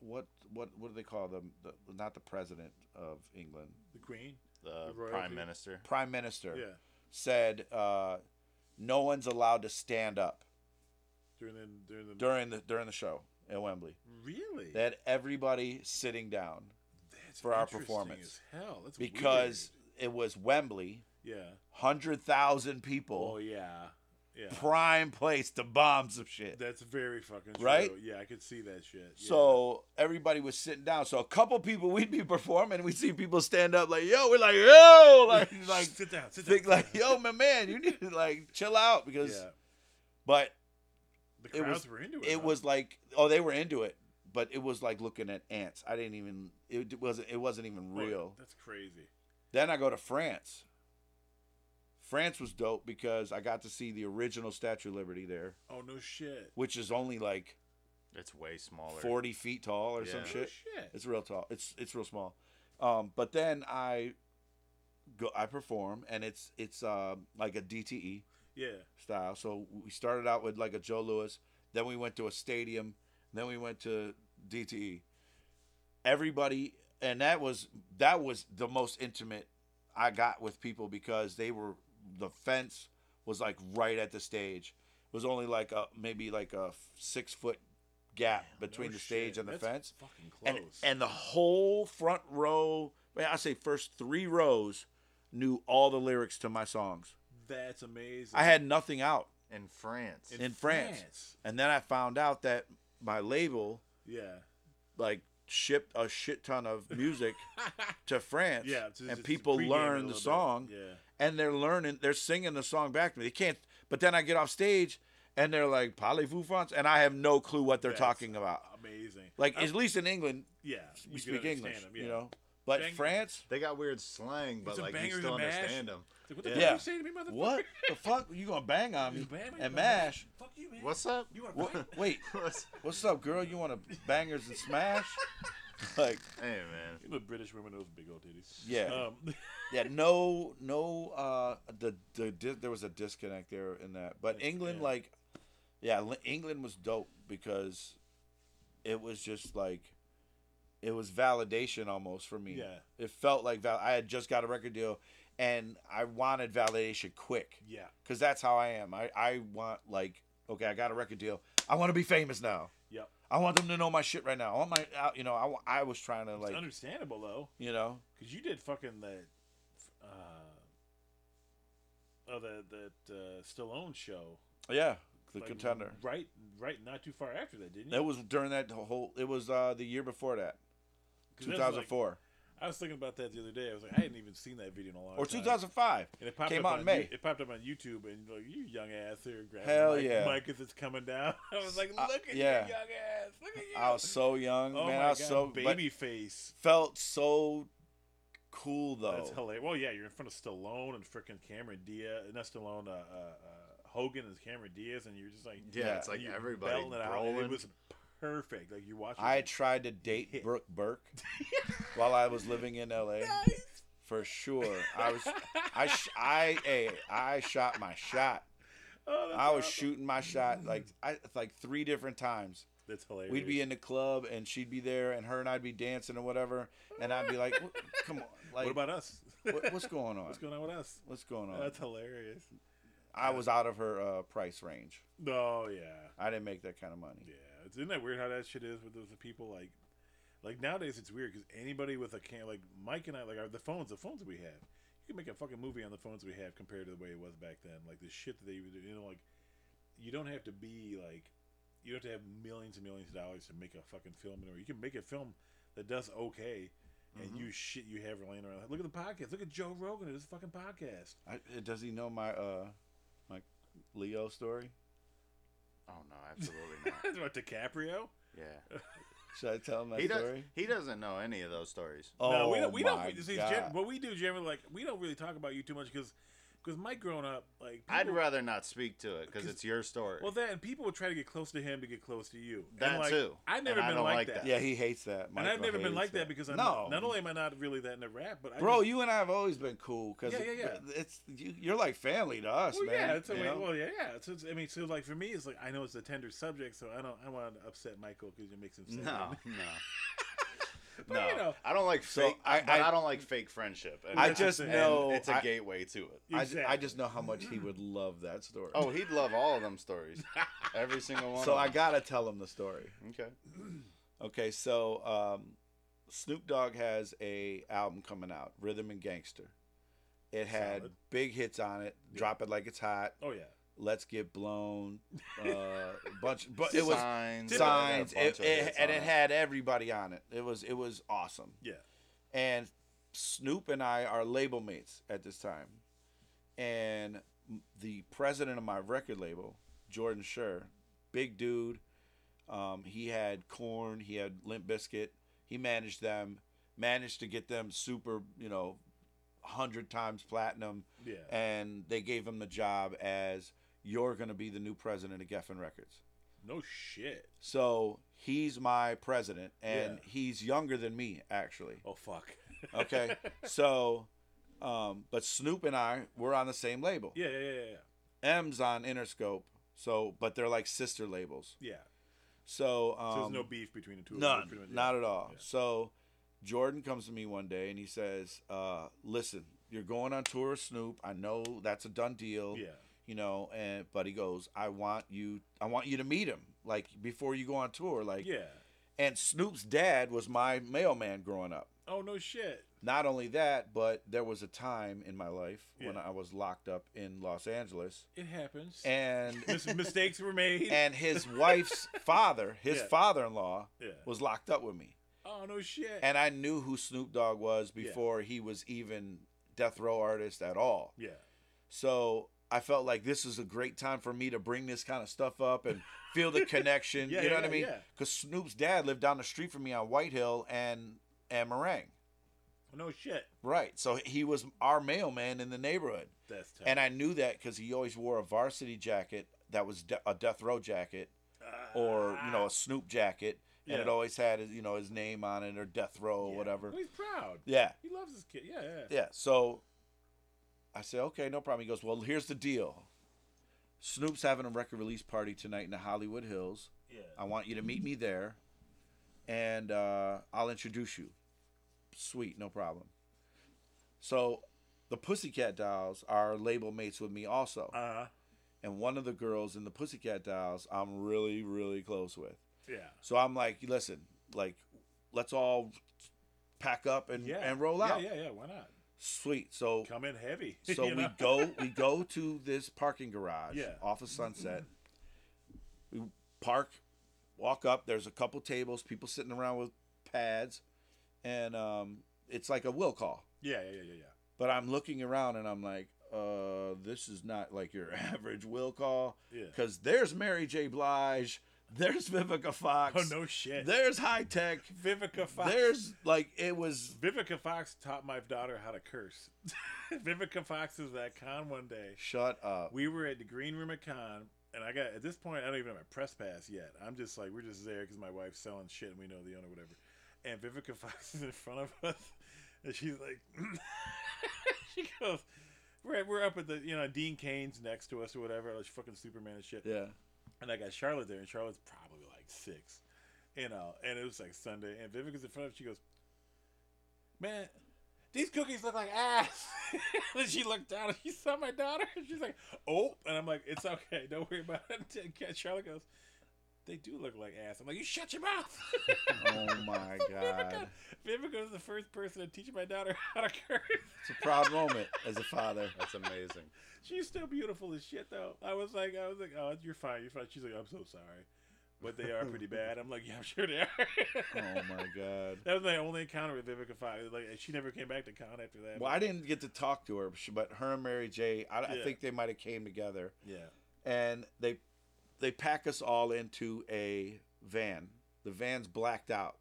[SPEAKER 4] what what what do they call them the, not the president of England
[SPEAKER 2] the Queen.
[SPEAKER 3] the
[SPEAKER 2] Royalty.
[SPEAKER 3] prime minister.
[SPEAKER 4] prime minister
[SPEAKER 2] Yeah.
[SPEAKER 4] said uh no one's allowed to stand up
[SPEAKER 2] During the during the.
[SPEAKER 4] during the during the show at Wembley
[SPEAKER 2] really.
[SPEAKER 4] they had everybody sitting down
[SPEAKER 2] That's
[SPEAKER 4] for our
[SPEAKER 2] interesting
[SPEAKER 4] performance.
[SPEAKER 2] as hell. That's
[SPEAKER 4] because it was Wembley
[SPEAKER 2] weird. yeah.
[SPEAKER 4] 100,000
[SPEAKER 2] Oh
[SPEAKER 4] people
[SPEAKER 2] yeah. Yeah.
[SPEAKER 4] prime place to bomb some shit
[SPEAKER 2] That's very fucking true.
[SPEAKER 4] Right?
[SPEAKER 2] Yeah, I could see that shit. Yeah.
[SPEAKER 4] So everybody was sitting down. So a couple people we'd be performing, we'd see people stand up like, "Yo," we're like, "Yo," like, like,
[SPEAKER 2] sit down, sit down.
[SPEAKER 4] think like, "Yo, my man, you need to like chill out,"
[SPEAKER 2] yeah.
[SPEAKER 4] because. But
[SPEAKER 2] The
[SPEAKER 4] it
[SPEAKER 2] crowds
[SPEAKER 4] was-
[SPEAKER 2] were into it.
[SPEAKER 4] it
[SPEAKER 2] huh?
[SPEAKER 4] was like, oh, they were into it, but it was like looking at ants. I didn't even. It wasn't. It wasn't even
[SPEAKER 2] Boy,
[SPEAKER 4] real.
[SPEAKER 2] That's crazy.
[SPEAKER 4] Then I go to France, France was dope because I got to see the original Statue of Liberty there,
[SPEAKER 2] Oh no shit.
[SPEAKER 4] which is only like
[SPEAKER 3] It's way smaller.
[SPEAKER 4] forty feet tall or some
[SPEAKER 3] Yeah.
[SPEAKER 2] No
[SPEAKER 4] shit.
[SPEAKER 2] shit.
[SPEAKER 4] It's real tall. It's it's real small. Um, but then I go I perform and it's it's um like a DTE
[SPEAKER 2] Yeah.
[SPEAKER 4] style. So we started out with like a Joe Lewis, then we went to a stadium, then we went to DTE. Everybody and that was that was the most intimate I got with people because they were the fence was like right at the stage. It was only like a maybe like a six foot gap between
[SPEAKER 2] No
[SPEAKER 4] the stage
[SPEAKER 2] shit.
[SPEAKER 4] and the
[SPEAKER 2] That's
[SPEAKER 4] fence
[SPEAKER 2] Fucking close.
[SPEAKER 4] and, and the whole front row man, i say first three rows knew all the lyrics to my songs
[SPEAKER 2] That's amazing.
[SPEAKER 4] i had nothing out
[SPEAKER 3] In France.
[SPEAKER 4] in France. and then i found out that my label
[SPEAKER 2] Yeah.
[SPEAKER 4] like shipped a shit ton of music to france
[SPEAKER 2] Yeah. to- to-
[SPEAKER 4] and
[SPEAKER 2] to
[SPEAKER 4] people
[SPEAKER 2] pregame it a
[SPEAKER 4] learn
[SPEAKER 2] little
[SPEAKER 4] the
[SPEAKER 2] bit.
[SPEAKER 4] song
[SPEAKER 2] Yeah.
[SPEAKER 4] and they're learning they're singing the song back to me they can't but then i get off stage and they're like parlez-vous france and i have no clue what they're
[SPEAKER 2] That's
[SPEAKER 4] talking about
[SPEAKER 2] Amazing.
[SPEAKER 4] like
[SPEAKER 2] I-
[SPEAKER 4] at least in england
[SPEAKER 2] yeah.
[SPEAKER 4] you,
[SPEAKER 2] can
[SPEAKER 4] speak
[SPEAKER 2] understand
[SPEAKER 4] english
[SPEAKER 2] them, yeah.
[SPEAKER 4] you know but
[SPEAKER 2] Bang-
[SPEAKER 4] france
[SPEAKER 3] They got weird slang, but
[SPEAKER 2] It's a
[SPEAKER 3] like you
[SPEAKER 2] banger to
[SPEAKER 3] still
[SPEAKER 2] mash.
[SPEAKER 3] understand them.
[SPEAKER 2] It's like, what the
[SPEAKER 4] Yeah.
[SPEAKER 2] fuck you saying to me, motherfucker?
[SPEAKER 4] What the fuck? You gonna bang on
[SPEAKER 2] You
[SPEAKER 4] me
[SPEAKER 2] bang me,
[SPEAKER 4] and
[SPEAKER 2] bro.
[SPEAKER 4] mash?
[SPEAKER 2] Fuck you, man.
[SPEAKER 3] What's up?
[SPEAKER 2] You are
[SPEAKER 4] What,
[SPEAKER 2] right.
[SPEAKER 4] wait,
[SPEAKER 3] What's-
[SPEAKER 4] what's up, girl? You want to bangers and smash? Like,
[SPEAKER 3] hey man.
[SPEAKER 2] You know, British women with those big old titties.
[SPEAKER 4] Yeah.
[SPEAKER 2] Um,
[SPEAKER 4] yeah, no, no. Uh, the the di- there was a disconnect there in that, but
[SPEAKER 2] That's-
[SPEAKER 4] England,
[SPEAKER 2] yeah.
[SPEAKER 4] like, yeah, Li- England was dope because it was just like it was validation almost for me.
[SPEAKER 2] Yeah.
[SPEAKER 4] it felt like val- I had just got a record deal, and I wanted validation quick.
[SPEAKER 2] yeah.
[SPEAKER 4] because that's how I am. I, I want like okay, I got a record deal. I want to be famous now.
[SPEAKER 2] Yep.
[SPEAKER 4] I want them to know my shit right now. I want my out. You know, I, wa- I was trying to like
[SPEAKER 2] it's understandable though,
[SPEAKER 4] you know
[SPEAKER 2] because you did fucking that. Uh, oh, that that uh, Stallone show.
[SPEAKER 4] yeah the
[SPEAKER 2] like,
[SPEAKER 4] contender.
[SPEAKER 2] Right, right. Not too far after that, didn't you?
[SPEAKER 4] It was during that whole. It was uh the year before that,
[SPEAKER 2] 'Cause that was, like-
[SPEAKER 4] 2004
[SPEAKER 2] I was thinking about that the other day. I was like, I hadn't even seen that video in a long
[SPEAKER 4] or
[SPEAKER 2] time.
[SPEAKER 4] 2005.
[SPEAKER 2] And it popped
[SPEAKER 4] came
[SPEAKER 2] up
[SPEAKER 4] out in
[SPEAKER 2] on
[SPEAKER 4] May.
[SPEAKER 2] You- it popped up on YouTube, and you're like, you young ass here, grabbing
[SPEAKER 4] Hell
[SPEAKER 2] Mike,
[SPEAKER 4] yeah.
[SPEAKER 2] Mike as it's coming down. I was like, look
[SPEAKER 4] Uh,
[SPEAKER 2] at
[SPEAKER 4] yeah.
[SPEAKER 2] you, young ass. Look at you.
[SPEAKER 4] I was so young,
[SPEAKER 2] oh
[SPEAKER 4] man.
[SPEAKER 2] my
[SPEAKER 4] I was
[SPEAKER 2] God,
[SPEAKER 4] so but
[SPEAKER 2] baby face.
[SPEAKER 4] felt so cool though.
[SPEAKER 2] That's hilarious. Well, yeah, you're in front of Stallone and freaking Cameron Diaz. Not Stallone, uh, uh, uh, Hogan and Cameron Diaz, and you're just like,
[SPEAKER 3] Yeah,
[SPEAKER 4] Yeah,
[SPEAKER 3] it's like
[SPEAKER 2] you're
[SPEAKER 3] everybody
[SPEAKER 2] belting it out, and
[SPEAKER 3] rolling.
[SPEAKER 2] It was perfect. Like you watch.
[SPEAKER 4] I tried to date Brooke Burke while I was living in LA. For sure, I was, I, sh- I, hey, I shot my shot.
[SPEAKER 2] Oh, that's
[SPEAKER 4] I was
[SPEAKER 2] awesome.
[SPEAKER 4] shooting my shot like, I like three different times.
[SPEAKER 2] That's hilarious.
[SPEAKER 4] We'd be in the club and she'd be there, and her and I'd be dancing or whatever, and I'd be like, "What- "Come on, like,
[SPEAKER 2] what about us?
[SPEAKER 4] what- what's going on?
[SPEAKER 2] What's going on with us?
[SPEAKER 4] What's going on?"
[SPEAKER 2] That's hilarious.
[SPEAKER 4] I was out of her uh, price range.
[SPEAKER 2] Oh yeah,
[SPEAKER 4] I didn't make that kind of money.
[SPEAKER 2] yeah. It's- Isn't that weird how that shit is with those people? Like, like nowadays it's weird because anybody with a cam, like Mike and I, like our, the phones, the phones we have, you can make a fucking movie on the phones we have compared to the way it was back then. Like the shit that they would do, you know, like you don't have to be like, you don't have to have millions and millions of dollars to make a fucking film, or you can make a film that does okay. And you shit you have laying around. Look at the podcast. Look at Joe Rogan and his fucking podcast.
[SPEAKER 4] I, does he know my uh, my Leo story?
[SPEAKER 3] Oh no, absolutely not.
[SPEAKER 2] About DiCaprio.
[SPEAKER 3] Yeah.
[SPEAKER 4] Should I tell him that
[SPEAKER 3] He does
[SPEAKER 4] story?
[SPEAKER 3] he doesn't know any of those stories.
[SPEAKER 4] Oh
[SPEAKER 2] no, we don't. We
[SPEAKER 4] my
[SPEAKER 2] don't. See, gen-
[SPEAKER 4] God.
[SPEAKER 2] what we do, generally, like we don't really talk about you too much because, because Mike growing up, like
[SPEAKER 3] I'd
[SPEAKER 2] people-
[SPEAKER 3] rather not speak to it because
[SPEAKER 2] 'Cause-
[SPEAKER 3] it's your story.
[SPEAKER 2] Well, that and people would try to get close to him to get close to you. And,
[SPEAKER 3] That
[SPEAKER 2] like,
[SPEAKER 3] too.
[SPEAKER 2] I've
[SPEAKER 3] And
[SPEAKER 2] never
[SPEAKER 3] I
[SPEAKER 2] been
[SPEAKER 3] don't
[SPEAKER 2] like,
[SPEAKER 3] like
[SPEAKER 2] that.
[SPEAKER 3] that.
[SPEAKER 4] yeah, he hates that.
[SPEAKER 2] And I've
[SPEAKER 4] Michael
[SPEAKER 2] never been
[SPEAKER 4] hates
[SPEAKER 2] like that, because I'm
[SPEAKER 4] no.
[SPEAKER 2] not, not only am I not really that into rap, but I
[SPEAKER 4] bro,
[SPEAKER 2] just-
[SPEAKER 4] you and I have always been cool because
[SPEAKER 2] Yeah, yeah, yeah.
[SPEAKER 4] it's you, you're like family to us,
[SPEAKER 2] well,
[SPEAKER 4] man.
[SPEAKER 2] yeah, it's a
[SPEAKER 4] you
[SPEAKER 2] way,
[SPEAKER 4] know?
[SPEAKER 2] well, yeah, yeah. So it's, I mean, so like for me, it's like I know it's a tender subject, so I don't, I want to upset Michael because it makes him sad.
[SPEAKER 3] no, no.
[SPEAKER 2] But,
[SPEAKER 3] no,
[SPEAKER 2] you know-
[SPEAKER 3] I don't like
[SPEAKER 4] So
[SPEAKER 3] fake.
[SPEAKER 4] I-
[SPEAKER 3] I, but
[SPEAKER 4] I-
[SPEAKER 3] I don't like fake friendship. And
[SPEAKER 4] I
[SPEAKER 3] it's-
[SPEAKER 4] just
[SPEAKER 3] and
[SPEAKER 4] know-
[SPEAKER 3] it's a
[SPEAKER 4] I-
[SPEAKER 3] gateway to it.
[SPEAKER 4] I,
[SPEAKER 2] Exactly.
[SPEAKER 4] I just know how much he would love that story.
[SPEAKER 3] Oh, he'd love all of them stories, every single one.
[SPEAKER 4] so
[SPEAKER 3] of
[SPEAKER 4] I
[SPEAKER 3] them.
[SPEAKER 4] gotta tell him the story.
[SPEAKER 3] okay.
[SPEAKER 4] Okay, so um, Snoop Dogg has a album coming out, Rhythm and Gangster. It had
[SPEAKER 2] Solid.
[SPEAKER 4] big hits on it. Drop it like it's hot.
[SPEAKER 2] Oh yeah.
[SPEAKER 4] Let's get blown. Uh, a bunch, but it was
[SPEAKER 3] signs.
[SPEAKER 4] signs.
[SPEAKER 3] I got a
[SPEAKER 4] It,
[SPEAKER 3] bunch of
[SPEAKER 4] it,
[SPEAKER 3] hits
[SPEAKER 4] and
[SPEAKER 3] on
[SPEAKER 4] it had everybody on it. It was it was awesome.
[SPEAKER 2] Yeah.
[SPEAKER 4] and Snoop and I are label mates at this time. And m- the president of my record label, Jordan Scher, big dude. Um, he had Corn, he had Limp Biscuit. He managed them, managed to get them super, you know, hundred times platinum,
[SPEAKER 2] Yeah.
[SPEAKER 4] and they gave him the job as you're going to be the new president of Geffen Records.
[SPEAKER 2] No shit.
[SPEAKER 4] So he's my president, and
[SPEAKER 2] Yeah.
[SPEAKER 4] he's younger than me actually.
[SPEAKER 2] Oh fuck.
[SPEAKER 4] Okay, so, um, but Snoop and I were on the same label.
[SPEAKER 2] Yeah, yeah, yeah, yeah,
[SPEAKER 4] M's on Interscope, so but they're like sister labels.
[SPEAKER 2] yeah.
[SPEAKER 4] So, um,
[SPEAKER 2] So there's no beef between the two. of them,
[SPEAKER 4] None,
[SPEAKER 2] pretty much, yeah.
[SPEAKER 4] not at all.
[SPEAKER 2] Yeah.
[SPEAKER 4] So Jordan comes to me one day and he says, uh, "Listen, you're going on tour with Snoop. I know that's a done deal.
[SPEAKER 2] Yeah.
[SPEAKER 4] you know." And but he goes, "I want you. I want you to meet him like before you go on tour. Like,
[SPEAKER 2] Yeah.
[SPEAKER 4] and Snoop's dad was my mailman growing up.
[SPEAKER 2] Oh no shit.
[SPEAKER 4] Not only that, but there was a time in my life when
[SPEAKER 2] Yeah.
[SPEAKER 4] I was locked up in Los Angeles
[SPEAKER 2] It happens.
[SPEAKER 4] and.
[SPEAKER 2] Mis- mistakes were made.
[SPEAKER 4] And his wife's father, his
[SPEAKER 2] Yeah.
[SPEAKER 4] father-in-law,
[SPEAKER 2] Yeah.
[SPEAKER 4] was locked up with me.
[SPEAKER 2] oh no shit.
[SPEAKER 4] and I knew who Snoop Dogg was before he was even death row artist at all.
[SPEAKER 2] yeah.
[SPEAKER 4] So I felt like this is a great time for me to bring this kind of stuff up and feel the connection.
[SPEAKER 2] Yeah,
[SPEAKER 4] you know
[SPEAKER 2] yeah,
[SPEAKER 4] what I mean?
[SPEAKER 2] yeah.
[SPEAKER 4] Because Snoop's dad lived down the street from me on White Hill and and Meringue.
[SPEAKER 2] No shit.
[SPEAKER 4] Right. So he was our mailman in the neighborhood,
[SPEAKER 2] That's tough.
[SPEAKER 4] and I knew that because he always wore a varsity jacket that was de- a death row jacket or you know a Snoop jacket, and it
[SPEAKER 2] Yeah.
[SPEAKER 4] always had his, you know his name on it or death row or whatever.
[SPEAKER 2] Well, he's proud.
[SPEAKER 4] Yeah.
[SPEAKER 2] He loves his kid. Yeah, yeah.
[SPEAKER 4] Yeah. So I said, okay, no problem. He goes, well, here's the deal. Snoop's having a record release party tonight in the Hollywood Hills.
[SPEAKER 2] Yeah.
[SPEAKER 4] I want you to meet me there, and uh, I'll introduce you. Sweet, no problem. So, the Pussycat Dolls are label mates with me also,
[SPEAKER 2] Uh,
[SPEAKER 4] and one of the girls in the Pussycat Dolls I'm really, really close with.
[SPEAKER 2] yeah.
[SPEAKER 4] So I'm like, listen, like, let's all pack up and
[SPEAKER 2] Yeah.
[SPEAKER 4] and roll out.
[SPEAKER 2] Yeah, yeah, yeah. Why not?
[SPEAKER 4] Sweet. So
[SPEAKER 2] Come in heavy.
[SPEAKER 4] so
[SPEAKER 2] you
[SPEAKER 4] we
[SPEAKER 2] know?
[SPEAKER 4] go we go to this parking garage
[SPEAKER 2] Yeah.
[SPEAKER 4] off of Sunset. We park, walk up. There's a couple tables, people sitting around with pads, and um, it's like a will call.
[SPEAKER 2] Yeah, yeah, yeah, yeah, yeah.
[SPEAKER 4] But I'm looking around and I'm like, uh, this is not like your average will call.
[SPEAKER 2] Yeah.
[SPEAKER 4] Because there's Mary J. Blige, there's Vivica Fox,
[SPEAKER 2] Oh no shit.
[SPEAKER 4] there's High Tech,
[SPEAKER 2] Vivica Fox.
[SPEAKER 4] there's like it was
[SPEAKER 2] Vivica Fox taught my daughter how to curse. Vivica Fox was at con one day.
[SPEAKER 4] shut up.
[SPEAKER 2] We were at the green room at con, and I got at this point I don't even have a press pass yet. I'm just like we're just there because my wife's selling shit and we know the owner, whatever. And Vivica Fox is in front of us, and she's like, she goes, we're at, we're up at the you know Dean Kane's next to us or whatever, like fucking Superman and shit.
[SPEAKER 4] Yeah.
[SPEAKER 2] and I got Charlotte there, and Charlotte's probably like six, you know. And it was like Sunday, and Vivica's in front of. She goes, "Man, these cookies look like ass." and she looked down and she saw my daughter, and she's like, "Oh," and I'm like, "It's okay, don't worry about it." And Charlotte goes, "They do look like ass." I'm like, "You shut your mouth."
[SPEAKER 4] Oh my god.
[SPEAKER 2] Vivica, Vivica was the first person to teach my daughter how to curse.
[SPEAKER 4] It's a proud moment as a father.
[SPEAKER 3] That's amazing.
[SPEAKER 2] She's still beautiful as shit, though. I was like, I was like, "Oh, you're fine, you're fine." She's like, "I'm so sorry." But they are pretty bad. I'm like, yeah, I'm sure they are.
[SPEAKER 4] Oh my god.
[SPEAKER 2] That was my only encounter with Vivica Fox. Like she never came back to con after that.
[SPEAKER 4] Well, I didn't get to talk to her, but she- but her and Mary J. I, I
[SPEAKER 2] Yeah.
[SPEAKER 4] think they might have came together,
[SPEAKER 2] Yeah.
[SPEAKER 4] and they they pack us all into a van. The van's blacked out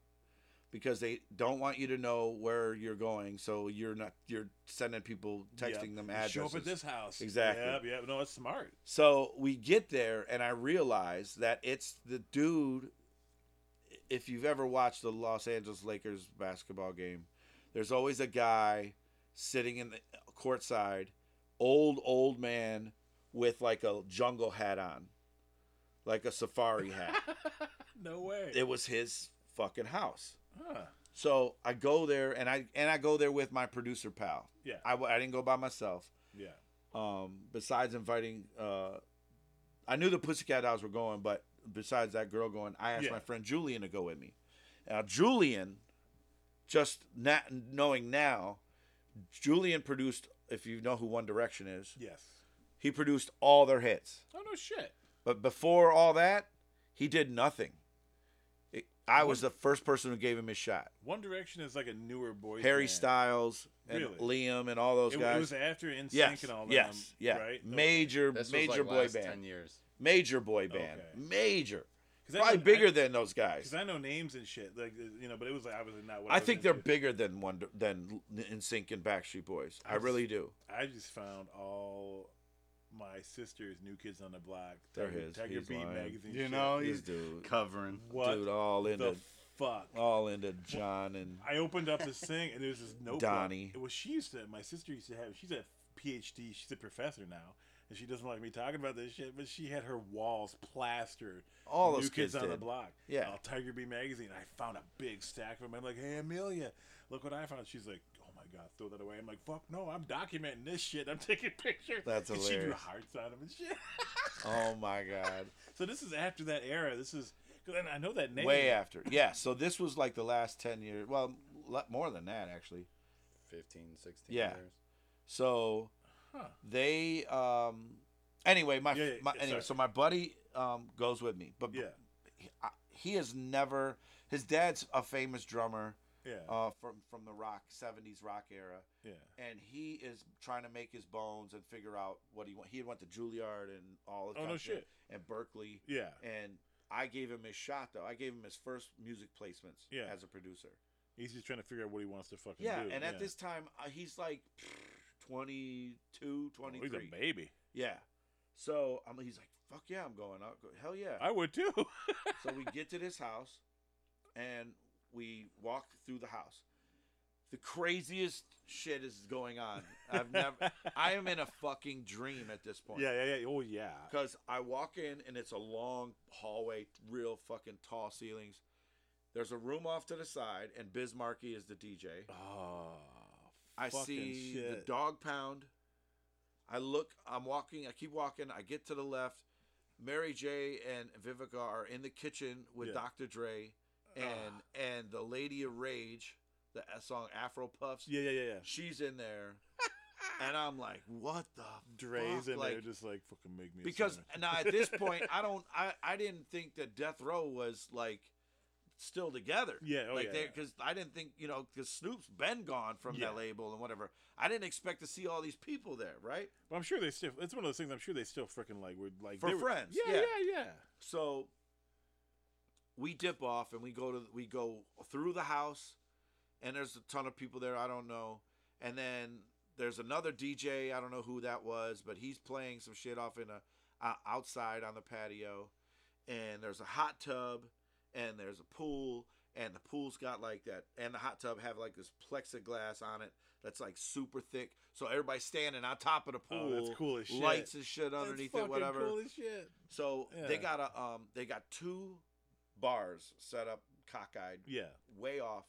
[SPEAKER 4] because they don't want you to know where you're going, so you're not you're sending people texting
[SPEAKER 2] Yep.
[SPEAKER 4] them
[SPEAKER 2] You
[SPEAKER 4] addresses.
[SPEAKER 2] Show up at this house.
[SPEAKER 4] Exactly.
[SPEAKER 2] Yeah. Yeah. No, it's smart.
[SPEAKER 4] So we get there, and I realize that it's the dude. If you've ever watched the Los Angeles Lakers basketball game, there's always a guy sitting in the courtside, old old man with like a jungle hat on, like a safari hat.
[SPEAKER 2] No way.
[SPEAKER 4] it was his fucking house.
[SPEAKER 2] huh.
[SPEAKER 4] So I go there, and I and I go there with my producer pal.
[SPEAKER 2] Yeah.
[SPEAKER 4] I, w- I didn't go by myself
[SPEAKER 2] Yeah.
[SPEAKER 4] um, besides inviting, uh, I knew the Pussycat Dolls were going, but besides that girl going, I asked
[SPEAKER 2] Yeah.
[SPEAKER 4] my friend Julian to go with me. Now, Julian, just not knowing now, Julian produced, if you know who One Direction is,
[SPEAKER 2] Yes.
[SPEAKER 4] he produced all their hits.
[SPEAKER 2] Oh no shit.
[SPEAKER 4] But before all that, he did nothing. It, I was the first person who gave him his shot.
[SPEAKER 2] One Direction is like a newer boy.
[SPEAKER 4] Harry Styles and
[SPEAKER 2] Really?
[SPEAKER 4] Liam and all those
[SPEAKER 2] It,
[SPEAKER 4] guys.
[SPEAKER 2] it was after NSYNC
[SPEAKER 4] yes,
[SPEAKER 2] and all that.
[SPEAKER 4] yes, yeah.
[SPEAKER 2] Right.
[SPEAKER 4] Major,
[SPEAKER 3] This
[SPEAKER 4] major
[SPEAKER 3] was like
[SPEAKER 4] boy
[SPEAKER 3] last
[SPEAKER 4] band.
[SPEAKER 3] ten years.
[SPEAKER 4] major boy band,
[SPEAKER 2] Okay.
[SPEAKER 4] major.
[SPEAKER 2] 'Cause I
[SPEAKER 4] Probably
[SPEAKER 2] know-
[SPEAKER 4] bigger
[SPEAKER 2] I,
[SPEAKER 4] than those guys.
[SPEAKER 2] Because I know names and shit, like uh, you know, but it was like obviously not what I,
[SPEAKER 4] I
[SPEAKER 2] was
[SPEAKER 4] think they're
[SPEAKER 2] into.
[SPEAKER 4] bigger than one than NSYNC and Backstreet Boys. I
[SPEAKER 2] I'm s-
[SPEAKER 4] really do.
[SPEAKER 2] I just found all my sister's new kids on the block.
[SPEAKER 4] They're
[SPEAKER 2] Tiger-
[SPEAKER 4] his.
[SPEAKER 2] Tiger
[SPEAKER 4] He's
[SPEAKER 2] Beat
[SPEAKER 4] lying.
[SPEAKER 2] magazine.
[SPEAKER 3] You
[SPEAKER 2] shit.
[SPEAKER 3] know,
[SPEAKER 4] This
[SPEAKER 3] he's
[SPEAKER 4] dude,
[SPEAKER 3] covering.
[SPEAKER 2] what
[SPEAKER 4] dude, all
[SPEAKER 2] the
[SPEAKER 4] into
[SPEAKER 2] fuck?
[SPEAKER 4] all into John and
[SPEAKER 2] I opened up this thing and there's this notebook.
[SPEAKER 4] Donnie.
[SPEAKER 2] Well, she used to. My sister used to have. She's a PhD. She's a professor now, and she doesn't like me talking about this shit. But she had her walls plastered.
[SPEAKER 4] all
[SPEAKER 2] new
[SPEAKER 4] those kids,
[SPEAKER 2] on the
[SPEAKER 4] did.
[SPEAKER 2] block.
[SPEAKER 4] Yeah.
[SPEAKER 2] Uh, Tiger Bee magazine. I found a big stack of them. I'm like, hey Amelia, look what I found. She's like, oh my god, throw that away. I'm like, fuck no, I'm documenting this shit. I'm taking pictures.
[SPEAKER 4] That's
[SPEAKER 2] and She drew
[SPEAKER 4] hilarious.
[SPEAKER 2] hearts on them and shit.
[SPEAKER 4] Oh my god.
[SPEAKER 2] so this is after that era. This is. 'cause I- I know that name.
[SPEAKER 4] Way after. Yeah, so this was like the last 10 years. Well, le- more than that actually.
[SPEAKER 3] 15, 16
[SPEAKER 4] Yeah.
[SPEAKER 3] years.
[SPEAKER 4] So
[SPEAKER 2] Huh.
[SPEAKER 4] they um anyway, my,
[SPEAKER 2] Yeah, yeah,
[SPEAKER 4] my
[SPEAKER 2] yeah,
[SPEAKER 4] anyway,
[SPEAKER 2] sorry.
[SPEAKER 4] so my buddy um goes with me. But
[SPEAKER 2] Yeah.
[SPEAKER 4] he, I, he has never his dad's a famous drummer
[SPEAKER 2] Yeah.
[SPEAKER 4] uh from from the rock 70s rock era
[SPEAKER 2] yeah.
[SPEAKER 4] and he is trying to make his bones and figure out what he want. He had went to Juilliard and all of
[SPEAKER 2] Oh, no
[SPEAKER 4] kinds of-
[SPEAKER 2] shit.
[SPEAKER 4] and Berkeley
[SPEAKER 2] Yeah.
[SPEAKER 4] and I gave him his shot though. I gave him his first music placements
[SPEAKER 2] Yeah.
[SPEAKER 4] as a producer.
[SPEAKER 2] He's just trying to figure out what he wants to fucking
[SPEAKER 4] Yeah,
[SPEAKER 2] do.
[SPEAKER 4] and at this time uh, he's like 22,
[SPEAKER 2] Oh,
[SPEAKER 4] 23.
[SPEAKER 2] he's a baby.
[SPEAKER 4] yeah. So I'm he's like, "Fuck yeah, I'm going out. Go, Hell yeah."
[SPEAKER 2] I would too.
[SPEAKER 4] so we get to this house and we walk through the house. The craziest shit is going on. I've never I am in a fucking dream at this point.
[SPEAKER 2] yeah, yeah, yeah. Oh yeah.
[SPEAKER 4] Because I walk in and it's a long hallway, real fucking tall ceilings. There's a room off to the side, and Bismarcky is the DJ.
[SPEAKER 2] Oh.
[SPEAKER 4] I
[SPEAKER 2] fucking
[SPEAKER 4] see the
[SPEAKER 2] shit.
[SPEAKER 4] dog pound. I look, I'm walking, I keep walking, I get to the left. Mary J and Vivica are in the kitchen with
[SPEAKER 2] Yeah.
[SPEAKER 4] Dr. Dre and
[SPEAKER 2] Ah.
[SPEAKER 4] and the Lady of Rage, the song Afro Puffs.
[SPEAKER 2] Yeah, yeah, yeah, yeah.
[SPEAKER 4] She's in there. and I'm like, what the
[SPEAKER 2] Dre's
[SPEAKER 4] fuck?
[SPEAKER 2] in
[SPEAKER 4] Like,
[SPEAKER 2] there, just like fucking make me. a
[SPEAKER 4] because
[SPEAKER 2] sandwich.
[SPEAKER 4] now at this point i don't i i didn't think that death row was like still together
[SPEAKER 2] Yeah, oh,
[SPEAKER 4] like
[SPEAKER 2] yeah,
[SPEAKER 4] they
[SPEAKER 2] yeah.
[SPEAKER 4] because i didn't think you know because snoop's been gone from
[SPEAKER 2] Yeah.
[SPEAKER 4] that label and whatever i didn't expect to see all these people there right
[SPEAKER 2] But I'm sure they still. It's one of those things. I'm sure they still freaking like were like
[SPEAKER 4] For
[SPEAKER 2] they were-
[SPEAKER 4] friends,
[SPEAKER 2] Yeah,
[SPEAKER 4] yeah.
[SPEAKER 2] yeah, yeah.
[SPEAKER 4] so we dip off and we go to we go through the house and there's a ton of people there i don't know and then there's another dj i don't know who that was but he's playing some shit off in a uh, outside on the patio and there's a hot tub and there's a pool and the pool's got like that and the hot tub have like this plexiglass on it that's like super thick so everybody's standing on top of the pool
[SPEAKER 2] Oh, that's cool as shit.
[SPEAKER 4] lights and shit
[SPEAKER 2] That's
[SPEAKER 4] underneath it
[SPEAKER 2] fucking
[SPEAKER 4] whatever
[SPEAKER 2] Cool as shit.
[SPEAKER 4] so they
[SPEAKER 2] Yeah.
[SPEAKER 4] got a um they got two bars set up cockeyed
[SPEAKER 2] Yeah,
[SPEAKER 4] way off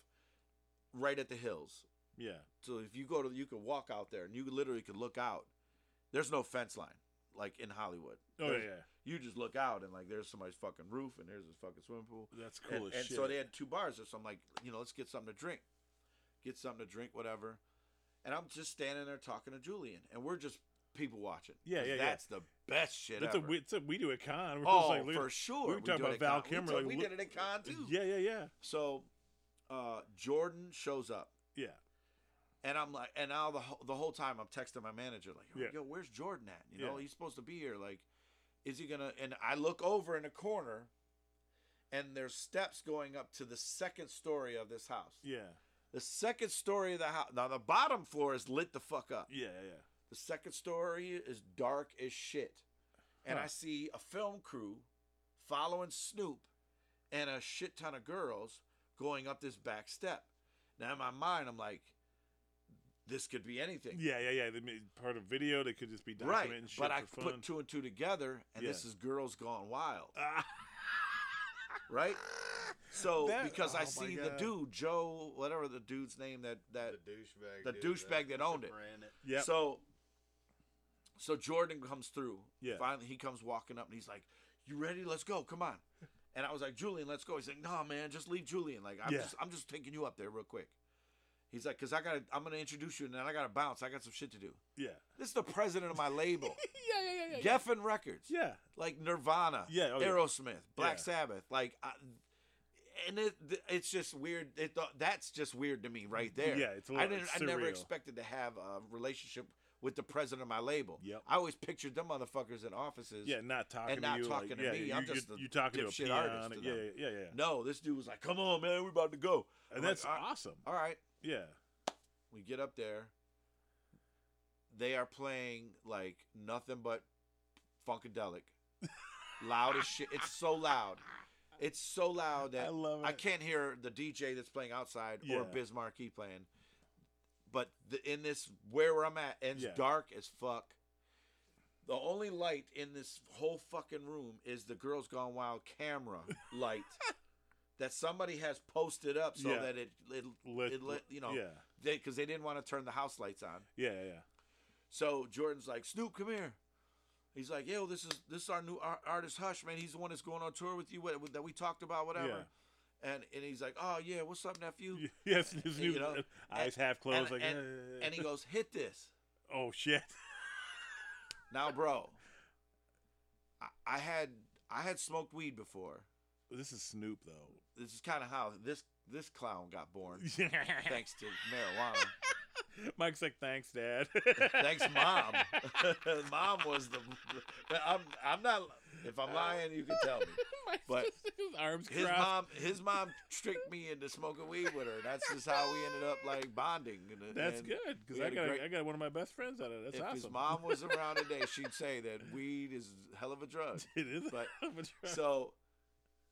[SPEAKER 4] right at the hills.
[SPEAKER 2] yeah.
[SPEAKER 4] So if you go to you can walk out there and you literally could look out. There's no fence line like in Hollywood.
[SPEAKER 2] Oh yeah,
[SPEAKER 4] There's- You just look out and like there's somebody's fucking roof and there's this fucking swimming pool.
[SPEAKER 2] yeah. That's cool
[SPEAKER 4] and
[SPEAKER 2] as
[SPEAKER 4] and
[SPEAKER 2] shit.
[SPEAKER 4] so they had two bars there. So I'm like, you know, let's get something to drink. Get something to drink, whatever. And I'm just standing there talking to Julian and we're just people watching.
[SPEAKER 2] Yeah,
[SPEAKER 4] 'Cause
[SPEAKER 2] yeah, yeah.
[SPEAKER 4] That's the best shit
[SPEAKER 2] that's a
[SPEAKER 4] ever.
[SPEAKER 2] we, it's a we do at con. We're
[SPEAKER 4] Oh,
[SPEAKER 2] just like, look-
[SPEAKER 4] for sure.
[SPEAKER 2] we were talking
[SPEAKER 4] do
[SPEAKER 2] about
[SPEAKER 4] it at
[SPEAKER 2] Val
[SPEAKER 4] Con-
[SPEAKER 2] Kilmer,
[SPEAKER 4] We, took-
[SPEAKER 2] like,
[SPEAKER 4] we
[SPEAKER 2] look- uh,
[SPEAKER 4] did it at con too.
[SPEAKER 2] Yeah, yeah, yeah,
[SPEAKER 4] So, uh, Jordan shows up,
[SPEAKER 2] yeah.
[SPEAKER 4] and I'm like, and now the whole, the whole time I'm texting my manager like, yo,
[SPEAKER 2] Yeah.
[SPEAKER 4] yo, where's Jordan at? You know,
[SPEAKER 2] Yeah.
[SPEAKER 4] he's supposed to be here. Like, is he gonna? And I look over in the corner, and there's steps going up to the second story of this house.
[SPEAKER 2] Yeah,
[SPEAKER 4] The second story of the house. Now the bottom floor is lit the fuck up.
[SPEAKER 2] yeah, yeah.
[SPEAKER 4] The second story is dark as shit. And
[SPEAKER 2] Huh.
[SPEAKER 4] I see a film crew following Snoop and a shit ton of girls going up this back step. Now, in my mind, I'm like, this could be anything.
[SPEAKER 2] Yeah, yeah, yeah. They made part of video. They could just be
[SPEAKER 4] right.
[SPEAKER 2] documenting shit
[SPEAKER 4] But I
[SPEAKER 2] for fun.
[SPEAKER 4] put two and two together, and this
[SPEAKER 2] Yeah.
[SPEAKER 4] is girls gone wild.
[SPEAKER 2] Ah,
[SPEAKER 4] Right? So,
[SPEAKER 2] That-
[SPEAKER 4] because I
[SPEAKER 2] oh my
[SPEAKER 4] see the
[SPEAKER 2] God.
[SPEAKER 4] dude, Joe, whatever the dude's name that,
[SPEAKER 2] Uh,
[SPEAKER 4] that
[SPEAKER 3] The douchebag.
[SPEAKER 4] the
[SPEAKER 3] dude
[SPEAKER 4] douchebag that owned it.
[SPEAKER 3] ran it.
[SPEAKER 2] yeah.
[SPEAKER 4] So, so Jordan comes through.
[SPEAKER 2] Yeah.
[SPEAKER 4] Finally, he comes walking up and he's like, "You ready? Let's go. Come on." And I was like, "Julian, let's go." He's like, "No, man, just leave Julian. Like, I'm
[SPEAKER 2] Yeah.
[SPEAKER 4] just, I'm just taking you up there real quick." He's like, "Cause I got, to I'm gonna introduce you, and then I gotta bounce. I got some shit to do."
[SPEAKER 2] yeah.
[SPEAKER 4] This is the president of my label,
[SPEAKER 2] Yeah, yeah, yeah,
[SPEAKER 4] Geffen Records,
[SPEAKER 2] Yeah,
[SPEAKER 4] like Nirvana,
[SPEAKER 2] Yeah, oh, yeah.
[SPEAKER 4] Aerosmith, Black
[SPEAKER 2] Yeah.
[SPEAKER 4] Sabbath, like. I, and it, th- it's just weird. It, that's just weird to me, right there.
[SPEAKER 2] Yeah, it's a
[SPEAKER 4] I
[SPEAKER 2] little-
[SPEAKER 4] didn't.
[SPEAKER 2] it's
[SPEAKER 4] I never
[SPEAKER 2] surreal.
[SPEAKER 4] expected to have a relationship with the president of my label.
[SPEAKER 2] Yep.
[SPEAKER 4] I always pictured them motherfuckers in offices.
[SPEAKER 2] Yeah, not talking
[SPEAKER 4] And
[SPEAKER 2] to
[SPEAKER 4] not
[SPEAKER 2] you.
[SPEAKER 4] talking
[SPEAKER 2] like,
[SPEAKER 4] to
[SPEAKER 2] yeah,
[SPEAKER 4] me,
[SPEAKER 2] You,
[SPEAKER 4] I'm
[SPEAKER 2] you-
[SPEAKER 4] just the
[SPEAKER 2] you talking to a
[SPEAKER 4] dipshit
[SPEAKER 2] peon.
[SPEAKER 4] artist to
[SPEAKER 2] yeah,
[SPEAKER 4] them.
[SPEAKER 2] yeah, yeah, yeah.
[SPEAKER 4] No, this dude was like, "Come on, man, we're about to go,"
[SPEAKER 2] and
[SPEAKER 4] I'm
[SPEAKER 2] that's
[SPEAKER 4] like, "All right,
[SPEAKER 2] awesome.
[SPEAKER 4] All right,
[SPEAKER 2] Yeah,
[SPEAKER 4] we get up there. They are playing like nothing but funkadelic, loud as shit. It's so loud. It's so loud that
[SPEAKER 2] I love it.
[SPEAKER 4] I can't hear the DJ that's playing outside
[SPEAKER 2] Yeah.
[SPEAKER 4] or Bismarcky playing. But the, in this where I'm at, and it's
[SPEAKER 2] Yeah.
[SPEAKER 4] dark as fuck. The only light in this whole fucking room is the Girls Gone Wild camera light that somebody has posted up so
[SPEAKER 2] Yeah.
[SPEAKER 4] that it, it,
[SPEAKER 2] Lit-
[SPEAKER 4] it lit, you know
[SPEAKER 2] yeah.
[SPEAKER 4] they because they didn't want to turn the house lights on.
[SPEAKER 2] yeah, yeah, yeah.
[SPEAKER 4] So Jordan's like, Snoop, come here. He's like, yo, this is this is our new ar- artist Hush, man. He's the one that's going on tour with you what- that we talked about, whatever. And and he's like, oh yeah, what's up, nephew?
[SPEAKER 2] Y- Yes, his new
[SPEAKER 4] You know,
[SPEAKER 2] eyes
[SPEAKER 4] and-
[SPEAKER 2] half closed.
[SPEAKER 4] and,
[SPEAKER 2] like,
[SPEAKER 4] and,
[SPEAKER 2] "Eh."
[SPEAKER 4] and he goes, hit this
[SPEAKER 2] oh shit.
[SPEAKER 4] now, bro. I, I had I had smoked weed before.
[SPEAKER 2] This is Snoop though.
[SPEAKER 4] This is kind of how this this clown got born, thanks to marijuana.
[SPEAKER 2] Mike's like, thanks, Dad.
[SPEAKER 4] Thanks, mom. mom was the. I'm I'm not. If I'm lying, you can tell me. But
[SPEAKER 2] his arms
[SPEAKER 4] his
[SPEAKER 2] crossed.
[SPEAKER 4] mom, his mom tricked me into smoking weed with her. and That's just how we ended up like bonding. And, uh,
[SPEAKER 2] That's
[SPEAKER 4] and
[SPEAKER 2] good because
[SPEAKER 4] we
[SPEAKER 2] I
[SPEAKER 4] had a
[SPEAKER 2] got
[SPEAKER 4] great-
[SPEAKER 2] I got one of my best friends out of it. That's
[SPEAKER 4] if
[SPEAKER 2] awesome.
[SPEAKER 4] his mom was around today, she'd say that weed is a hell of a drug.
[SPEAKER 2] it is.
[SPEAKER 4] but-
[SPEAKER 2] so
[SPEAKER 4] So,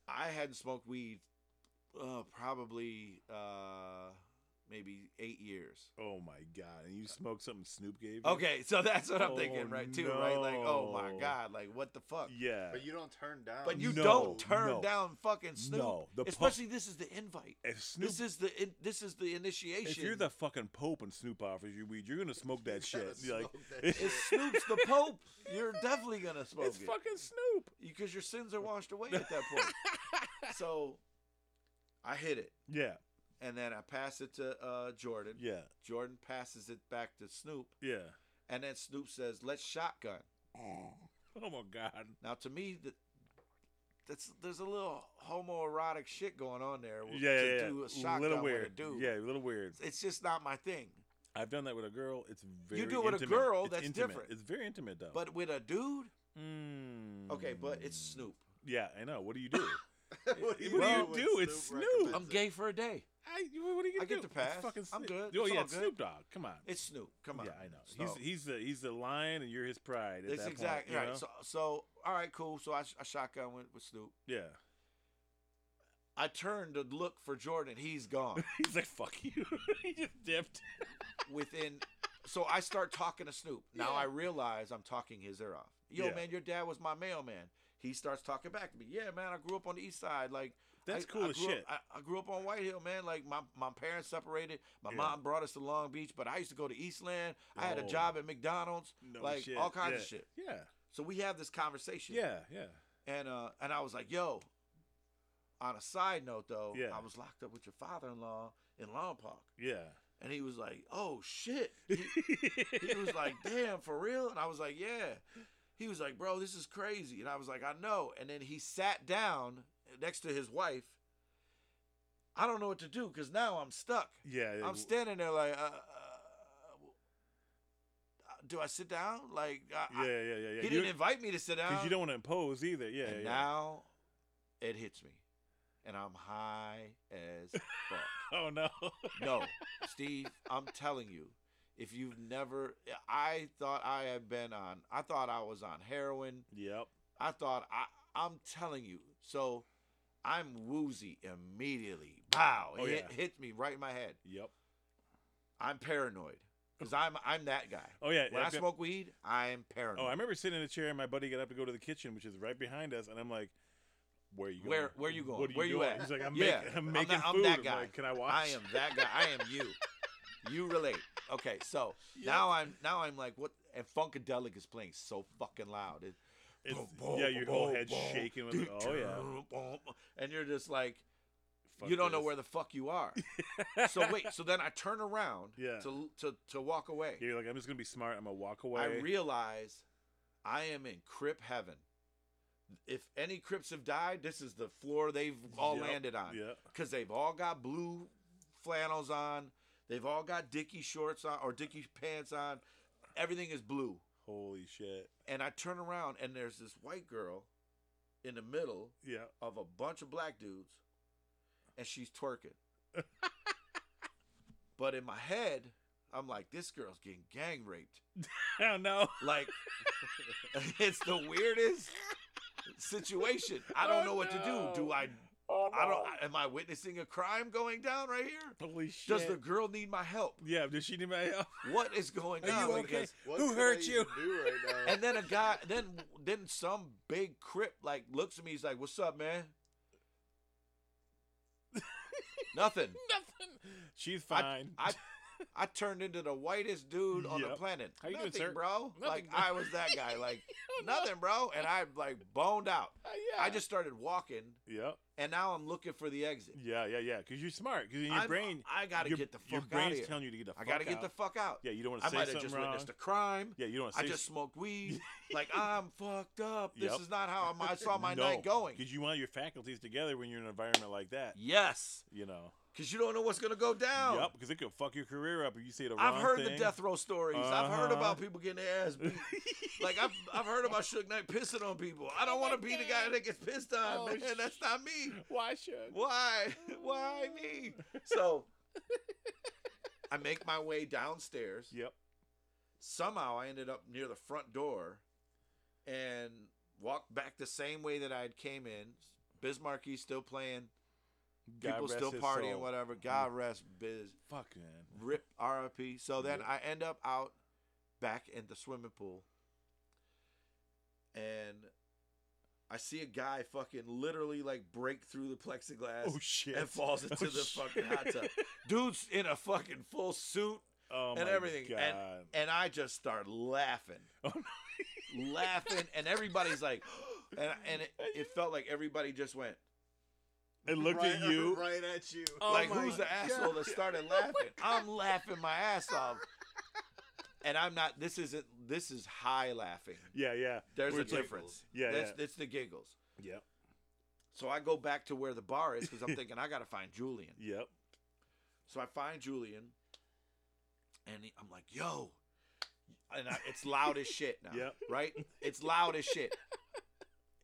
[SPEAKER 4] I hadn't smoked weed, uh, probably uh, maybe eight years.
[SPEAKER 2] oh my god, and you smoked something Snoop gave you?
[SPEAKER 4] Okay, so that's what I'm
[SPEAKER 2] Oh,
[SPEAKER 4] thinking, right? Too, right? Like, oh my
[SPEAKER 2] no.
[SPEAKER 4] god, like what the fuck?
[SPEAKER 2] Yeah.
[SPEAKER 3] But you don't turn down.
[SPEAKER 4] But you
[SPEAKER 2] No,
[SPEAKER 4] don't turn
[SPEAKER 2] no.
[SPEAKER 4] down fucking Snoop.
[SPEAKER 2] No, the pu-
[SPEAKER 4] especially this is the invite.
[SPEAKER 2] if Snoop,
[SPEAKER 4] this is the in, this is the initiation.
[SPEAKER 2] if you're the fucking Pope and Snoop offers you weed, you're gonna smoke that shit. You're like,
[SPEAKER 3] smoke that
[SPEAKER 4] if Snoop's the Pope, you're definitely gonna smoke
[SPEAKER 2] it's
[SPEAKER 4] it
[SPEAKER 2] fucking Snoop.
[SPEAKER 4] because your sins are washed away at that point. so, I hit it,
[SPEAKER 2] Yeah,
[SPEAKER 4] and then I pass it to uh, Jordan.
[SPEAKER 2] yeah,
[SPEAKER 4] Jordan passes it back to Snoop,
[SPEAKER 2] yeah.
[SPEAKER 4] and then Snoop says, "Let's shotgun." Mm.
[SPEAKER 2] Oh my god.
[SPEAKER 4] Now, to me, that that's there's a little homoerotic shit going on there. w-
[SPEAKER 2] Yeah,
[SPEAKER 4] to
[SPEAKER 2] yeah, yeah.
[SPEAKER 4] do a shotgun
[SPEAKER 2] little
[SPEAKER 4] with
[SPEAKER 2] weird.
[SPEAKER 4] a dude.
[SPEAKER 2] Yeah, a little weird.
[SPEAKER 4] it's just not my thing.
[SPEAKER 2] I've done that with a girl. It's very.
[SPEAKER 4] do it with a
[SPEAKER 2] intimate.
[SPEAKER 4] girl,
[SPEAKER 2] It's
[SPEAKER 4] that's
[SPEAKER 2] intimate.
[SPEAKER 4] different.
[SPEAKER 2] It's very intimate though.
[SPEAKER 4] But with a dude,
[SPEAKER 2] Mm.
[SPEAKER 4] okay, but it's Snoop.
[SPEAKER 2] Yeah, I know. What do you do?
[SPEAKER 3] what
[SPEAKER 2] what do you
[SPEAKER 3] when
[SPEAKER 2] do? It's Snoop.
[SPEAKER 4] I'm
[SPEAKER 3] recommends
[SPEAKER 4] gay for a day.
[SPEAKER 2] I, what are you gonna
[SPEAKER 4] I
[SPEAKER 2] do?
[SPEAKER 4] get the
[SPEAKER 2] It's
[SPEAKER 4] pass.
[SPEAKER 2] fucking
[SPEAKER 4] I'm
[SPEAKER 2] Snoop.
[SPEAKER 4] good.
[SPEAKER 2] Oh
[SPEAKER 4] It's
[SPEAKER 2] yeah,
[SPEAKER 4] all
[SPEAKER 2] it's
[SPEAKER 4] good.
[SPEAKER 2] Snoop Dogg. Come on.
[SPEAKER 4] It's Snoop. Come on.
[SPEAKER 2] yeah, I know.
[SPEAKER 4] So,
[SPEAKER 2] He's he's the he's the lion, and you're his pride. At
[SPEAKER 4] it's
[SPEAKER 2] that
[SPEAKER 4] exactly
[SPEAKER 2] point, you
[SPEAKER 4] right.
[SPEAKER 2] know?
[SPEAKER 4] So, so all right, cool. So I, sh- I shotgun with, with Snoop.
[SPEAKER 2] yeah,
[SPEAKER 4] I turned to look for Jordan. He's gone.
[SPEAKER 2] he's like fuck you. he just dipped.
[SPEAKER 4] Within, so I start talking to Snoop. Now
[SPEAKER 2] Yeah.
[SPEAKER 4] I realize I'm talking his ear off. Yo,
[SPEAKER 2] Yeah.
[SPEAKER 4] man, your dad was my mailman. He starts talking back to me. Yeah, man, I grew up on the east side. Like
[SPEAKER 2] That's
[SPEAKER 4] I-
[SPEAKER 2] cool
[SPEAKER 4] I
[SPEAKER 2] as
[SPEAKER 4] grew
[SPEAKER 2] shit.
[SPEAKER 4] Up, I, I grew up on White Hill, man. Like my, my parents separated. My
[SPEAKER 2] Yeah.
[SPEAKER 4] mom brought us to Long Beach, but I used to go to Eastland. I had a
[SPEAKER 2] Oh.
[SPEAKER 4] job at McDonald's.
[SPEAKER 2] No
[SPEAKER 4] like
[SPEAKER 2] shit.
[SPEAKER 4] all kinds
[SPEAKER 2] yeah.
[SPEAKER 4] of shit.
[SPEAKER 2] Yeah,
[SPEAKER 4] So we have this conversation.
[SPEAKER 2] yeah, yeah.
[SPEAKER 4] And uh and I was like, yo, on a side note though,
[SPEAKER 2] Yeah.
[SPEAKER 4] I was locked up with your father in law in Long Park.
[SPEAKER 2] Yeah.
[SPEAKER 4] And he was like, Oh shit. He, he was like, Damn, for real? And I was like, Yeah. He was like, Bro, this is crazy. And I was like, I know. And then he sat down next to his wife. I don't know what to do because now I'm stuck.
[SPEAKER 2] yeah.
[SPEAKER 4] I'm
[SPEAKER 2] it-
[SPEAKER 4] standing there like, uh, uh, do I sit down? Like,
[SPEAKER 2] Yeah,
[SPEAKER 4] I, I-
[SPEAKER 2] yeah, yeah, yeah.
[SPEAKER 4] he
[SPEAKER 2] You-
[SPEAKER 4] didn't invite me to sit down.
[SPEAKER 2] Because you don't want to impose either. Yeah,
[SPEAKER 4] and
[SPEAKER 2] yeah.
[SPEAKER 4] now it hits me. And I'm high as fuck.
[SPEAKER 2] oh no.
[SPEAKER 4] No, Steve, I'm telling you, if you've never, I thought I had been on, I thought I was on heroin.
[SPEAKER 2] yep.
[SPEAKER 4] I thought, I, I'm telling you. So I'm woozy immediately. Wow.
[SPEAKER 2] Oh,
[SPEAKER 4] it hit-
[SPEAKER 2] yeah.
[SPEAKER 4] hits me right in my head.
[SPEAKER 2] Yep.
[SPEAKER 4] I'm paranoid because I'm, I'm that guy.
[SPEAKER 2] Oh yeah.
[SPEAKER 4] When I
[SPEAKER 2] I've got-
[SPEAKER 4] smoke weed, I am paranoid.
[SPEAKER 2] Oh, I remember sitting in a chair and my buddy got up to go to the kitchen, which is right behind us, and I'm like, "Where are you going?
[SPEAKER 4] Where- where you going?
[SPEAKER 2] What are
[SPEAKER 4] Where you
[SPEAKER 2] doing?"
[SPEAKER 4] at?
[SPEAKER 2] He's like, "I'm
[SPEAKER 4] Yeah,
[SPEAKER 2] making, I'm
[SPEAKER 4] I'm
[SPEAKER 2] making
[SPEAKER 4] that- I'm
[SPEAKER 2] food."
[SPEAKER 4] that guy.
[SPEAKER 2] like, Can I watch?
[SPEAKER 4] I am that guy. I am you. You relate. Okay, so now I'm now I'm like what? And Funkadelic is playing so fucking loud. It,
[SPEAKER 2] It's,
[SPEAKER 4] boom, boom,
[SPEAKER 2] yeah, your whole
[SPEAKER 4] boom,
[SPEAKER 2] head's
[SPEAKER 4] boom,
[SPEAKER 2] shaking with. it. Oh yeah.
[SPEAKER 4] doo, boom, boom. and you're just like
[SPEAKER 2] Fuck
[SPEAKER 4] you don't know
[SPEAKER 2] this.
[SPEAKER 4] where the fuck you are. so wait, so then I turn around
[SPEAKER 2] Yeah.
[SPEAKER 4] to to to walk away.
[SPEAKER 2] Yeah, you're like, I'm just gonna be smart. I'm gonna walk away.
[SPEAKER 4] I realize I am in Crip heaven. If any Crips have died, this is the floor they've all
[SPEAKER 2] Yep,
[SPEAKER 4] landed on.
[SPEAKER 2] yep.
[SPEAKER 4] Because they've all got blue flannels on. They've all got Dickie shorts on or Dickie pants on. everything is blue.
[SPEAKER 2] Holy shit.
[SPEAKER 4] And I turn around and there's this white girl in the middle
[SPEAKER 2] Yeah.
[SPEAKER 4] of a bunch of black dudes and she's twerking. but in my head, I'm like, this girl's getting gang raped.
[SPEAKER 2] Hell no.
[SPEAKER 4] Like, it's the weirdest situation. I don't
[SPEAKER 2] Oh,
[SPEAKER 4] know what
[SPEAKER 2] no.
[SPEAKER 4] to do. Do I?
[SPEAKER 2] Oh,
[SPEAKER 4] I don't. Am I witnessing a crime going down right here?
[SPEAKER 2] Holy shit.
[SPEAKER 4] Does the girl need my help?
[SPEAKER 2] Yeah, does she need my help?
[SPEAKER 4] What is going
[SPEAKER 2] Are
[SPEAKER 4] on?
[SPEAKER 2] you okay?
[SPEAKER 4] Because-
[SPEAKER 3] What
[SPEAKER 2] Who
[SPEAKER 3] can
[SPEAKER 2] hurt
[SPEAKER 3] I
[SPEAKER 2] you?
[SPEAKER 3] even Do right now?
[SPEAKER 4] and then a guy, then then some big crip like looks at me. He's like, "What's up, man?" Nothing.
[SPEAKER 2] She's
[SPEAKER 4] I-
[SPEAKER 2] fine.
[SPEAKER 4] I, I turned into the whitest dude on the
[SPEAKER 2] Yep.
[SPEAKER 4] planet.
[SPEAKER 2] How you doing,
[SPEAKER 4] nothing,
[SPEAKER 2] sir?
[SPEAKER 4] bro.
[SPEAKER 2] Nothing,
[SPEAKER 4] like
[SPEAKER 2] bro.
[SPEAKER 4] I was that guy. Like nothing, bro. And I like boned out.
[SPEAKER 2] yeah.
[SPEAKER 4] I just started walking,
[SPEAKER 2] Yep.
[SPEAKER 4] and now I'm looking for the exit.
[SPEAKER 2] Yeah, yeah, yeah. Because you're smart. Because your
[SPEAKER 4] I'm-
[SPEAKER 2] brain.
[SPEAKER 4] I gotta
[SPEAKER 2] your,
[SPEAKER 4] get the
[SPEAKER 2] Your
[SPEAKER 4] fuck out
[SPEAKER 2] brain's
[SPEAKER 4] of here.
[SPEAKER 2] telling you to get the fuck
[SPEAKER 4] I gotta get
[SPEAKER 2] out.
[SPEAKER 4] the fuck out.
[SPEAKER 2] Yeah, you don't want to
[SPEAKER 4] I
[SPEAKER 2] say
[SPEAKER 4] might have
[SPEAKER 2] something
[SPEAKER 4] just
[SPEAKER 2] wrong.
[SPEAKER 4] witnessed a crime.
[SPEAKER 2] Yeah, you don't want to
[SPEAKER 4] I
[SPEAKER 2] say
[SPEAKER 4] just smoked weed. like I'm fucked up. This
[SPEAKER 2] Yep.
[SPEAKER 4] is not how I'm, I saw my night going.
[SPEAKER 2] Because you want your faculties together when you're in an environment like that.
[SPEAKER 4] Yes,
[SPEAKER 2] You know.
[SPEAKER 4] because you don't know what's gonna go down.
[SPEAKER 2] Yep. Because it could fuck your career up if you say the wrong
[SPEAKER 4] I've heard
[SPEAKER 2] thing.
[SPEAKER 4] the death row stories. I've heard
[SPEAKER 2] Uh-huh.
[SPEAKER 4] about people getting their ass beat. like I've, I've heard about Suge Knight pissing on people. I don't want to be the guy that gets pissed on,
[SPEAKER 2] Oh,
[SPEAKER 4] man.
[SPEAKER 2] sh-
[SPEAKER 4] That's not me.
[SPEAKER 2] Why should?
[SPEAKER 4] Why? Why me? So I make my way downstairs.
[SPEAKER 2] Yep.
[SPEAKER 4] Somehow I ended up near the front door and walked back the same way that I had came in. Bismarcky still playing.
[SPEAKER 2] God
[SPEAKER 4] People
[SPEAKER 2] rest
[SPEAKER 4] still
[SPEAKER 2] his
[SPEAKER 4] partying,
[SPEAKER 2] soul. Mm.
[SPEAKER 4] whatever. God rest Biz.
[SPEAKER 2] Fuck man.
[SPEAKER 4] Rip RIP. So then
[SPEAKER 2] Rip.
[SPEAKER 4] I end up out back in the swimming pool. And I see a guy fucking literally like break through the plexiglass
[SPEAKER 2] Oh shit.
[SPEAKER 4] and falls into
[SPEAKER 2] Oh,
[SPEAKER 4] the
[SPEAKER 2] shit.
[SPEAKER 4] fucking hot tub. Dude's in a fucking full suit
[SPEAKER 2] Oh,
[SPEAKER 4] and
[SPEAKER 2] my
[SPEAKER 4] everything.
[SPEAKER 2] God.
[SPEAKER 4] And and I just start laughing.
[SPEAKER 2] Oh, no.
[SPEAKER 4] laughing and everybody's like and and it, it felt like everybody just went
[SPEAKER 2] it looked
[SPEAKER 3] right,
[SPEAKER 2] at you.
[SPEAKER 3] Right at you.
[SPEAKER 2] Oh
[SPEAKER 4] like
[SPEAKER 2] my Oh
[SPEAKER 4] who's the asshole that started laughing? I'm laughing my ass off. And I'm not this isn't this is high laughing.
[SPEAKER 2] Yeah, yeah.
[SPEAKER 4] There's
[SPEAKER 2] Where
[SPEAKER 4] a
[SPEAKER 2] it's like-
[SPEAKER 4] difference.
[SPEAKER 2] Yeah,
[SPEAKER 4] That's
[SPEAKER 2] yeah.
[SPEAKER 4] it's the giggles.
[SPEAKER 2] Yep.
[SPEAKER 4] So I go back to where the bar is because I'm thinking I gotta find Julian.
[SPEAKER 2] Yep.
[SPEAKER 4] So I find Julian and he- I'm like, yo. And I, it's loud as shit now.
[SPEAKER 2] Yep.
[SPEAKER 4] Right? It's loud as shit.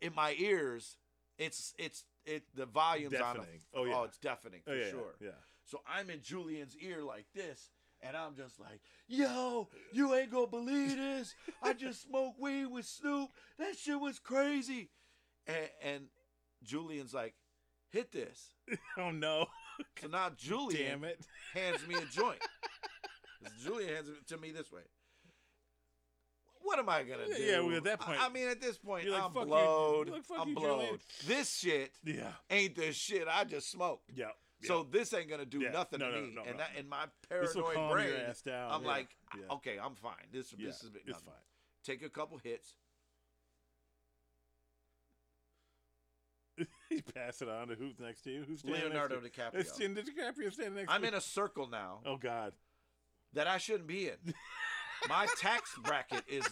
[SPEAKER 4] In my ears, it's it's it the volume's on
[SPEAKER 2] Deafening.
[SPEAKER 4] a,
[SPEAKER 2] Oh, yeah.
[SPEAKER 4] it's deafening for
[SPEAKER 2] Oh, yeah, yeah,
[SPEAKER 4] sure.
[SPEAKER 2] Yeah.
[SPEAKER 4] So I'm in Julian's ear like this, and I'm just like, yo, you ain't gonna believe this. I just smoked weed with Snoop. That shit was crazy. And, and Julian's like, hit this.
[SPEAKER 2] Oh no.
[SPEAKER 4] So now Julian
[SPEAKER 2] Damn it.
[SPEAKER 4] hands me a joint. Julian hands it to me this way. What am I gonna do?
[SPEAKER 2] Yeah, well, at that point-
[SPEAKER 4] I, I mean, at this point,
[SPEAKER 2] You're like,
[SPEAKER 4] I'm
[SPEAKER 2] "Fuck you-
[SPEAKER 4] blowed.
[SPEAKER 2] like, fuck
[SPEAKER 4] I'm
[SPEAKER 2] you,
[SPEAKER 4] blowed.
[SPEAKER 2] Julian."
[SPEAKER 4] This shit
[SPEAKER 2] Yeah.
[SPEAKER 4] ain't the shit I just smoked.
[SPEAKER 2] Yeah.
[SPEAKER 4] So this ain't gonna do
[SPEAKER 2] Yeah.
[SPEAKER 4] nothing
[SPEAKER 2] No,
[SPEAKER 4] to
[SPEAKER 2] no,
[SPEAKER 4] me.
[SPEAKER 2] no,
[SPEAKER 4] and
[SPEAKER 2] no,
[SPEAKER 4] that in my
[SPEAKER 2] this will
[SPEAKER 4] paranoid
[SPEAKER 2] calm
[SPEAKER 4] brain,
[SPEAKER 2] your ass down.
[SPEAKER 4] I'm
[SPEAKER 2] yeah.
[SPEAKER 4] like,
[SPEAKER 2] yeah.
[SPEAKER 4] okay, I'm fine. This
[SPEAKER 2] Yeah.
[SPEAKER 4] this is
[SPEAKER 2] it's
[SPEAKER 4] nothing.
[SPEAKER 2] fine.
[SPEAKER 4] Take a couple hits.
[SPEAKER 2] He passed it on to who's next to you. Who's standing
[SPEAKER 4] Leonardo
[SPEAKER 2] Next
[SPEAKER 4] DiCaprio.
[SPEAKER 2] to you? It's Leonardo DiCaprio standing next.
[SPEAKER 4] I'm
[SPEAKER 2] to
[SPEAKER 4] in a circle now
[SPEAKER 2] Oh God.
[SPEAKER 4] that I shouldn't be in. My tax bracket is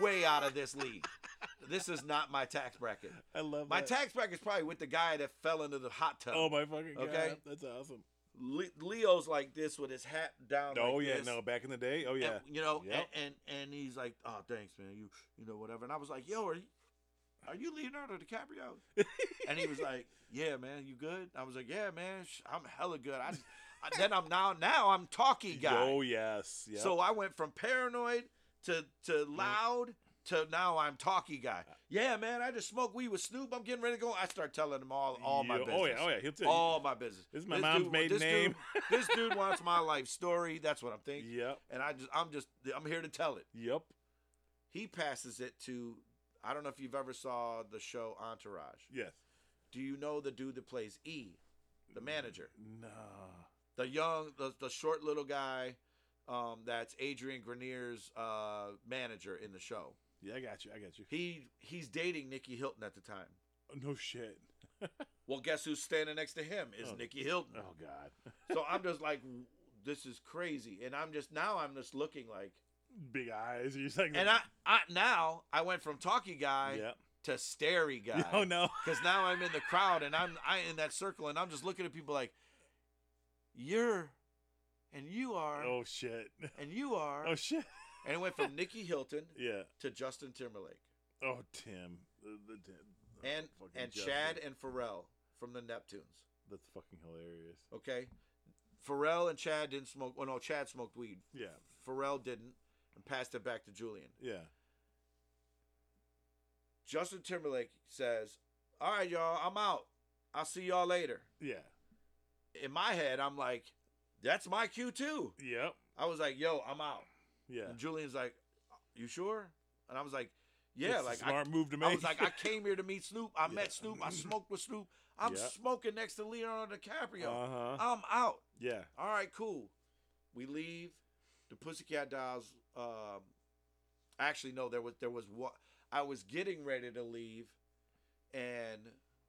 [SPEAKER 4] way out of this league. This is not my tax bracket.
[SPEAKER 2] I love
[SPEAKER 4] My
[SPEAKER 2] that.
[SPEAKER 4] tax bracket is probably with the guy that fell into the hot tub.
[SPEAKER 2] Oh my fucking god.
[SPEAKER 4] Okay.
[SPEAKER 2] That's awesome.
[SPEAKER 4] Le- Leo's like this with his hat down.
[SPEAKER 2] oh
[SPEAKER 4] like
[SPEAKER 2] yeah,
[SPEAKER 4] this.
[SPEAKER 2] no, back in the day. Oh yeah.
[SPEAKER 4] And, you know,
[SPEAKER 2] Yep.
[SPEAKER 4] and, and and he's like, "Oh, thanks, man. You you know whatever." And I was like, "Yo, are you, are you Leonardo DiCaprio?" and he was like, "Yeah, man. You good?" I was like, "Yeah, man. Sh- I'm hella good." I, I then I'm now now I'm talky guy.
[SPEAKER 2] Oh yes. Yep.
[SPEAKER 4] So I went from paranoid to to
[SPEAKER 2] Mm.
[SPEAKER 4] loud to now I'm talky guy. Yeah, man. I just smoked weed with Snoop. I'm getting ready to go. I start telling him all all my
[SPEAKER 2] Yeah,
[SPEAKER 4] business.
[SPEAKER 2] Oh yeah. Oh yeah. He'll tell you.
[SPEAKER 4] All my business.
[SPEAKER 2] This is my mom's
[SPEAKER 4] dude-
[SPEAKER 2] maiden
[SPEAKER 4] this
[SPEAKER 2] name.
[SPEAKER 4] Dude, this dude wants my life story. That's what I'm thinking
[SPEAKER 2] Yep.
[SPEAKER 4] and I just I'm just I'm here to tell it.
[SPEAKER 2] Yep.
[SPEAKER 4] He passes it to I don't know if you've ever saw the show Entourage.
[SPEAKER 2] Yes.
[SPEAKER 4] Do you know the dude that plays E, the
[SPEAKER 2] Mm.
[SPEAKER 4] manager,
[SPEAKER 2] Nah.
[SPEAKER 4] the young, the, the short little guy, um, that's Adrian Grenier's uh, manager in the show.
[SPEAKER 2] Yeah, I got you. I got you.
[SPEAKER 4] He he's dating Nikki Hilton at the time.
[SPEAKER 2] Oh, no shit.
[SPEAKER 4] Well, guess who's standing next to him is
[SPEAKER 2] Oh.
[SPEAKER 4] Nikki Hilton.
[SPEAKER 2] Oh god.
[SPEAKER 4] So I'm just like, this is crazy, and I'm just now I'm just looking like,
[SPEAKER 2] Big eyes. You're just like.
[SPEAKER 4] and I, I now I went from talky guy
[SPEAKER 2] Yep.
[SPEAKER 4] to starey guy.
[SPEAKER 2] Oh no.
[SPEAKER 4] because now I'm in the crowd and I'm I in that circle and I'm just looking at people like, you're, and you are,
[SPEAKER 2] Oh shit.
[SPEAKER 4] and you are,
[SPEAKER 2] Oh shit.
[SPEAKER 4] and it went from Nikki Hilton
[SPEAKER 2] Yeah.
[SPEAKER 4] to Justin Timberlake
[SPEAKER 2] Oh, Tim. The- the Tim. Oh,
[SPEAKER 4] and
[SPEAKER 2] fucking
[SPEAKER 4] and
[SPEAKER 2] Justin.
[SPEAKER 4] Chad and Pharrell from the Neptunes.
[SPEAKER 2] That's fucking hilarious.
[SPEAKER 4] Okay, Pharrell and Chad didn't smoke. Well, no, Chad smoked weed.
[SPEAKER 2] Yeah.
[SPEAKER 4] Pharrell didn't, and passed it back to Julian.
[SPEAKER 2] Yeah.
[SPEAKER 4] Justin Timberlake says, "All right, y'all, I'm out. I'll see y'all later."
[SPEAKER 2] Yeah.
[SPEAKER 4] In my head, I'm like, "That's my cue too."
[SPEAKER 2] Yep.
[SPEAKER 4] I was like, "Yo, I'm out."
[SPEAKER 2] Yeah.
[SPEAKER 4] And Julian's like, "You sure?" And I was like, "Yeah."
[SPEAKER 2] It's a
[SPEAKER 4] like I,
[SPEAKER 2] smart move to make.
[SPEAKER 4] I was like, "I came here to meet Snoop. I
[SPEAKER 2] Yeah.
[SPEAKER 4] met Snoop. I smoked with Snoop. I'm
[SPEAKER 2] Yeah.
[SPEAKER 4] smoking next to Leonardo DiCaprio.
[SPEAKER 2] Uh huh.
[SPEAKER 4] I'm out.
[SPEAKER 2] Yeah.
[SPEAKER 4] All right, cool." We leave. The Pussycat Dolls. Um, actually, no. There was there was what I was getting ready to leave, and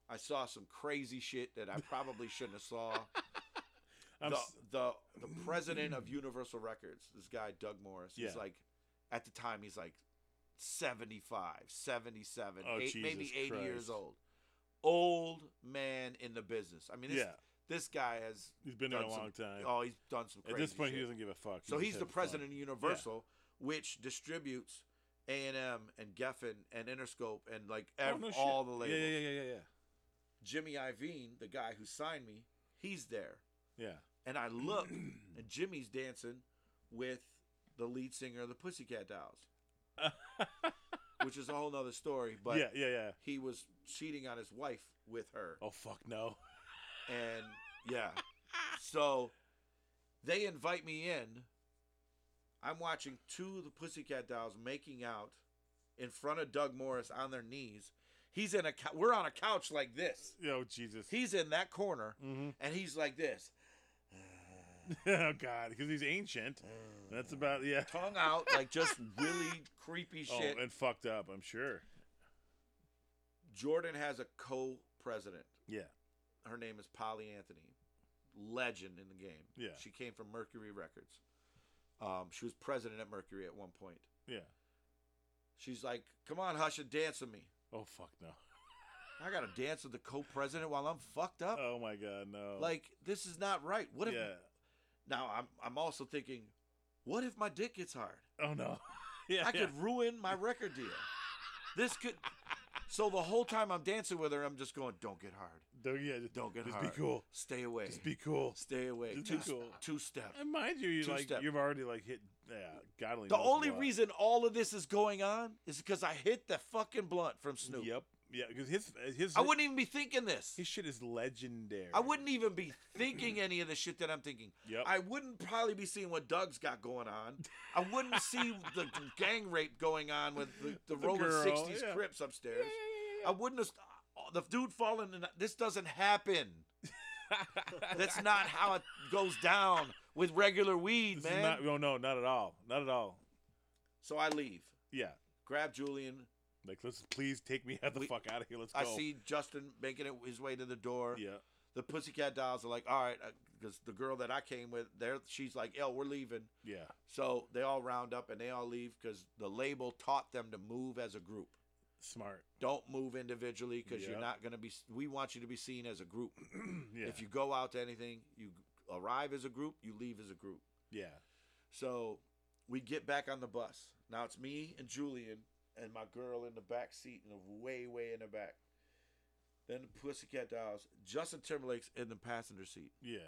[SPEAKER 4] I saw some crazy shit that I probably shouldn't have saw
[SPEAKER 2] I'm
[SPEAKER 4] the,
[SPEAKER 2] s-
[SPEAKER 4] the the president of Universal Records, this guy Doug Morris,
[SPEAKER 2] Yeah.
[SPEAKER 4] he's like at the time he's like 75, 77,
[SPEAKER 2] Oh,
[SPEAKER 4] eight- maybe
[SPEAKER 2] Jesus
[SPEAKER 4] 80
[SPEAKER 2] Christ.
[SPEAKER 4] years old. Old man in the business. I mean, this,
[SPEAKER 2] yeah.
[SPEAKER 4] this guy has
[SPEAKER 2] He's been there a
[SPEAKER 4] done some-
[SPEAKER 2] long time.
[SPEAKER 4] oh, he's done some
[SPEAKER 2] At
[SPEAKER 4] crazy
[SPEAKER 2] this point, he
[SPEAKER 4] shit.
[SPEAKER 2] doesn't give a fuck.
[SPEAKER 4] So
[SPEAKER 2] just
[SPEAKER 4] he's
[SPEAKER 2] having
[SPEAKER 4] the
[SPEAKER 2] fun.
[SPEAKER 4] president of Universal, which distributes A&M and Geffen and Interscope and like
[SPEAKER 2] Oh,
[SPEAKER 4] ev-
[SPEAKER 2] no shit.
[SPEAKER 4] all the labels.
[SPEAKER 2] Yeah, yeah, yeah, yeah, yeah.
[SPEAKER 4] Jimmy Iovine, the guy who signed me, he's there.
[SPEAKER 2] Yeah.
[SPEAKER 4] And I look, and Jimmy's dancing with the lead singer of the Pussycat Dolls, which is a whole nother story. But
[SPEAKER 2] yeah, yeah, yeah.
[SPEAKER 4] he was cheating on his wife with her.
[SPEAKER 2] Oh fuck no.
[SPEAKER 4] And yeah. So they invite me in. I'm watching two of the Pussycat Dolls making out in front of Doug Morris on their knees. He's in a cou- we're on a couch like this.
[SPEAKER 2] Oh Jesus.
[SPEAKER 4] He's in that corner
[SPEAKER 2] mm-hmm.
[SPEAKER 4] and he's like this.
[SPEAKER 2] oh God, because he's ancient. That's
[SPEAKER 4] Mm.
[SPEAKER 2] about yeah.
[SPEAKER 4] tongue out, like just really creepy shit.
[SPEAKER 2] Oh, and fucked up. I'm sure.
[SPEAKER 4] Jordan has a co-president.
[SPEAKER 2] Yeah.
[SPEAKER 4] Her name is Polly Anthony, legend in the game.
[SPEAKER 2] Yeah.
[SPEAKER 4] she came from Mercury Records. Um, she was president at Mercury at one point.
[SPEAKER 2] Yeah.
[SPEAKER 4] She's like, "Come on, Hush, and dance with me."
[SPEAKER 2] Oh fuck no.
[SPEAKER 4] I gotta dance with the co-president while I'm fucked up.
[SPEAKER 2] Oh my God no.
[SPEAKER 4] Like this is not right. What if?
[SPEAKER 2] yeah.
[SPEAKER 4] Now I'm I'm also thinking, what if my dick gets hard?
[SPEAKER 2] Oh no. yeah.
[SPEAKER 4] I
[SPEAKER 2] yeah.
[SPEAKER 4] could ruin my record deal. This could. So the whole time I'm dancing with her, I'm just going, "Don't get hard.
[SPEAKER 2] Don't, yeah, just,
[SPEAKER 4] Don't get
[SPEAKER 2] just
[SPEAKER 4] hard.
[SPEAKER 2] be cool.
[SPEAKER 4] Stay away.
[SPEAKER 2] Just be cool.
[SPEAKER 4] Stay away.
[SPEAKER 2] Just
[SPEAKER 4] two,
[SPEAKER 2] be cool.
[SPEAKER 4] two step.
[SPEAKER 2] And mind you, you
[SPEAKER 4] Two
[SPEAKER 2] like
[SPEAKER 4] step.
[SPEAKER 2] you've already like hit yeah, godly.
[SPEAKER 4] The
[SPEAKER 2] knows
[SPEAKER 4] only
[SPEAKER 2] what.
[SPEAKER 4] reason all of this is going on is because I hit the fucking blunt from Snoop.
[SPEAKER 2] Yep. Yeah, because his uh, his
[SPEAKER 4] I wouldn't even be thinking this.
[SPEAKER 2] his shit is legendary.
[SPEAKER 4] I wouldn't even be thinking any of the shit that I'm thinking.
[SPEAKER 2] Yep.
[SPEAKER 4] I wouldn't probably be seeing what Doug's got going on. I wouldn't see the gang rape going on with the, the,
[SPEAKER 2] The
[SPEAKER 4] rolling
[SPEAKER 2] girl,
[SPEAKER 4] 60s
[SPEAKER 2] yeah.
[SPEAKER 4] Crips upstairs.
[SPEAKER 2] Yeah, yeah, yeah,
[SPEAKER 4] I wouldn't have. The dude falling. In, this doesn't happen. That's not how it goes down with regular
[SPEAKER 2] yeah.
[SPEAKER 4] weed,
[SPEAKER 2] This is
[SPEAKER 4] man.
[SPEAKER 2] not. No, no, not at all. Not at all.
[SPEAKER 4] So I leave.
[SPEAKER 2] Yeah.
[SPEAKER 4] Grab Julian.
[SPEAKER 2] Like let's please take me out the
[SPEAKER 4] We-
[SPEAKER 2] fuck out of here. Let's go.
[SPEAKER 4] I see Justin making it his way to the door.
[SPEAKER 2] Oh. Yeah.
[SPEAKER 4] The Pussycat Dolls are like, all right, because the girl that I came with, there, she's like, yo, we're leaving.
[SPEAKER 2] Yeah.
[SPEAKER 4] So they all round up and they all leave because the label taught them to move as a group.
[SPEAKER 2] Smart.
[SPEAKER 4] Don't move individually because
[SPEAKER 2] Yeah.
[SPEAKER 4] you're not going to be. We want you to be seen as a group.
[SPEAKER 2] yeah.
[SPEAKER 4] If you go out to anything, you arrive as a group, you leave as a group.
[SPEAKER 2] yeah.
[SPEAKER 4] So we get back on the bus. Now it's me and Julian and my girl in the back seat and way, way in the back. Then the Pussycat Dolls. Justin Timberlake's in the passenger seat.
[SPEAKER 2] Yeah.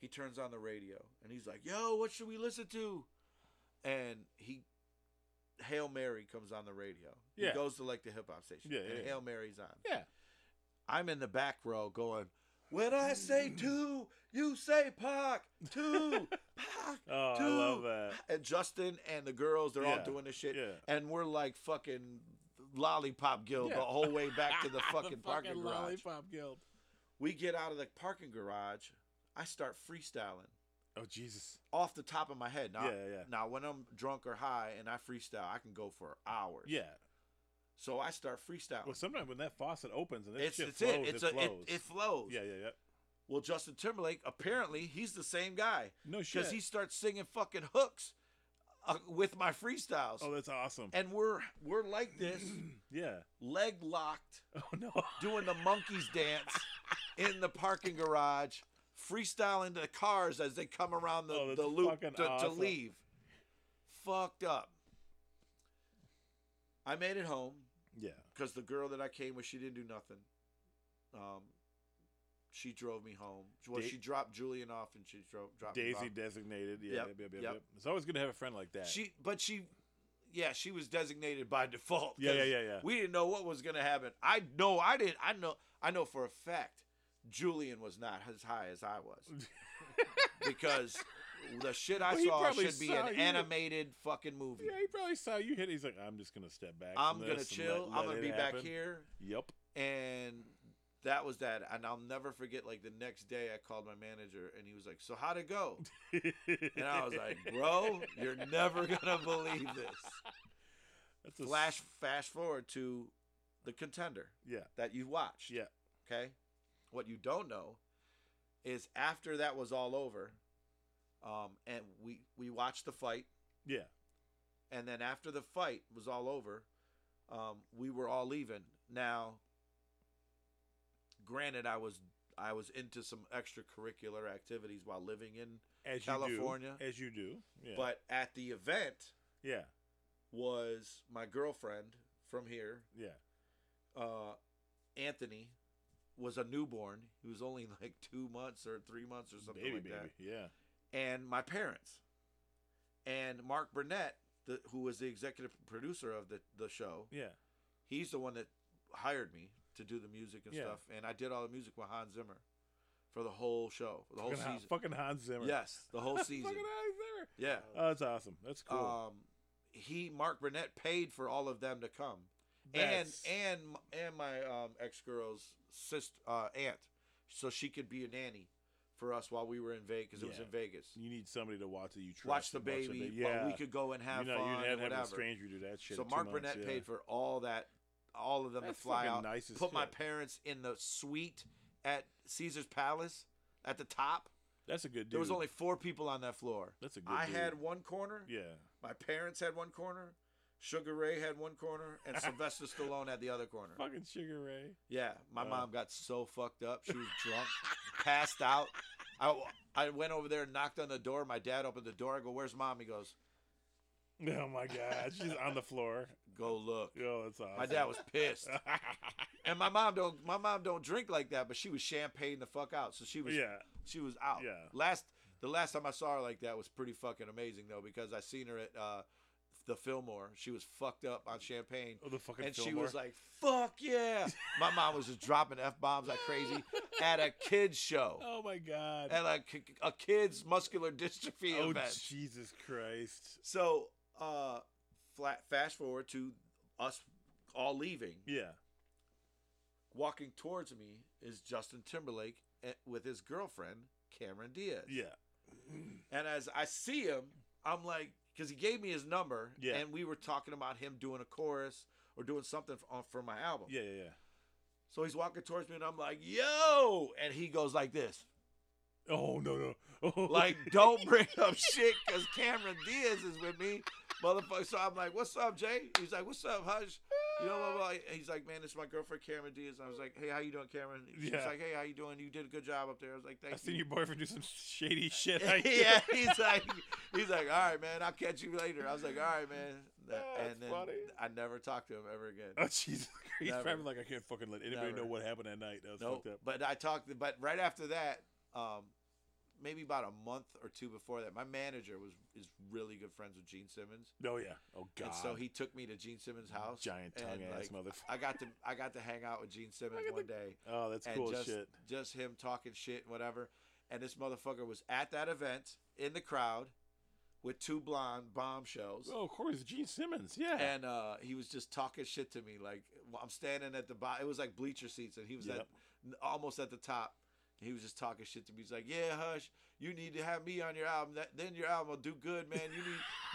[SPEAKER 4] He turns on the radio and he's like, "Yo, what should we listen to?" And he, Hail Mary comes on the radio.
[SPEAKER 2] Yeah.
[SPEAKER 4] He goes to like the hip hop station.
[SPEAKER 2] Yeah,
[SPEAKER 4] and
[SPEAKER 2] yeah, yeah.
[SPEAKER 4] Hail Mary's on.
[SPEAKER 2] Yeah.
[SPEAKER 4] I'm in the back row going, "When I say two, you say Pac two, Pac
[SPEAKER 2] Oh, I love that.
[SPEAKER 4] and Justin and the girls, they're
[SPEAKER 2] Yeah,
[SPEAKER 4] all doing this shit.
[SPEAKER 2] yeah.
[SPEAKER 4] And we're like fucking lollipop guild the
[SPEAKER 2] Yeah.
[SPEAKER 4] whole way back to the fucking parking
[SPEAKER 2] fucking
[SPEAKER 4] garage.
[SPEAKER 2] lollipop guild.
[SPEAKER 4] We get out of the parking garage. I start freestyling
[SPEAKER 2] Oh Jesus.
[SPEAKER 4] off the top of my head. Now,
[SPEAKER 2] Yeah, yeah.
[SPEAKER 4] now when I'm drunk or high and I freestyle, I can go for hours.
[SPEAKER 2] Yeah.
[SPEAKER 4] So I start freestyling.
[SPEAKER 2] Well, sometimes when that faucet opens and that
[SPEAKER 4] it's
[SPEAKER 2] shit
[SPEAKER 4] it's
[SPEAKER 2] flows,
[SPEAKER 4] it. It's
[SPEAKER 2] it
[SPEAKER 4] a,
[SPEAKER 2] flows.
[SPEAKER 4] It, it flows.
[SPEAKER 2] yeah, yeah, yeah.
[SPEAKER 4] Well, Justin Timberlake apparently he's the same guy
[SPEAKER 2] No shit.
[SPEAKER 4] because he starts singing fucking hooks uh, with my freestyles.
[SPEAKER 2] oh, that's awesome.
[SPEAKER 4] and we're we're like this,
[SPEAKER 2] yeah.
[SPEAKER 4] leg locked,
[SPEAKER 2] Oh no.
[SPEAKER 4] doing the monkeys dance in the parking garage, freestyling to the cars as they come around the,
[SPEAKER 2] Oh, that's
[SPEAKER 4] the loop
[SPEAKER 2] fucking
[SPEAKER 4] to, to
[SPEAKER 2] awesome.
[SPEAKER 4] leave. fucked up. I made it home
[SPEAKER 2] Yeah.
[SPEAKER 4] because the girl that I came with, she didn't do nothing. Um, she drove me home. Well,
[SPEAKER 2] Da-
[SPEAKER 4] she dropped Julian off, and she drove dropped me
[SPEAKER 2] Daisy
[SPEAKER 4] off.
[SPEAKER 2] designated. Yeah.
[SPEAKER 4] Yep,
[SPEAKER 2] Yep, yep, yep,
[SPEAKER 4] yep.
[SPEAKER 2] yep. It's always good to have a friend like that.
[SPEAKER 4] She, but she, yeah, she was designated by default.
[SPEAKER 2] Yeah, yeah,
[SPEAKER 4] 'cause
[SPEAKER 2] yeah, yeah.
[SPEAKER 4] We didn't know what was gonna happen. I know, I didn't. I know, I know for a fact, Julian was not as high as I was, because the shit I
[SPEAKER 2] Well, he
[SPEAKER 4] saw
[SPEAKER 2] probably
[SPEAKER 4] should be
[SPEAKER 2] saw
[SPEAKER 4] an
[SPEAKER 2] you.
[SPEAKER 4] animated fucking movie.
[SPEAKER 2] yeah, he probably saw you hit. it. He's like, I'm just gonna step back.
[SPEAKER 4] I'm
[SPEAKER 2] from
[SPEAKER 4] gonna
[SPEAKER 2] this and
[SPEAKER 4] chill.
[SPEAKER 2] let- let
[SPEAKER 4] I'm gonna
[SPEAKER 2] it
[SPEAKER 4] be back
[SPEAKER 2] happen."
[SPEAKER 4] here,
[SPEAKER 2] Yep.
[SPEAKER 4] and that was that. And I'll never forget. Like the next day, I called my manager, and he was like, "So how'd it go?" And I was like, "Bro, you're never gonna believe this."
[SPEAKER 2] That's a s-
[SPEAKER 4] flash fast forward to the contender
[SPEAKER 2] Yeah.
[SPEAKER 4] that you watched.
[SPEAKER 2] Yeah.
[SPEAKER 4] Okay. What you don't know is after that was all over, um, and we we watched the fight,
[SPEAKER 2] Yeah.
[SPEAKER 4] and then after the fight was all over, um, we were all leaving. Now, granted, I was I was into some extracurricular activities while living in,
[SPEAKER 2] As
[SPEAKER 4] California.
[SPEAKER 2] You do, as you do. Yeah.
[SPEAKER 4] but at the event
[SPEAKER 2] yeah.
[SPEAKER 4] was my girlfriend from here
[SPEAKER 2] Yeah.
[SPEAKER 4] uh, Anthony was a newborn. He was only like two months or three months or something
[SPEAKER 2] Baby,
[SPEAKER 4] like
[SPEAKER 2] baby. Yeah.
[SPEAKER 4] that. And my parents. And Mark Burnett, the, who was the executive producer of the, the show,
[SPEAKER 2] Yeah.
[SPEAKER 4] he's the one that hired me to do the music and
[SPEAKER 2] Yeah.
[SPEAKER 4] stuff. And I did all the music with Hans Zimmer for the whole show, for the whole
[SPEAKER 2] Fucking, Han-
[SPEAKER 4] season.
[SPEAKER 2] fucking Hans Zimmer.
[SPEAKER 4] Yes, the whole
[SPEAKER 2] Fucking
[SPEAKER 4] season.
[SPEAKER 2] Hans Zimmer.
[SPEAKER 4] Yeah.
[SPEAKER 2] Oh, that's awesome. That's cool.
[SPEAKER 4] Um, he Mark Burnett paid for all of them to come.
[SPEAKER 2] That's-
[SPEAKER 4] Uh, and and and my um, ex girl's sister uh, aunt, so she could be a nanny for us while we were in Vegas. Because it was
[SPEAKER 2] Yeah.
[SPEAKER 4] in Vegas.
[SPEAKER 2] you need somebody to watch that you trust.
[SPEAKER 4] Watch the
[SPEAKER 2] and their
[SPEAKER 4] baby,
[SPEAKER 2] ba-
[SPEAKER 4] but we could go and have
[SPEAKER 2] you know,
[SPEAKER 4] fun
[SPEAKER 2] You'd have,
[SPEAKER 4] and
[SPEAKER 2] to have a
[SPEAKER 4] whatever.
[SPEAKER 2] stranger do that shit.
[SPEAKER 4] so
[SPEAKER 2] in two
[SPEAKER 4] Mark
[SPEAKER 2] months,
[SPEAKER 4] Burnett
[SPEAKER 2] yeah.
[SPEAKER 4] paid for all that, all of them
[SPEAKER 2] That's
[SPEAKER 4] to fly
[SPEAKER 2] fucking
[SPEAKER 4] out.
[SPEAKER 2] nice as
[SPEAKER 4] put my
[SPEAKER 2] shit.
[SPEAKER 4] parents in the suite at Caesar's Palace at the top.
[SPEAKER 2] That's a good dude.
[SPEAKER 4] There was only four people on that floor.
[SPEAKER 2] That's a good
[SPEAKER 4] I
[SPEAKER 2] dude.
[SPEAKER 4] had one corner.
[SPEAKER 2] Yeah.
[SPEAKER 4] My parents had one corner, Sugar Ray had one corner, and Sylvester Stallone had the other corner.
[SPEAKER 2] Fucking Sugar Ray.
[SPEAKER 4] Yeah, my
[SPEAKER 2] Wow.
[SPEAKER 4] mom got so fucked up. She was drunk, passed out. I, I went over there and knocked on the door. My dad opened the door. I go, Where's mom? He goes,
[SPEAKER 2] Oh my God. She's on the floor.
[SPEAKER 4] Go look.
[SPEAKER 2] Yo, that's awesome.
[SPEAKER 4] My dad was pissed. And my mom don't my mom don't drink like that, but she was champagne the fuck out. So she was
[SPEAKER 2] yeah.
[SPEAKER 4] she was out.
[SPEAKER 2] Yeah.
[SPEAKER 4] Last the last time I saw her like that was pretty fucking amazing though, because I seen her at uh, the Fillmore. She was fucked up on champagne.
[SPEAKER 2] Oh, the fucking
[SPEAKER 4] and she
[SPEAKER 2] Fillmore.
[SPEAKER 4] was like, "Fuck yeah!" My mom was just dropping f bombs like crazy at a kids show,
[SPEAKER 2] Oh my God.
[SPEAKER 4] at a, ki- a kids muscular dystrophy
[SPEAKER 2] oh
[SPEAKER 4] event.
[SPEAKER 2] Jesus Christ.
[SPEAKER 4] So, uh, flat fast forward to us all leaving.
[SPEAKER 2] Yeah.
[SPEAKER 4] Walking towards me is Justin Timberlake eh, with his girlfriend Cameron Diaz.
[SPEAKER 2] Yeah.
[SPEAKER 4] And as I see him, I'm like, because he gave me his number,
[SPEAKER 2] Yeah.
[SPEAKER 4] and we were talking about him doing a chorus or doing something for, for my album.
[SPEAKER 2] Yeah. Yeah. yeah.
[SPEAKER 4] So he's walking towards me, and I'm like, yo. And he goes like this,
[SPEAKER 2] Oh no no. Oh,
[SPEAKER 4] like, don't bring up shit because Cameron Diaz is with me, motherfucker. So I'm like, what's up, Jay? He's like, what's up, Hush? You know what? what- He's like, man, this is my girlfriend, Cameron Diaz. And I was like, hey, how you doing, Cameron? She's
[SPEAKER 2] Yeah.
[SPEAKER 4] like, hey, how you doing? You did a good job up there. I was like, thank
[SPEAKER 2] I seen
[SPEAKER 4] you.
[SPEAKER 2] your boyfriend do some shady shit. like
[SPEAKER 4] yeah, he's like, he's like, all right, man, I'll catch you later. I was like, all right, man, That-
[SPEAKER 2] Oh, that's
[SPEAKER 4] and then
[SPEAKER 2] funny.
[SPEAKER 4] I never talked to him ever again.
[SPEAKER 2] Oh Jesus Christ!
[SPEAKER 4] Never.
[SPEAKER 2] Probably like I can't fucking let anybody
[SPEAKER 4] Never.
[SPEAKER 2] know what happened that night. That was
[SPEAKER 4] No,
[SPEAKER 2] fucked up.
[SPEAKER 4] but I talked, but right after that, um, maybe about a month or two before that, my manager was is really good friends with Gene Simmons,
[SPEAKER 2] Oh yeah. Oh god.
[SPEAKER 4] and so he took me to Gene Simmons' house.
[SPEAKER 2] Giant
[SPEAKER 4] and,
[SPEAKER 2] tongue-ass
[SPEAKER 4] like,
[SPEAKER 2] motherfucker.
[SPEAKER 4] I got to I got to hang out with Gene Simmons one day.
[SPEAKER 2] oh, that's
[SPEAKER 4] and
[SPEAKER 2] cool as
[SPEAKER 4] just
[SPEAKER 2] shit.
[SPEAKER 4] just him talking shit and whatever. And this motherfucker was at that event in the crowd with two blonde bombshells.
[SPEAKER 2] Oh, of course, Gene Simmons. Yeah.
[SPEAKER 4] and uh, he was just talking shit to me. Like I'm standing at the bottom. It was like bleacher seats, and he was at
[SPEAKER 2] Yep.
[SPEAKER 4] almost at the top. He was just talking shit to me. He's like, "Yeah, hush, you need to have me on your album. That, then your album will do good, man. You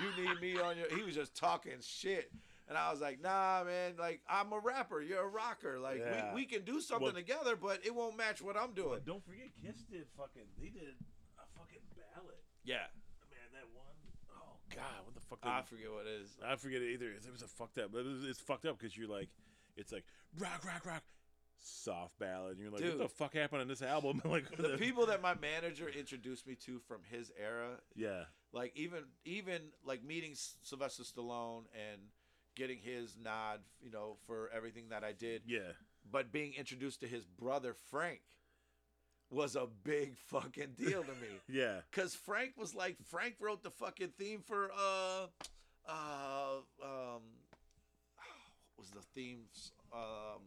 [SPEAKER 4] need you need me on your." He was just talking shit, and I was like, "Nah, man. Like I'm a rapper. You're a rocker. Like
[SPEAKER 2] Yeah.
[SPEAKER 4] we, we can do something
[SPEAKER 2] Well-
[SPEAKER 4] together, but it won't match what I'm doing."
[SPEAKER 2] don't forget, Kiss did fucking. They did a fucking ballad.
[SPEAKER 4] Yeah,
[SPEAKER 2] Man, that one. Oh god, what the fuck?
[SPEAKER 4] I forget what it is.
[SPEAKER 2] I forget it either. It was a fucked up. But it was- it's fucked up because you're like, it's like rock, rock, rock, soft ballad. And you're like,
[SPEAKER 4] Dude.
[SPEAKER 2] what the fuck happened on this album? like
[SPEAKER 4] The people that my manager introduced me to from his era,
[SPEAKER 2] Yeah.
[SPEAKER 4] Like even even like meeting S- Sylvester Stallone and getting his nod, you know, for everything that I did,
[SPEAKER 2] Yeah.
[SPEAKER 4] but being introduced to his brother Frank was a big fucking deal to me.
[SPEAKER 2] Yeah.
[SPEAKER 4] Cause Frank was like Frank wrote the fucking theme for uh uh um what was the theme s- um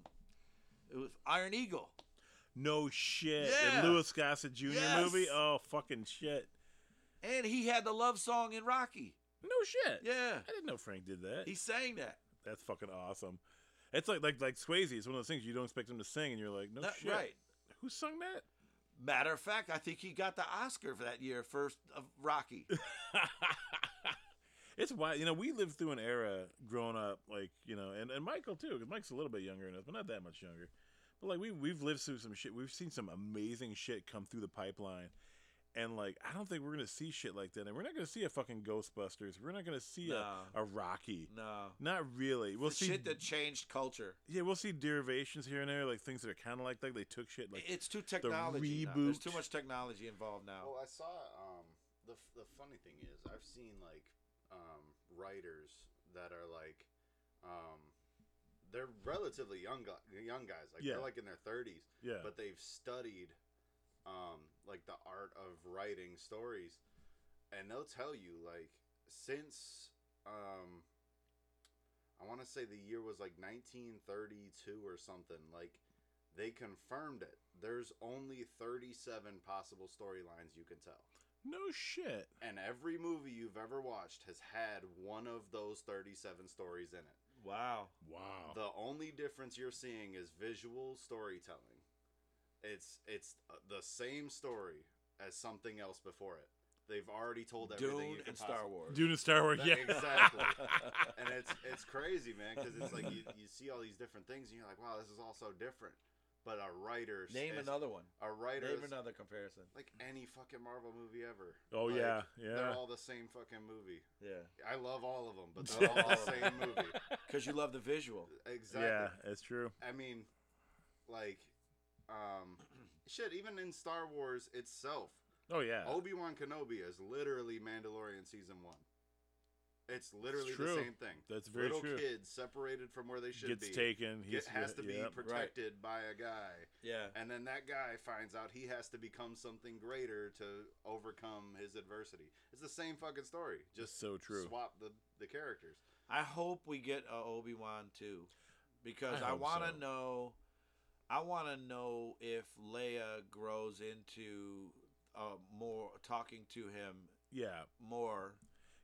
[SPEAKER 4] it was Iron Eagle.
[SPEAKER 2] No shit.
[SPEAKER 4] Yeah.
[SPEAKER 2] The Louis Gossett Jr.
[SPEAKER 4] Yes.
[SPEAKER 2] movie. Oh fucking shit.
[SPEAKER 4] And he had the love song in Rocky.
[SPEAKER 2] No shit.
[SPEAKER 4] Yeah.
[SPEAKER 2] I didn't know Frank did that.
[SPEAKER 4] He sang that.
[SPEAKER 2] That's fucking awesome. It's like like like Swayze. It's one of those things you don't expect him to sing, and you're like, no
[SPEAKER 4] That-
[SPEAKER 2] shit.
[SPEAKER 4] Right.
[SPEAKER 2] Who sung that?
[SPEAKER 4] Matter of fact, I think he got the Oscar for that year for uh, Rocky.
[SPEAKER 2] it's wild. You know, we lived through an era growing up, like you know, and, and Michael too, because Mike's a little bit younger than us, but not that much younger. But like we we've lived through some shit. We've seen some amazing shit come through the pipeline, and like I don't think we're gonna see shit like that. And we're not gonna see a fucking Ghostbusters. We're not gonna see
[SPEAKER 4] No.
[SPEAKER 2] a, a Rocky.
[SPEAKER 4] no.
[SPEAKER 2] Not really. We'll
[SPEAKER 4] the
[SPEAKER 2] see
[SPEAKER 4] shit that changed culture.
[SPEAKER 2] yeah, we'll see derivations here and there, like things that are kind of like that. They took shit like
[SPEAKER 4] it's too technology. now. There's too
[SPEAKER 2] reboot.
[SPEAKER 4] much technology involved now.
[SPEAKER 3] Well, I saw um the f- the funny thing is I've seen like um writers that are like um they're relatively young gu- young guys like
[SPEAKER 2] Yeah.
[SPEAKER 3] they're like in their 30s
[SPEAKER 2] yeah,
[SPEAKER 3] but they've studied um like the art of writing stories and they'll tell you like since um I want to say the year was like 1932 or something like they confirmed it there's only 37 possible storylines you can tell
[SPEAKER 2] no shit.
[SPEAKER 3] and every movie you've ever watched has had one of those 37 stories in it
[SPEAKER 4] Wow.
[SPEAKER 2] Wow.
[SPEAKER 3] the only difference you're seeing is visual storytelling. It's it's uh, the same story as something else before it. They've already told everything.
[SPEAKER 4] Dune
[SPEAKER 3] you could
[SPEAKER 4] and Star
[SPEAKER 3] possibly-
[SPEAKER 4] Wars.
[SPEAKER 2] Dune and Star Wars.
[SPEAKER 3] That-
[SPEAKER 2] yeah,
[SPEAKER 3] exactly. and it's it's crazy, man, because it's like you, you see all these different things, and you're like, wow, this is all so different. But a writer's
[SPEAKER 4] Name
[SPEAKER 3] it's-
[SPEAKER 4] another one.
[SPEAKER 3] a
[SPEAKER 4] Name
[SPEAKER 3] writer's
[SPEAKER 4] another comparison.
[SPEAKER 3] like any fucking Marvel movie ever.
[SPEAKER 2] Oh
[SPEAKER 3] Like,
[SPEAKER 2] yeah,
[SPEAKER 3] They're
[SPEAKER 2] yeah.
[SPEAKER 3] all the same fucking movie.
[SPEAKER 4] Yeah.
[SPEAKER 3] I love all of them, but they're all the same movie.
[SPEAKER 4] Because you love the visual.
[SPEAKER 3] Exactly.
[SPEAKER 2] Yeah, it's true.
[SPEAKER 3] I mean, like, um, shit. Even in Star Wars itself,
[SPEAKER 2] Oh yeah.
[SPEAKER 3] Obi Wan Kenobi is literally Mandalorian season one. It's literally the
[SPEAKER 2] true.
[SPEAKER 3] same thing.
[SPEAKER 2] That's very
[SPEAKER 3] Little
[SPEAKER 2] true.
[SPEAKER 3] kids separated from where they should
[SPEAKER 2] Gets
[SPEAKER 3] be.
[SPEAKER 2] taken.
[SPEAKER 3] Get- has to be
[SPEAKER 2] yeah.
[SPEAKER 3] protected by a guy,
[SPEAKER 4] Yeah.
[SPEAKER 3] and then that guy finds out he has to become something greater to overcome his adversity. It's the same fucking story. Just
[SPEAKER 2] so true.
[SPEAKER 3] Swap the the characters.
[SPEAKER 4] I hope we get a Obi Wan too, because
[SPEAKER 2] I
[SPEAKER 4] I,
[SPEAKER 2] hope
[SPEAKER 4] want to
[SPEAKER 2] so.
[SPEAKER 4] know. I want to know if Leia grows into uh, more talking to him
[SPEAKER 2] yeah,
[SPEAKER 4] more.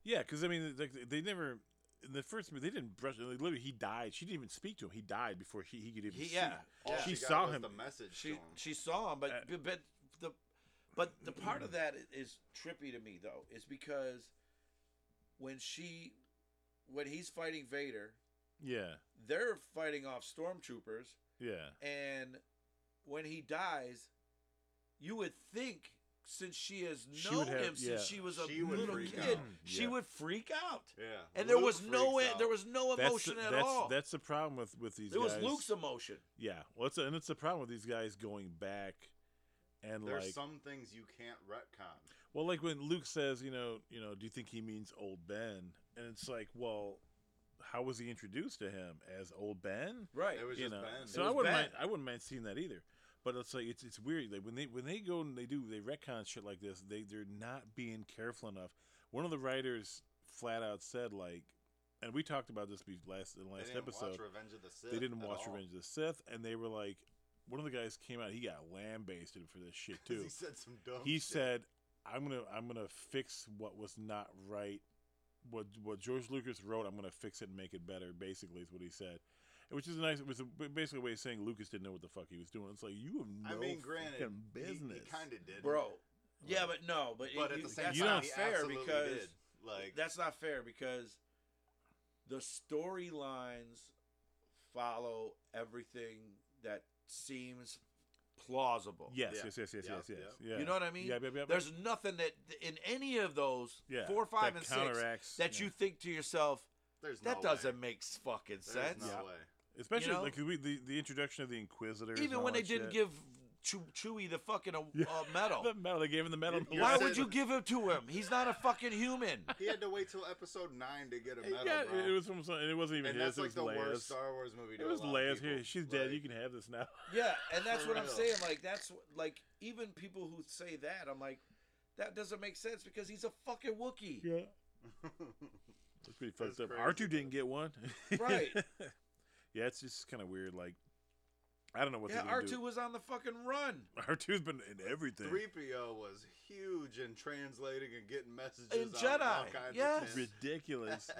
[SPEAKER 2] yeah. Because I mean, like they never in the first movie they didn't brush. Like, literally, he died. She didn't even speak to him. He died before he, he could even.
[SPEAKER 4] He,
[SPEAKER 2] see.
[SPEAKER 4] yeah,
[SPEAKER 3] All
[SPEAKER 4] yeah.
[SPEAKER 2] She
[SPEAKER 3] she got
[SPEAKER 2] saw
[SPEAKER 3] was
[SPEAKER 2] him.
[SPEAKER 3] The message. to
[SPEAKER 4] she
[SPEAKER 3] him.
[SPEAKER 4] she saw him, but
[SPEAKER 2] Uh,
[SPEAKER 4] but- but the but the part of that i- is trippy to me though, is because when she when he's fighting Vader,
[SPEAKER 2] yeah,
[SPEAKER 4] they're fighting off stormtroopers,
[SPEAKER 2] yeah.
[SPEAKER 4] and when he dies, you would think since she has
[SPEAKER 2] She
[SPEAKER 4] known
[SPEAKER 2] would have-
[SPEAKER 4] him
[SPEAKER 2] yeah.
[SPEAKER 4] since she was a
[SPEAKER 3] She would
[SPEAKER 4] little
[SPEAKER 3] freak
[SPEAKER 4] kid,
[SPEAKER 3] out.
[SPEAKER 4] she
[SPEAKER 2] Yeah.
[SPEAKER 4] would freak out.
[SPEAKER 3] Yeah.
[SPEAKER 4] And there
[SPEAKER 3] Luke
[SPEAKER 4] was no
[SPEAKER 3] freaks out.
[SPEAKER 4] there was no
[SPEAKER 2] That's
[SPEAKER 4] emotion
[SPEAKER 2] the,
[SPEAKER 4] at
[SPEAKER 2] that's,
[SPEAKER 4] all.
[SPEAKER 2] that's the problem with with these.
[SPEAKER 4] it was
[SPEAKER 2] guys.
[SPEAKER 4] Luke's emotion.
[SPEAKER 2] Yeah, well, it's and it's the problem with these guys going back, and
[SPEAKER 3] There's
[SPEAKER 2] like
[SPEAKER 3] some things you can't retcon.
[SPEAKER 2] Well, like when Luke says, you know, you know, do you think he means old Ben? And it's like, well, how was he introduced to him as old Ben?
[SPEAKER 4] Right.
[SPEAKER 3] It was
[SPEAKER 2] You
[SPEAKER 3] just
[SPEAKER 2] know,
[SPEAKER 3] Ben.
[SPEAKER 2] so
[SPEAKER 4] It
[SPEAKER 2] I
[SPEAKER 4] was
[SPEAKER 2] wouldn't
[SPEAKER 4] Ben.
[SPEAKER 2] mind. I wouldn't mind seeing that either. But it's like it's it's weird. Like when they when they go and they do they retcon shit like this, they they're not being careful enough. One of the writers flat out said like, and we talked about this be- last in the
[SPEAKER 3] They
[SPEAKER 2] last
[SPEAKER 3] didn't
[SPEAKER 2] episode.
[SPEAKER 3] watch Revenge of the Sith.
[SPEAKER 2] They didn't
[SPEAKER 3] at
[SPEAKER 2] watch
[SPEAKER 3] all.
[SPEAKER 2] Revenge of the Sith, and they were like, one of the guys came out. He got lambasted for this shit
[SPEAKER 3] 'Cause
[SPEAKER 2] too
[SPEAKER 3] He said some dumb.
[SPEAKER 2] he
[SPEAKER 3] Oh, shit.
[SPEAKER 2] said i'm gonna i'm gonna fix what was not right what what george lucas wrote i'm gonna fix it and make it better basically is what he said which is a nice it was a, basically a way of saying lucas didn't know what the fuck he was doing it's like you have
[SPEAKER 3] I
[SPEAKER 2] no
[SPEAKER 3] mean, granted,
[SPEAKER 2] fucking
[SPEAKER 3] he-
[SPEAKER 2] business
[SPEAKER 3] He, kind of did,
[SPEAKER 4] Bro. Yeah, but no, but,
[SPEAKER 3] But
[SPEAKER 4] it-
[SPEAKER 3] at the same
[SPEAKER 4] that's
[SPEAKER 2] You
[SPEAKER 3] time,
[SPEAKER 4] not
[SPEAKER 3] he
[SPEAKER 4] fair
[SPEAKER 3] absolutely
[SPEAKER 4] because
[SPEAKER 3] did. Like
[SPEAKER 4] that's not fair because the storylines follow everything that seems plausible.
[SPEAKER 2] yes,
[SPEAKER 3] Yeah.
[SPEAKER 2] yes yes yes
[SPEAKER 3] Yeah.
[SPEAKER 2] yes yes
[SPEAKER 3] Yeah.
[SPEAKER 2] yeah
[SPEAKER 4] You know what I mean?
[SPEAKER 2] yeah, yeah, yeah.
[SPEAKER 4] There's nothing that in any of those
[SPEAKER 2] yeah
[SPEAKER 4] four, five,
[SPEAKER 2] that
[SPEAKER 4] and six
[SPEAKER 2] counteracts-
[SPEAKER 4] that
[SPEAKER 2] yeah.
[SPEAKER 4] you think to yourself
[SPEAKER 3] there's no
[SPEAKER 4] that doesn't
[SPEAKER 3] way.
[SPEAKER 4] make s- fucking
[SPEAKER 3] There's
[SPEAKER 4] sense.
[SPEAKER 3] No
[SPEAKER 2] Yeah.
[SPEAKER 3] way.
[SPEAKER 2] especially
[SPEAKER 4] you know?
[SPEAKER 2] like we, the the introduction of the inquisitor
[SPEAKER 4] Even when they didn't give Chew- Chewy the fucking uh, uh, medal.
[SPEAKER 2] The medal. They gave him the medal.
[SPEAKER 3] You're
[SPEAKER 4] Why
[SPEAKER 3] saying-
[SPEAKER 4] would you give it to him? He's not a fucking human.
[SPEAKER 3] He had to wait till episode nine to get a medal,
[SPEAKER 2] Yeah,
[SPEAKER 3] bro.
[SPEAKER 2] it was from. some- It wasn't even
[SPEAKER 3] and
[SPEAKER 2] his.
[SPEAKER 3] that's
[SPEAKER 2] it
[SPEAKER 3] like
[SPEAKER 2] was
[SPEAKER 3] the
[SPEAKER 2] Leia's.
[SPEAKER 3] worst Star Wars movie. To
[SPEAKER 2] It was
[SPEAKER 3] a lot of
[SPEAKER 2] Leia's.
[SPEAKER 3] people.
[SPEAKER 2] Here, she's dead.
[SPEAKER 3] Like,
[SPEAKER 2] You can have this now.
[SPEAKER 7] Yeah, and that's
[SPEAKER 3] For
[SPEAKER 7] what I'm
[SPEAKER 3] real.
[SPEAKER 7] saying. Like that's wh- like even people who say that, I'm like, that doesn't make sense because he's a fucking Wookiee.
[SPEAKER 2] Yeah. That's pretty fucked
[SPEAKER 3] That's
[SPEAKER 2] up.
[SPEAKER 3] crazy,
[SPEAKER 2] R two
[SPEAKER 3] man.
[SPEAKER 2] didn't get one.
[SPEAKER 7] Right.
[SPEAKER 2] yeah, it's just kind of weird. Like, I don't know what
[SPEAKER 7] Yeah,
[SPEAKER 2] they're
[SPEAKER 7] R
[SPEAKER 2] gonna
[SPEAKER 7] two was on the fucking run.
[SPEAKER 2] do. R two's been in everything.
[SPEAKER 3] Three PO was huge in translating and getting messages
[SPEAKER 4] In
[SPEAKER 3] out and all
[SPEAKER 4] Jedi,
[SPEAKER 3] kinds of
[SPEAKER 4] yes.
[SPEAKER 3] shit.
[SPEAKER 2] Ridiculous.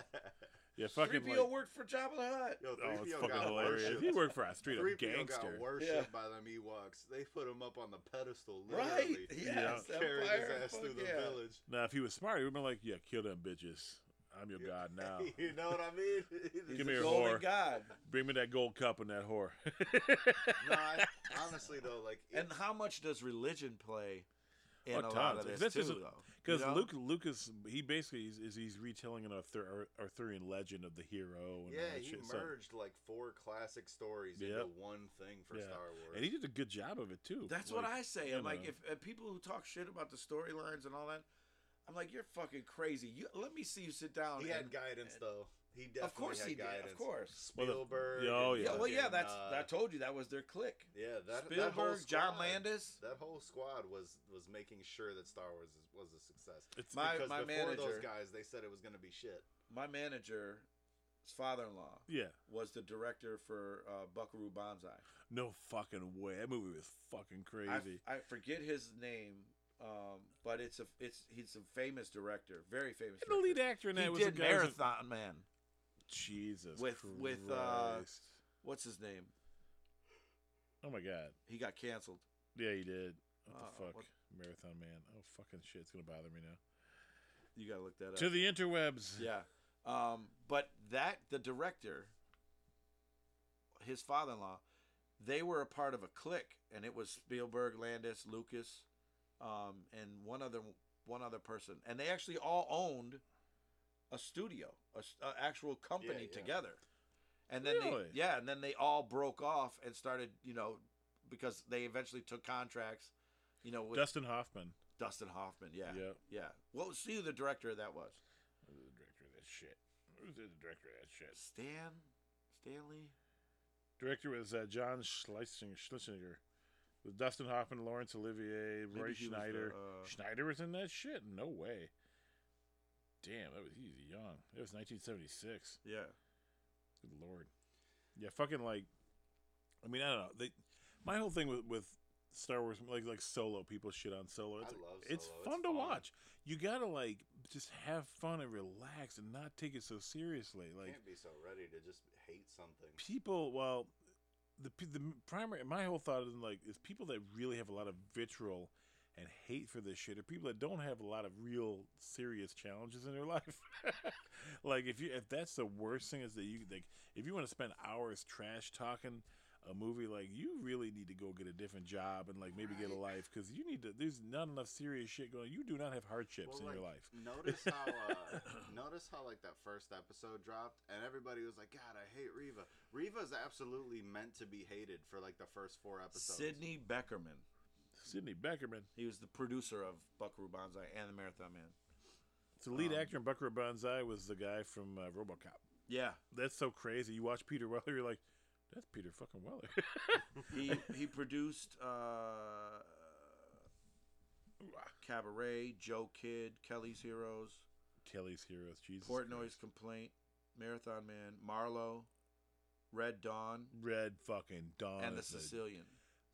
[SPEAKER 2] Yeah,
[SPEAKER 7] Three
[SPEAKER 2] fucking
[SPEAKER 7] PO
[SPEAKER 2] like.
[SPEAKER 7] worked for Jabba the Hutt.
[SPEAKER 3] Yo,
[SPEAKER 2] Oh,
[SPEAKER 3] 3PO
[SPEAKER 2] it's fucking
[SPEAKER 3] got
[SPEAKER 2] hilarious. He
[SPEAKER 3] worshipped.
[SPEAKER 2] worked for a straight up
[SPEAKER 3] 3PO
[SPEAKER 2] gangster.
[SPEAKER 3] got worshipped
[SPEAKER 7] Yeah.
[SPEAKER 3] by them Ewoks. They put him up on the pedestal,
[SPEAKER 7] Right?
[SPEAKER 3] literally.
[SPEAKER 7] Yes.
[SPEAKER 2] Yeah.
[SPEAKER 3] Carried his
[SPEAKER 7] Empire,
[SPEAKER 3] ass
[SPEAKER 7] fuck
[SPEAKER 3] through the
[SPEAKER 7] yeah.
[SPEAKER 3] village.
[SPEAKER 2] Now, if he was smart, he would have been like, "Yeah, kill them bitches. I'm your
[SPEAKER 3] Yeah.
[SPEAKER 2] god now.
[SPEAKER 3] you know what I mean?
[SPEAKER 7] He's
[SPEAKER 2] Give
[SPEAKER 7] a
[SPEAKER 2] me your
[SPEAKER 7] golden
[SPEAKER 2] whore.
[SPEAKER 7] god.
[SPEAKER 2] Bring me that gold cup and that whore."
[SPEAKER 3] no, I, honestly though, like it-
[SPEAKER 4] And how much does religion play in
[SPEAKER 2] Oh,
[SPEAKER 4] a lot
[SPEAKER 2] tons.
[SPEAKER 4] of this,
[SPEAKER 2] This
[SPEAKER 4] too,
[SPEAKER 2] is a-
[SPEAKER 4] though?
[SPEAKER 2] Because
[SPEAKER 4] You know?
[SPEAKER 2] Luke Lucas, he basically is, is he's retelling an Arthur, Arthurian legend of the hero. And all
[SPEAKER 3] yeah,
[SPEAKER 2] that
[SPEAKER 3] he
[SPEAKER 2] shit. So-
[SPEAKER 3] merged like four classic stories into
[SPEAKER 2] Yep.
[SPEAKER 3] one thing for
[SPEAKER 2] Yeah.
[SPEAKER 3] Star Wars.
[SPEAKER 2] and he did a good job of it too.
[SPEAKER 4] That's
[SPEAKER 2] Like,
[SPEAKER 4] what I say.
[SPEAKER 2] you
[SPEAKER 4] I'm like,
[SPEAKER 2] know.
[SPEAKER 4] if, if people who talk shit about the storylines and all that, I'm like, you're fucking crazy. You let me see you sit down.
[SPEAKER 3] He had
[SPEAKER 4] and-
[SPEAKER 3] guidance though. He definitely
[SPEAKER 4] course
[SPEAKER 3] had
[SPEAKER 4] he did, of
[SPEAKER 3] guidance.
[SPEAKER 4] course.
[SPEAKER 2] Well, the-
[SPEAKER 3] Spielberg.
[SPEAKER 2] yeah, oh,
[SPEAKER 3] and
[SPEAKER 7] Yeah. Well, yeah.
[SPEAKER 3] fucking,
[SPEAKER 7] That's
[SPEAKER 3] uh,
[SPEAKER 7] I told you that was their click.
[SPEAKER 3] yeah. That, that whole
[SPEAKER 4] Spielberg, John
[SPEAKER 3] squad-
[SPEAKER 4] Landis.
[SPEAKER 3] That whole squad was was making sure that Star Wars is- was a success.
[SPEAKER 2] It's-
[SPEAKER 7] My-
[SPEAKER 3] because before
[SPEAKER 7] manager-
[SPEAKER 3] those guys, they said it was going to be shit.
[SPEAKER 7] My manager's father-in-law
[SPEAKER 2] Yeah,
[SPEAKER 7] was the director for uh, Buckaroo Banzai.
[SPEAKER 2] no fucking way. That movie was fucking
[SPEAKER 7] I,
[SPEAKER 2] crazy.
[SPEAKER 7] I forget his name, um, but it's a it's he's a famous director, very famous.
[SPEAKER 2] And the lead
[SPEAKER 7] director.
[SPEAKER 2] actor in that
[SPEAKER 4] He
[SPEAKER 2] was
[SPEAKER 4] did
[SPEAKER 2] the guy who-
[SPEAKER 4] Marathon Man.
[SPEAKER 2] Jesus
[SPEAKER 4] with-
[SPEAKER 2] Christ.
[SPEAKER 4] with, uh, What's his name?
[SPEAKER 2] oh my god,
[SPEAKER 7] He got canceled.
[SPEAKER 2] yeah, he did. What
[SPEAKER 4] Uh,
[SPEAKER 2] the fuck,
[SPEAKER 4] what-
[SPEAKER 2] Marathon Man? Oh fucking shit, it's gonna bother me now.
[SPEAKER 7] You gotta look that up.
[SPEAKER 2] To the interwebs.
[SPEAKER 7] yeah,
[SPEAKER 4] Um, but that the director, his father-in-law, they were a part of a clique, and it was Spielberg, Landis, Lucas, um, and one other one other person, and they actually all owned a studio, a, s- a actual company
[SPEAKER 3] yeah.
[SPEAKER 4] together. And then
[SPEAKER 2] Really?
[SPEAKER 4] they, yeah, and then they all broke off and started, you know, because they eventually took contracts, you know, with
[SPEAKER 2] Dustin Hoffman.
[SPEAKER 4] Dustin Hoffman. Yeah, yeah.
[SPEAKER 2] Yeah.
[SPEAKER 4] What was see who the director of that was?
[SPEAKER 2] Who's the director of that shit? Who's the director of that shit?
[SPEAKER 4] Stan, Stanley.
[SPEAKER 2] Director was uh, John Schlesinger. Schlesinger. With Dustin Hoffman, Laurence Olivier,
[SPEAKER 4] Maybe
[SPEAKER 2] Roy
[SPEAKER 4] he was the,
[SPEAKER 2] Schneider.
[SPEAKER 4] uh,
[SPEAKER 2] Schneider was in that shit? No way. Damn, that was he's young. That was 1976.
[SPEAKER 4] Yeah.
[SPEAKER 2] Good lord. Yeah, fucking like. I mean, I don't know. They, my whole thing with with Star Wars, like like Solo, people shit on Solo. It's,
[SPEAKER 3] I
[SPEAKER 2] like,
[SPEAKER 3] love
[SPEAKER 2] it's
[SPEAKER 3] Solo. It's
[SPEAKER 2] fun to
[SPEAKER 3] fun.
[SPEAKER 2] watch. You gotta like just have fun and relax and not take it so seriously. Like
[SPEAKER 3] Can't be so ready to just hate something.
[SPEAKER 2] people well the p- the m- primary my whole thought is like is people that really have a lot of vitriol and hate for this shit are people that don't have a lot of real serious challenges in their life like if you if that's the worst thing is that you like if you want to spend hours trash talking a movie like you really need to go get a different job and like maybe get a life because you need to there's not enough serious shit going you do not have hardships in your life
[SPEAKER 3] Notice how uh, notice how like that first episode dropped, and everybody was like, "God, I hate Reva." Reva's absolutely meant to be hated for like the first four episodes.
[SPEAKER 4] Sidney Beckerman.
[SPEAKER 2] sydney beckerman
[SPEAKER 4] He was the producer of Buckaroo Banzai and the Marathon Man.
[SPEAKER 2] the lead
[SPEAKER 4] Um,
[SPEAKER 2] actor in buckaroo banzai was the guy from uh, robocop
[SPEAKER 4] Yeah,
[SPEAKER 2] that's so crazy. You watch Peter Weller, you're like, that's Peter fucking Weller.
[SPEAKER 4] he he produced uh, Cabaret, Joe Kidd, Kelly's Heroes,
[SPEAKER 2] Kelly's Heroes, Jesus.
[SPEAKER 4] Portnoy's Complaint, Marathon Man, Marlowe, Red Dawn,
[SPEAKER 2] Red fucking Dawn.
[SPEAKER 4] and the
[SPEAKER 2] is Oh, a-
[SPEAKER 4] Sicilian.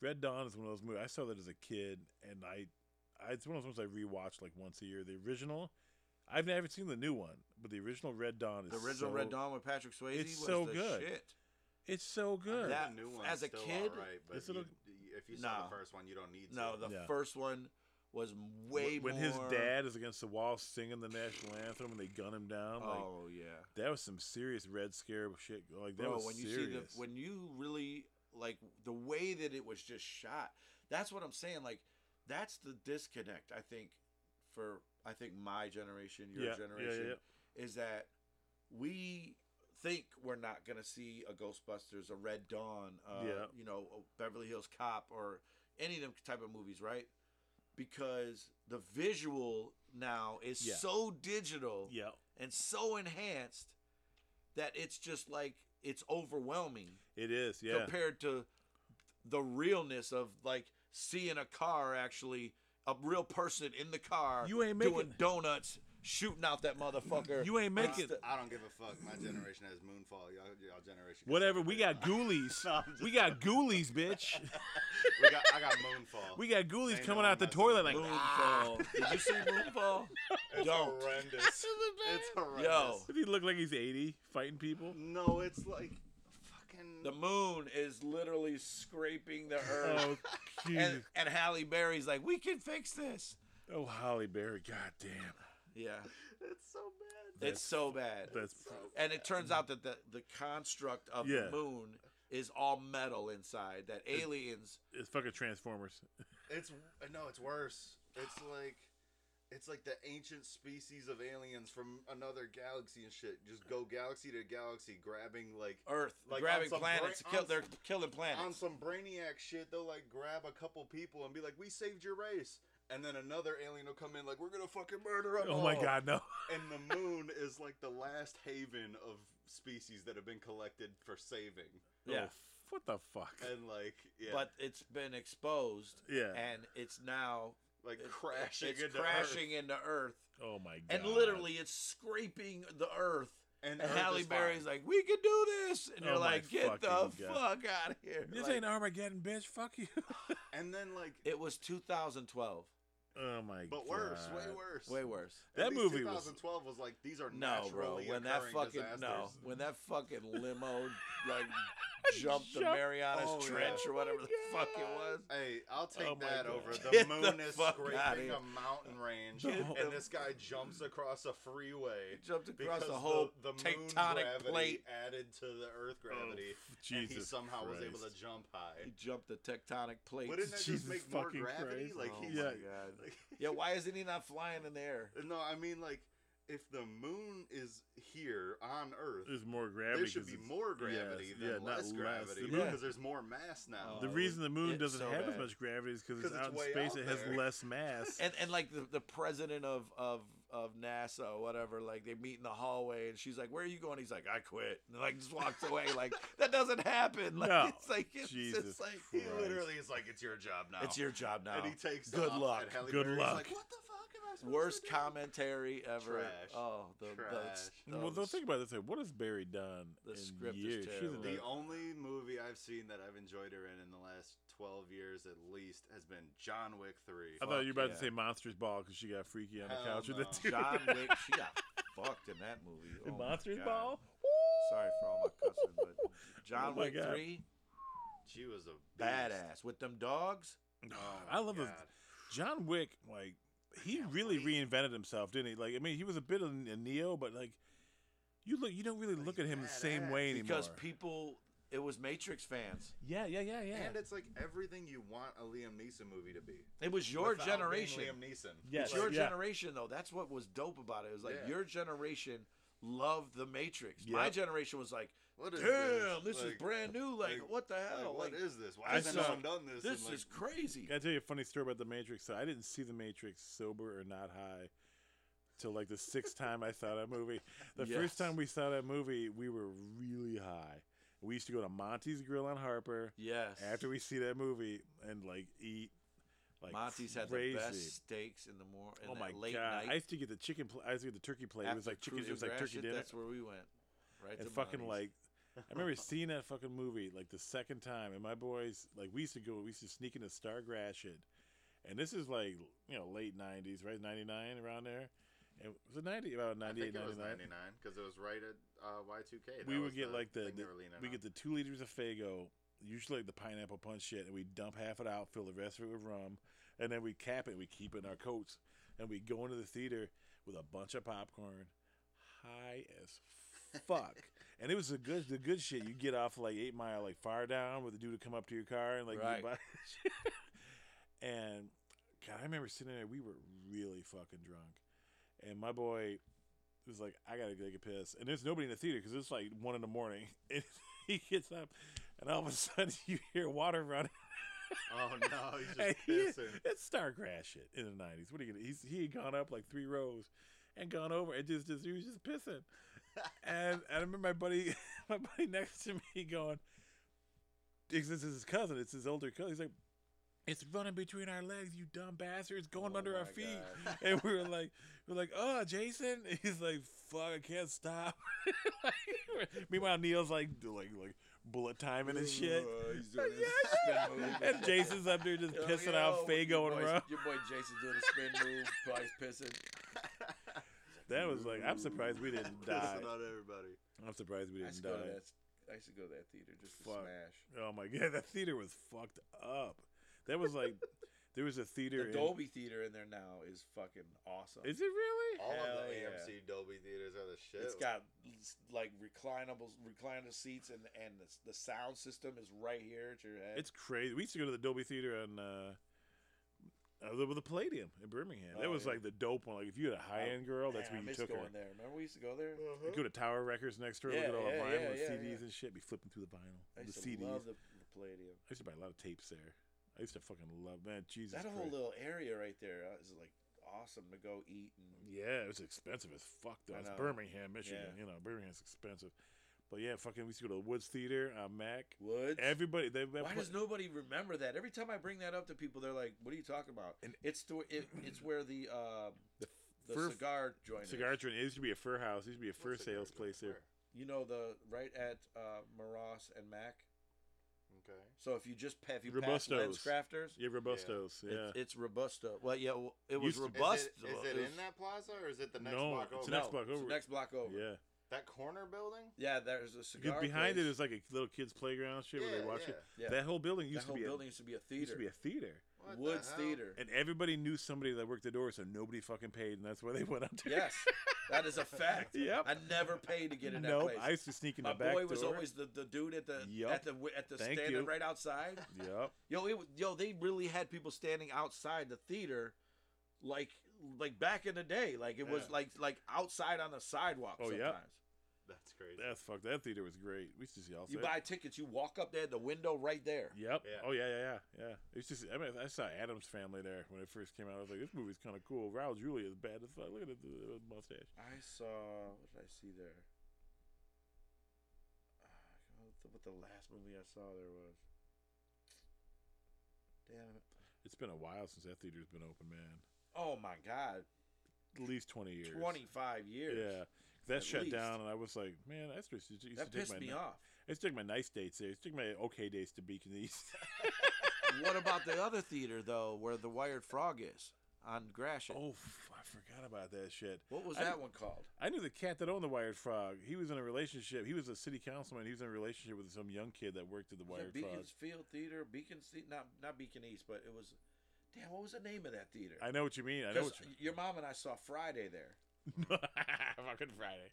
[SPEAKER 2] Red Dawn is one of those movies. I saw that as a kid, and I, I it's one of those ones I rewatch like once a year. The original, I've never seen the new one, but the original Red Dawn is
[SPEAKER 4] The original
[SPEAKER 2] so-
[SPEAKER 4] Red Dawn with Patrick Swayze
[SPEAKER 2] it's
[SPEAKER 4] was
[SPEAKER 2] so
[SPEAKER 4] the
[SPEAKER 2] good.
[SPEAKER 4] shit.
[SPEAKER 2] It's so good.
[SPEAKER 4] That-
[SPEAKER 3] The new one's
[SPEAKER 4] as a
[SPEAKER 3] still
[SPEAKER 4] kid,
[SPEAKER 3] alright, but
[SPEAKER 2] it's a
[SPEAKER 3] you-
[SPEAKER 2] little-
[SPEAKER 3] you- if you saw
[SPEAKER 4] Nah.
[SPEAKER 3] the first one, you don't need
[SPEAKER 4] No,
[SPEAKER 3] to.
[SPEAKER 4] the
[SPEAKER 2] Yeah.
[SPEAKER 4] first one was way
[SPEAKER 2] when
[SPEAKER 4] more.
[SPEAKER 2] his dad is against the wall singing the national anthem and they gun him down, like
[SPEAKER 4] Oh yeah.
[SPEAKER 2] that was some serious Red Scare shit. Like that
[SPEAKER 4] Bro,
[SPEAKER 2] was
[SPEAKER 4] when you
[SPEAKER 2] serious.
[SPEAKER 4] see the when you really like the way that it was just shot. That's what I'm saying. Like that's the disconnect. I think for I think my generation, your
[SPEAKER 2] Yeah, yeah,
[SPEAKER 4] generation,
[SPEAKER 2] yeah,
[SPEAKER 4] is that we think we're not gonna see a Ghostbusters, a Red Dawn, uh,
[SPEAKER 2] Yeah.
[SPEAKER 4] you know, a Beverly Hills Cop, or any of them type of movies, right? Because the visual now is
[SPEAKER 2] Yeah.
[SPEAKER 4] so digital
[SPEAKER 2] Yeah.
[SPEAKER 4] and so enhanced that it's just like it's overwhelming
[SPEAKER 2] It is. Yeah.
[SPEAKER 4] compared to the realness of like seeing a car actually a real person in the car
[SPEAKER 2] You ain't
[SPEAKER 4] doing
[SPEAKER 2] making-
[SPEAKER 4] donuts shooting out that motherfucker
[SPEAKER 2] You ain't
[SPEAKER 4] It's
[SPEAKER 2] making-
[SPEAKER 4] the-
[SPEAKER 3] I don't give a fuck. My generation has Moonfall. Y'all, y'all generation. can
[SPEAKER 2] Whatever.
[SPEAKER 3] suck
[SPEAKER 2] We
[SPEAKER 3] it.
[SPEAKER 2] got ghoulies. we got ghoulies, bitch.
[SPEAKER 3] we got. I got Moonfall.
[SPEAKER 2] We got ghoulies
[SPEAKER 3] Ain't
[SPEAKER 2] coming
[SPEAKER 3] no
[SPEAKER 2] out the
[SPEAKER 3] messing
[SPEAKER 2] toilet
[SPEAKER 3] with
[SPEAKER 2] like.
[SPEAKER 4] Moonfall. Did you see Moonfall?
[SPEAKER 3] It's
[SPEAKER 4] Don't.
[SPEAKER 3] horrendous. it's horrendous.
[SPEAKER 4] Yo.
[SPEAKER 2] Does he look like he's 80 fighting people?
[SPEAKER 3] No, it's like fucking.
[SPEAKER 4] The moon is literally scraping the earth.
[SPEAKER 2] Oh,
[SPEAKER 4] and,
[SPEAKER 2] jeez.
[SPEAKER 4] and Halle Berry's like, we can fix this.
[SPEAKER 2] Oh, Holly Berry. God damn.
[SPEAKER 4] Yeah.
[SPEAKER 3] it's so bad.
[SPEAKER 4] It's so bad.
[SPEAKER 2] That's
[SPEAKER 4] And it turns out that the, the construct of
[SPEAKER 2] Yeah.
[SPEAKER 4] the moon is all metal inside, that aliens.
[SPEAKER 2] it's fucking Transformers.
[SPEAKER 3] It's no, it's worse. It's like it's like the ancient species of aliens from another galaxy and shit. Just go galaxy to galaxy, grabbing like
[SPEAKER 4] Earth
[SPEAKER 3] Like on
[SPEAKER 4] grabbing
[SPEAKER 3] some
[SPEAKER 4] planets,
[SPEAKER 3] bra-
[SPEAKER 4] kill,
[SPEAKER 3] on
[SPEAKER 4] they're
[SPEAKER 3] some-
[SPEAKER 4] killing
[SPEAKER 3] on
[SPEAKER 4] planets.
[SPEAKER 3] some brainiac shit. They'll like grab a couple people and be like, "We saved your race." And then another alien will come in like, "We're gonna fucking murder them."
[SPEAKER 2] Oh my
[SPEAKER 3] all."
[SPEAKER 2] God, no.
[SPEAKER 3] And the moon is like the last haven of species that have been collected for saving.
[SPEAKER 2] Oh,
[SPEAKER 4] Yeah.
[SPEAKER 2] what the fuck?
[SPEAKER 3] And like, yeah,
[SPEAKER 4] But it's been exposed,
[SPEAKER 2] Yeah.
[SPEAKER 4] and it's now
[SPEAKER 3] like
[SPEAKER 4] it-
[SPEAKER 3] crashing
[SPEAKER 4] it's
[SPEAKER 3] into Earth.
[SPEAKER 4] crashing into Earth,
[SPEAKER 2] oh my god.
[SPEAKER 4] and literally it's scraping the Earth
[SPEAKER 3] And,
[SPEAKER 4] And
[SPEAKER 3] Earth
[SPEAKER 4] Halle
[SPEAKER 3] is fine.
[SPEAKER 4] Berry's like, we can do this. And
[SPEAKER 2] Oh
[SPEAKER 4] you're
[SPEAKER 2] my
[SPEAKER 4] like, get the
[SPEAKER 2] fucking God.
[SPEAKER 4] fuck out of here.
[SPEAKER 2] This
[SPEAKER 4] Like,
[SPEAKER 2] ain't Armageddon, bitch. Fuck you.
[SPEAKER 3] and then like,
[SPEAKER 4] it was 2012.
[SPEAKER 2] Oh my god.
[SPEAKER 3] but worse, way worse,
[SPEAKER 4] Way worse.
[SPEAKER 2] That
[SPEAKER 3] At least
[SPEAKER 2] movie was-
[SPEAKER 3] 2012 was, like these are
[SPEAKER 4] No, bro.
[SPEAKER 3] naturally
[SPEAKER 4] When that
[SPEAKER 3] occurring
[SPEAKER 4] fucking
[SPEAKER 3] disasters.
[SPEAKER 4] no, when that fucking limo like jumped the
[SPEAKER 2] Jumped-
[SPEAKER 4] Marianas
[SPEAKER 3] Oh, yeah.
[SPEAKER 4] Trench or
[SPEAKER 2] Oh
[SPEAKER 4] whatever
[SPEAKER 2] my
[SPEAKER 4] the fuck it
[SPEAKER 2] God.
[SPEAKER 4] was.
[SPEAKER 3] Hey, I'll take
[SPEAKER 2] Oh my
[SPEAKER 3] that
[SPEAKER 2] God.
[SPEAKER 3] over. The
[SPEAKER 4] Get the
[SPEAKER 3] moon is
[SPEAKER 4] fuck outta
[SPEAKER 3] scraping
[SPEAKER 4] here.
[SPEAKER 3] a mountain range,
[SPEAKER 2] Get
[SPEAKER 3] and
[SPEAKER 2] the-
[SPEAKER 3] this guy jumps across a freeway.
[SPEAKER 4] It jumped across
[SPEAKER 3] Because
[SPEAKER 4] the whole
[SPEAKER 3] the, moon
[SPEAKER 4] tectonic
[SPEAKER 3] gravity
[SPEAKER 4] plate. Oh,
[SPEAKER 3] added to the Earth gravity,
[SPEAKER 2] f-
[SPEAKER 3] and he
[SPEAKER 2] Jesus
[SPEAKER 3] somehow was able to
[SPEAKER 2] Christ.
[SPEAKER 3] jump
[SPEAKER 4] He
[SPEAKER 3] high.
[SPEAKER 4] jumped the tectonic plate.
[SPEAKER 3] Wouldn't that
[SPEAKER 2] Jesus
[SPEAKER 3] just make more
[SPEAKER 2] fucking
[SPEAKER 3] gravity?
[SPEAKER 2] Christ.
[SPEAKER 3] Like
[SPEAKER 4] oh
[SPEAKER 3] he's
[SPEAKER 4] my
[SPEAKER 2] yeah.
[SPEAKER 4] god.
[SPEAKER 3] like,
[SPEAKER 4] Yeah, why isn't he not flying in the air?
[SPEAKER 3] no, I mean like if the moon is here on Earth,
[SPEAKER 2] There's more gravity.
[SPEAKER 3] there should
[SPEAKER 2] 'cause
[SPEAKER 3] be
[SPEAKER 2] it's-
[SPEAKER 3] more gravity
[SPEAKER 2] yes,
[SPEAKER 3] than
[SPEAKER 2] yeah, not
[SPEAKER 3] less
[SPEAKER 2] less.
[SPEAKER 3] gravity
[SPEAKER 2] The
[SPEAKER 3] because
[SPEAKER 2] moon-
[SPEAKER 3] there's more mass now.
[SPEAKER 2] The
[SPEAKER 4] Oh,
[SPEAKER 2] reason the moon
[SPEAKER 4] it's
[SPEAKER 2] doesn't
[SPEAKER 4] so
[SPEAKER 2] have as
[SPEAKER 4] bad.
[SPEAKER 2] much gravity is because
[SPEAKER 3] 'Cause
[SPEAKER 2] it's,
[SPEAKER 3] it's
[SPEAKER 2] out in
[SPEAKER 3] way
[SPEAKER 2] space.
[SPEAKER 3] out
[SPEAKER 2] it has
[SPEAKER 3] there.
[SPEAKER 2] less mass.
[SPEAKER 4] and and like the, the president of of of NASA or whatever, like they meet in the hallway, and she's like, "Where are you going?" He's like, "I quit," and like just walks away. Like that doesn't happen. Like
[SPEAKER 2] No.
[SPEAKER 4] it's like it's
[SPEAKER 2] Jesus
[SPEAKER 4] just like
[SPEAKER 3] He
[SPEAKER 2] Christ.
[SPEAKER 3] literally is like, "It's your job now."
[SPEAKER 4] it's your job now.
[SPEAKER 3] And he takes
[SPEAKER 4] Good
[SPEAKER 3] off,
[SPEAKER 4] luck.
[SPEAKER 3] and Halle
[SPEAKER 2] Good
[SPEAKER 3] Berry's
[SPEAKER 2] luck.
[SPEAKER 3] Like, what the fuck am I supposed
[SPEAKER 4] Worst
[SPEAKER 3] to do?
[SPEAKER 4] commentary ever.
[SPEAKER 3] Trash.
[SPEAKER 4] Oh, the the-
[SPEAKER 3] Trash.
[SPEAKER 4] the,
[SPEAKER 2] well, don't think about this. What has Barry done?
[SPEAKER 4] The
[SPEAKER 2] in
[SPEAKER 4] script is
[SPEAKER 2] years? She's
[SPEAKER 4] terrible.
[SPEAKER 2] in
[SPEAKER 3] The
[SPEAKER 2] a-
[SPEAKER 3] only movie I've seen that I've enjoyed her in in the last twelve years at least has been John Wick Three.
[SPEAKER 2] I thought you were about
[SPEAKER 4] yeah.
[SPEAKER 2] to say Monsters Ball because she got freaky on the
[SPEAKER 3] Hell
[SPEAKER 2] couch with
[SPEAKER 3] no.
[SPEAKER 2] the two.
[SPEAKER 4] John Wick. She got fucked in that movie. Oh
[SPEAKER 2] in
[SPEAKER 4] my
[SPEAKER 2] Monsters
[SPEAKER 4] God.
[SPEAKER 2] Ball?
[SPEAKER 4] Sorry for all my cussing, but John
[SPEAKER 2] Oh my
[SPEAKER 4] Wick
[SPEAKER 2] God.
[SPEAKER 4] three,
[SPEAKER 3] she was a beast.
[SPEAKER 4] badass with them dogs.
[SPEAKER 3] Oh
[SPEAKER 2] I love
[SPEAKER 3] my
[SPEAKER 2] those.
[SPEAKER 3] God.
[SPEAKER 2] John Wick, like he really reinvented himself, didn't he? Like I mean, he was a bit of a Neo, but like you look, you don't really look at him the same way anymore.
[SPEAKER 4] Because people, it was Matrix fans.
[SPEAKER 2] yeah, yeah, yeah, yeah.
[SPEAKER 3] And it's like everything you want a Liam Neeson movie to be.
[SPEAKER 4] It was your
[SPEAKER 3] without being
[SPEAKER 4] generation.
[SPEAKER 3] Liam Neeson.
[SPEAKER 2] Yes.
[SPEAKER 4] It's your
[SPEAKER 2] yeah.
[SPEAKER 4] generation, though. That's what was dope about it. It was like
[SPEAKER 3] Yeah.
[SPEAKER 4] your generation loved the Matrix. My
[SPEAKER 2] Yep.
[SPEAKER 4] generation was like,
[SPEAKER 3] What is
[SPEAKER 4] damn, this, is
[SPEAKER 3] Like-
[SPEAKER 4] brand new. Like,
[SPEAKER 3] like-
[SPEAKER 4] what the
[SPEAKER 3] Like,
[SPEAKER 4] hell? Like,
[SPEAKER 3] what is this? Why
[SPEAKER 4] I
[SPEAKER 3] hasn't
[SPEAKER 4] saw-
[SPEAKER 3] someone done this?
[SPEAKER 4] this
[SPEAKER 3] in, like,
[SPEAKER 4] is crazy.
[SPEAKER 2] Can I tell you a funny story about the Matrix? So I didn't see the Matrix sober or not high till like the sixth time I saw that movie. The
[SPEAKER 4] Yes.
[SPEAKER 2] first time we saw that movie, we were really high. We used to go to Monty's Grill on Harper
[SPEAKER 4] Yes.
[SPEAKER 2] after we see that movie and like eat. Like
[SPEAKER 4] Monty's had
[SPEAKER 2] crazy.
[SPEAKER 4] the best steaks in the morning.
[SPEAKER 2] Oh my
[SPEAKER 4] late
[SPEAKER 2] god! I
[SPEAKER 4] Night,
[SPEAKER 2] used to get the chicken. Pl- I used to get the turkey plate. it was
[SPEAKER 4] after
[SPEAKER 2] like chicken. It was
[SPEAKER 4] Cruisin'
[SPEAKER 2] like turkey
[SPEAKER 4] Ratchet,
[SPEAKER 2] dinner.
[SPEAKER 4] That's where we went. Right
[SPEAKER 2] and
[SPEAKER 4] to
[SPEAKER 2] fucking
[SPEAKER 4] Monty's.
[SPEAKER 2] like, I remember seeing that fucking movie like the second time, and my boys like we used to go. We used to sneak into Star Gratiot, and this is like you know late nineties, right? Ninety nine around there. And was it ninety about
[SPEAKER 3] I
[SPEAKER 2] 98,
[SPEAKER 3] think it was
[SPEAKER 2] 99?
[SPEAKER 3] 99 because it was right at uh, Y2K. That
[SPEAKER 2] we
[SPEAKER 3] was
[SPEAKER 2] would get like the,
[SPEAKER 3] thing they
[SPEAKER 2] the-
[SPEAKER 3] were leaning
[SPEAKER 2] we
[SPEAKER 3] on.
[SPEAKER 2] get the two liters of Fago, usually like the pineapple punch shit, and we dump half it out, fill the rest of it with rum, and then we cap it. We keep it in our coats, and we go into the theater with a bunch of popcorn, high as fuck. And it was the good, the good shit. You get off like Eight Mile, like far down, with the dude to come up to your car and like you
[SPEAKER 4] Right.
[SPEAKER 2] buy and God, I remember sitting there. We were really fucking drunk, and my boy was like, "I gotta go take a piss," and there's nobody in the theater because it's like one in the morning. And he gets up, and all of a sudden you hear water running.
[SPEAKER 3] Oh no, he's
[SPEAKER 2] Hey,
[SPEAKER 3] just
[SPEAKER 2] he-
[SPEAKER 3] pissing.
[SPEAKER 2] it's Starcraft shit in the nineties. What are you gonna? He's, he had gone up like three rows, and gone over, and just just he was just pissing. and, and I remember my buddy, my buddy next to me going, "This is his cousin. It's his older cousin." He's like, "It's running between our legs, you dumb bastard! It's going
[SPEAKER 3] Oh
[SPEAKER 2] under our
[SPEAKER 3] my
[SPEAKER 2] feet."
[SPEAKER 3] God.
[SPEAKER 2] And we were like, we were like, "Oh, Jason!" And he's like, "Fuck, I can't stop." Meanwhile, Neil's like, like, like bullet timing
[SPEAKER 4] Oh,
[SPEAKER 2] and shit.
[SPEAKER 3] Uh, he's
[SPEAKER 2] Yeah,
[SPEAKER 3] doing his
[SPEAKER 2] yeah.
[SPEAKER 3] spin move.
[SPEAKER 2] And Jason's up there just pissing off Fago
[SPEAKER 4] your
[SPEAKER 2] and
[SPEAKER 4] boy's-
[SPEAKER 2] Ro.
[SPEAKER 4] Your boy Jason's doing a spin move. Body's pissing.
[SPEAKER 2] That was like, I'm surprised we didn't die.
[SPEAKER 3] Pissing on everybody.
[SPEAKER 2] I'm surprised we
[SPEAKER 4] I used
[SPEAKER 2] didn't
[SPEAKER 4] to go to
[SPEAKER 2] die.
[SPEAKER 4] that. I used to go to that theater just to
[SPEAKER 2] Fuck.
[SPEAKER 4] smash.
[SPEAKER 2] Oh my god, that theater was fucked up. That was like, there was a theater.
[SPEAKER 4] The
[SPEAKER 2] in-
[SPEAKER 4] Dolby Theater in there now is fucking awesome.
[SPEAKER 2] Is it really?
[SPEAKER 3] All of
[SPEAKER 4] Hell
[SPEAKER 3] the
[SPEAKER 4] yeah.
[SPEAKER 3] AMC Dolby theaters are the shit.
[SPEAKER 4] It's got like reclinable recliner seats and and the, the sound system is right here at your head.
[SPEAKER 2] It's crazy. We used to go to the Dolby Theater on uh, uh, the, the Palladium in Birmingham. that
[SPEAKER 4] Oh,
[SPEAKER 2] was
[SPEAKER 4] yeah.
[SPEAKER 2] like the dope one. Like if you had a high end girl, that's
[SPEAKER 4] Man,
[SPEAKER 2] where
[SPEAKER 4] I
[SPEAKER 2] you
[SPEAKER 4] miss
[SPEAKER 2] took her.
[SPEAKER 4] going there. Remember we used to go there.
[SPEAKER 2] You'd go to Tower Records next door,
[SPEAKER 4] Yeah,
[SPEAKER 2] look at all
[SPEAKER 4] yeah,
[SPEAKER 2] the vinyl
[SPEAKER 4] yeah,
[SPEAKER 2] and
[SPEAKER 4] yeah,
[SPEAKER 2] CDs
[SPEAKER 4] yeah.
[SPEAKER 2] and shit. Be flipping through the vinyl,
[SPEAKER 4] I
[SPEAKER 2] the
[SPEAKER 4] used to
[SPEAKER 2] CDs.
[SPEAKER 4] love the, the Palladium.
[SPEAKER 2] I used to buy a lot of tapes there. I used to fucking love man. Jesus,
[SPEAKER 4] that whole
[SPEAKER 2] Christ.
[SPEAKER 4] little area right there uh, is like awesome to go eat and
[SPEAKER 2] Yeah, it was expensive as fuck though.
[SPEAKER 4] I
[SPEAKER 2] It's
[SPEAKER 4] know.
[SPEAKER 2] Birmingham, Michigan.
[SPEAKER 4] Yeah.
[SPEAKER 2] You know, Birmingham's expensive. But yeah, fucking we used to go to the Woods Theater on Mac.
[SPEAKER 4] woods.
[SPEAKER 2] Everybody they they
[SPEAKER 4] Why
[SPEAKER 2] play-
[SPEAKER 4] does nobody remember that? Every time I bring that up to people, they're like, "What are you talking about?"
[SPEAKER 2] And-
[SPEAKER 4] it's the it, it's where the uh,
[SPEAKER 2] the,
[SPEAKER 4] the
[SPEAKER 2] fur
[SPEAKER 4] cigar joint. is.
[SPEAKER 2] cigar joint. It used to be a fur house. It used to be a fur sales place there.
[SPEAKER 4] You know the right at uh, Maras and Mac.
[SPEAKER 3] Okay.
[SPEAKER 4] So if you just pa- if you pass
[SPEAKER 2] Robustos.
[SPEAKER 4] Lens Crafters,
[SPEAKER 2] Yeah, Robustos. Yeah.
[SPEAKER 4] it's, it's Robusto. Well, yeah, well, it was
[SPEAKER 2] Used to- Is
[SPEAKER 3] Is
[SPEAKER 4] Robusto.
[SPEAKER 3] it, is it
[SPEAKER 4] was-
[SPEAKER 3] in that plaza or is it the next
[SPEAKER 2] No,
[SPEAKER 3] block
[SPEAKER 2] it's
[SPEAKER 3] over?
[SPEAKER 2] the next block
[SPEAKER 4] it's the
[SPEAKER 2] over.
[SPEAKER 4] next block over.
[SPEAKER 2] yeah.
[SPEAKER 3] That corner building?
[SPEAKER 4] Yeah, there's a
[SPEAKER 2] Because
[SPEAKER 4] cigar.
[SPEAKER 2] behind
[SPEAKER 4] place.
[SPEAKER 2] it is like a little kids playground shit where they
[SPEAKER 3] Yeah,
[SPEAKER 2] watch
[SPEAKER 3] yeah.
[SPEAKER 2] it.
[SPEAKER 4] Yeah.
[SPEAKER 2] That whole building used
[SPEAKER 4] that whole
[SPEAKER 2] to be
[SPEAKER 4] building
[SPEAKER 2] a,
[SPEAKER 4] used to be a
[SPEAKER 2] used to
[SPEAKER 4] theater.
[SPEAKER 2] be a theater.
[SPEAKER 3] What the
[SPEAKER 4] Woods
[SPEAKER 3] hell?
[SPEAKER 4] Theater.
[SPEAKER 2] And everybody knew somebody that worked the door, so nobody fucking paid, and that's why they went up there.
[SPEAKER 4] yes, that is a fact.
[SPEAKER 2] Yep.
[SPEAKER 4] I never paid to get in that
[SPEAKER 2] Nope,
[SPEAKER 4] place.
[SPEAKER 2] I used to sneak in
[SPEAKER 4] My
[SPEAKER 2] the back
[SPEAKER 4] boy was
[SPEAKER 2] door.
[SPEAKER 4] always the, the dude at the
[SPEAKER 2] Yup.
[SPEAKER 4] at the wi- at the
[SPEAKER 2] Thank
[SPEAKER 4] standing
[SPEAKER 2] you.
[SPEAKER 4] right outside.
[SPEAKER 2] Yep.
[SPEAKER 4] Yo, it was, yo, they really had people standing outside the theater, like like back in the day. Like it was
[SPEAKER 3] Yeah.
[SPEAKER 4] like like outside on the sidewalk.
[SPEAKER 2] Oh,
[SPEAKER 4] sometimes.
[SPEAKER 2] yeah.
[SPEAKER 3] That's crazy.
[SPEAKER 2] That's fuck. That theater was great. We used to see all.
[SPEAKER 4] You
[SPEAKER 2] that.
[SPEAKER 4] buy tickets, you walk up there, the window right there.
[SPEAKER 2] Yep.
[SPEAKER 3] Yeah.
[SPEAKER 2] Oh yeah, yeah, yeah, yeah. It's just I mean I saw Adam's Family there when it first came out. I was like, this movie's kind of cool. Raul Julia is bad as fuck. Look at his uh, mustache.
[SPEAKER 4] I saw what did I see there? Ah, I can't remember What the last movie I saw there was? Damn it!
[SPEAKER 2] It's been a while since that theater's been open, man.
[SPEAKER 4] Oh my god!
[SPEAKER 2] At least twenty years.
[SPEAKER 4] Twenty five years.
[SPEAKER 2] Yeah. That
[SPEAKER 4] At
[SPEAKER 2] shut
[SPEAKER 4] least.
[SPEAKER 2] down, and I was like, man, I used to, used to
[SPEAKER 4] That
[SPEAKER 2] take
[SPEAKER 4] pissed
[SPEAKER 2] my
[SPEAKER 4] me
[SPEAKER 2] ni-
[SPEAKER 4] off.
[SPEAKER 2] I used to take my nice dates there. I used to take my okay dates to Beacon East.
[SPEAKER 5] what about the other theater though, where the Wired Frog is on Gratiot?
[SPEAKER 2] oh, f- I forgot about that shit.
[SPEAKER 4] What was
[SPEAKER 2] I-
[SPEAKER 4] that one called?
[SPEAKER 2] I knew the cat that owned the Wired Frog. He was in a relationship. He was a city councilman. He was in a relationship with some young kid that worked at the
[SPEAKER 4] Was
[SPEAKER 2] Wired
[SPEAKER 4] that
[SPEAKER 2] Frog.
[SPEAKER 4] Beaconsfield Theater, Beacon Ste- not not Beacon East, but it was. Damn, what was the name of that theater?
[SPEAKER 2] I know what you mean. I know
[SPEAKER 4] 'Cause
[SPEAKER 2] what you mean.
[SPEAKER 4] your mom and I saw Friday there.
[SPEAKER 2] fucking Friday.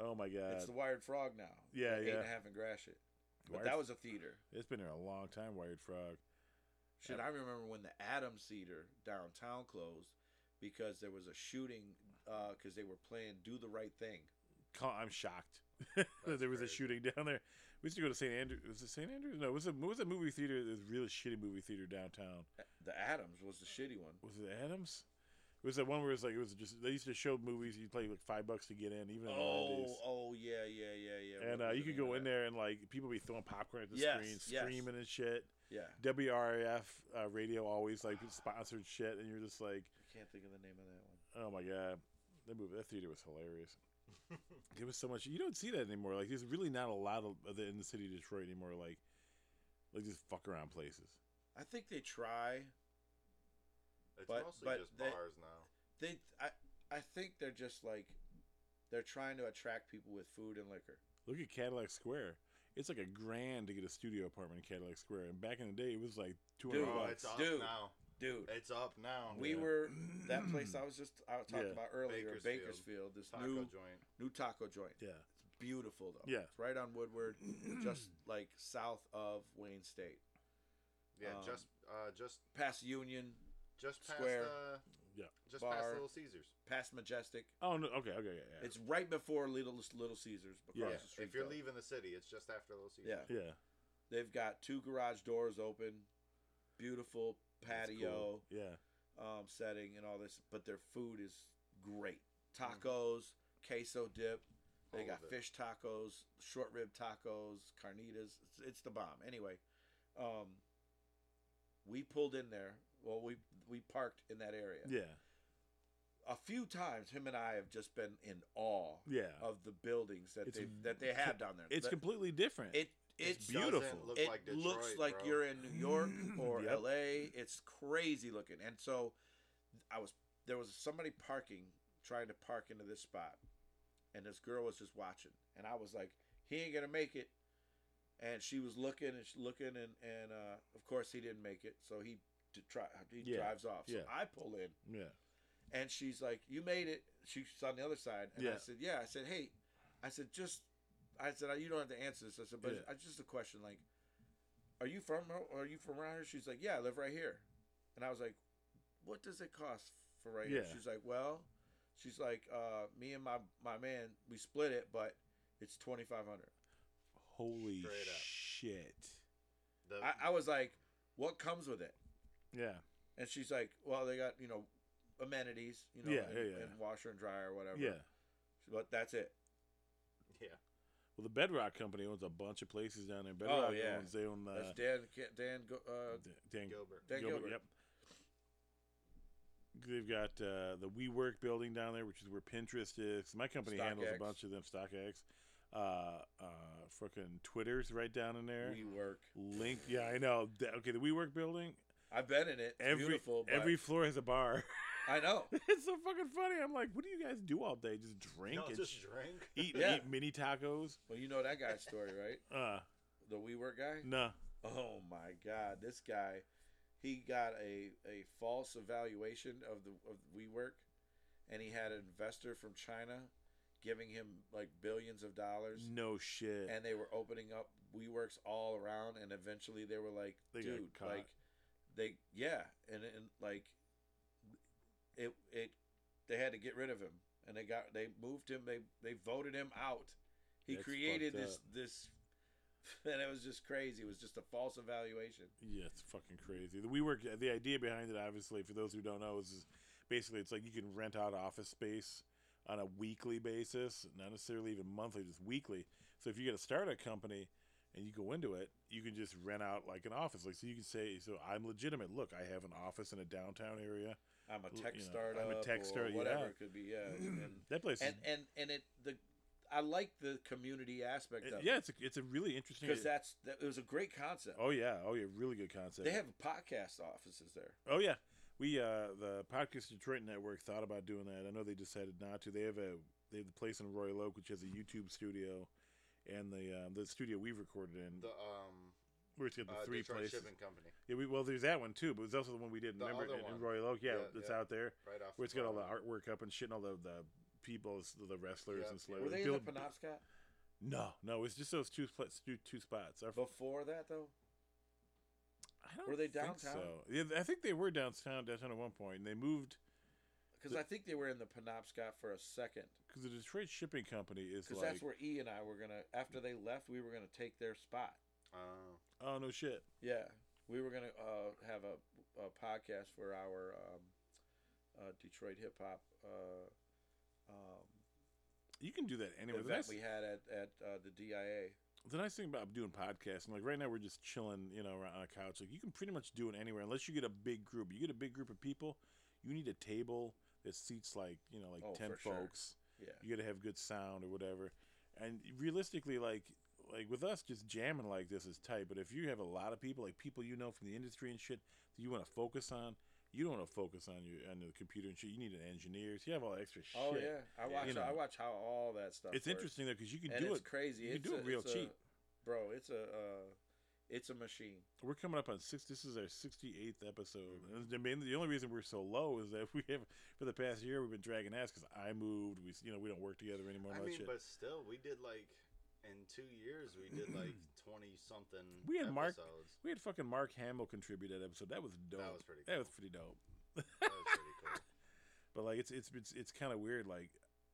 [SPEAKER 2] Oh my god.
[SPEAKER 4] it's the Wired Frog now.
[SPEAKER 2] yeah,
[SPEAKER 4] eight
[SPEAKER 2] yeah.
[SPEAKER 4] and a half in Gratiot. But
[SPEAKER 2] Wired-
[SPEAKER 4] that was a theater.
[SPEAKER 2] it's been there a long time, Wired Frog.
[SPEAKER 4] Shit, I remember when the Adams Theater downtown closed because there was a shooting because they were playing "Do the Right Thing."
[SPEAKER 2] Ca- I'm shocked that there was a
[SPEAKER 3] crazy.
[SPEAKER 2] shooting down there. We used to go to St. Andrew. Was it St. Andrews? No, it was a what was a movie theater. This really shitty movie theater downtown.
[SPEAKER 4] The Adams was the shitty one.
[SPEAKER 2] Was it Adams? It was that one where it was like it was just they used to show movies. You play like five bucks to get in, even in the
[SPEAKER 4] Oh,
[SPEAKER 2] nineties.
[SPEAKER 4] oh yeah, yeah, yeah, yeah.
[SPEAKER 2] And
[SPEAKER 4] What
[SPEAKER 2] uh,
[SPEAKER 4] was
[SPEAKER 2] you
[SPEAKER 4] the
[SPEAKER 2] could
[SPEAKER 4] name of
[SPEAKER 2] go in
[SPEAKER 4] that?
[SPEAKER 2] there and like people be throwing popcorn at the
[SPEAKER 4] Yes,
[SPEAKER 2] screen,
[SPEAKER 4] yes.
[SPEAKER 2] screaming and shit.
[SPEAKER 4] Yeah,
[SPEAKER 2] WRAF uh, radio always like sponsored shit, and you're just like,
[SPEAKER 4] I can't think of the name of that one.
[SPEAKER 2] Oh my god, that movie, that theater was hilarious. there was so much you don't see that anymore. Like there's really not a lot of of the, in the city of Detroit anymore. Like, like just fuck around places.
[SPEAKER 4] I think they try.
[SPEAKER 3] It's
[SPEAKER 4] But-
[SPEAKER 3] mostly
[SPEAKER 4] but
[SPEAKER 3] just
[SPEAKER 4] they-
[SPEAKER 3] bars now.
[SPEAKER 4] They, I, I think they're just like, they're trying to attract people with food and liquor.
[SPEAKER 2] Look at Cadillac Square. It's like a grand to get a studio apartment in Cadillac Square, and back in the day it was like two hundred
[SPEAKER 4] Dude,
[SPEAKER 3] Oh,
[SPEAKER 2] bucks.
[SPEAKER 3] it's up
[SPEAKER 4] Dude.
[SPEAKER 3] now.
[SPEAKER 4] Dude,
[SPEAKER 3] It's up now.
[SPEAKER 4] we
[SPEAKER 2] Yeah.
[SPEAKER 4] were that place I was just I was talking
[SPEAKER 2] Yeah.
[SPEAKER 4] about earlier, Bakersfield.
[SPEAKER 3] Bakersfield.
[SPEAKER 4] this
[SPEAKER 3] taco
[SPEAKER 4] new
[SPEAKER 3] joint.
[SPEAKER 4] new taco joint.
[SPEAKER 2] Yeah,
[SPEAKER 4] It's beautiful though.
[SPEAKER 2] Yeah.
[SPEAKER 4] It's right on Woodward, just like south of Wayne State,
[SPEAKER 3] Yeah,
[SPEAKER 4] um,
[SPEAKER 3] just uh, just
[SPEAKER 4] past Union,
[SPEAKER 3] just past
[SPEAKER 4] Square.
[SPEAKER 3] uh,
[SPEAKER 2] yeah.
[SPEAKER 3] just past
[SPEAKER 4] Bar.
[SPEAKER 3] Little Caesars.
[SPEAKER 4] past Majestic.
[SPEAKER 2] Oh no, okay, okay, yeah, yeah.
[SPEAKER 4] It's right before Little Little Caesars. Across
[SPEAKER 2] Yeah.
[SPEAKER 4] the street,
[SPEAKER 3] If you're
[SPEAKER 4] though.
[SPEAKER 3] leaving the city, it's just after Little Caesars.
[SPEAKER 4] Yeah.
[SPEAKER 2] yeah.
[SPEAKER 4] they've got two garage doors open. beautiful
[SPEAKER 2] It's cool.
[SPEAKER 4] patio
[SPEAKER 2] Yeah.
[SPEAKER 4] um, setting and all this, but their food is great. Tacos, queso dip. They
[SPEAKER 3] All
[SPEAKER 4] got
[SPEAKER 3] of it.
[SPEAKER 4] fish tacos, short rib tacos, carnitas. It's, it's the bomb. Anyway, um, we pulled in there. Well, we we parked in that area.
[SPEAKER 2] Yeah.
[SPEAKER 4] A few times, him and I have just been in awe
[SPEAKER 2] Yeah.
[SPEAKER 4] of the buildings that
[SPEAKER 2] It's
[SPEAKER 4] they Oh, that they have down there.
[SPEAKER 2] It's
[SPEAKER 4] The-
[SPEAKER 2] completely different.
[SPEAKER 4] It
[SPEAKER 2] It's
[SPEAKER 4] it's
[SPEAKER 2] beautiful.
[SPEAKER 3] Look
[SPEAKER 4] it
[SPEAKER 3] like Detroit,
[SPEAKER 4] looks like
[SPEAKER 3] bro.
[SPEAKER 4] you're in New York or
[SPEAKER 2] Yep.
[SPEAKER 4] LA. It's crazy looking. And so I was there was somebody parking trying to park into this spot and this girl was just watching and I was like he ain't going to make it and she was looking and she looking and and uh, of course he didn't make it so he d- try, he
[SPEAKER 2] Yeah,
[SPEAKER 4] drives off. So
[SPEAKER 2] yeah.
[SPEAKER 4] I pull in
[SPEAKER 2] yeah.
[SPEAKER 4] and she's like, "You made it." She's on the other side, and I
[SPEAKER 2] Yeah.
[SPEAKER 4] said, "Yeah." I said, "Hey," I said, "Just," I said, "You don't have to answer this." I said, "But
[SPEAKER 2] Yeah.
[SPEAKER 4] I just a question. Like, are you from? Are you from around here?" She's like, "Yeah, I live right here," and I was like, "What does it cost for right here?"
[SPEAKER 2] Yeah.
[SPEAKER 4] She's like, "Well," she's like, uh, "Me and my my man, we split it, but it's twenty five hundred.
[SPEAKER 2] Holy
[SPEAKER 3] Straight up.
[SPEAKER 2] shit.
[SPEAKER 3] The-
[SPEAKER 4] I, I was like, "What comes with it?"
[SPEAKER 2] Yeah.
[SPEAKER 4] And she's like, "Well, they got you know." Amenities, you know,
[SPEAKER 2] Yeah,
[SPEAKER 4] and,
[SPEAKER 2] yeah, yeah.
[SPEAKER 4] and washer and dryer or whatever.
[SPEAKER 2] Yeah.
[SPEAKER 4] But that's it.
[SPEAKER 3] yeah.
[SPEAKER 2] Well, the Bedrock Company owns a bunch of places down there. Bedrock
[SPEAKER 4] Oh, yeah.
[SPEAKER 2] owns they own uh,
[SPEAKER 4] That's Dan. Ca- Dan. Go, uh,
[SPEAKER 2] D- Dan
[SPEAKER 3] Gilbert.
[SPEAKER 4] Dan Gilbert.
[SPEAKER 2] Yep. They've got uh, the WeWork building down there, which is where Pinterest is. My company handles a
[SPEAKER 4] StockX.
[SPEAKER 2] bunch of them. StockX, uh, uh, fucking Twitter's right down in there.
[SPEAKER 4] we work.
[SPEAKER 2] Link, yeah, I know. Th- Okay, the WeWork building.
[SPEAKER 4] I've been in it. It's
[SPEAKER 2] Every
[SPEAKER 4] beautiful. But
[SPEAKER 2] every floor has a bar.
[SPEAKER 4] I know.
[SPEAKER 2] it's so fucking funny. I'm like, what do you guys do all day? Just drink
[SPEAKER 3] No,
[SPEAKER 2] and
[SPEAKER 3] just
[SPEAKER 2] sh-
[SPEAKER 3] drink.
[SPEAKER 2] eat,
[SPEAKER 4] Yeah.
[SPEAKER 2] eat mini tacos.
[SPEAKER 4] Well, you know that guy's story, right?
[SPEAKER 2] Uh,
[SPEAKER 4] The WeWork guy.
[SPEAKER 2] no.
[SPEAKER 4] Oh my God, this guy, he got a a false evaluation of the of WeWork, and he had an investor from China giving him like billions of dollars,
[SPEAKER 2] No shit.
[SPEAKER 4] and they were opening up WeWorks all around, and eventually they were like,
[SPEAKER 2] They got
[SPEAKER 4] dude,
[SPEAKER 2] caught.
[SPEAKER 4] like they yeah, and and like it it they had to get rid of him and they got they moved him they they voted him out he
[SPEAKER 2] That's
[SPEAKER 4] created
[SPEAKER 2] fucked
[SPEAKER 4] this this and it was just crazy it was just a false evaluation
[SPEAKER 2] Yeah, it's fucking crazy. The WeWork, the idea behind it, obviously, for those who don't know, is, is basically it's like you can rent out office space on a weekly basis, not necessarily even monthly, just weekly. So if you get a startup company and you go into it, you can just rent out like an office. Like so, you can say, "So I'm legitimate. Look, I have an office in a downtown area.
[SPEAKER 4] i'm
[SPEAKER 2] Well,
[SPEAKER 4] a tech
[SPEAKER 2] you know,
[SPEAKER 4] startup i'm a tech startup
[SPEAKER 2] yeah.
[SPEAKER 4] whatever it could be yeah and,
[SPEAKER 2] That place,
[SPEAKER 4] and
[SPEAKER 2] is,
[SPEAKER 4] and and it the i like the community aspect
[SPEAKER 2] it-
[SPEAKER 4] of
[SPEAKER 2] yeah, it's a, it's a really interesting.
[SPEAKER 4] because that's that, it was a great concept
[SPEAKER 2] oh yeah, oh yeah, really good concept.
[SPEAKER 4] they have podcast offices there
[SPEAKER 2] Oh yeah, we uh the Podcast Detroit Network thought about doing that. I know they decided not to. They have a they have the place in Royal Oak, which has a YouTube studio, and the um, the studio we've recorded in.
[SPEAKER 3] The um,
[SPEAKER 2] where it's got the
[SPEAKER 3] uh,
[SPEAKER 2] three
[SPEAKER 3] Detroit
[SPEAKER 2] places.
[SPEAKER 3] Shipping Company,
[SPEAKER 2] Yeah, we, well, there's that one too, but it's also the one we did.
[SPEAKER 3] The
[SPEAKER 2] remember
[SPEAKER 3] other
[SPEAKER 2] in, in
[SPEAKER 3] one.
[SPEAKER 2] Royal Oak? Yeah,
[SPEAKER 3] Yeah,
[SPEAKER 2] it's
[SPEAKER 3] yeah.
[SPEAKER 2] out there
[SPEAKER 3] right off.
[SPEAKER 2] where it's got all the
[SPEAKER 3] Broadway.
[SPEAKER 2] artwork up and shit, and all the the people, the wrestlers
[SPEAKER 3] Yeah,
[SPEAKER 2] and
[SPEAKER 3] yeah.
[SPEAKER 2] celebrities.
[SPEAKER 4] were they in
[SPEAKER 2] Bill-
[SPEAKER 4] the penobscot
[SPEAKER 2] no, no, it's just those two pla- two, two spots. Our,
[SPEAKER 4] before that though
[SPEAKER 2] I don't
[SPEAKER 4] were they
[SPEAKER 2] think
[SPEAKER 4] downtown?
[SPEAKER 2] So. Yeah, I think they were downtown downtown at one point, and they moved
[SPEAKER 4] because i think they were in the penobscot for a second
[SPEAKER 2] because the Detroit Shipping Company is
[SPEAKER 4] Because
[SPEAKER 2] like
[SPEAKER 4] that's where E and I were gonna. After they left, we were gonna take their spot.
[SPEAKER 3] Oh.
[SPEAKER 2] oh no shit.
[SPEAKER 4] Yeah, we were gonna uh, have a, a podcast for our um, uh, Detroit hip hop uh, um,
[SPEAKER 2] You can do that anyway. The
[SPEAKER 4] event
[SPEAKER 2] nice,
[SPEAKER 4] we had at at uh, the DIA.
[SPEAKER 2] the nice thing about doing podcasts, and like right now we're just chilling, you know, around on a couch. Like you can pretty much do it anywhere, unless you get a big group. You get a big group of people, you need a table that seats like you know like
[SPEAKER 4] Oh,
[SPEAKER 2] ten
[SPEAKER 4] for sure.
[SPEAKER 2] folks.
[SPEAKER 4] Yeah,
[SPEAKER 2] You got to have good sound or whatever. And realistically, like like with us, just jamming like this is tight. But if you have a lot of people, like people you know from the industry and shit, that you want to focus on. You don't want to focus on your on the computer and shit. You need an engineer. So you have all that extra shit.
[SPEAKER 4] oh yeah, I
[SPEAKER 3] Yeah,
[SPEAKER 4] watch.
[SPEAKER 2] you know.
[SPEAKER 4] I watch how all that stuff.
[SPEAKER 2] It's
[SPEAKER 4] works.
[SPEAKER 2] interesting though because you can
[SPEAKER 4] and
[SPEAKER 2] do
[SPEAKER 4] it's
[SPEAKER 2] it.
[SPEAKER 4] crazy.
[SPEAKER 2] you can
[SPEAKER 4] it's
[SPEAKER 2] do
[SPEAKER 4] a,
[SPEAKER 2] it real
[SPEAKER 4] it's a-
[SPEAKER 2] cheap.
[SPEAKER 4] bro. It's a uh, it's a machine.
[SPEAKER 2] We're coming up on six. This is our sixty-eighth episode. And
[SPEAKER 3] Mm-hmm.
[SPEAKER 2] I mean, the only reason we're so low is that we have for the past year we've been dragging ass because I moved. We, you know, we don't work together anymore.
[SPEAKER 3] I
[SPEAKER 2] much
[SPEAKER 3] mean,
[SPEAKER 2] yet.
[SPEAKER 3] but still, we did like in two years, we did like twenty something.
[SPEAKER 2] We had
[SPEAKER 3] episodes.
[SPEAKER 2] Mark- we had fucking Mark Hamill contribute that episode. That was dope.
[SPEAKER 3] That was pretty.
[SPEAKER 2] That was pretty dope.
[SPEAKER 3] That was pretty cool.
[SPEAKER 2] But like, it's it's it's, it's kind of weird. Like,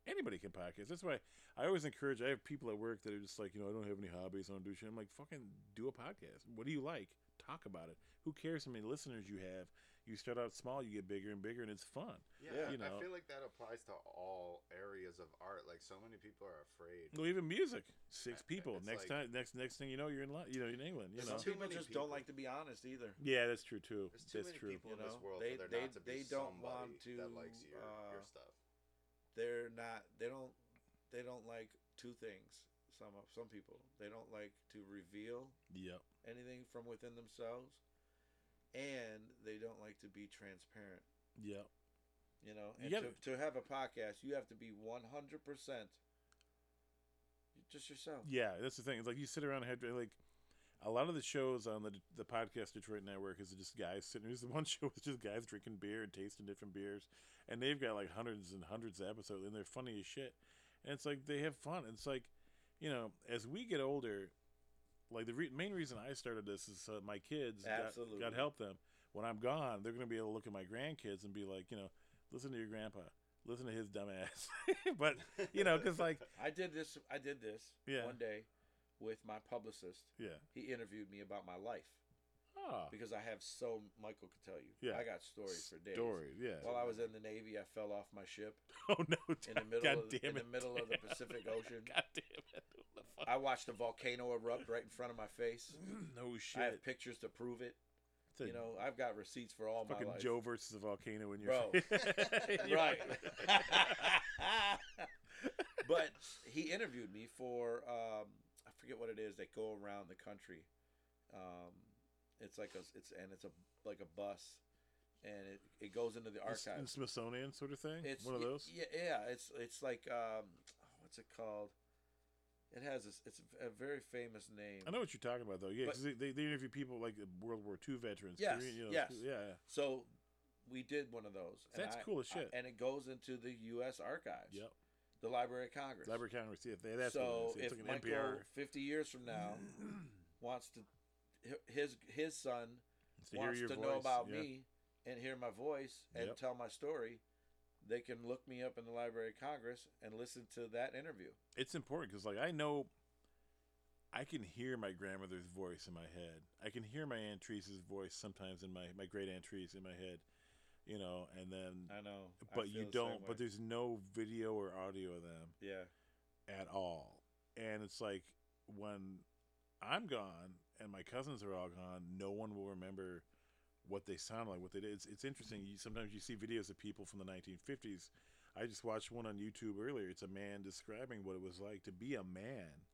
[SPEAKER 2] anybody can podcast. That's why I always encourage. I have people at work that are just like, you know, I don't have any hobbies. I don't do shit. I'm like, fucking do a podcast. What do you like? Talk about it. Who cares how many listeners you have? You start out small, you get bigger and bigger, and it's fun.
[SPEAKER 3] Yeah,
[SPEAKER 2] you
[SPEAKER 3] I
[SPEAKER 2] know.
[SPEAKER 3] feel like that applies to all areas of art. Like so many people are afraid.
[SPEAKER 2] Well, even music, six people.
[SPEAKER 3] it's
[SPEAKER 2] next
[SPEAKER 3] like-
[SPEAKER 2] time, next next thing you know, you're in Lo- you know in England. You
[SPEAKER 3] It's
[SPEAKER 2] know,
[SPEAKER 4] Some
[SPEAKER 3] too
[SPEAKER 4] people
[SPEAKER 3] many
[SPEAKER 4] just
[SPEAKER 3] people.
[SPEAKER 4] don't like to be honest either.
[SPEAKER 2] yeah, that's true too.
[SPEAKER 3] There's too
[SPEAKER 2] That's
[SPEAKER 3] many
[SPEAKER 2] true.
[SPEAKER 3] people
[SPEAKER 4] You
[SPEAKER 3] in this
[SPEAKER 4] know,
[SPEAKER 3] world
[SPEAKER 4] they-
[SPEAKER 3] for there
[SPEAKER 4] they-
[SPEAKER 3] not to be
[SPEAKER 4] they don't
[SPEAKER 3] somebody
[SPEAKER 4] want
[SPEAKER 3] that
[SPEAKER 4] to,
[SPEAKER 3] likes your, your
[SPEAKER 4] uh,
[SPEAKER 3] stuff.
[SPEAKER 4] They're not. They don't. They don't like two things. Some of some people they don't like to reveal
[SPEAKER 2] Yep.
[SPEAKER 4] anything from within themselves, and they don't like to be transparent.
[SPEAKER 2] Yep.
[SPEAKER 4] You know,
[SPEAKER 2] You
[SPEAKER 4] and
[SPEAKER 2] gotta-
[SPEAKER 4] to, to have a podcast, you have to be one hundred percent just yourself.
[SPEAKER 2] Yeah, that's the thing. It's like you sit around and have like a lot of the shows on the the podcast Detroit Network is just guys sitting. There's the one show with just guys drinking beer and tasting different beers, and they've got like hundreds and hundreds of episodes, and they're funny as shit. And it's like they have fun. It's like you know, as we get older, like the re- main reason I started this is uh, my kids. got-
[SPEAKER 4] Absolutely.
[SPEAKER 2] God help them. When I'm gone, they're gonna be able to look at my grandkids and be like, you know, listen to your grandpa, listen to his dumb ass. but you know, because like,
[SPEAKER 4] I did this. I did this
[SPEAKER 2] Yeah.
[SPEAKER 4] one day with my publicist.
[SPEAKER 2] yeah.
[SPEAKER 4] He interviewed me about my life
[SPEAKER 2] Oh,
[SPEAKER 4] because I have so Michael could tell you.
[SPEAKER 2] Yeah.
[SPEAKER 4] I got stories for days.
[SPEAKER 2] Stories, yeah.
[SPEAKER 4] While I was in the Navy, I fell off my ship
[SPEAKER 2] Oh no!
[SPEAKER 4] in the middle
[SPEAKER 2] God
[SPEAKER 4] of,
[SPEAKER 2] damn
[SPEAKER 4] in
[SPEAKER 2] it! Oh
[SPEAKER 4] the middle of the Pacific Ocean.
[SPEAKER 2] God damn
[SPEAKER 4] I watched a volcano erupt right in front of my face.
[SPEAKER 2] it! No
[SPEAKER 4] I have
[SPEAKER 2] shit.
[SPEAKER 4] pictures to prove it.
[SPEAKER 2] It's a
[SPEAKER 4] you know, I've got receipts for all my
[SPEAKER 2] fucking
[SPEAKER 4] life.
[SPEAKER 2] Joe versus a volcano in your
[SPEAKER 4] Bro.
[SPEAKER 2] You're
[SPEAKER 4] right. but he interviewed me for um, I forget what it is. They go around the country. Um, it's like a it's and it's a like a bus, and it, it goes into the
[SPEAKER 2] It's-
[SPEAKER 4] archives.
[SPEAKER 2] it's Smithsonian sort of thing.
[SPEAKER 4] It's
[SPEAKER 2] one of
[SPEAKER 4] y-
[SPEAKER 2] those.
[SPEAKER 4] Yeah, yeah. It's it's like um, what's it called? It has this, it's a very famous name.
[SPEAKER 2] I know what you're talking about though. Yeah,
[SPEAKER 4] But-
[SPEAKER 2] 'cause they, they they interview people like uh, World War II veterans.
[SPEAKER 4] Yes,
[SPEAKER 2] Korean, you know,
[SPEAKER 4] yes.
[SPEAKER 2] Yeah, yeah.
[SPEAKER 4] So we did one of those.
[SPEAKER 2] That's
[SPEAKER 4] I-
[SPEAKER 2] cool as shit.
[SPEAKER 4] I- and it goes into the U.S. archives.
[SPEAKER 2] Yep.
[SPEAKER 4] The Library of Congress.
[SPEAKER 2] Library of Congress. Yeah, they, that's
[SPEAKER 4] so
[SPEAKER 2] what it is. It's
[SPEAKER 4] if
[SPEAKER 2] like an
[SPEAKER 4] Michael,
[SPEAKER 2] NPR.
[SPEAKER 4] fifty years from now, wants to hi- his his son
[SPEAKER 2] It's to hear
[SPEAKER 4] wants to
[SPEAKER 2] your voice.
[SPEAKER 4] know about
[SPEAKER 2] yeah.
[SPEAKER 4] me and hear my voice and
[SPEAKER 2] Yep.
[SPEAKER 4] tell my story, they can look me up in the Library of Congress and listen to that interview.
[SPEAKER 2] it's important because like I know I can hear my grandmother's voice in my head. I can hear my aunt Teresa's voice sometimes in my my great aunt Teresa in my head, you know, and then
[SPEAKER 4] I know, I
[SPEAKER 2] but
[SPEAKER 4] feel
[SPEAKER 2] you
[SPEAKER 4] the same
[SPEAKER 2] don't. But
[SPEAKER 4] way.
[SPEAKER 2] there's no video or audio of them
[SPEAKER 4] yeah,
[SPEAKER 2] at all, and it's like when I'm gone and my cousins are all gone, no one will remember what they sound like, what they did. It's, it's interesting. You, sometimes you see videos of people from the 1950s. I just watched one on YouTube earlier. It's a man describing what it was like to be a man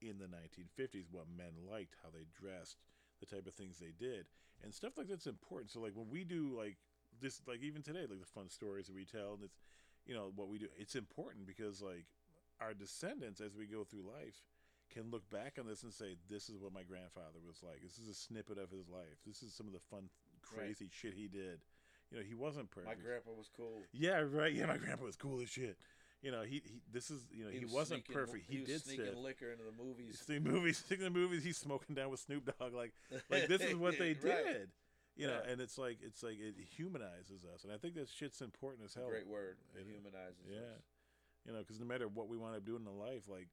[SPEAKER 2] in the 1950s, what men liked, how they dressed, the type of things they did, and stuff like that's important. So like when we do like this, like even today, like the fun stories that we tell, and it's you know what we do. It's important because like our descendants, as we go through life, can look back on this and say, "This is what my grandfather was like. This is a snippet of his life. This is some of the fun, crazy shit he did." You know, he wasn't perfect.
[SPEAKER 4] my grandpa was cool.
[SPEAKER 2] Yeah, right. Yeah, my grandpa was cool as shit. You know, he, he this is you know he,
[SPEAKER 4] was
[SPEAKER 2] was not
[SPEAKER 4] sneaking-
[SPEAKER 2] perfect. He,
[SPEAKER 4] was
[SPEAKER 2] did
[SPEAKER 4] sneaking
[SPEAKER 2] stuff.
[SPEAKER 4] liquor into the movies.
[SPEAKER 2] He's in movies, taking the movies. He's smoking down with Snoop Dogg. Like, like this is what they
[SPEAKER 4] Right.
[SPEAKER 2] did. You know,
[SPEAKER 4] Yeah.
[SPEAKER 2] and it's like it's like it humanizes us, and I think that shit's important as hell.
[SPEAKER 4] Great word.
[SPEAKER 2] It
[SPEAKER 4] It
[SPEAKER 2] is.
[SPEAKER 4] humanizes.
[SPEAKER 2] Yeah.
[SPEAKER 4] us.
[SPEAKER 2] You know, because no matter what we wind up doing in life, like,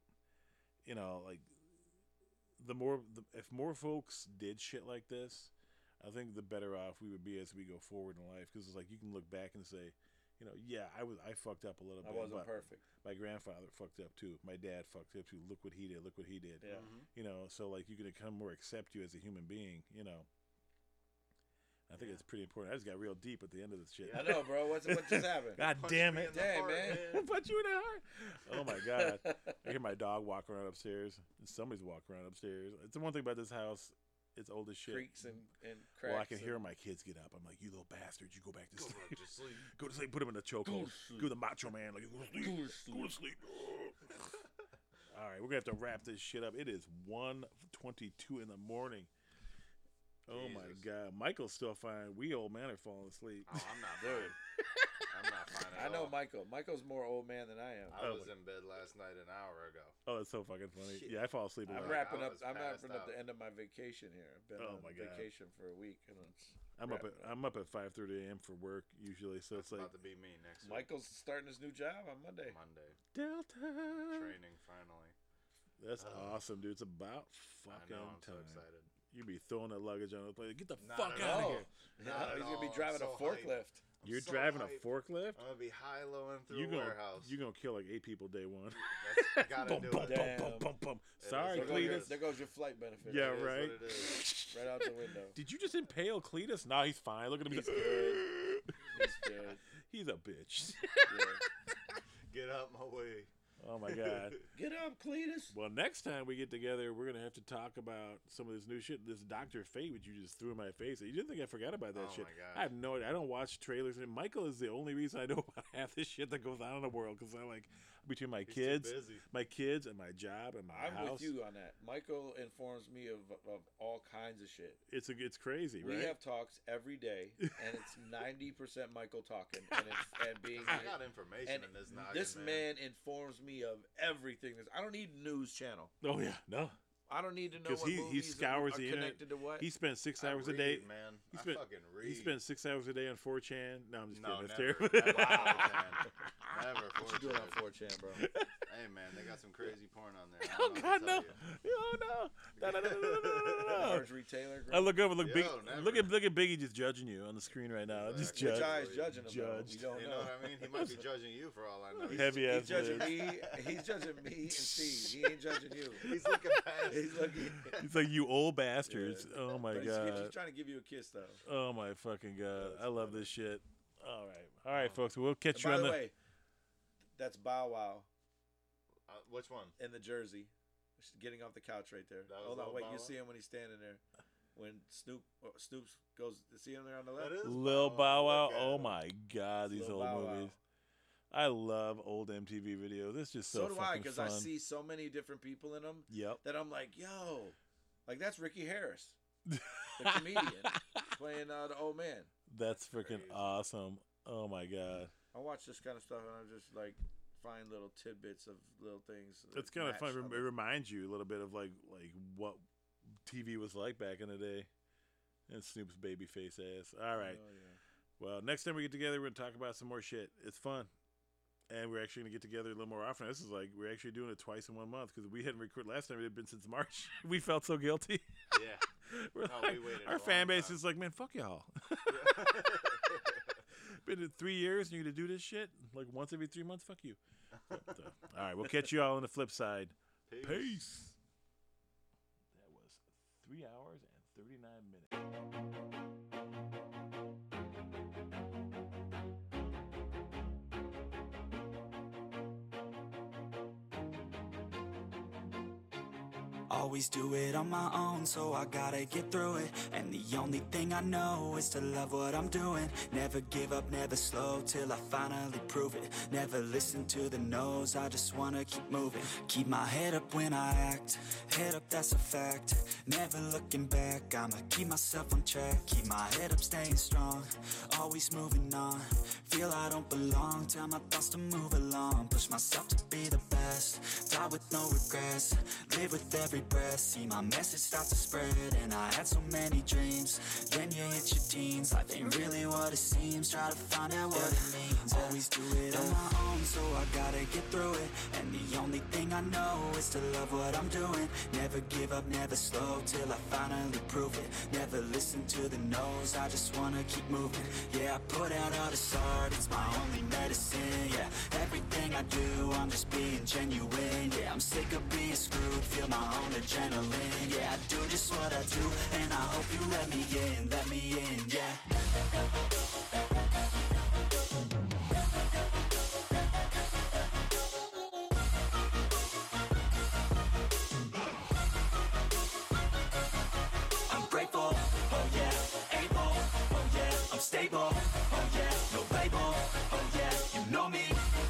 [SPEAKER 2] you know, like the more the, if more folks did shit like this, I think the better off we would be as we go forward in life. Because it's like you can look back and say, you know, yeah, I was I fucked up a little
[SPEAKER 4] I
[SPEAKER 2] bit.
[SPEAKER 4] wasn't
[SPEAKER 2] but
[SPEAKER 4] perfect.
[SPEAKER 2] My grandfather fucked up too. My dad fucked up too. Look what he did. Look what he did
[SPEAKER 4] Yeah.
[SPEAKER 2] you know so like you can come more accept you as a human being you know i think
[SPEAKER 3] Yeah.
[SPEAKER 2] it's pretty important i just got real deep at the end of this shit
[SPEAKER 4] I know, bro. What's what just happened?
[SPEAKER 2] god
[SPEAKER 3] Punch
[SPEAKER 2] damn
[SPEAKER 3] me
[SPEAKER 2] it
[SPEAKER 3] in the
[SPEAKER 4] Damn,
[SPEAKER 3] heart,
[SPEAKER 4] man.
[SPEAKER 2] We'll punch you in the heart oh my god i hear my dog walk around upstairs and somebody's walking around upstairs it's the one thing about this house it's old as shit
[SPEAKER 4] Creaks and and cracks.
[SPEAKER 2] well i can
[SPEAKER 4] and-
[SPEAKER 2] hear my kids get up i'm like you little bastard you go back to
[SPEAKER 3] Go
[SPEAKER 2] sleep
[SPEAKER 3] back to sleep.
[SPEAKER 2] go to sleep put him in a chokehold do the macho man like go to sleep
[SPEAKER 4] Go to
[SPEAKER 2] go to sleep all right we're gonna have to wrap this shit up it is 1.22 in the morning Oh my
[SPEAKER 3] Jesus.
[SPEAKER 2] god, Michael's still fine. We old men are falling asleep.
[SPEAKER 3] Oh, I'm not
[SPEAKER 4] Dude.
[SPEAKER 3] dude. I'm not fine at
[SPEAKER 4] I
[SPEAKER 3] all.
[SPEAKER 4] know Michael. Michael's more old man than I am.
[SPEAKER 3] I
[SPEAKER 2] Oh,
[SPEAKER 3] was
[SPEAKER 2] my-
[SPEAKER 3] in bed last night an hour ago.
[SPEAKER 2] Oh, that's so fucking funny.
[SPEAKER 4] Shit.
[SPEAKER 2] Yeah, I fall asleep. a lot.
[SPEAKER 4] I'm
[SPEAKER 3] I
[SPEAKER 4] wrapping up.
[SPEAKER 3] was
[SPEAKER 4] I'm
[SPEAKER 3] passed
[SPEAKER 4] wrapping
[SPEAKER 3] out.
[SPEAKER 4] up the end of my vacation here. I've been
[SPEAKER 2] Oh
[SPEAKER 4] on
[SPEAKER 2] my God.
[SPEAKER 4] vacation for a week, and it's
[SPEAKER 2] I'm up. At,
[SPEAKER 4] wrapping
[SPEAKER 2] I'm up at 5:30 a.m. for work usually, so
[SPEAKER 3] That's
[SPEAKER 2] it's like
[SPEAKER 3] about to be me next week.
[SPEAKER 4] Michael's starting his new job on Monday.
[SPEAKER 3] Monday
[SPEAKER 2] Delta.
[SPEAKER 3] training finally.
[SPEAKER 2] That's
[SPEAKER 3] Uh,
[SPEAKER 2] awesome, dude. It's about fucking
[SPEAKER 3] I know, I'm
[SPEAKER 2] time.
[SPEAKER 3] so excited.
[SPEAKER 2] you be throwing that luggage on the plane. Get the
[SPEAKER 3] Not
[SPEAKER 2] fuck
[SPEAKER 3] at
[SPEAKER 2] out of
[SPEAKER 4] all.
[SPEAKER 2] here.
[SPEAKER 3] Not
[SPEAKER 4] Yeah,
[SPEAKER 3] at
[SPEAKER 4] he's gonna
[SPEAKER 3] all.
[SPEAKER 4] be driving
[SPEAKER 3] I'm so
[SPEAKER 4] a
[SPEAKER 3] hyped.
[SPEAKER 4] forklift.
[SPEAKER 3] I'm
[SPEAKER 2] You're
[SPEAKER 3] so
[SPEAKER 2] driving
[SPEAKER 3] hyped.
[SPEAKER 2] a forklift.
[SPEAKER 3] I'm gonna be high lowing through
[SPEAKER 2] You
[SPEAKER 3] a
[SPEAKER 2] gonna
[SPEAKER 3] warehouse.
[SPEAKER 2] you gonna kill like eight people day one.
[SPEAKER 3] That's, I gotta
[SPEAKER 2] Bum,
[SPEAKER 3] do
[SPEAKER 2] bum,
[SPEAKER 3] it.
[SPEAKER 2] bum,
[SPEAKER 4] Damn.
[SPEAKER 2] bum, bum, bum.
[SPEAKER 3] is
[SPEAKER 2] Sorry,
[SPEAKER 4] There
[SPEAKER 3] what it
[SPEAKER 2] Cletus.
[SPEAKER 3] is.
[SPEAKER 4] goes, there goes your flight benefit.
[SPEAKER 2] Yeah,
[SPEAKER 3] It is what
[SPEAKER 2] right.
[SPEAKER 3] it is.
[SPEAKER 4] Right out the window.
[SPEAKER 2] Did you just impale Cletus? Nah, he's fine. Look at him. He's,
[SPEAKER 4] He's good. He's dead.
[SPEAKER 2] he's a bitch.
[SPEAKER 4] Yeah.
[SPEAKER 3] Get out my way.
[SPEAKER 2] oh my god.
[SPEAKER 4] Get up, Cletus.
[SPEAKER 2] Well, next time we get together, we're gonna have to talk about some of this new shit. This Doctor Fate, which you just threw in my face. You didn't think I forgot about that
[SPEAKER 3] Oh
[SPEAKER 2] shit?
[SPEAKER 3] my gosh.
[SPEAKER 2] I have no. idea. I don't watch trailers. And Michael is the only reason I know about half this shit that goes on in the world. Because I like between my
[SPEAKER 3] He's too
[SPEAKER 2] kids,
[SPEAKER 3] busy.
[SPEAKER 2] my kids, and my job and my
[SPEAKER 4] I'm
[SPEAKER 2] house.
[SPEAKER 4] with you on that. Michael informs me of, of all kinds of shit.
[SPEAKER 2] It's a, it's crazy,
[SPEAKER 4] We
[SPEAKER 2] right?
[SPEAKER 4] have talks every day, and it's ninety percent Michael talking and, it's, and being.
[SPEAKER 3] I got information
[SPEAKER 4] and
[SPEAKER 3] in this noggin,
[SPEAKER 4] this
[SPEAKER 3] man.
[SPEAKER 4] man informs me of everything. This I don't need news channel.
[SPEAKER 2] oh yeah, no.
[SPEAKER 5] I don't need to know
[SPEAKER 2] 'Cause
[SPEAKER 5] what
[SPEAKER 2] he- he
[SPEAKER 5] movies are-
[SPEAKER 2] scours
[SPEAKER 5] are
[SPEAKER 2] the internet.
[SPEAKER 5] connected to what.
[SPEAKER 2] He spends six
[SPEAKER 3] I
[SPEAKER 2] hours
[SPEAKER 3] read,
[SPEAKER 2] a day.
[SPEAKER 3] man.
[SPEAKER 2] he
[SPEAKER 3] I
[SPEAKER 2] spent-
[SPEAKER 3] fucking read.
[SPEAKER 2] He spends six hours a day on 4chan. No, I'm just
[SPEAKER 3] no,
[SPEAKER 2] kidding. That's
[SPEAKER 3] never.
[SPEAKER 2] terrible.
[SPEAKER 3] Never, man. Never.
[SPEAKER 4] What you doing on 4chan, bro?
[SPEAKER 3] Hey man, they got some crazy porn on there. I
[SPEAKER 2] oh
[SPEAKER 3] don't know
[SPEAKER 2] God, no!
[SPEAKER 3] what to tell you.
[SPEAKER 2] Oh no! No! No! No! No! No! no, no, no.
[SPEAKER 4] Marjorie Taylor.
[SPEAKER 2] I look over, look
[SPEAKER 3] Yo,
[SPEAKER 2] big,
[SPEAKER 3] never.
[SPEAKER 2] look at look at Biggie just judging you on the screen right now. Just
[SPEAKER 3] Exactly.
[SPEAKER 2] judge.
[SPEAKER 4] Which eye is judging him? though?
[SPEAKER 2] Judged.
[SPEAKER 4] We don't
[SPEAKER 3] You
[SPEAKER 4] know.
[SPEAKER 3] know what I mean? He might be judging you for all I know. He's,
[SPEAKER 2] Heavy
[SPEAKER 4] He's
[SPEAKER 2] ass
[SPEAKER 4] judging
[SPEAKER 2] lids.
[SPEAKER 4] me. He's judging me and Steve. He ain't judging you.
[SPEAKER 2] Oh
[SPEAKER 3] he's looking past.
[SPEAKER 4] He's looking.
[SPEAKER 2] It's like you old bastards. Oh my
[SPEAKER 4] but he's,
[SPEAKER 2] god.
[SPEAKER 4] he's trying to give you a kiss though.
[SPEAKER 2] Oh my fucking god. I love this shit. All right, all right, folks. We'll
[SPEAKER 4] And
[SPEAKER 2] catch you
[SPEAKER 4] by
[SPEAKER 2] on
[SPEAKER 4] the
[SPEAKER 2] the.
[SPEAKER 4] way, that's Bow Wow
[SPEAKER 3] Uh, which one?
[SPEAKER 4] in the jersey. She's getting off the couch right there.
[SPEAKER 3] That was
[SPEAKER 4] Hold on,
[SPEAKER 3] little
[SPEAKER 4] wait.
[SPEAKER 3] Bow
[SPEAKER 4] You
[SPEAKER 3] Wow?
[SPEAKER 4] see him when he's standing there. When Snoop uh, Snoop's goes, see him there on the left.
[SPEAKER 3] That is
[SPEAKER 2] Lil Bow Wow.
[SPEAKER 3] Look at
[SPEAKER 2] Oh
[SPEAKER 3] him.
[SPEAKER 2] my god, these
[SPEAKER 4] Lil
[SPEAKER 2] old
[SPEAKER 4] Bow Wow.
[SPEAKER 2] movies. I love old MTV videos. It's just so,
[SPEAKER 4] So, do I,
[SPEAKER 2] fucking
[SPEAKER 4] because
[SPEAKER 2] fun.
[SPEAKER 4] I see so many different people in them
[SPEAKER 2] Yep.
[SPEAKER 4] that I'm like, yo, like that's Ricky Harris, the comedian playing uh, the old man.
[SPEAKER 2] That's freaking
[SPEAKER 3] Crazy.
[SPEAKER 2] awesome. Oh my god.
[SPEAKER 4] I watch this kind of stuff and I just like find little tidbits of little things. that
[SPEAKER 2] It's kind of
[SPEAKER 4] match
[SPEAKER 2] fun.
[SPEAKER 4] something.
[SPEAKER 2] It reminds you a little bit of like like what TV was like back in the day, and Snoop's baby face ass. All right.
[SPEAKER 4] Oh, yeah.
[SPEAKER 2] Well, next time we get together, we're gonna talk about some more shit. It's fun, and we're actually gonna get together a little more often. This is like we're actually doing it twice in one month because we hadn't recorded last time. It had been since March. we felt so guilty.
[SPEAKER 3] Yeah.
[SPEAKER 2] We're
[SPEAKER 3] No,
[SPEAKER 2] like-
[SPEAKER 3] we waited a
[SPEAKER 2] our
[SPEAKER 3] long
[SPEAKER 2] fan base
[SPEAKER 3] time.
[SPEAKER 2] is like, man, fuck y'all. been in three years and you're gonna do this shit like once every three months. Fuck you. So, all right, we'll catch you all on the flip side. Peace. That was three hours and 39 minutes.
[SPEAKER 1] Always do it on my own, so I gotta get through it. And the only thing I know is to love what I'm doing. Never give up, never slow till I finally prove it. Never listen to the no's, I just wanna keep moving. Keep my head up when I act, head up, that's a fact. Never looking back, I'ma keep myself on track. Keep my head up, staying strong, always moving on. Feel I don't belong, tell my thoughts to move along. Push myself to be the best, die with no regrets. Live with every breath, see my message start to spread. And I had so many dreams. Then you hit your teens, life ain't really what it seems. Try to find out what it means. Always do it on my own, so I gotta get through it. And the only thing I know is to love what I'm doing. Never give up, never slow till I finally prove it. Never listen to the no's, I just wanna keep moving. Yeah, I put out all this art, it's my only medicine. Yeah, everything I do, I'm just being genuine. Yeah, I'm sick of being screwed, feel my own adrenaline. Yeah, I do just what I do, and I hope you let me in, let me in, yeah. I'm grateful, oh yeah, able, oh yeah, I'm stable, oh yeah, no label, oh yeah, you know me,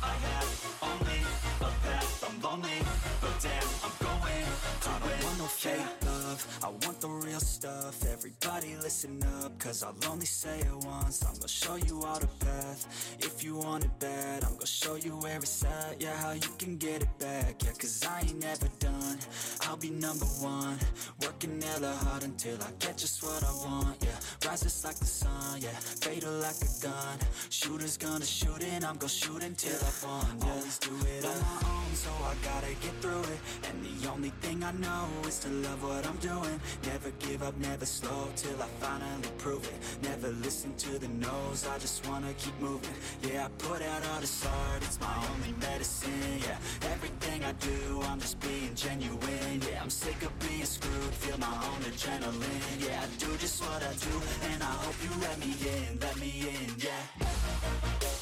[SPEAKER 1] I have only a path, I'm lonely, but damn, I'm going, I don't want no fake love, I want the real stuff, everybody listen up, cause I'll only say it once. I'm gonna show you all the path. If you want it bad, I'm gonna show you where it's at. Yeah, how you can get it back. Yeah, cause I ain't never done. I'll be number one. Working hella hard until I get just what I want. Yeah, rises like the sun. Yeah, fatal like a gun. Shooters gonna shoot and I'm gonna shoot until I find. Yeah. Always do it on my own, so I gotta get through it. And the only thing I know is to love what I'm doing. Never give up, never slow till I finally prove it. Never listen to the no's, I just wanna keep moving. Yeah, I put out all this art, it's my only medicine. Yeah, everything I do, I'm just being genuine. Yeah, I'm sick of being screwed, feel my own adrenaline. Yeah, I do just what I do, and I hope you let me in, let me in, yeah.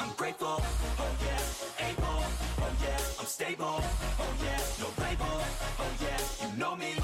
[SPEAKER 1] I'm grateful, oh yeah, able, oh yeah, I'm stable, oh yeah, no label, oh yeah, you know me,